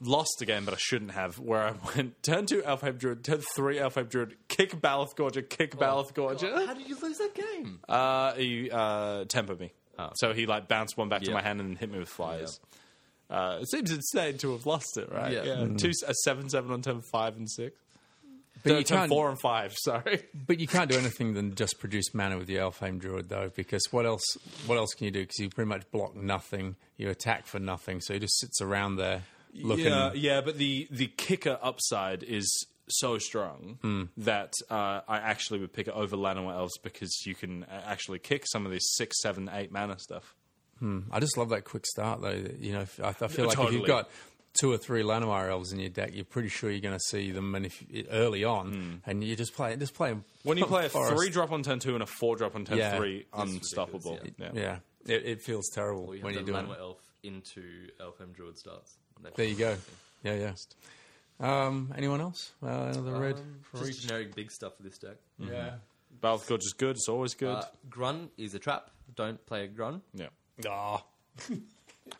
[SPEAKER 3] lost a game, but I shouldn't have. Where I *laughs* went turn two Alpha Druid, turn three Alpha Druid, kick Balath Gorger,
[SPEAKER 2] Oh.
[SPEAKER 3] kick Balath Gorger.
[SPEAKER 4] How did you lose that game?
[SPEAKER 3] Uh, he uh, tempered me,
[SPEAKER 2] Oh.
[SPEAKER 3] so he like bounced one back to
[SPEAKER 4] Yeah.
[SPEAKER 3] my hand and hit me with flyers. Uh, it seems insane to have lost it, right?
[SPEAKER 4] Yeah.
[SPEAKER 2] Mm.
[SPEAKER 3] Two a seven seven on turn five and six.
[SPEAKER 2] but
[SPEAKER 3] No,
[SPEAKER 2] you
[SPEAKER 3] turn
[SPEAKER 2] can't.
[SPEAKER 3] four and five. *laughs* Sorry.
[SPEAKER 2] But you can't do anything than just produce mana with the Elfheim Druid, though, because what else? What else can you do? Because you pretty much block nothing, you attack for nothing, so he just sits around there looking.
[SPEAKER 3] Yeah, yeah, but the the kicker upside is so strong that uh, I actually would pick it over Llanowar Elves because you can uh, actually kick some of these six, seven, eight mana stuff.
[SPEAKER 2] I just love that quick start, though. that, You know, if- I, I feel like if
[SPEAKER 3] Totally.
[SPEAKER 2] you've got two or three Llanowar elves in your deck, you're pretty sure you're going to see them, and if early on, and you just play, just play 'em
[SPEAKER 3] Hmm. When you
[SPEAKER 2] for-
[SPEAKER 3] play a
[SPEAKER 2] forest.
[SPEAKER 3] three drop on turn two and a four drop on turn
[SPEAKER 2] Yeah.
[SPEAKER 3] three,
[SPEAKER 4] That's
[SPEAKER 3] unstoppable.
[SPEAKER 4] ridiculous,
[SPEAKER 3] Yeah.
[SPEAKER 2] yeah, it, it feels terrible
[SPEAKER 4] We have
[SPEAKER 2] when
[SPEAKER 4] the
[SPEAKER 2] you're doing.
[SPEAKER 4] Lanwa
[SPEAKER 2] It.
[SPEAKER 4] Elf into Elfheim Druid starts.
[SPEAKER 2] There you go. Yeah, yeah. Um, anyone else? Uh, another red.
[SPEAKER 4] Um, Just generic big stuff for this deck.
[SPEAKER 2] Yeah.
[SPEAKER 3] Balath Gorge is good. It's always good.
[SPEAKER 4] Uh, Grun is a trap. Don't play a Grun.
[SPEAKER 3] yeah.
[SPEAKER 2] Ah.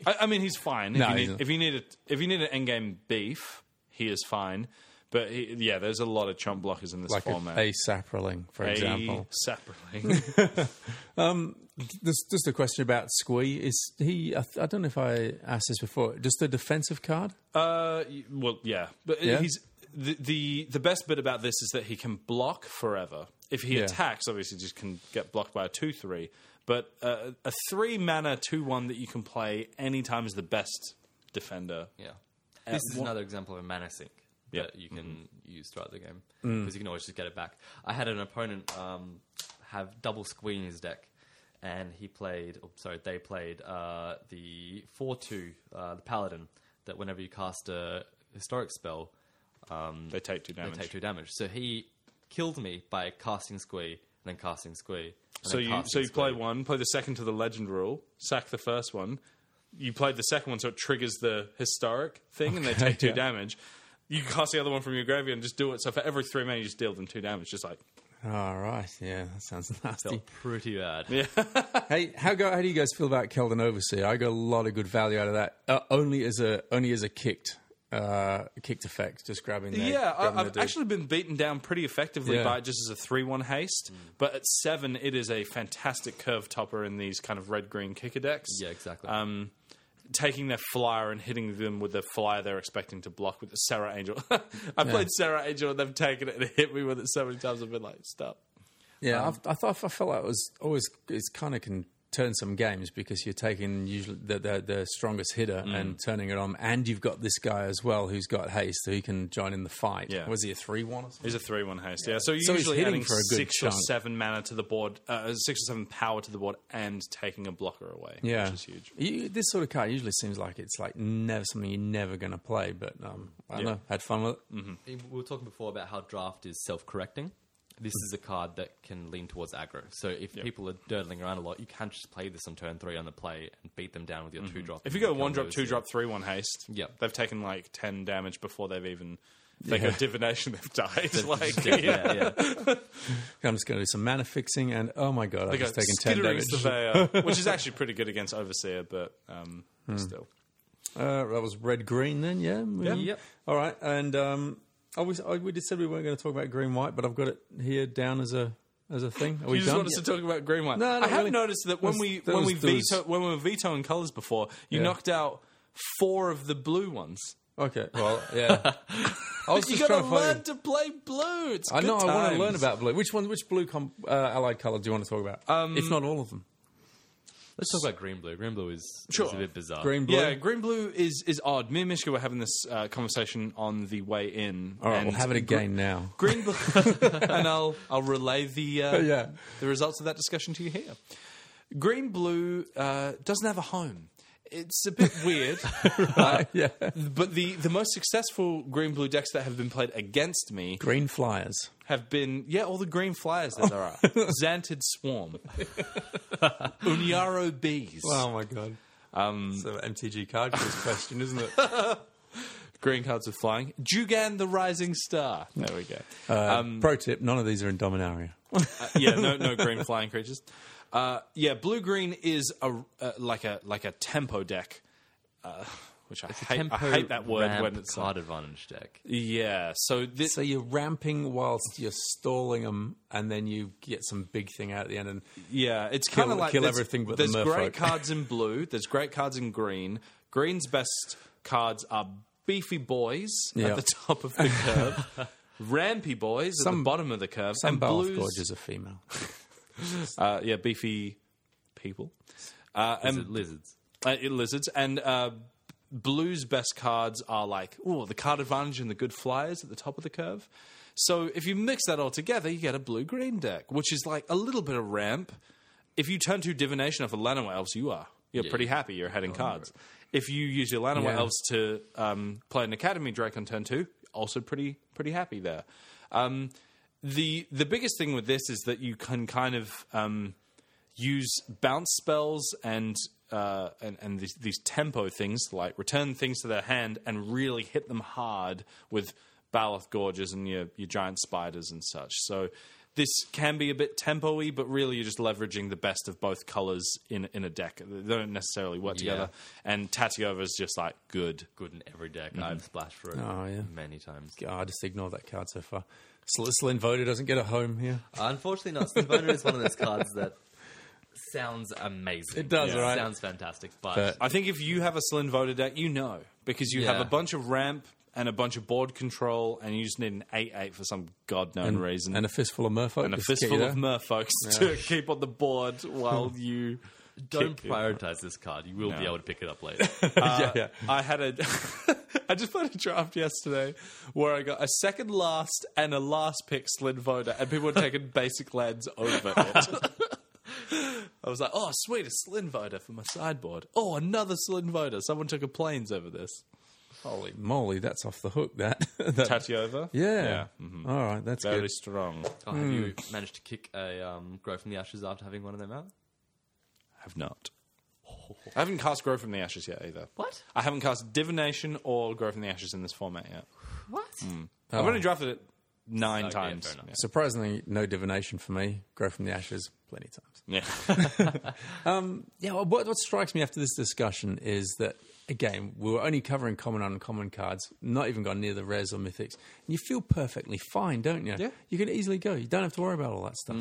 [SPEAKER 3] I, I mean, he's fine. If,
[SPEAKER 2] No,
[SPEAKER 3] you
[SPEAKER 2] he's
[SPEAKER 3] need,
[SPEAKER 2] not.
[SPEAKER 3] if you need a, if you need an endgame beef, he is fine. But he, yeah, there's a lot of chump blockers in this
[SPEAKER 2] Like a,
[SPEAKER 3] format.
[SPEAKER 2] a sapperling, for example.
[SPEAKER 3] Sapperling.
[SPEAKER 2] There's just a question about Squee. Is he? I, th- I don't know if I asked this before. Just a defensive card.
[SPEAKER 3] Uh, y- well, yeah, but uh,
[SPEAKER 2] Yeah?
[SPEAKER 3] he's the, the the best bit about this is that he can block forever. If he
[SPEAKER 2] Yeah.
[SPEAKER 3] attacks, obviously, he just can get blocked by a two three. But uh, a three mana two one that you can play anytime is the best defender.
[SPEAKER 4] Yeah. This is another example of a mana sink
[SPEAKER 3] Yeah.
[SPEAKER 4] that you can
[SPEAKER 3] Mm-hmm.
[SPEAKER 4] use throughout the game
[SPEAKER 3] Mm.
[SPEAKER 4] because you can always just get it back. I had an opponent um, have double squee in his deck, and he played. Oh, sorry, they played uh, the four two, uh, the paladin. That whenever you cast a historic spell,
[SPEAKER 3] They take two damage.
[SPEAKER 4] they take two damage. So he killed me by casting squee and then casting squee. and
[SPEAKER 3] so
[SPEAKER 4] then
[SPEAKER 3] you
[SPEAKER 4] casting
[SPEAKER 3] so you play
[SPEAKER 4] Squee.
[SPEAKER 3] one, play the second to the legend rule, sack the first one. You played the second one, so it triggers the historic thing, and they take two damage. You cast the other one from your graveyard and just do it. So for every three mana, you just deal them two damage. Just like
[SPEAKER 2] All Ah, right. Yeah, that sounds *laughs* nasty.
[SPEAKER 4] Felt pretty bad.
[SPEAKER 2] Hey, how go, how do you guys feel about Keldon Overseer? I got a lot of good value out of that. Uh, only as a only as a kicked uh, kicked effect, just grabbing. Their,
[SPEAKER 3] Yeah,
[SPEAKER 2] grabbing
[SPEAKER 3] I,
[SPEAKER 2] their
[SPEAKER 3] I've
[SPEAKER 2] dude.
[SPEAKER 3] actually been beaten down pretty effectively
[SPEAKER 2] Yeah. Mm.
[SPEAKER 3] by it just as a 3 1 haste. But at 7, it is a fantastic curve topper in these kind of red green kicker decks.
[SPEAKER 4] Yeah, exactly.
[SPEAKER 3] Um, taking their flyer and hitting them with the flyer they're expecting to block with the Sarah Angel. *laughs* I played Sarah Angel and they've taken it and hit me with it so many times. I've been like, stop.
[SPEAKER 2] Yeah,
[SPEAKER 3] Um,
[SPEAKER 2] I've, I thought I felt like it was always it's kind of can turn some games because you're taking usually the the, the strongest hitter
[SPEAKER 3] Mm.
[SPEAKER 2] and turning it on, and you've got this guy as well who's got haste, so he can join in the fight.
[SPEAKER 3] Yeah.
[SPEAKER 2] Was he a three one or something?
[SPEAKER 3] He's a 3 1 haste. Yeah, so you're
[SPEAKER 2] So he's
[SPEAKER 3] usually
[SPEAKER 2] hitting
[SPEAKER 3] adding
[SPEAKER 2] for a good
[SPEAKER 3] 6 or
[SPEAKER 2] chunk.
[SPEAKER 3] 7 mana to the board, uh, 6 or 7 power to the board and taking a blocker away,
[SPEAKER 2] Yeah,
[SPEAKER 3] which is huge.
[SPEAKER 2] You, this sort of card usually seems like it's like never something you're never going to play, but um, I don't know. Had fun with it.
[SPEAKER 3] Mm.
[SPEAKER 4] We were talking before about how draft is self-correcting. This is a card that can lean towards aggro. So if people are dirtling around a lot, you can just play this on turn three on the play and beat them down with your two drop.
[SPEAKER 3] Mm-hmm. If you go one drop, two
[SPEAKER 4] *laughs*
[SPEAKER 3] drop, three one haste,
[SPEAKER 4] Yep.
[SPEAKER 3] they've taken like ten damage before they've even. If they go divination, *laughs* they've died. like *laughs*
[SPEAKER 4] yeah, yeah.
[SPEAKER 2] I'm just going to do some mana fixing, and oh my god, I've
[SPEAKER 3] they go
[SPEAKER 2] just taken ten
[SPEAKER 3] skittering
[SPEAKER 2] damage. *laughs*
[SPEAKER 3] surveyor, which is actually pretty good against overseer, but um,
[SPEAKER 2] Hmm.
[SPEAKER 3] still.
[SPEAKER 2] Uh, that was red green then, yeah. Mm.
[SPEAKER 4] Yep.
[SPEAKER 2] All right, and um, I was I, we just said we weren't going to talk about green white, but I've got it here down as a as a thing. Are we
[SPEAKER 3] You just
[SPEAKER 2] done?
[SPEAKER 3] want us to talk about green white.
[SPEAKER 2] No, not
[SPEAKER 3] I have
[SPEAKER 2] really.
[SPEAKER 3] noticed that when
[SPEAKER 2] That was-
[SPEAKER 3] we
[SPEAKER 2] that
[SPEAKER 3] when
[SPEAKER 2] was-
[SPEAKER 3] we
[SPEAKER 2] that was-
[SPEAKER 3] veto when we were vetoing colors before, you
[SPEAKER 2] Yeah.
[SPEAKER 3] knocked out four of the blue ones.
[SPEAKER 2] Okay. *laughs* Well, yeah. I was
[SPEAKER 3] You
[SPEAKER 2] just
[SPEAKER 3] got
[SPEAKER 2] trying
[SPEAKER 3] to
[SPEAKER 2] to
[SPEAKER 3] learn
[SPEAKER 2] find.
[SPEAKER 3] to play blue. It's
[SPEAKER 2] I know.
[SPEAKER 3] good
[SPEAKER 2] I want to learn
[SPEAKER 3] times.
[SPEAKER 2] about blue. Which one? Which blue com- uh, allied color do you want to talk about? if not all of them,
[SPEAKER 4] Let's talk about green blue. Green blue is,
[SPEAKER 3] Sure.
[SPEAKER 4] is a bit bizarre.
[SPEAKER 2] green, blue.
[SPEAKER 3] Yeah, green blue is is odd. Me and Mishka were having this uh, conversation on the way in.
[SPEAKER 2] all right, we'll
[SPEAKER 3] and
[SPEAKER 2] have it
[SPEAKER 3] gr-
[SPEAKER 2] again now.
[SPEAKER 3] Green *laughs* blue, and I'll I'll relay the *laughs* uh,
[SPEAKER 2] Yeah.
[SPEAKER 3] the results of that discussion to you here. Green blue uh, doesn't have a home. it's a bit *laughs* weird. uh, But the, the most successful green blue decks that have been played against me
[SPEAKER 2] Green flyers.
[SPEAKER 3] have been yeah, all the green flyers that there *laughs* are. Xantid Swarm. Unyaro Bees.
[SPEAKER 2] Oh my god. Um, it's an MTG card quiz question, isn't *laughs* it?
[SPEAKER 3] Green cards are flying. Jugan the Rising Star. There we go.
[SPEAKER 2] Pro tip: None of these are in Dominaria.
[SPEAKER 3] yeah, no, no green flying creatures. Uh, yeah, blue green is a uh, like a like a tempo deck, uh, which I hate. I hate that word
[SPEAKER 4] ramp
[SPEAKER 3] when it's uh,
[SPEAKER 4] card advantage deck.
[SPEAKER 3] yeah. So this
[SPEAKER 2] So you're ramping whilst you're stalling them, and then you get some big thing out at the end. And
[SPEAKER 3] yeah, it's kind of
[SPEAKER 2] Kill-
[SPEAKER 3] like
[SPEAKER 2] kill
[SPEAKER 3] there's-
[SPEAKER 2] everything but the
[SPEAKER 3] there's great
[SPEAKER 2] merfolk. *laughs*
[SPEAKER 3] cards in blue. There's great cards in green. Green's best cards are beefy boys
[SPEAKER 2] Yeah.
[SPEAKER 3] at the top of the
[SPEAKER 2] *laughs*
[SPEAKER 3] curve. Rampy boys at the
[SPEAKER 2] Some-
[SPEAKER 3] bottom of the curve,
[SPEAKER 2] some
[SPEAKER 3] and
[SPEAKER 2] Balth
[SPEAKER 3] blues,
[SPEAKER 2] Gorge is a female.
[SPEAKER 3] uh, yeah, beefy people, uh, and
[SPEAKER 4] Lizard- lizards.
[SPEAKER 3] uh, it- lizards and uh, b- blue's best cards are like oh the card advantage and the good flyers at the top of the curve so if you mix that all together you get a blue green deck which is like a little bit of ramp if you turn two divination off of llanowar elves you are you're pretty happy you're heading cards if you use your llanowar
[SPEAKER 2] Yeah.
[SPEAKER 3] elves to um, play an academy drake on turn two also pretty pretty happy there um, the the biggest thing with this is that you can kind of um, use bounce spells and uh, and, and these, these tempo things like return things to their hand and really hit them hard with Baloth Gorges and your, your giant spiders and such. So this can be a bit tempo-y, but really you're just leveraging the best of both colors in in a deck. They don't necessarily work together. And Tatiova is just like good.
[SPEAKER 4] Good in every deck.
[SPEAKER 3] mm-hmm.
[SPEAKER 4] I've splashed for it
[SPEAKER 2] Oh, *laughs* yeah.
[SPEAKER 4] many times.
[SPEAKER 2] God, I just ignored that card so far. Sl- Slin Voda doesn't get a home here.
[SPEAKER 4] Unfortunately, not. Stinboner is one of those cards that sounds amazing.
[SPEAKER 2] It does, right?
[SPEAKER 4] Sounds fantastic, but,
[SPEAKER 2] But-
[SPEAKER 3] I think if you have a Slin voter deck, you know because you have
[SPEAKER 4] Yeah.
[SPEAKER 3] a bunch of ramp and a bunch of board control, and you just need an eight eight for some god known reason.
[SPEAKER 2] And a fistful of Merfolk.
[SPEAKER 3] Mm. and a
[SPEAKER 2] just to get you
[SPEAKER 3] fistful of
[SPEAKER 2] there. *laughs*
[SPEAKER 3] merfolks to keep on the *laughs* board while you
[SPEAKER 4] don't
[SPEAKER 3] kick it. *laughs*
[SPEAKER 4] prioritize this card. You will be
[SPEAKER 3] No.
[SPEAKER 4] able to pick it
[SPEAKER 3] *laughs*
[SPEAKER 4] up later.
[SPEAKER 3] Uh, I had a. *laughs* I just played a draft yesterday where I got a second last and a last pick Slin Voda, and people were *laughs* taking basic lands over *laughs* it. I was like, oh, sweet, a Slin Voda for my sideboard. Oh, another Slin Voda. Someone took a planes over this.
[SPEAKER 2] Holy moly, that's off the hook, that. *laughs* that-
[SPEAKER 3] Tatiova?
[SPEAKER 2] yeah. All right, that's
[SPEAKER 3] Mm-hmm. Very
[SPEAKER 2] good.
[SPEAKER 3] strong.
[SPEAKER 4] Oh, have you managed to kick a um, grow from the ashes after having one of them out?
[SPEAKER 3] Have not. I haven't cast Grow from the Ashes yet either.
[SPEAKER 4] What?
[SPEAKER 3] I haven't cast Divination or Grow from the Ashes in this format yet. Hmm.
[SPEAKER 4] What?
[SPEAKER 3] I've only drafted it nine
[SPEAKER 4] Okay,
[SPEAKER 3] times.
[SPEAKER 4] fair enough.
[SPEAKER 2] Surprisingly, no divination for me. Grow from the ashes plenty of times.
[SPEAKER 3] Yeah.
[SPEAKER 2] Yeah, well, what, what strikes me after this discussion is that, again, we were only covering common and uncommon cards, not even gone near the rares or mythics. And you feel perfectly fine, don't you?
[SPEAKER 3] Yeah.
[SPEAKER 2] You can easily go. You don't have to worry about all that stuff.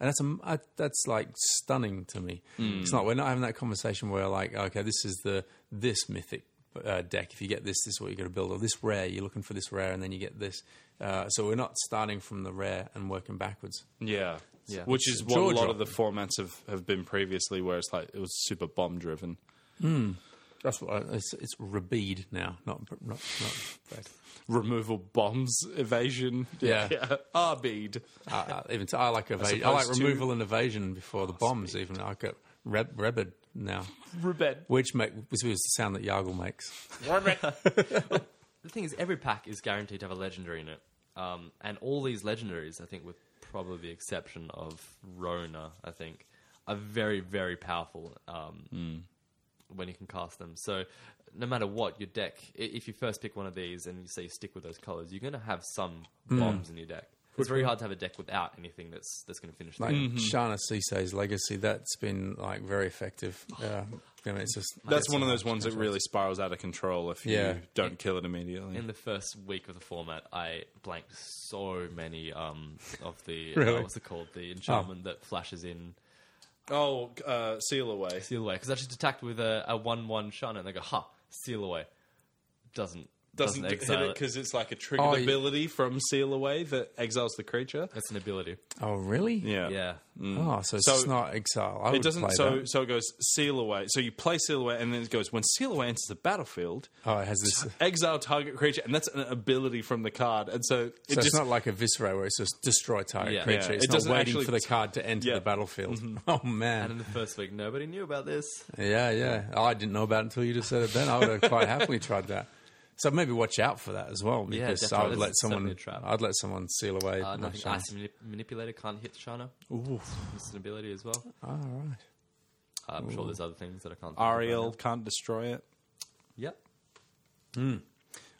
[SPEAKER 2] And that's, a, I, that's like stunning to me. It's not, we're not having that conversation where, like, okay, this is the this mythic uh, deck. If you get this, this is what you're going to build. Or this rare, you're looking for this rare, and then you get this. Uh, so we're not starting from the rare and working backwards. *laughs*
[SPEAKER 3] *laughs* Yeah.
[SPEAKER 4] Yeah.
[SPEAKER 3] Which is what a lot of
[SPEAKER 2] jaw-dropping.
[SPEAKER 3] the formats have, have been previously, where it's like it was super bomb driven.
[SPEAKER 2] That's what I, it's, it's Rabid now, not, not, not
[SPEAKER 3] Removal bombs, *laughs* evasion.
[SPEAKER 2] Yeah.
[SPEAKER 3] *laughs* yeah. Arbed.
[SPEAKER 2] I, I, Uh, even t- I like eva- I like
[SPEAKER 3] opposed to-
[SPEAKER 2] removal and evasion before the bombs. Even I got reb- rebbed now,
[SPEAKER 3] Rebed.
[SPEAKER 2] which make which was the sound that Yargle makes.
[SPEAKER 4] The thing is, every pack is guaranteed to have a legendary in it, um, and all these legendaries, I think, with probably the exception of Rona, I think, are very, very powerful um,
[SPEAKER 3] Hmm.
[SPEAKER 4] when you can cast them. So, no matter what your deck, i- if you first pick one of these and you say you stick with those colors, you're going to have some
[SPEAKER 3] Hmm.
[SPEAKER 4] bombs in your deck. It's very hard to have a deck without anything that's that's going to finish. the
[SPEAKER 2] Like
[SPEAKER 4] game.
[SPEAKER 2] Shana Cissé's legacy, that's been like very effective. Uh, I mean, it's just
[SPEAKER 3] That's one of those ones that really spirals out of control if you
[SPEAKER 2] Yeah.
[SPEAKER 3] don't kill it immediately.
[SPEAKER 4] in the first week of the format, I blanked so many um, of the
[SPEAKER 2] Really?
[SPEAKER 4] uh, what's it called the enchantment that flashes in
[SPEAKER 3] oh, uh, seal away.
[SPEAKER 4] seal away because I just attacked with a, a one one shun and they go ha seal away doesn't
[SPEAKER 6] doesn't,
[SPEAKER 4] Doesn't
[SPEAKER 6] hit
[SPEAKER 4] exile
[SPEAKER 6] it
[SPEAKER 4] it.
[SPEAKER 6] because it's like a triggered
[SPEAKER 2] Oh, yeah.
[SPEAKER 6] ability from Seal Away that exiles the creature.
[SPEAKER 4] That's an ability.
[SPEAKER 2] Oh, really?
[SPEAKER 6] Yeah.
[SPEAKER 4] Yeah.
[SPEAKER 2] Oh, so,
[SPEAKER 6] So-
[SPEAKER 2] it's not exile. I
[SPEAKER 6] It
[SPEAKER 2] would
[SPEAKER 6] doesn't.
[SPEAKER 2] play
[SPEAKER 6] So
[SPEAKER 2] that.
[SPEAKER 6] so it goes Seal Away. So you play Seal Away, and then it goes when Seal Away enters the battlefield.
[SPEAKER 2] Oh, it has this. So
[SPEAKER 6] Exile target creature, and that's an ability from the card, and so it
[SPEAKER 2] it's
[SPEAKER 6] just
[SPEAKER 2] not like a viscera where it's just destroy target
[SPEAKER 4] Yeah.
[SPEAKER 2] creature.
[SPEAKER 6] Yeah.
[SPEAKER 2] It's
[SPEAKER 6] It
[SPEAKER 2] not
[SPEAKER 6] doesn't
[SPEAKER 2] waiting
[SPEAKER 6] actually
[SPEAKER 2] for the card to enter
[SPEAKER 6] Yeah.
[SPEAKER 2] the battlefield. *laughs* Oh
[SPEAKER 4] And in
[SPEAKER 2] man,
[SPEAKER 4] the first week, nobody knew about this.
[SPEAKER 2] yeah, yeah. Oh, I didn't know about it until you just said it. Then I would have quite happily tried that. So maybe watch out for that as well
[SPEAKER 4] Yeah,
[SPEAKER 2] because I
[SPEAKER 4] definitely.
[SPEAKER 2] would
[SPEAKER 4] This
[SPEAKER 2] let
[SPEAKER 4] is
[SPEAKER 2] someone.
[SPEAKER 4] definitely a trap.
[SPEAKER 2] I'd let someone seal away.
[SPEAKER 4] Uh,
[SPEAKER 2] my
[SPEAKER 4] nothing.
[SPEAKER 2] shine.
[SPEAKER 4] Ice manip- manipulator can't hit Shana. Ooh, it's an ability as well. Uh,
[SPEAKER 2] All right.
[SPEAKER 4] I'm sure there's other things that I can't. think of right
[SPEAKER 6] Ariel
[SPEAKER 4] now.
[SPEAKER 6] can't destroy it.
[SPEAKER 4] Yep.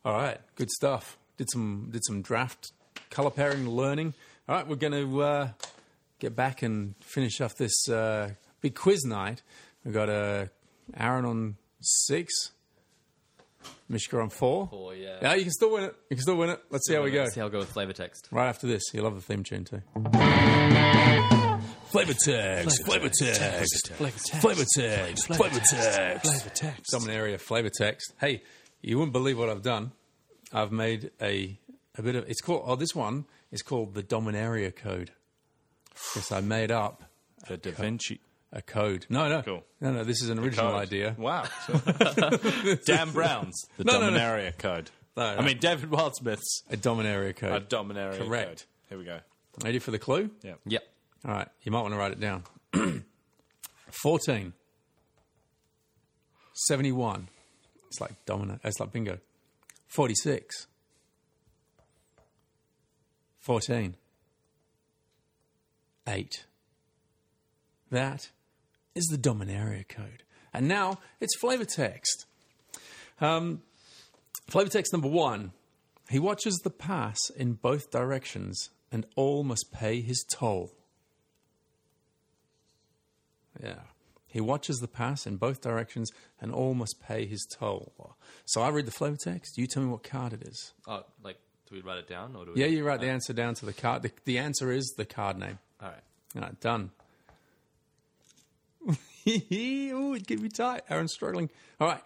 [SPEAKER 2] All right, good stuff. Did some did some draft color pairing learning. All right, we're going to uh, get back and finish off this uh, big quiz night. We got uh, Aaron on six, Mishka on four.
[SPEAKER 4] Four, yeah.
[SPEAKER 2] Yeah, you can still win it. You can still win it. Let's see how we go.
[SPEAKER 4] See how I go with flavor text.
[SPEAKER 2] Right after this, you'll love the theme tune too. Flavor text, flavor text,
[SPEAKER 3] Flavor text.
[SPEAKER 2] flavor text, flavor text.
[SPEAKER 3] Flavor text.
[SPEAKER 2] Dominant area flavor text. Hey, you wouldn't believe what I've done. I've made a a bit of it's called oh this one is called the Dominaria code. Yes, I made up
[SPEAKER 6] The Da Vinci.
[SPEAKER 2] a code. No, no,
[SPEAKER 6] Cool.
[SPEAKER 2] no, no. This is an original
[SPEAKER 6] code.
[SPEAKER 2] idea.
[SPEAKER 6] *laughs* Wow. *laughs* Dan Brown's the
[SPEAKER 2] No, no, no.
[SPEAKER 6] Dominaria code.
[SPEAKER 2] No, no.
[SPEAKER 6] I mean David Wildsmith's
[SPEAKER 2] A Dominaria code.
[SPEAKER 6] a Dominaria
[SPEAKER 2] Correct.
[SPEAKER 6] code. Here we go.
[SPEAKER 2] Ready for the clue?
[SPEAKER 6] Yeah.
[SPEAKER 4] Yep.
[SPEAKER 2] All right, you might want to write it down. *clears throat* 14. 71. It's like domino. It's like bingo. 46. 14. 8. That is the Dominaria code. And now it's flavor text. Um, flavor text number one. He watches the pass in both directions, and all must pay his toll. Yeah. He watches the pass in both directions, and all must pay his toll. So I read the flow text. You tell me what card it is.
[SPEAKER 4] Oh, like, do we write it down or do we?
[SPEAKER 2] Yeah, you write the answer down to the card. The, the answer is the card name.
[SPEAKER 4] All right.
[SPEAKER 2] All right, done. *laughs* Ooh, it could be tight. Aaron's struggling. All right,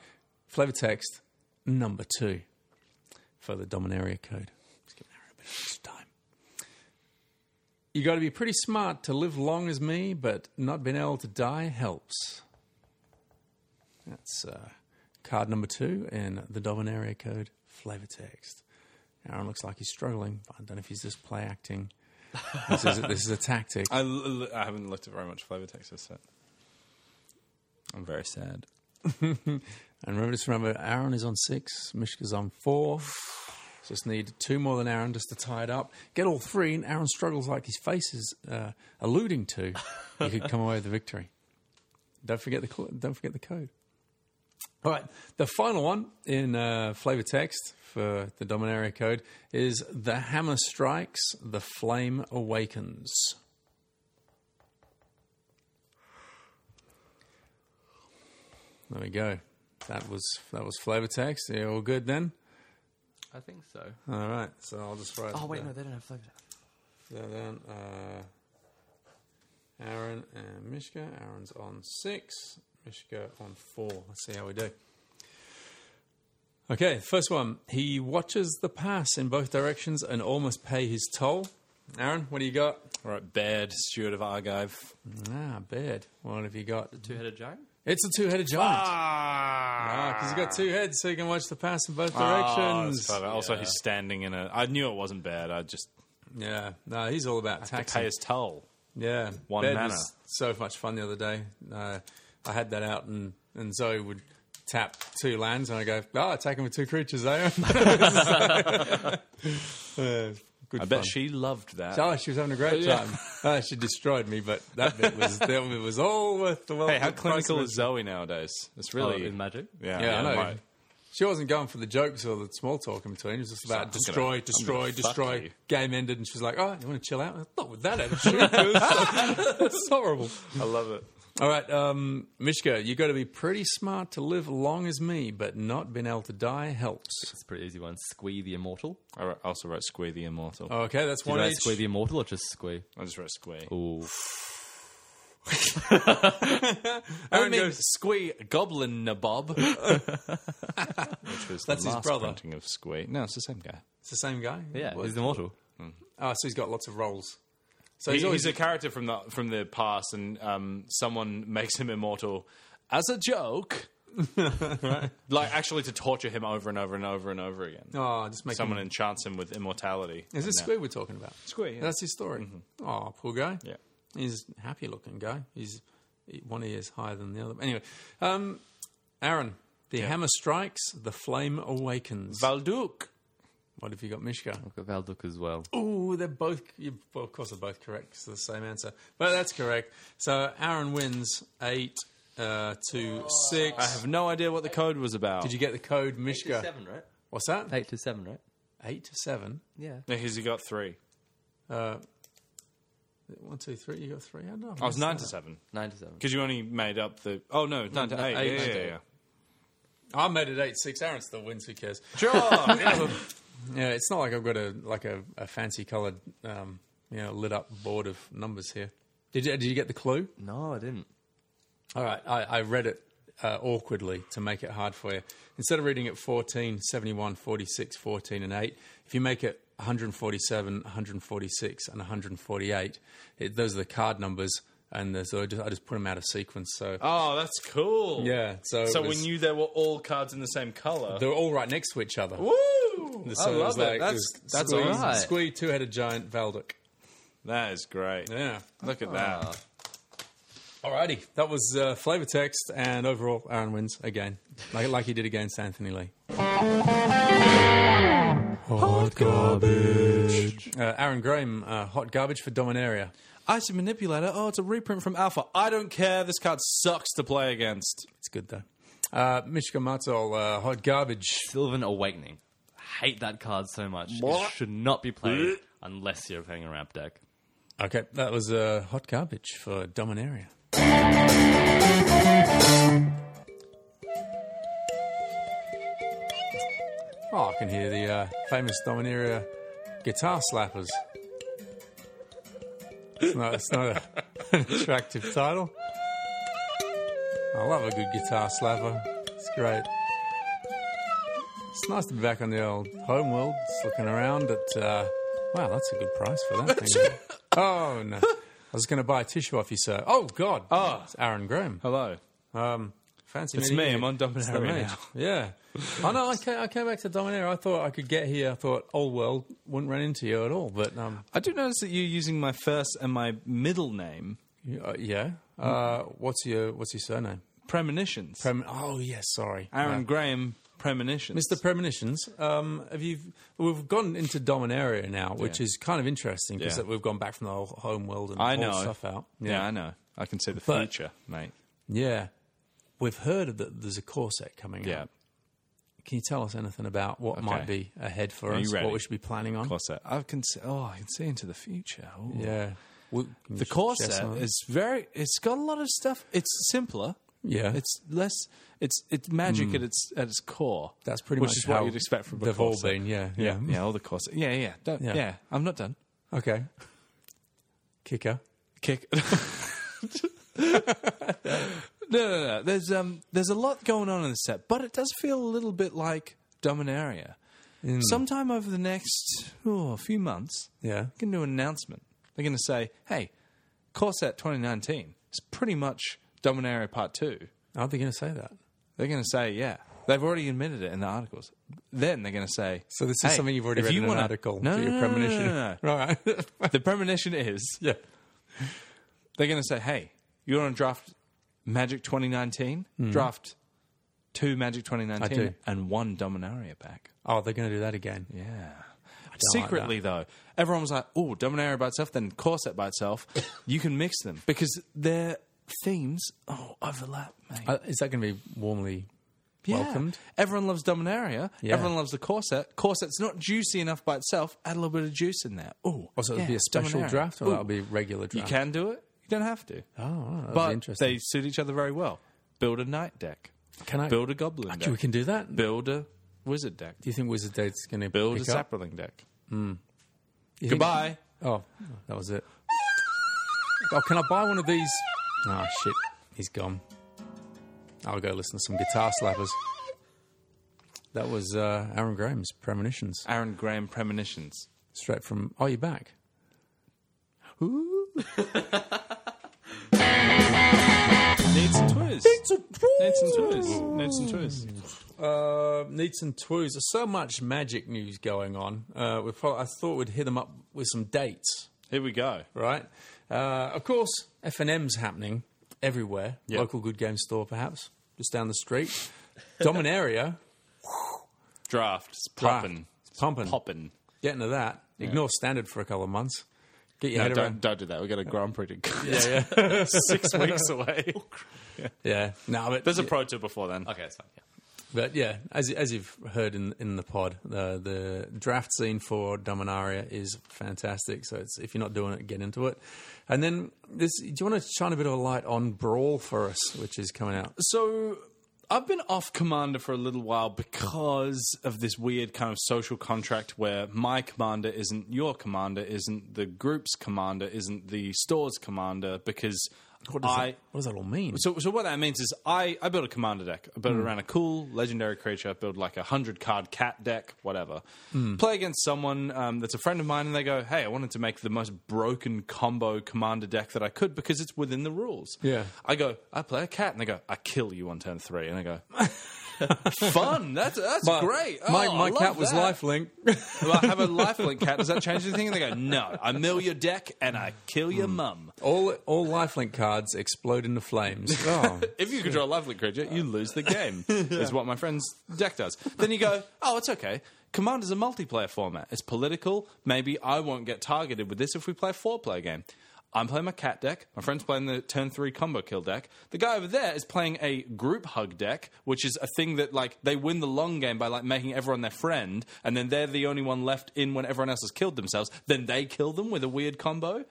[SPEAKER 2] flavor text number two for the Dominaria code. Let's give Aaron a bit of extra time. You got to be pretty smart to live long as me, but not being able to die helps. That's uh, card number two in the Dominaria code flavor text. Aaron looks like he's struggling. I don't know if he's just play acting. This is, this is a tactic.
[SPEAKER 6] I, l- l- I haven't looked at very much flavor text this set. I'm very sad.
[SPEAKER 2] And remember, just remember, Aaron is on six, Mishka's on four. Just need two more than Aaron just to tie it up. Get all three, and Aaron struggles like his face is uh, alluding to. You could come away with the victory. Don't forget the cl- don't forget the code. All right, the final one in uh, flavor text for the Dominaria code is the hammer strikes, the flame awakens. There we go. That was that was flavor text. Yeah, all good then.
[SPEAKER 4] I think so.
[SPEAKER 2] All right, so I'll just write.
[SPEAKER 4] Oh wait,
[SPEAKER 2] the-
[SPEAKER 4] no, they don't have flavor text.
[SPEAKER 2] So then, uh, Aaron and Mishka. Aaron's on six, Mishka on four. Let's see how we do. Okay, first one. He watches the pass in both directions and almost pay his toll. Aaron, what do you got?
[SPEAKER 6] All right, Baird, Steward of Argive.
[SPEAKER 2] Ah, bad. What have you got?
[SPEAKER 4] Two-headed giant.
[SPEAKER 2] It's a two-headed giant. Ah, because he's got two heads, so he can watch the pass in both
[SPEAKER 6] Ah,
[SPEAKER 3] Ah,
[SPEAKER 2] directions.
[SPEAKER 6] Oh, that's clever. Also, he's standing in a. I knew it wasn't bad. I just
[SPEAKER 2] yeah, no, he's all about taxing.
[SPEAKER 6] pay his toll.
[SPEAKER 2] Yeah,
[SPEAKER 6] one
[SPEAKER 2] bed
[SPEAKER 6] manner.
[SPEAKER 2] was so much fun the other day. Uh, I had that out, and, and Zoe would tap two lands, and I go, "Oh, attacking with two creatures eh?" *laughs* there." Uh, good
[SPEAKER 6] I bet
[SPEAKER 2] fun.
[SPEAKER 6] she loved that.
[SPEAKER 2] Oh, she was having a great
[SPEAKER 6] Yeah.
[SPEAKER 2] time. Uh, she destroyed me, but that bit
[SPEAKER 6] *laughs*
[SPEAKER 2] was that bit was all worth the.
[SPEAKER 6] hey, how clinical is Zoe nowadays? It's
[SPEAKER 4] Oh,
[SPEAKER 6] really
[SPEAKER 4] in magic.
[SPEAKER 6] Yeah,
[SPEAKER 2] Yeah, I know.
[SPEAKER 6] right.
[SPEAKER 2] She wasn't going for the jokes or the small talk in between. It was just about
[SPEAKER 6] like, I'm
[SPEAKER 2] destroy,
[SPEAKER 6] gonna- I'm
[SPEAKER 2] destroy,
[SPEAKER 6] gonna fuck
[SPEAKER 2] destroy.
[SPEAKER 6] you.
[SPEAKER 2] Game ended, and she was like, "Oh, you want to chill out? Not with that attitude. *laughs* It's horrible."
[SPEAKER 6] I love it.
[SPEAKER 2] All right, um, Mishka, you got to be pretty smart to live long as me, but not being able to die helps.
[SPEAKER 4] It's a pretty easy one. Squee the immortal.
[SPEAKER 6] I wrote- I also wrote Squee
[SPEAKER 2] Oh.
[SPEAKER 6] the Immortal.
[SPEAKER 2] Okay, that's
[SPEAKER 4] Do you
[SPEAKER 2] one
[SPEAKER 4] write
[SPEAKER 2] each.
[SPEAKER 4] Squee the immortal or just Squee?
[SPEAKER 6] I just wrote Squee.
[SPEAKER 4] Ooh.
[SPEAKER 2] Aaron
[SPEAKER 3] mean,
[SPEAKER 2] goes,
[SPEAKER 3] Squee Goblin
[SPEAKER 6] *laughs*
[SPEAKER 3] Nabob.
[SPEAKER 2] that's his
[SPEAKER 3] Last
[SPEAKER 2] brother.
[SPEAKER 3] printing of Squee. No, it's the same guy.
[SPEAKER 2] It's the same guy.
[SPEAKER 4] Yeah,
[SPEAKER 2] What?
[SPEAKER 4] he's immortal.
[SPEAKER 2] Oh, so he's got lots of roles. So
[SPEAKER 3] He-
[SPEAKER 2] he's
[SPEAKER 3] He's,
[SPEAKER 2] always
[SPEAKER 3] a character from the from the past, and um, someone makes him immortal as a joke, like actually to torture him over and over and over and over again.
[SPEAKER 2] *laughs* oh, just making
[SPEAKER 3] Someone enchants him with immortality.
[SPEAKER 2] Is this
[SPEAKER 3] And
[SPEAKER 2] Squid we're talking about?
[SPEAKER 3] Squid, yeah. Mm-hmm.
[SPEAKER 2] That's his story. Oh, poor guy.
[SPEAKER 3] Yeah.
[SPEAKER 2] He's a happy looking guy. He's one ear is higher than the other. Anyway, um, Aaron, the hammer strikes, the flame awakens.
[SPEAKER 3] that- Valduk.
[SPEAKER 2] what have you got, Mishka?
[SPEAKER 4] I've got Valduk as well.
[SPEAKER 2] Oh, they're both. You, well, of course, they're both correct. It's the same answer, but that's correct. So Aaron wins eight uh, to six.
[SPEAKER 3] Oh. I have no idea what the code was about.
[SPEAKER 2] Did you get the code, Mishka?
[SPEAKER 4] right?
[SPEAKER 2] What's that?
[SPEAKER 4] Eight to seven, right?
[SPEAKER 2] Eight to seven.
[SPEAKER 4] Yeah.
[SPEAKER 3] No, he's he got three.
[SPEAKER 2] One, two, three. You got three. I don't know.
[SPEAKER 3] I was nine to seven
[SPEAKER 4] Nine to seven.
[SPEAKER 3] because you only made up the. Oh no, nine to
[SPEAKER 4] no,
[SPEAKER 3] eight.
[SPEAKER 4] eight,
[SPEAKER 3] yeah,
[SPEAKER 4] nine
[SPEAKER 3] yeah,
[SPEAKER 4] to
[SPEAKER 3] yeah,
[SPEAKER 4] eight.
[SPEAKER 2] I made it eight six. Aaron still wins. Who cares?
[SPEAKER 3] yeah. Sure.
[SPEAKER 2] *laughs* Yeah, it's not like I've got a like a, a fancy coloured, um, you know, lit up board of numbers here. Did you, did you get the clue?
[SPEAKER 4] No, I didn't.
[SPEAKER 2] All right, I, I read it uh, awkwardly to make it hard for you. Instead of reading it 14, 71, 46, 14, and 8, if you make it 147, 146, and 148, it, those are the card numbers, and the- so I just, I just put them out of sequence. So,
[SPEAKER 3] oh, that's cool.
[SPEAKER 2] yeah, Uh, so,
[SPEAKER 3] So
[SPEAKER 2] it was-
[SPEAKER 3] we knew there were all cards in the same color.
[SPEAKER 2] they were all right next to each other.
[SPEAKER 3] Woo!
[SPEAKER 2] So
[SPEAKER 3] I
[SPEAKER 2] it was
[SPEAKER 3] love
[SPEAKER 2] like,
[SPEAKER 3] it.
[SPEAKER 2] it
[SPEAKER 3] That's
[SPEAKER 2] was
[SPEAKER 3] that's all
[SPEAKER 2] Squee,
[SPEAKER 3] right.
[SPEAKER 2] Squee, two headed giant, Valduk.
[SPEAKER 3] That is great.
[SPEAKER 2] Yeah.
[SPEAKER 3] Look at that.
[SPEAKER 2] Alrighty, that was uh, flavor text, and overall, Aaron wins again, like, like he did against Anthony Lee. Hot garbage. Uh, Aaron Graham, uh, hot garbage for Dominaria.
[SPEAKER 3] Item Manipulator. Oh, it's a reprint from Alpha. I don't care. This card sucks to play against.
[SPEAKER 2] It's good though. Uh, Mishka Matzol, uh, hot garbage.
[SPEAKER 4] Sylvan Awakening. Hate that card so much. It should not be played unless you're playing a ramp deck.
[SPEAKER 2] Okay, that was uh, hot garbage for Dominaria. Oh, I can hear the uh, famous Dominaria guitar slappers. It's not, it's not a, *laughs* an attractive title. I love a good guitar slapper. It's great. It's nice to be back on the old home world. Just looking around at, uh, wow, that's a good price for that thing. Oh no! I was going to buy a tissue off you, sir. Oh God! Oh, it's Aaron Graham.
[SPEAKER 3] Hello.
[SPEAKER 2] Fancy
[SPEAKER 3] It's
[SPEAKER 2] meeting
[SPEAKER 3] me.
[SPEAKER 2] you.
[SPEAKER 3] I'm on
[SPEAKER 2] It's the mate.
[SPEAKER 3] Dominaria now.
[SPEAKER 2] *laughs* Yeah. I know. I came, I came back to Dominaria. I thought I could get here. I thought, oh well, wouldn't run into you at all. But um,
[SPEAKER 3] I do notice that you're using my first and my middle name,
[SPEAKER 2] you- uh, yeah. Uh, what's your What's your surname?
[SPEAKER 3] Premonitions.
[SPEAKER 2] Prem- oh yes, sorry,
[SPEAKER 3] Aaron
[SPEAKER 2] Uh,
[SPEAKER 3] Graham, Premonitions.
[SPEAKER 2] Mr. Premonitions, um, have you? We've gone into Dominaria now, which is kind of interesting because
[SPEAKER 3] Yeah.
[SPEAKER 2] we've gone back from the whole home world and
[SPEAKER 3] I
[SPEAKER 2] all
[SPEAKER 3] know.
[SPEAKER 2] stuff out.
[SPEAKER 3] Yeah. I know. I can see the
[SPEAKER 2] But-
[SPEAKER 3] future, mate.
[SPEAKER 2] yeah. We've heard that there's a corset coming
[SPEAKER 3] Yeah.
[SPEAKER 2] out. Can you tell us anything about what might be ahead for
[SPEAKER 3] you
[SPEAKER 2] us?
[SPEAKER 3] ready?
[SPEAKER 2] What we should be planning on?
[SPEAKER 3] Corset. I can see. Oh, I can see into the future. Ooh.
[SPEAKER 2] Yeah. We- can you
[SPEAKER 3] The
[SPEAKER 2] sh- share some of
[SPEAKER 3] corset
[SPEAKER 2] it?
[SPEAKER 3] is very. It's got a lot of stuff. It's simpler.
[SPEAKER 2] Yeah. Hmm.
[SPEAKER 3] It's less. It's it's magic at its at its core.
[SPEAKER 2] That's pretty
[SPEAKER 3] which
[SPEAKER 2] much
[SPEAKER 3] is what
[SPEAKER 2] how
[SPEAKER 3] you'd expect from a
[SPEAKER 2] they've all
[SPEAKER 3] corset.
[SPEAKER 2] been, yeah, yeah.
[SPEAKER 3] yeah. All the corset. Yeah, yeah. Don't,
[SPEAKER 2] Yeah.
[SPEAKER 3] yeah. I'm not done.
[SPEAKER 2] okay. Kicker.
[SPEAKER 3] Kick. *laughs* no, no, no. There's um there's a lot going on in the set, but it does feel a little bit like Dominaria.
[SPEAKER 2] Mm.
[SPEAKER 3] Sometime over the next oh, few months,
[SPEAKER 2] Yeah.
[SPEAKER 3] they're going to do an announcement. They're going to say, "Hey, Corset 2019 is pretty much Dominaria Part 2."
[SPEAKER 2] Aren't they going to say that?
[SPEAKER 3] They're going to say, "Yeah." They've already admitted it in the articles. Then they're going to say,
[SPEAKER 2] So this is
[SPEAKER 3] "Hey,
[SPEAKER 2] something you've already
[SPEAKER 3] if
[SPEAKER 2] read
[SPEAKER 3] you
[SPEAKER 2] in
[SPEAKER 3] wanna-
[SPEAKER 2] an article
[SPEAKER 3] No,
[SPEAKER 2] for
[SPEAKER 3] no,
[SPEAKER 2] your
[SPEAKER 3] no, no,
[SPEAKER 2] premonition.
[SPEAKER 3] no,
[SPEAKER 2] *laughs*
[SPEAKER 3] no, no.
[SPEAKER 2] Right.
[SPEAKER 3] The premonition is
[SPEAKER 2] yeah.
[SPEAKER 3] they're going to say, "Hey, you want to draft Magic 2019? Draft two Magic 2019
[SPEAKER 2] Hmm. I do.
[SPEAKER 3] and one Dominaria pack."
[SPEAKER 2] Oh, they're going to do that again.
[SPEAKER 3] Yeah.
[SPEAKER 2] like
[SPEAKER 3] Secretly, though, everyone was like, "Oh, Dominaria by itself, then Corset
[SPEAKER 2] *coughs*
[SPEAKER 3] by itself." you can mix them because their themes oh overlap, mate.
[SPEAKER 2] Uh, is that going to be warmly
[SPEAKER 3] Yeah.
[SPEAKER 2] welcomed?
[SPEAKER 3] Everyone loves Dominaria.
[SPEAKER 2] Yeah.
[SPEAKER 3] Everyone loves the Corset. Corset's not juicy enough by itself. Add a little bit of juice in there. Oh,
[SPEAKER 2] Also, it'll be a special draft, or that'll be regular
[SPEAKER 3] You
[SPEAKER 2] draft.
[SPEAKER 3] can do it. You don't have to.
[SPEAKER 2] Uh-huh. Oh, all right, that'll be
[SPEAKER 3] but
[SPEAKER 2] interesting.
[SPEAKER 3] they suit each other very well. Build a knight deck.
[SPEAKER 2] Can I-
[SPEAKER 3] build a goblin
[SPEAKER 2] Actually, we
[SPEAKER 3] deck?
[SPEAKER 2] can do that. Do
[SPEAKER 3] build a wizard deck.
[SPEAKER 2] you think Wizard Date's going to
[SPEAKER 3] Build a
[SPEAKER 2] pick up?
[SPEAKER 3] sapling deck.
[SPEAKER 2] You think-
[SPEAKER 3] Goodbye.
[SPEAKER 2] Oh, that was it. Oh, can I buy one of these Ah, shit. He's gone. I'll go listen to some guitar slappers. That was uh, Aaron Graham's Premonitions.
[SPEAKER 7] Aaron Graham premonitions.
[SPEAKER 2] Straight from Are You Back? Ooh.
[SPEAKER 7] Needs and twos. Needs and twos. Needs and twos.
[SPEAKER 2] Mm. Uh, needs and twos. There's so much magic news going on. Uh, we probably, I thought we'd hit them up with some dates.
[SPEAKER 7] Here we go.
[SPEAKER 2] right? Uh, of course, F and M's happening everywhere. Local good game store, perhaps, just down the street. Dominaria,
[SPEAKER 7] Drafts
[SPEAKER 2] Draft.
[SPEAKER 7] popping.
[SPEAKER 2] It's pumping,
[SPEAKER 7] Popping.
[SPEAKER 2] Get into that. Ignore standard for a couple of months. Get your
[SPEAKER 7] No,
[SPEAKER 2] head
[SPEAKER 7] don't,
[SPEAKER 2] around.
[SPEAKER 7] don't do that. We got a Grand Prix to go.
[SPEAKER 2] Yeah, yeah,
[SPEAKER 3] *laughs*
[SPEAKER 7] six weeks away.
[SPEAKER 2] yeah. No, but
[SPEAKER 7] There's a pro tour before then.
[SPEAKER 4] Okay, it's fine. Yeah.
[SPEAKER 2] But yeah, as as you've heard in in the pod, uh, the draft scene for Dominaria is fantastic. So it's if you're not doing it, get into it. And then this, do you want to shine a bit of a light on Brawl for us, which is coming out?
[SPEAKER 3] So I've been off Commander for a little while because of this weird kind of social contract where my commander isn't your commander, isn't the group's commander, isn't the store's commander because
[SPEAKER 2] What does,
[SPEAKER 3] I.
[SPEAKER 2] that, what does that all mean?
[SPEAKER 3] So, so what that means is I, I built a commander deck. I built around a cool legendary creature. I built like a hundred card cat deck, whatever. Play against someone um, that's a friend of mine, and they go, "Hey, I wanted to make the most broken combo commander deck that I could because it's within the rules."
[SPEAKER 2] Yeah.
[SPEAKER 3] I go, I play a cat, and they go, I kill you on turn three, and I go, *laughs* fun. That's that's great. Oh,
[SPEAKER 2] my
[SPEAKER 3] I
[SPEAKER 2] my
[SPEAKER 3] love
[SPEAKER 2] cat was
[SPEAKER 3] that.
[SPEAKER 2] lifelink.
[SPEAKER 3] Well, I have a lifelink cat. Does that change anything? And they go, No, I mill your deck and I kill your mum.
[SPEAKER 2] All all lifelink cards explode into
[SPEAKER 3] *laughs*
[SPEAKER 2] flames. Oh.
[SPEAKER 3] If you control a lifelink creature, you lose the game, is what my friend's deck does. Then you go, oh, it's okay. Commander's a multiplayer format. It's political. Maybe I won't get targeted with this if we play a four player game. I'm playing my cat deck. My friend's playing the turn three combo kill deck. The guy over there is playing a group hug deck, which is a thing that like they win the long game by like making everyone their friend, and then they're the only one left in when everyone else has killed themselves. Then they kill them with a weird combo.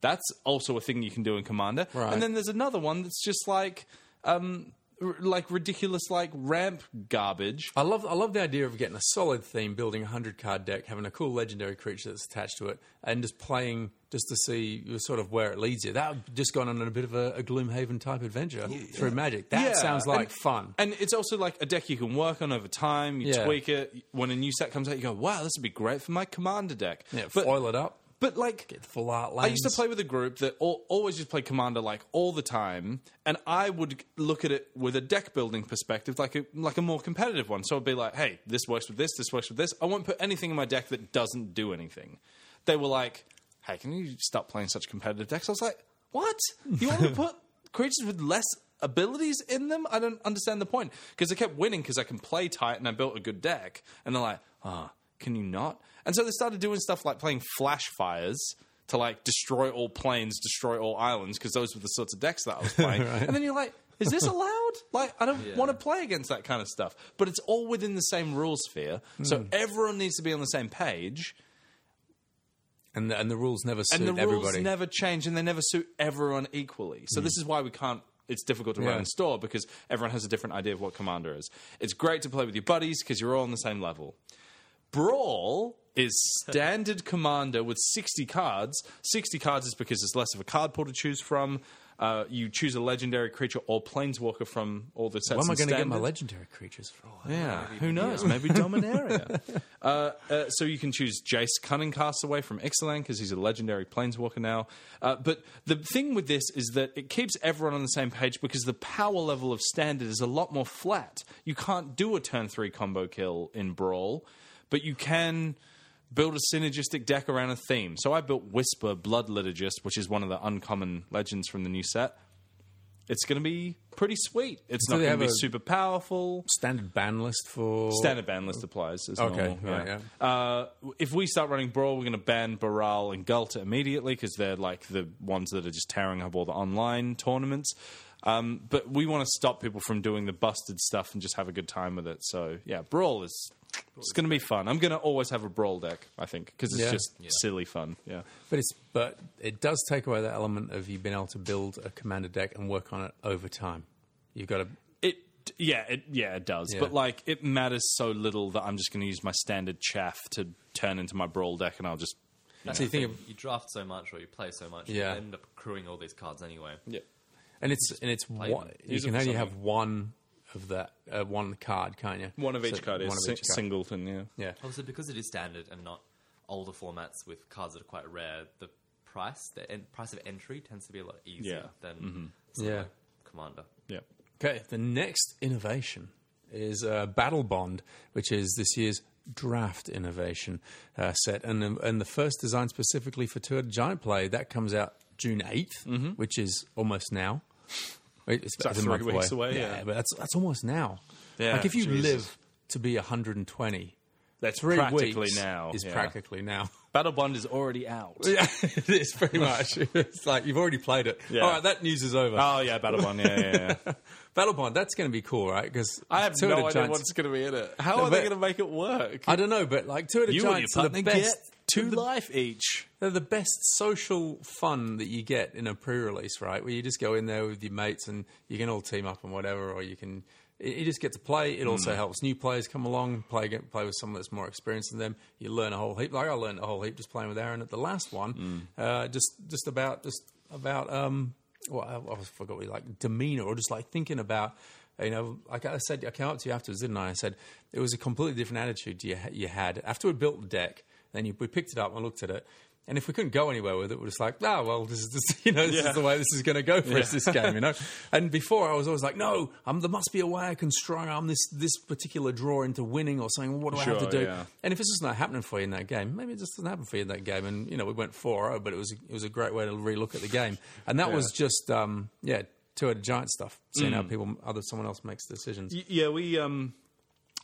[SPEAKER 3] That's also a thing you can do in Commander.
[SPEAKER 2] Right.
[SPEAKER 3] And then there's another one that's just like, um, r- like ridiculous, like ramp garbage.
[SPEAKER 2] I love I love the idea of getting a solid theme, building a hundred card deck, having a cool legendary creature that's attached to it, and just playing just to see sort of where it leads you. That would just gone on a bit of a, a Gloomhaven type adventure through magic. That
[SPEAKER 3] Yeah,
[SPEAKER 2] sounds
[SPEAKER 3] and-
[SPEAKER 2] like fun.
[SPEAKER 3] And it's also like a deck you can work on over time. You
[SPEAKER 2] Yeah.
[SPEAKER 3] tweak it. When a new set comes out, you go, wow, this would be great for my Commander deck.
[SPEAKER 2] yeah,
[SPEAKER 3] but,
[SPEAKER 2] foil it up.
[SPEAKER 3] But like,
[SPEAKER 2] Full art lanes.
[SPEAKER 3] I used to play with a group that al always just played Commander like all the time, and I would look at it with a deck building perspective, like a like a more competitive one. So I'd be like, "Hey, this works with this. This works with this. I won't put anything in my deck that doesn't do anything." They were like, "Hey, can you stop playing such competitive decks?" I was like, "What? You want me to put creatures with less?" Abilities in them, I don't understand the point because I kept winning because I can play tight and I built a good deck. And they're like, "Ah, can you not?" And so they started doing stuff like playing flash fires, to like destroy all planes, destroy all islands, because those were the sorts of decks that I was playing. And then you're like, is this allowed? Like, I don't want to play against that kind of stuff. But it's all within the same rule sphere, so everyone needs to be on the same page.
[SPEAKER 2] and the, and the rules never suit
[SPEAKER 3] And the rules
[SPEAKER 2] everybody.
[SPEAKER 3] never change, and they never suit everyone equally. So this is why we can't. It's difficult to
[SPEAKER 2] Yeah.
[SPEAKER 3] run in store because everyone has a different idea of what commander is. It's great to play with your buddies because you're all on the same level. Brawl is standard commander with 60 cards. 60 cards is because there's less of a card pool to choose from. Uh, you choose a legendary creature or planeswalker from all the sets.
[SPEAKER 2] Where am I
[SPEAKER 3] going to
[SPEAKER 2] get my legendary creatures from?
[SPEAKER 3] yeah,
[SPEAKER 2] *laughs*
[SPEAKER 3] who knows? Maybe Dominaria. uh, uh, so you can choose Jace Cunning Castaway from Ixalan because he's a legendary planeswalker now. Uh, but the thing with this is that it keeps everyone on the same page because the power level of standard is a lot more flat. You can't do a turn three combo kill in Brawl, but you can build a synergistic deck around a theme. So I built Whisper Blood Liturgist, which is one of the uncommon legends from the new set. It's going to be pretty sweet. It's
[SPEAKER 2] So
[SPEAKER 3] not
[SPEAKER 2] they
[SPEAKER 3] going to
[SPEAKER 2] have
[SPEAKER 3] be
[SPEAKER 2] a-
[SPEAKER 3] super powerful
[SPEAKER 2] Standard ban list for
[SPEAKER 3] standard ban list applies as
[SPEAKER 2] Okay,
[SPEAKER 3] normal.
[SPEAKER 2] right,
[SPEAKER 3] Uh, if we start running Brawl, we're going to ban Baral and Gulta immediately because they're like the ones that are just tearing up all the online tournaments. Um, but we want to stop people from doing the busted stuff and just have a good time with it. So yeah, Brawl is it's going to be fun. I'm going to always have a Brawl deck, I think, because it's
[SPEAKER 2] Yeah.
[SPEAKER 3] just silly fun. Yeah.
[SPEAKER 2] But it's but it does take away that element of you being able to build a commander deck and work on it over time. You've got to
[SPEAKER 3] It yeah, it yeah, it does.
[SPEAKER 2] Yeah.
[SPEAKER 3] But like it matters so little that I'm just going to use my standard chaff to turn into my Brawl deck and I'll just
[SPEAKER 4] That's
[SPEAKER 2] So you
[SPEAKER 4] the
[SPEAKER 2] think
[SPEAKER 4] thing, you draft so much or you play so much,
[SPEAKER 2] Yeah.
[SPEAKER 4] you end up accruing all these cards anyway.
[SPEAKER 3] yeah.
[SPEAKER 2] And it's and it's one, you
[SPEAKER 3] Use it
[SPEAKER 2] can only
[SPEAKER 3] for something.
[SPEAKER 2] have one of that uh, one card, can't you?
[SPEAKER 3] One of
[SPEAKER 2] So
[SPEAKER 3] each card is
[SPEAKER 2] one of
[SPEAKER 3] si-
[SPEAKER 2] each card.
[SPEAKER 3] singleton. Yeah.
[SPEAKER 2] Yeah,
[SPEAKER 4] Obviously, because it is standard and not older formats with cards that are quite rare, the price, the en- price of entry tends to be a lot easier
[SPEAKER 3] Yeah.
[SPEAKER 4] than something
[SPEAKER 2] yeah.
[SPEAKER 4] like Commander.
[SPEAKER 3] Yeah.
[SPEAKER 2] Okay, the next innovation is uh, Battle Bond, which is this year's draft innovation uh, set, and and the first design specifically for Tour de Giant Play that comes out June 8th which is almost now. Wait, It's, about
[SPEAKER 3] Mm-hmm. like
[SPEAKER 2] a
[SPEAKER 3] three
[SPEAKER 2] month
[SPEAKER 3] weeks away, yeah.
[SPEAKER 2] but that's that's almost now.
[SPEAKER 3] Yeah,
[SPEAKER 2] like if you
[SPEAKER 3] Jesus.
[SPEAKER 2] live to be 120,
[SPEAKER 3] That's
[SPEAKER 2] three
[SPEAKER 3] practically
[SPEAKER 2] weeks
[SPEAKER 3] now.
[SPEAKER 2] is
[SPEAKER 3] yeah.
[SPEAKER 2] practically now.
[SPEAKER 3] Battle Bond is already out.
[SPEAKER 2] Yeah, *laughs* it is
[SPEAKER 3] *laughs*
[SPEAKER 2] pretty much. It's like you've already played it.
[SPEAKER 3] Yeah.
[SPEAKER 2] All right, that news is over.
[SPEAKER 3] Oh yeah, Battle Bond. Yeah, yeah. yeah.
[SPEAKER 2] Battle Bond, that's going to be cool, right? Because
[SPEAKER 3] *laughs* I have no idea what's going to be in it. How
[SPEAKER 2] No,
[SPEAKER 3] are they
[SPEAKER 2] but-
[SPEAKER 3] going to make it work?
[SPEAKER 2] I don't know, but like Tour de
[SPEAKER 3] you and your
[SPEAKER 2] Giants are
[SPEAKER 3] partner
[SPEAKER 2] the
[SPEAKER 3] get
[SPEAKER 2] best.
[SPEAKER 3] two
[SPEAKER 2] the-
[SPEAKER 3] life each.
[SPEAKER 2] They're the best social fun that you get in a pre-release, right? Where you just go in there with your mates and you can all team up and whatever, or you can. You you just get to play. It also helps new players come along, play again- play with someone that's more experienced than them. You learn a whole heap. Like I learned a whole heap just playing with Aaron at the last one. Uh, just just about just about um. Well, I, I forgot what you like demeanor or just like thinking about. You know, like I said, I came up to you afterwards, didn't I? I said it was a completely different attitude you ha- you had after we built the deck. Then you, we picked it up and looked at it. And if we couldn't go anywhere with it, we're just like, ah, well, this is this, *laughs* you know, this is the way this is going to go for us this game,
[SPEAKER 3] *laughs*
[SPEAKER 2] you know. and before, I was always like, no, um, there must be a way I can strong arm this this particular draw into winning or something. What do I have
[SPEAKER 3] Sure,
[SPEAKER 2] to do?
[SPEAKER 3] yeah.
[SPEAKER 2] And if it's just not happening for you in that game, maybe it just doesn't happen for you in that game. And you know, we went 4-0, but it was it was a great way to relook at the game. And that was just um, yeah, two headed giant stuff. Seeing how people, other someone else makes decisions.
[SPEAKER 3] Mm. Y- Yeah, we um,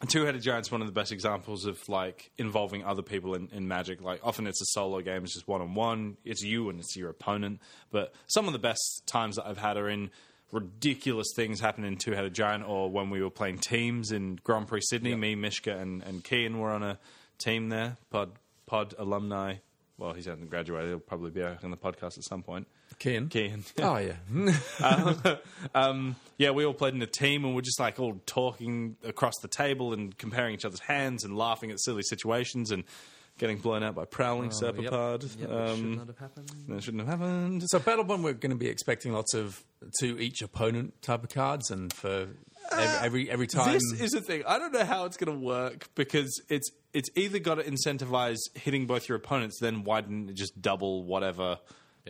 [SPEAKER 3] Two Headed Giant's one of the best examples of like involving other people in, in Magic. Like often it's a solo game, it's just one on one. It's you and it's your opponent. But some of the best times that I've had are in ridiculous things happening in Two Headed Giant, or when we were playing teams in Grand Prix Sydney. Me, Mishka, and and Kean were on a team there. Pod Pod alumni. Well, he's hasn't graduated. He'll probably be on the podcast at some point.
[SPEAKER 2] Kian,
[SPEAKER 3] Kean.
[SPEAKER 2] oh yeah,
[SPEAKER 3] Um, yeah, we all played in a team and we're just like all talking across the table and comparing each other's hands and laughing at silly situations and getting blown out by prowling serpapod.
[SPEAKER 4] Oh, Yep, it should
[SPEAKER 3] um,
[SPEAKER 4] not have happened.
[SPEAKER 3] that shouldn't have happened.
[SPEAKER 2] So Battle Bond, we're going to be expecting lots of to each opponent type of cards, and for ev- every every time.
[SPEAKER 3] Uh, This is the thing. I don't know how it's going to work because it's it's either got to incentivize hitting both your opponents, then why didn't it just double whatever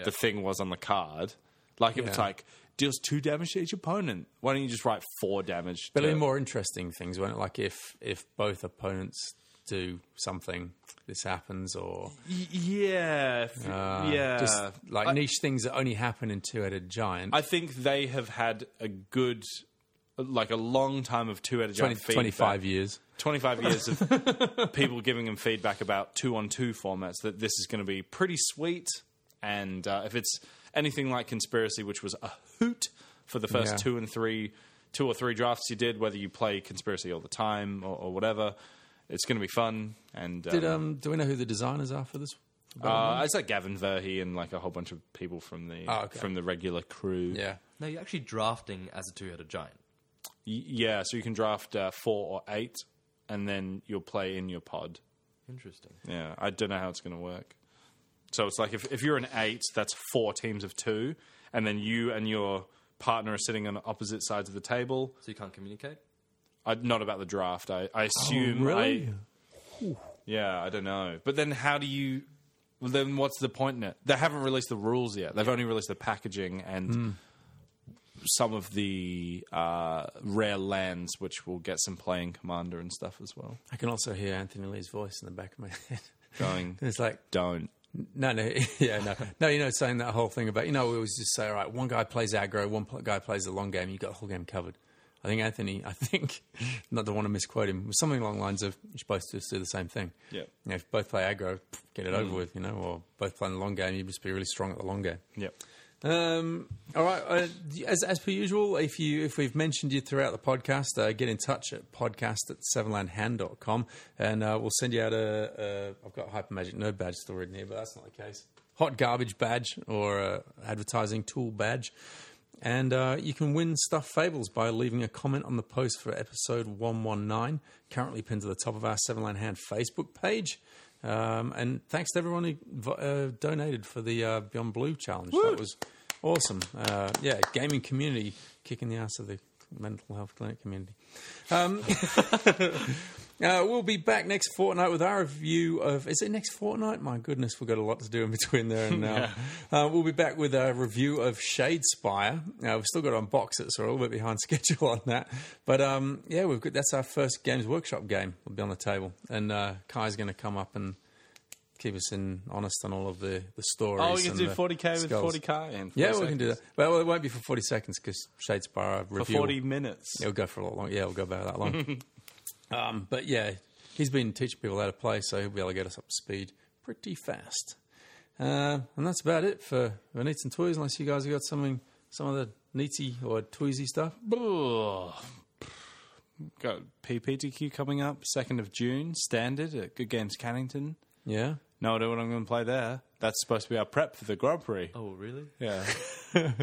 [SPEAKER 3] the thing was on the card? Like if it's
[SPEAKER 2] Yeah.
[SPEAKER 3] like deals two damage to each opponent, why don't you just write four damage?
[SPEAKER 2] but
[SPEAKER 3] to-
[SPEAKER 2] it'll be more interesting things, won't it? Like if if both opponents do something, this happens, or
[SPEAKER 3] Y- yeah, if-
[SPEAKER 4] Ah,
[SPEAKER 3] yeah,
[SPEAKER 2] just like niche things that only happen in two-headed giant.
[SPEAKER 3] I think they have had a good, like a long time of two edit
[SPEAKER 2] 20, 25 years.
[SPEAKER 3] 25 years
[SPEAKER 2] *laughs*
[SPEAKER 3] of people giving them feedback about two on two formats that this is going to be pretty sweet. And uh, if it's anything like Conspiracy, which was a hoot for the first
[SPEAKER 2] Yeah.
[SPEAKER 3] two and three, two or three drafts you did, whether you play Conspiracy all the time or, or whatever, it's going to be fun. And
[SPEAKER 2] Did um do we know who the designers are for this?
[SPEAKER 3] uh, it's like Gavin Verhey and like a whole bunch of people from the
[SPEAKER 2] Oh, okay.
[SPEAKER 3] from the regular crew.
[SPEAKER 2] Yeah.
[SPEAKER 4] No, you're actually drafting as a two-headed giant.
[SPEAKER 3] Y- Yeah, so you can draft uh, four or eight, and then you'll play in your pod.
[SPEAKER 4] Interesting.
[SPEAKER 3] Yeah, I don't know how it's going to work. So it's like if, if you're an eight, that's four teams of two, and then you and your partner are sitting on opposite sides of the table.
[SPEAKER 4] So you can't communicate.
[SPEAKER 3] I, not about the draft. I, I assume.
[SPEAKER 2] really?
[SPEAKER 3] I, yeah, I don't know. But then how do you. well, Then what's the point in it? They haven't released the rules yet. They've only released the packaging and
[SPEAKER 2] Hmm.
[SPEAKER 3] some of the uh, rare lands, which will get some playing commander and stuff as well.
[SPEAKER 2] I can also hear Anthony Lee's voice in the back of my *laughs* head. *laughs*
[SPEAKER 3] Going,
[SPEAKER 2] it's like
[SPEAKER 3] don't.
[SPEAKER 2] No, no, *laughs* yeah, no, no. You know, saying that whole thing about you know, we always just say, all right, one guy plays aggro, one pl- guy plays the long game, you got the whole game covered. I think Anthony, *laughs* I think, not to want to misquote him, was something along the lines of you're supposed to just do the same thing.
[SPEAKER 3] Yeah.
[SPEAKER 2] you know, if both play aggro, pff, get it over with, you know, or both play the long game, you just be really strong at the long game.
[SPEAKER 3] Yep.
[SPEAKER 2] Um, all right. Uh, as, as per usual, if you if we've mentioned you throughout the podcast, uh, get in touch at podcast at sevenlandhand.com and uh, we'll send you out a, a. I've got a Hyper Magic Nerd badge still written here, but that's not the case. Hot garbage badge or a advertising tool badge. And uh, you can win Stuff Fables by leaving a comment on the post for episode 119, currently pinned to the top of our Seven Land Hand Facebook page. Um, and thanks to everyone who vo- uh, donated for the uh, Beyond Blue challenge. That was Awesome. Uh, yeah, gaming community kicking the ass of the mental health clinic community. Um, uh, we'll be back next fortnight with our review of. Is it next fortnight? My goodness, we've got a lot to do in between there
[SPEAKER 3] *laughs*
[SPEAKER 2] and now. uh, we'll be back with a review of Shadespire. Uh, we've still got to unbox it, so we're a little bit behind *laughs* schedule on that. But um, yeah, we've got, that's our first Games Workshop game. We'll be on the table, and uh, Kai's going to come up and. Keep us in honest on all of the the stories.
[SPEAKER 3] Oh, we can
[SPEAKER 2] and
[SPEAKER 3] do
[SPEAKER 2] the
[SPEAKER 3] 40k with
[SPEAKER 2] skulls.
[SPEAKER 3] 40k and
[SPEAKER 2] Yeah, we can do that. Well, it won't be for 40 seconds because Shadespire
[SPEAKER 3] for
[SPEAKER 2] review.
[SPEAKER 3] 40 minutes.
[SPEAKER 2] It'll go for a lot long. Yeah, it'll go about that
[SPEAKER 3] *laughs*
[SPEAKER 2] long. um, but yeah, he's been teaching people how to play, so he'll be able to get us up to speed pretty fast. Uh, and that's about it for, for Neats and Toys, unless you guys have got something, some of the neatsy or toysy stuff.
[SPEAKER 3] Ugh. Got PPTQ coming up, 2nd of June, standard at Good Games Cannington.
[SPEAKER 2] Yeah.
[SPEAKER 3] No idea what I'm going to play there. That's supposed to be our prep for the Grand Prix.
[SPEAKER 4] Oh, really?
[SPEAKER 3] Yeah.
[SPEAKER 4] Okay.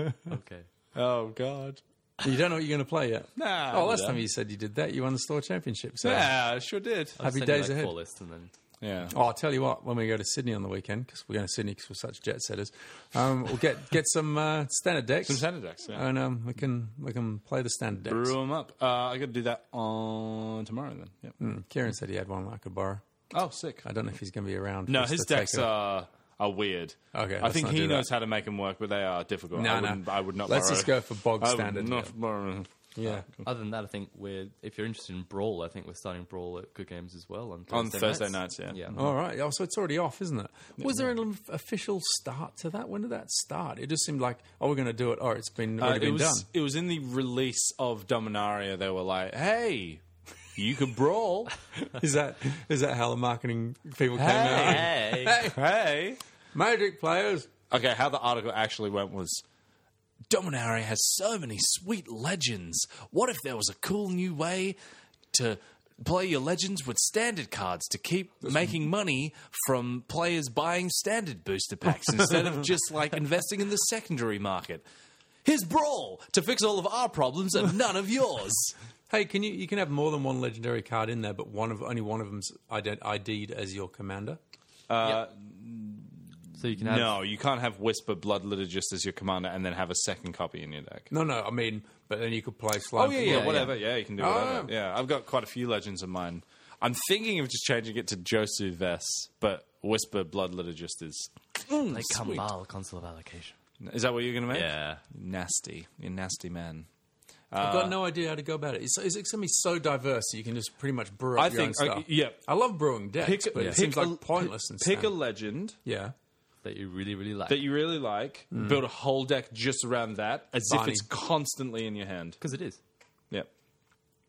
[SPEAKER 3] oh, God.
[SPEAKER 2] You don't know what you're going to play
[SPEAKER 3] *laughs*
[SPEAKER 2] yet?
[SPEAKER 3] Nah.
[SPEAKER 2] Oh, last
[SPEAKER 3] yeah.
[SPEAKER 2] time you said you did that, you won the store championship. So.
[SPEAKER 3] Yeah, I sure did.
[SPEAKER 4] I'll just
[SPEAKER 2] Happy
[SPEAKER 4] send you,
[SPEAKER 2] days
[SPEAKER 4] like,
[SPEAKER 2] ahead.
[SPEAKER 4] Full list and then
[SPEAKER 3] Yeah.
[SPEAKER 2] Oh, I'll tell you what. When we go to Sydney on the weekend, because we're going to Sydney because we're such jet setters, um, we'll get get some uh, standard decks.
[SPEAKER 3] Some standard decks, yeah.
[SPEAKER 2] and um, we can we can play the standard decks.
[SPEAKER 3] Brew them up. Uh, I got to do that on tomorrow then. Yep.
[SPEAKER 2] Mm, Kieran said he had one that I could borrow.
[SPEAKER 3] Oh, sick.
[SPEAKER 2] I don't know if he's going to be around.
[SPEAKER 3] No,
[SPEAKER 2] for us
[SPEAKER 3] his
[SPEAKER 2] to take
[SPEAKER 3] decks
[SPEAKER 2] it.
[SPEAKER 3] are, are weird.
[SPEAKER 2] Okay,
[SPEAKER 3] I
[SPEAKER 2] let's
[SPEAKER 3] think
[SPEAKER 2] not
[SPEAKER 3] he
[SPEAKER 2] do that.
[SPEAKER 3] knows how to make them work, but they are difficult.
[SPEAKER 2] No,
[SPEAKER 3] I,
[SPEAKER 2] no.
[SPEAKER 3] wouldn't, I would not
[SPEAKER 2] Let's
[SPEAKER 3] borrow.
[SPEAKER 2] just go for bog
[SPEAKER 3] I would
[SPEAKER 2] standard.
[SPEAKER 3] not
[SPEAKER 2] Yeah.
[SPEAKER 3] borrow.
[SPEAKER 2] Yeah.
[SPEAKER 4] Other than that, I think we're if you're interested in Brawl, I think we're starting Brawl at Good Games as well on Thursday
[SPEAKER 3] On Thursday
[SPEAKER 4] nights.
[SPEAKER 3] nights, yeah.
[SPEAKER 4] Yeah.
[SPEAKER 2] All right. Oh, so it's already off, isn't it? Was there an official start to that? When did that start? It just seemed like, oh, we're going to do it. Or it's been
[SPEAKER 3] Uh,
[SPEAKER 2] already
[SPEAKER 3] it
[SPEAKER 2] been
[SPEAKER 3] was
[SPEAKER 2] done.
[SPEAKER 3] *laughs* it was in the release of Dominaria. They were like, "Hey, you
[SPEAKER 2] *laughs*
[SPEAKER 3] could brawl.
[SPEAKER 2] Is that is that how the marketing people came out?
[SPEAKER 4] Hey.
[SPEAKER 3] hey."
[SPEAKER 2] Magic players.
[SPEAKER 3] Okay, how the article actually went was Dominaria has so many sweet legends. What if there was a cool new way to play your legends with standard cards to keep making money from players buying standard booster packs instead of just *laughs* like investing in the secondary market? Here's Brawl to fix all of our problems and none of *laughs* yours.
[SPEAKER 2] Hey, can you you can have more than one legendary card in there, but one of only one of them's ID, ID'd as your commander.
[SPEAKER 4] So you can have
[SPEAKER 3] you can't have Whisper Blood Liturgist as your commander and then have a second copy in your deck.
[SPEAKER 2] No, no, I mean, but then you could play slime.
[SPEAKER 3] Oh yeah, yeah, whatever. Yeah. you can do
[SPEAKER 2] Ah.
[SPEAKER 3] whatever. Yeah, I've got quite a few legends of mine. I'm thinking of just changing it to Josu Vess, but Whisper Blood Liturgist is.
[SPEAKER 4] like
[SPEAKER 3] sweet.
[SPEAKER 4] Kamal console of allocation.
[SPEAKER 3] Is that what you're going to make?
[SPEAKER 4] Yeah.
[SPEAKER 3] Nasty. You're a nasty man.
[SPEAKER 2] I've
[SPEAKER 3] Uh,
[SPEAKER 2] got no idea how to go about it. It's, it's, going to be so diverse that you can just pretty much brew up
[SPEAKER 3] I
[SPEAKER 2] your
[SPEAKER 3] think-
[SPEAKER 2] own stuff.
[SPEAKER 3] okay, yeah.
[SPEAKER 2] I love brewing decks,
[SPEAKER 3] Pick-
[SPEAKER 2] but
[SPEAKER 3] yeah.
[SPEAKER 2] it seems
[SPEAKER 3] pick
[SPEAKER 2] like
[SPEAKER 3] a-
[SPEAKER 2] pointless and
[SPEAKER 3] Pick a
[SPEAKER 2] stuff.
[SPEAKER 3] legend
[SPEAKER 2] yeah.
[SPEAKER 4] That you really, really like.
[SPEAKER 3] that you really like, build a whole deck just around that, as if
[SPEAKER 2] Barney.
[SPEAKER 3] it's constantly in your hand.
[SPEAKER 4] Because it is.
[SPEAKER 3] Yep.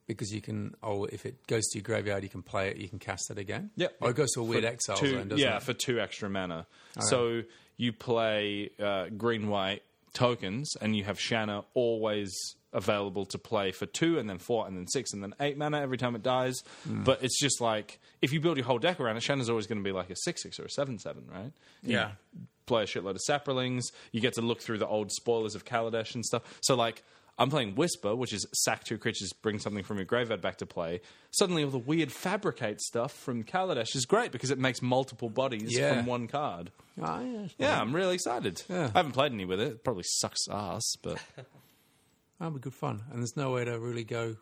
[SPEAKER 2] Because you can, oh, if it goes to your graveyard, you can play it, you can cast it again.
[SPEAKER 3] Yep.
[SPEAKER 2] Or it goes to a weird
[SPEAKER 3] For
[SPEAKER 2] exile
[SPEAKER 3] two-
[SPEAKER 2] zone, doesn't
[SPEAKER 3] yeah,
[SPEAKER 2] it?
[SPEAKER 3] for two extra mana. So you play uh, green white tokens, and you have Shanna always available to play for two, and then four, and then six, and then eight mana every time it dies.
[SPEAKER 2] Mm.
[SPEAKER 3] But it's just like if you build your whole deck around it, Shanna's always going to be like a six six or a seven seven, right? You
[SPEAKER 2] Yeah.
[SPEAKER 3] Play a shitload of Saprolings. You get to look through the old spoilers of Kaladesh and stuff. So like. I'm playing Whisper, which is sack two creatures, bring something from your graveyard back to play. Suddenly, all the weird fabricate stuff from Kaladesh is great because it makes multiple bodies
[SPEAKER 2] Yeah.
[SPEAKER 3] from one card.
[SPEAKER 2] Ah, yeah.
[SPEAKER 3] Yeah, I'm really excited.
[SPEAKER 2] Yeah.
[SPEAKER 3] I haven't played any with it. It probably sucks ass, but
[SPEAKER 2] That'll be good fun. And there's no way to really go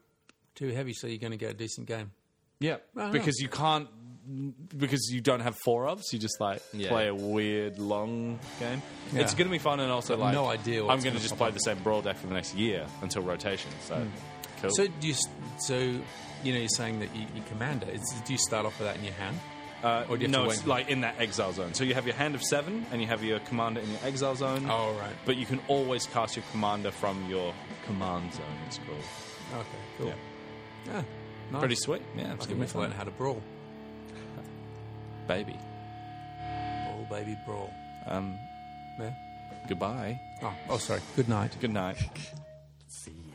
[SPEAKER 2] too heavy, so you're going to get a decent game.
[SPEAKER 3] yeah,
[SPEAKER 2] Wow.
[SPEAKER 3] because you can't because you don't have four of, so you just like
[SPEAKER 4] Yeah.
[SPEAKER 3] play a weird long game. It's going to be fun, and also like
[SPEAKER 2] no idea what's
[SPEAKER 3] I'm going
[SPEAKER 2] gonna
[SPEAKER 3] to just
[SPEAKER 2] pop
[SPEAKER 3] play
[SPEAKER 2] up.
[SPEAKER 3] the same brawl deck for the next year until rotation. So cool.
[SPEAKER 2] Hmm. So, do you, s- so you know, you're saying that you, you commander. It's, do you start off with that in your hand? Uh, or do you have
[SPEAKER 3] no,
[SPEAKER 2] to
[SPEAKER 3] it's
[SPEAKER 2] wait?
[SPEAKER 3] like in that exile zone. So you have your hand of seven, and you have your commander in your exile zone.
[SPEAKER 2] Oh, right.
[SPEAKER 3] But you can always cast your commander from your command zone. It's cool.
[SPEAKER 2] okay, cool.
[SPEAKER 3] Yeah.
[SPEAKER 2] Yeah, nice.
[SPEAKER 3] Pretty sweet. Yeah,
[SPEAKER 2] I
[SPEAKER 3] it's
[SPEAKER 2] think
[SPEAKER 3] gonna be
[SPEAKER 2] we've learned
[SPEAKER 3] fun,
[SPEAKER 2] how to brawl.
[SPEAKER 3] baby.
[SPEAKER 2] Brawl, Oh, baby, brawl.
[SPEAKER 3] Um,
[SPEAKER 2] Yeah.
[SPEAKER 3] goodbye.
[SPEAKER 2] Oh, oh, sorry. Good night.
[SPEAKER 3] Good night.
[SPEAKER 4] See ya.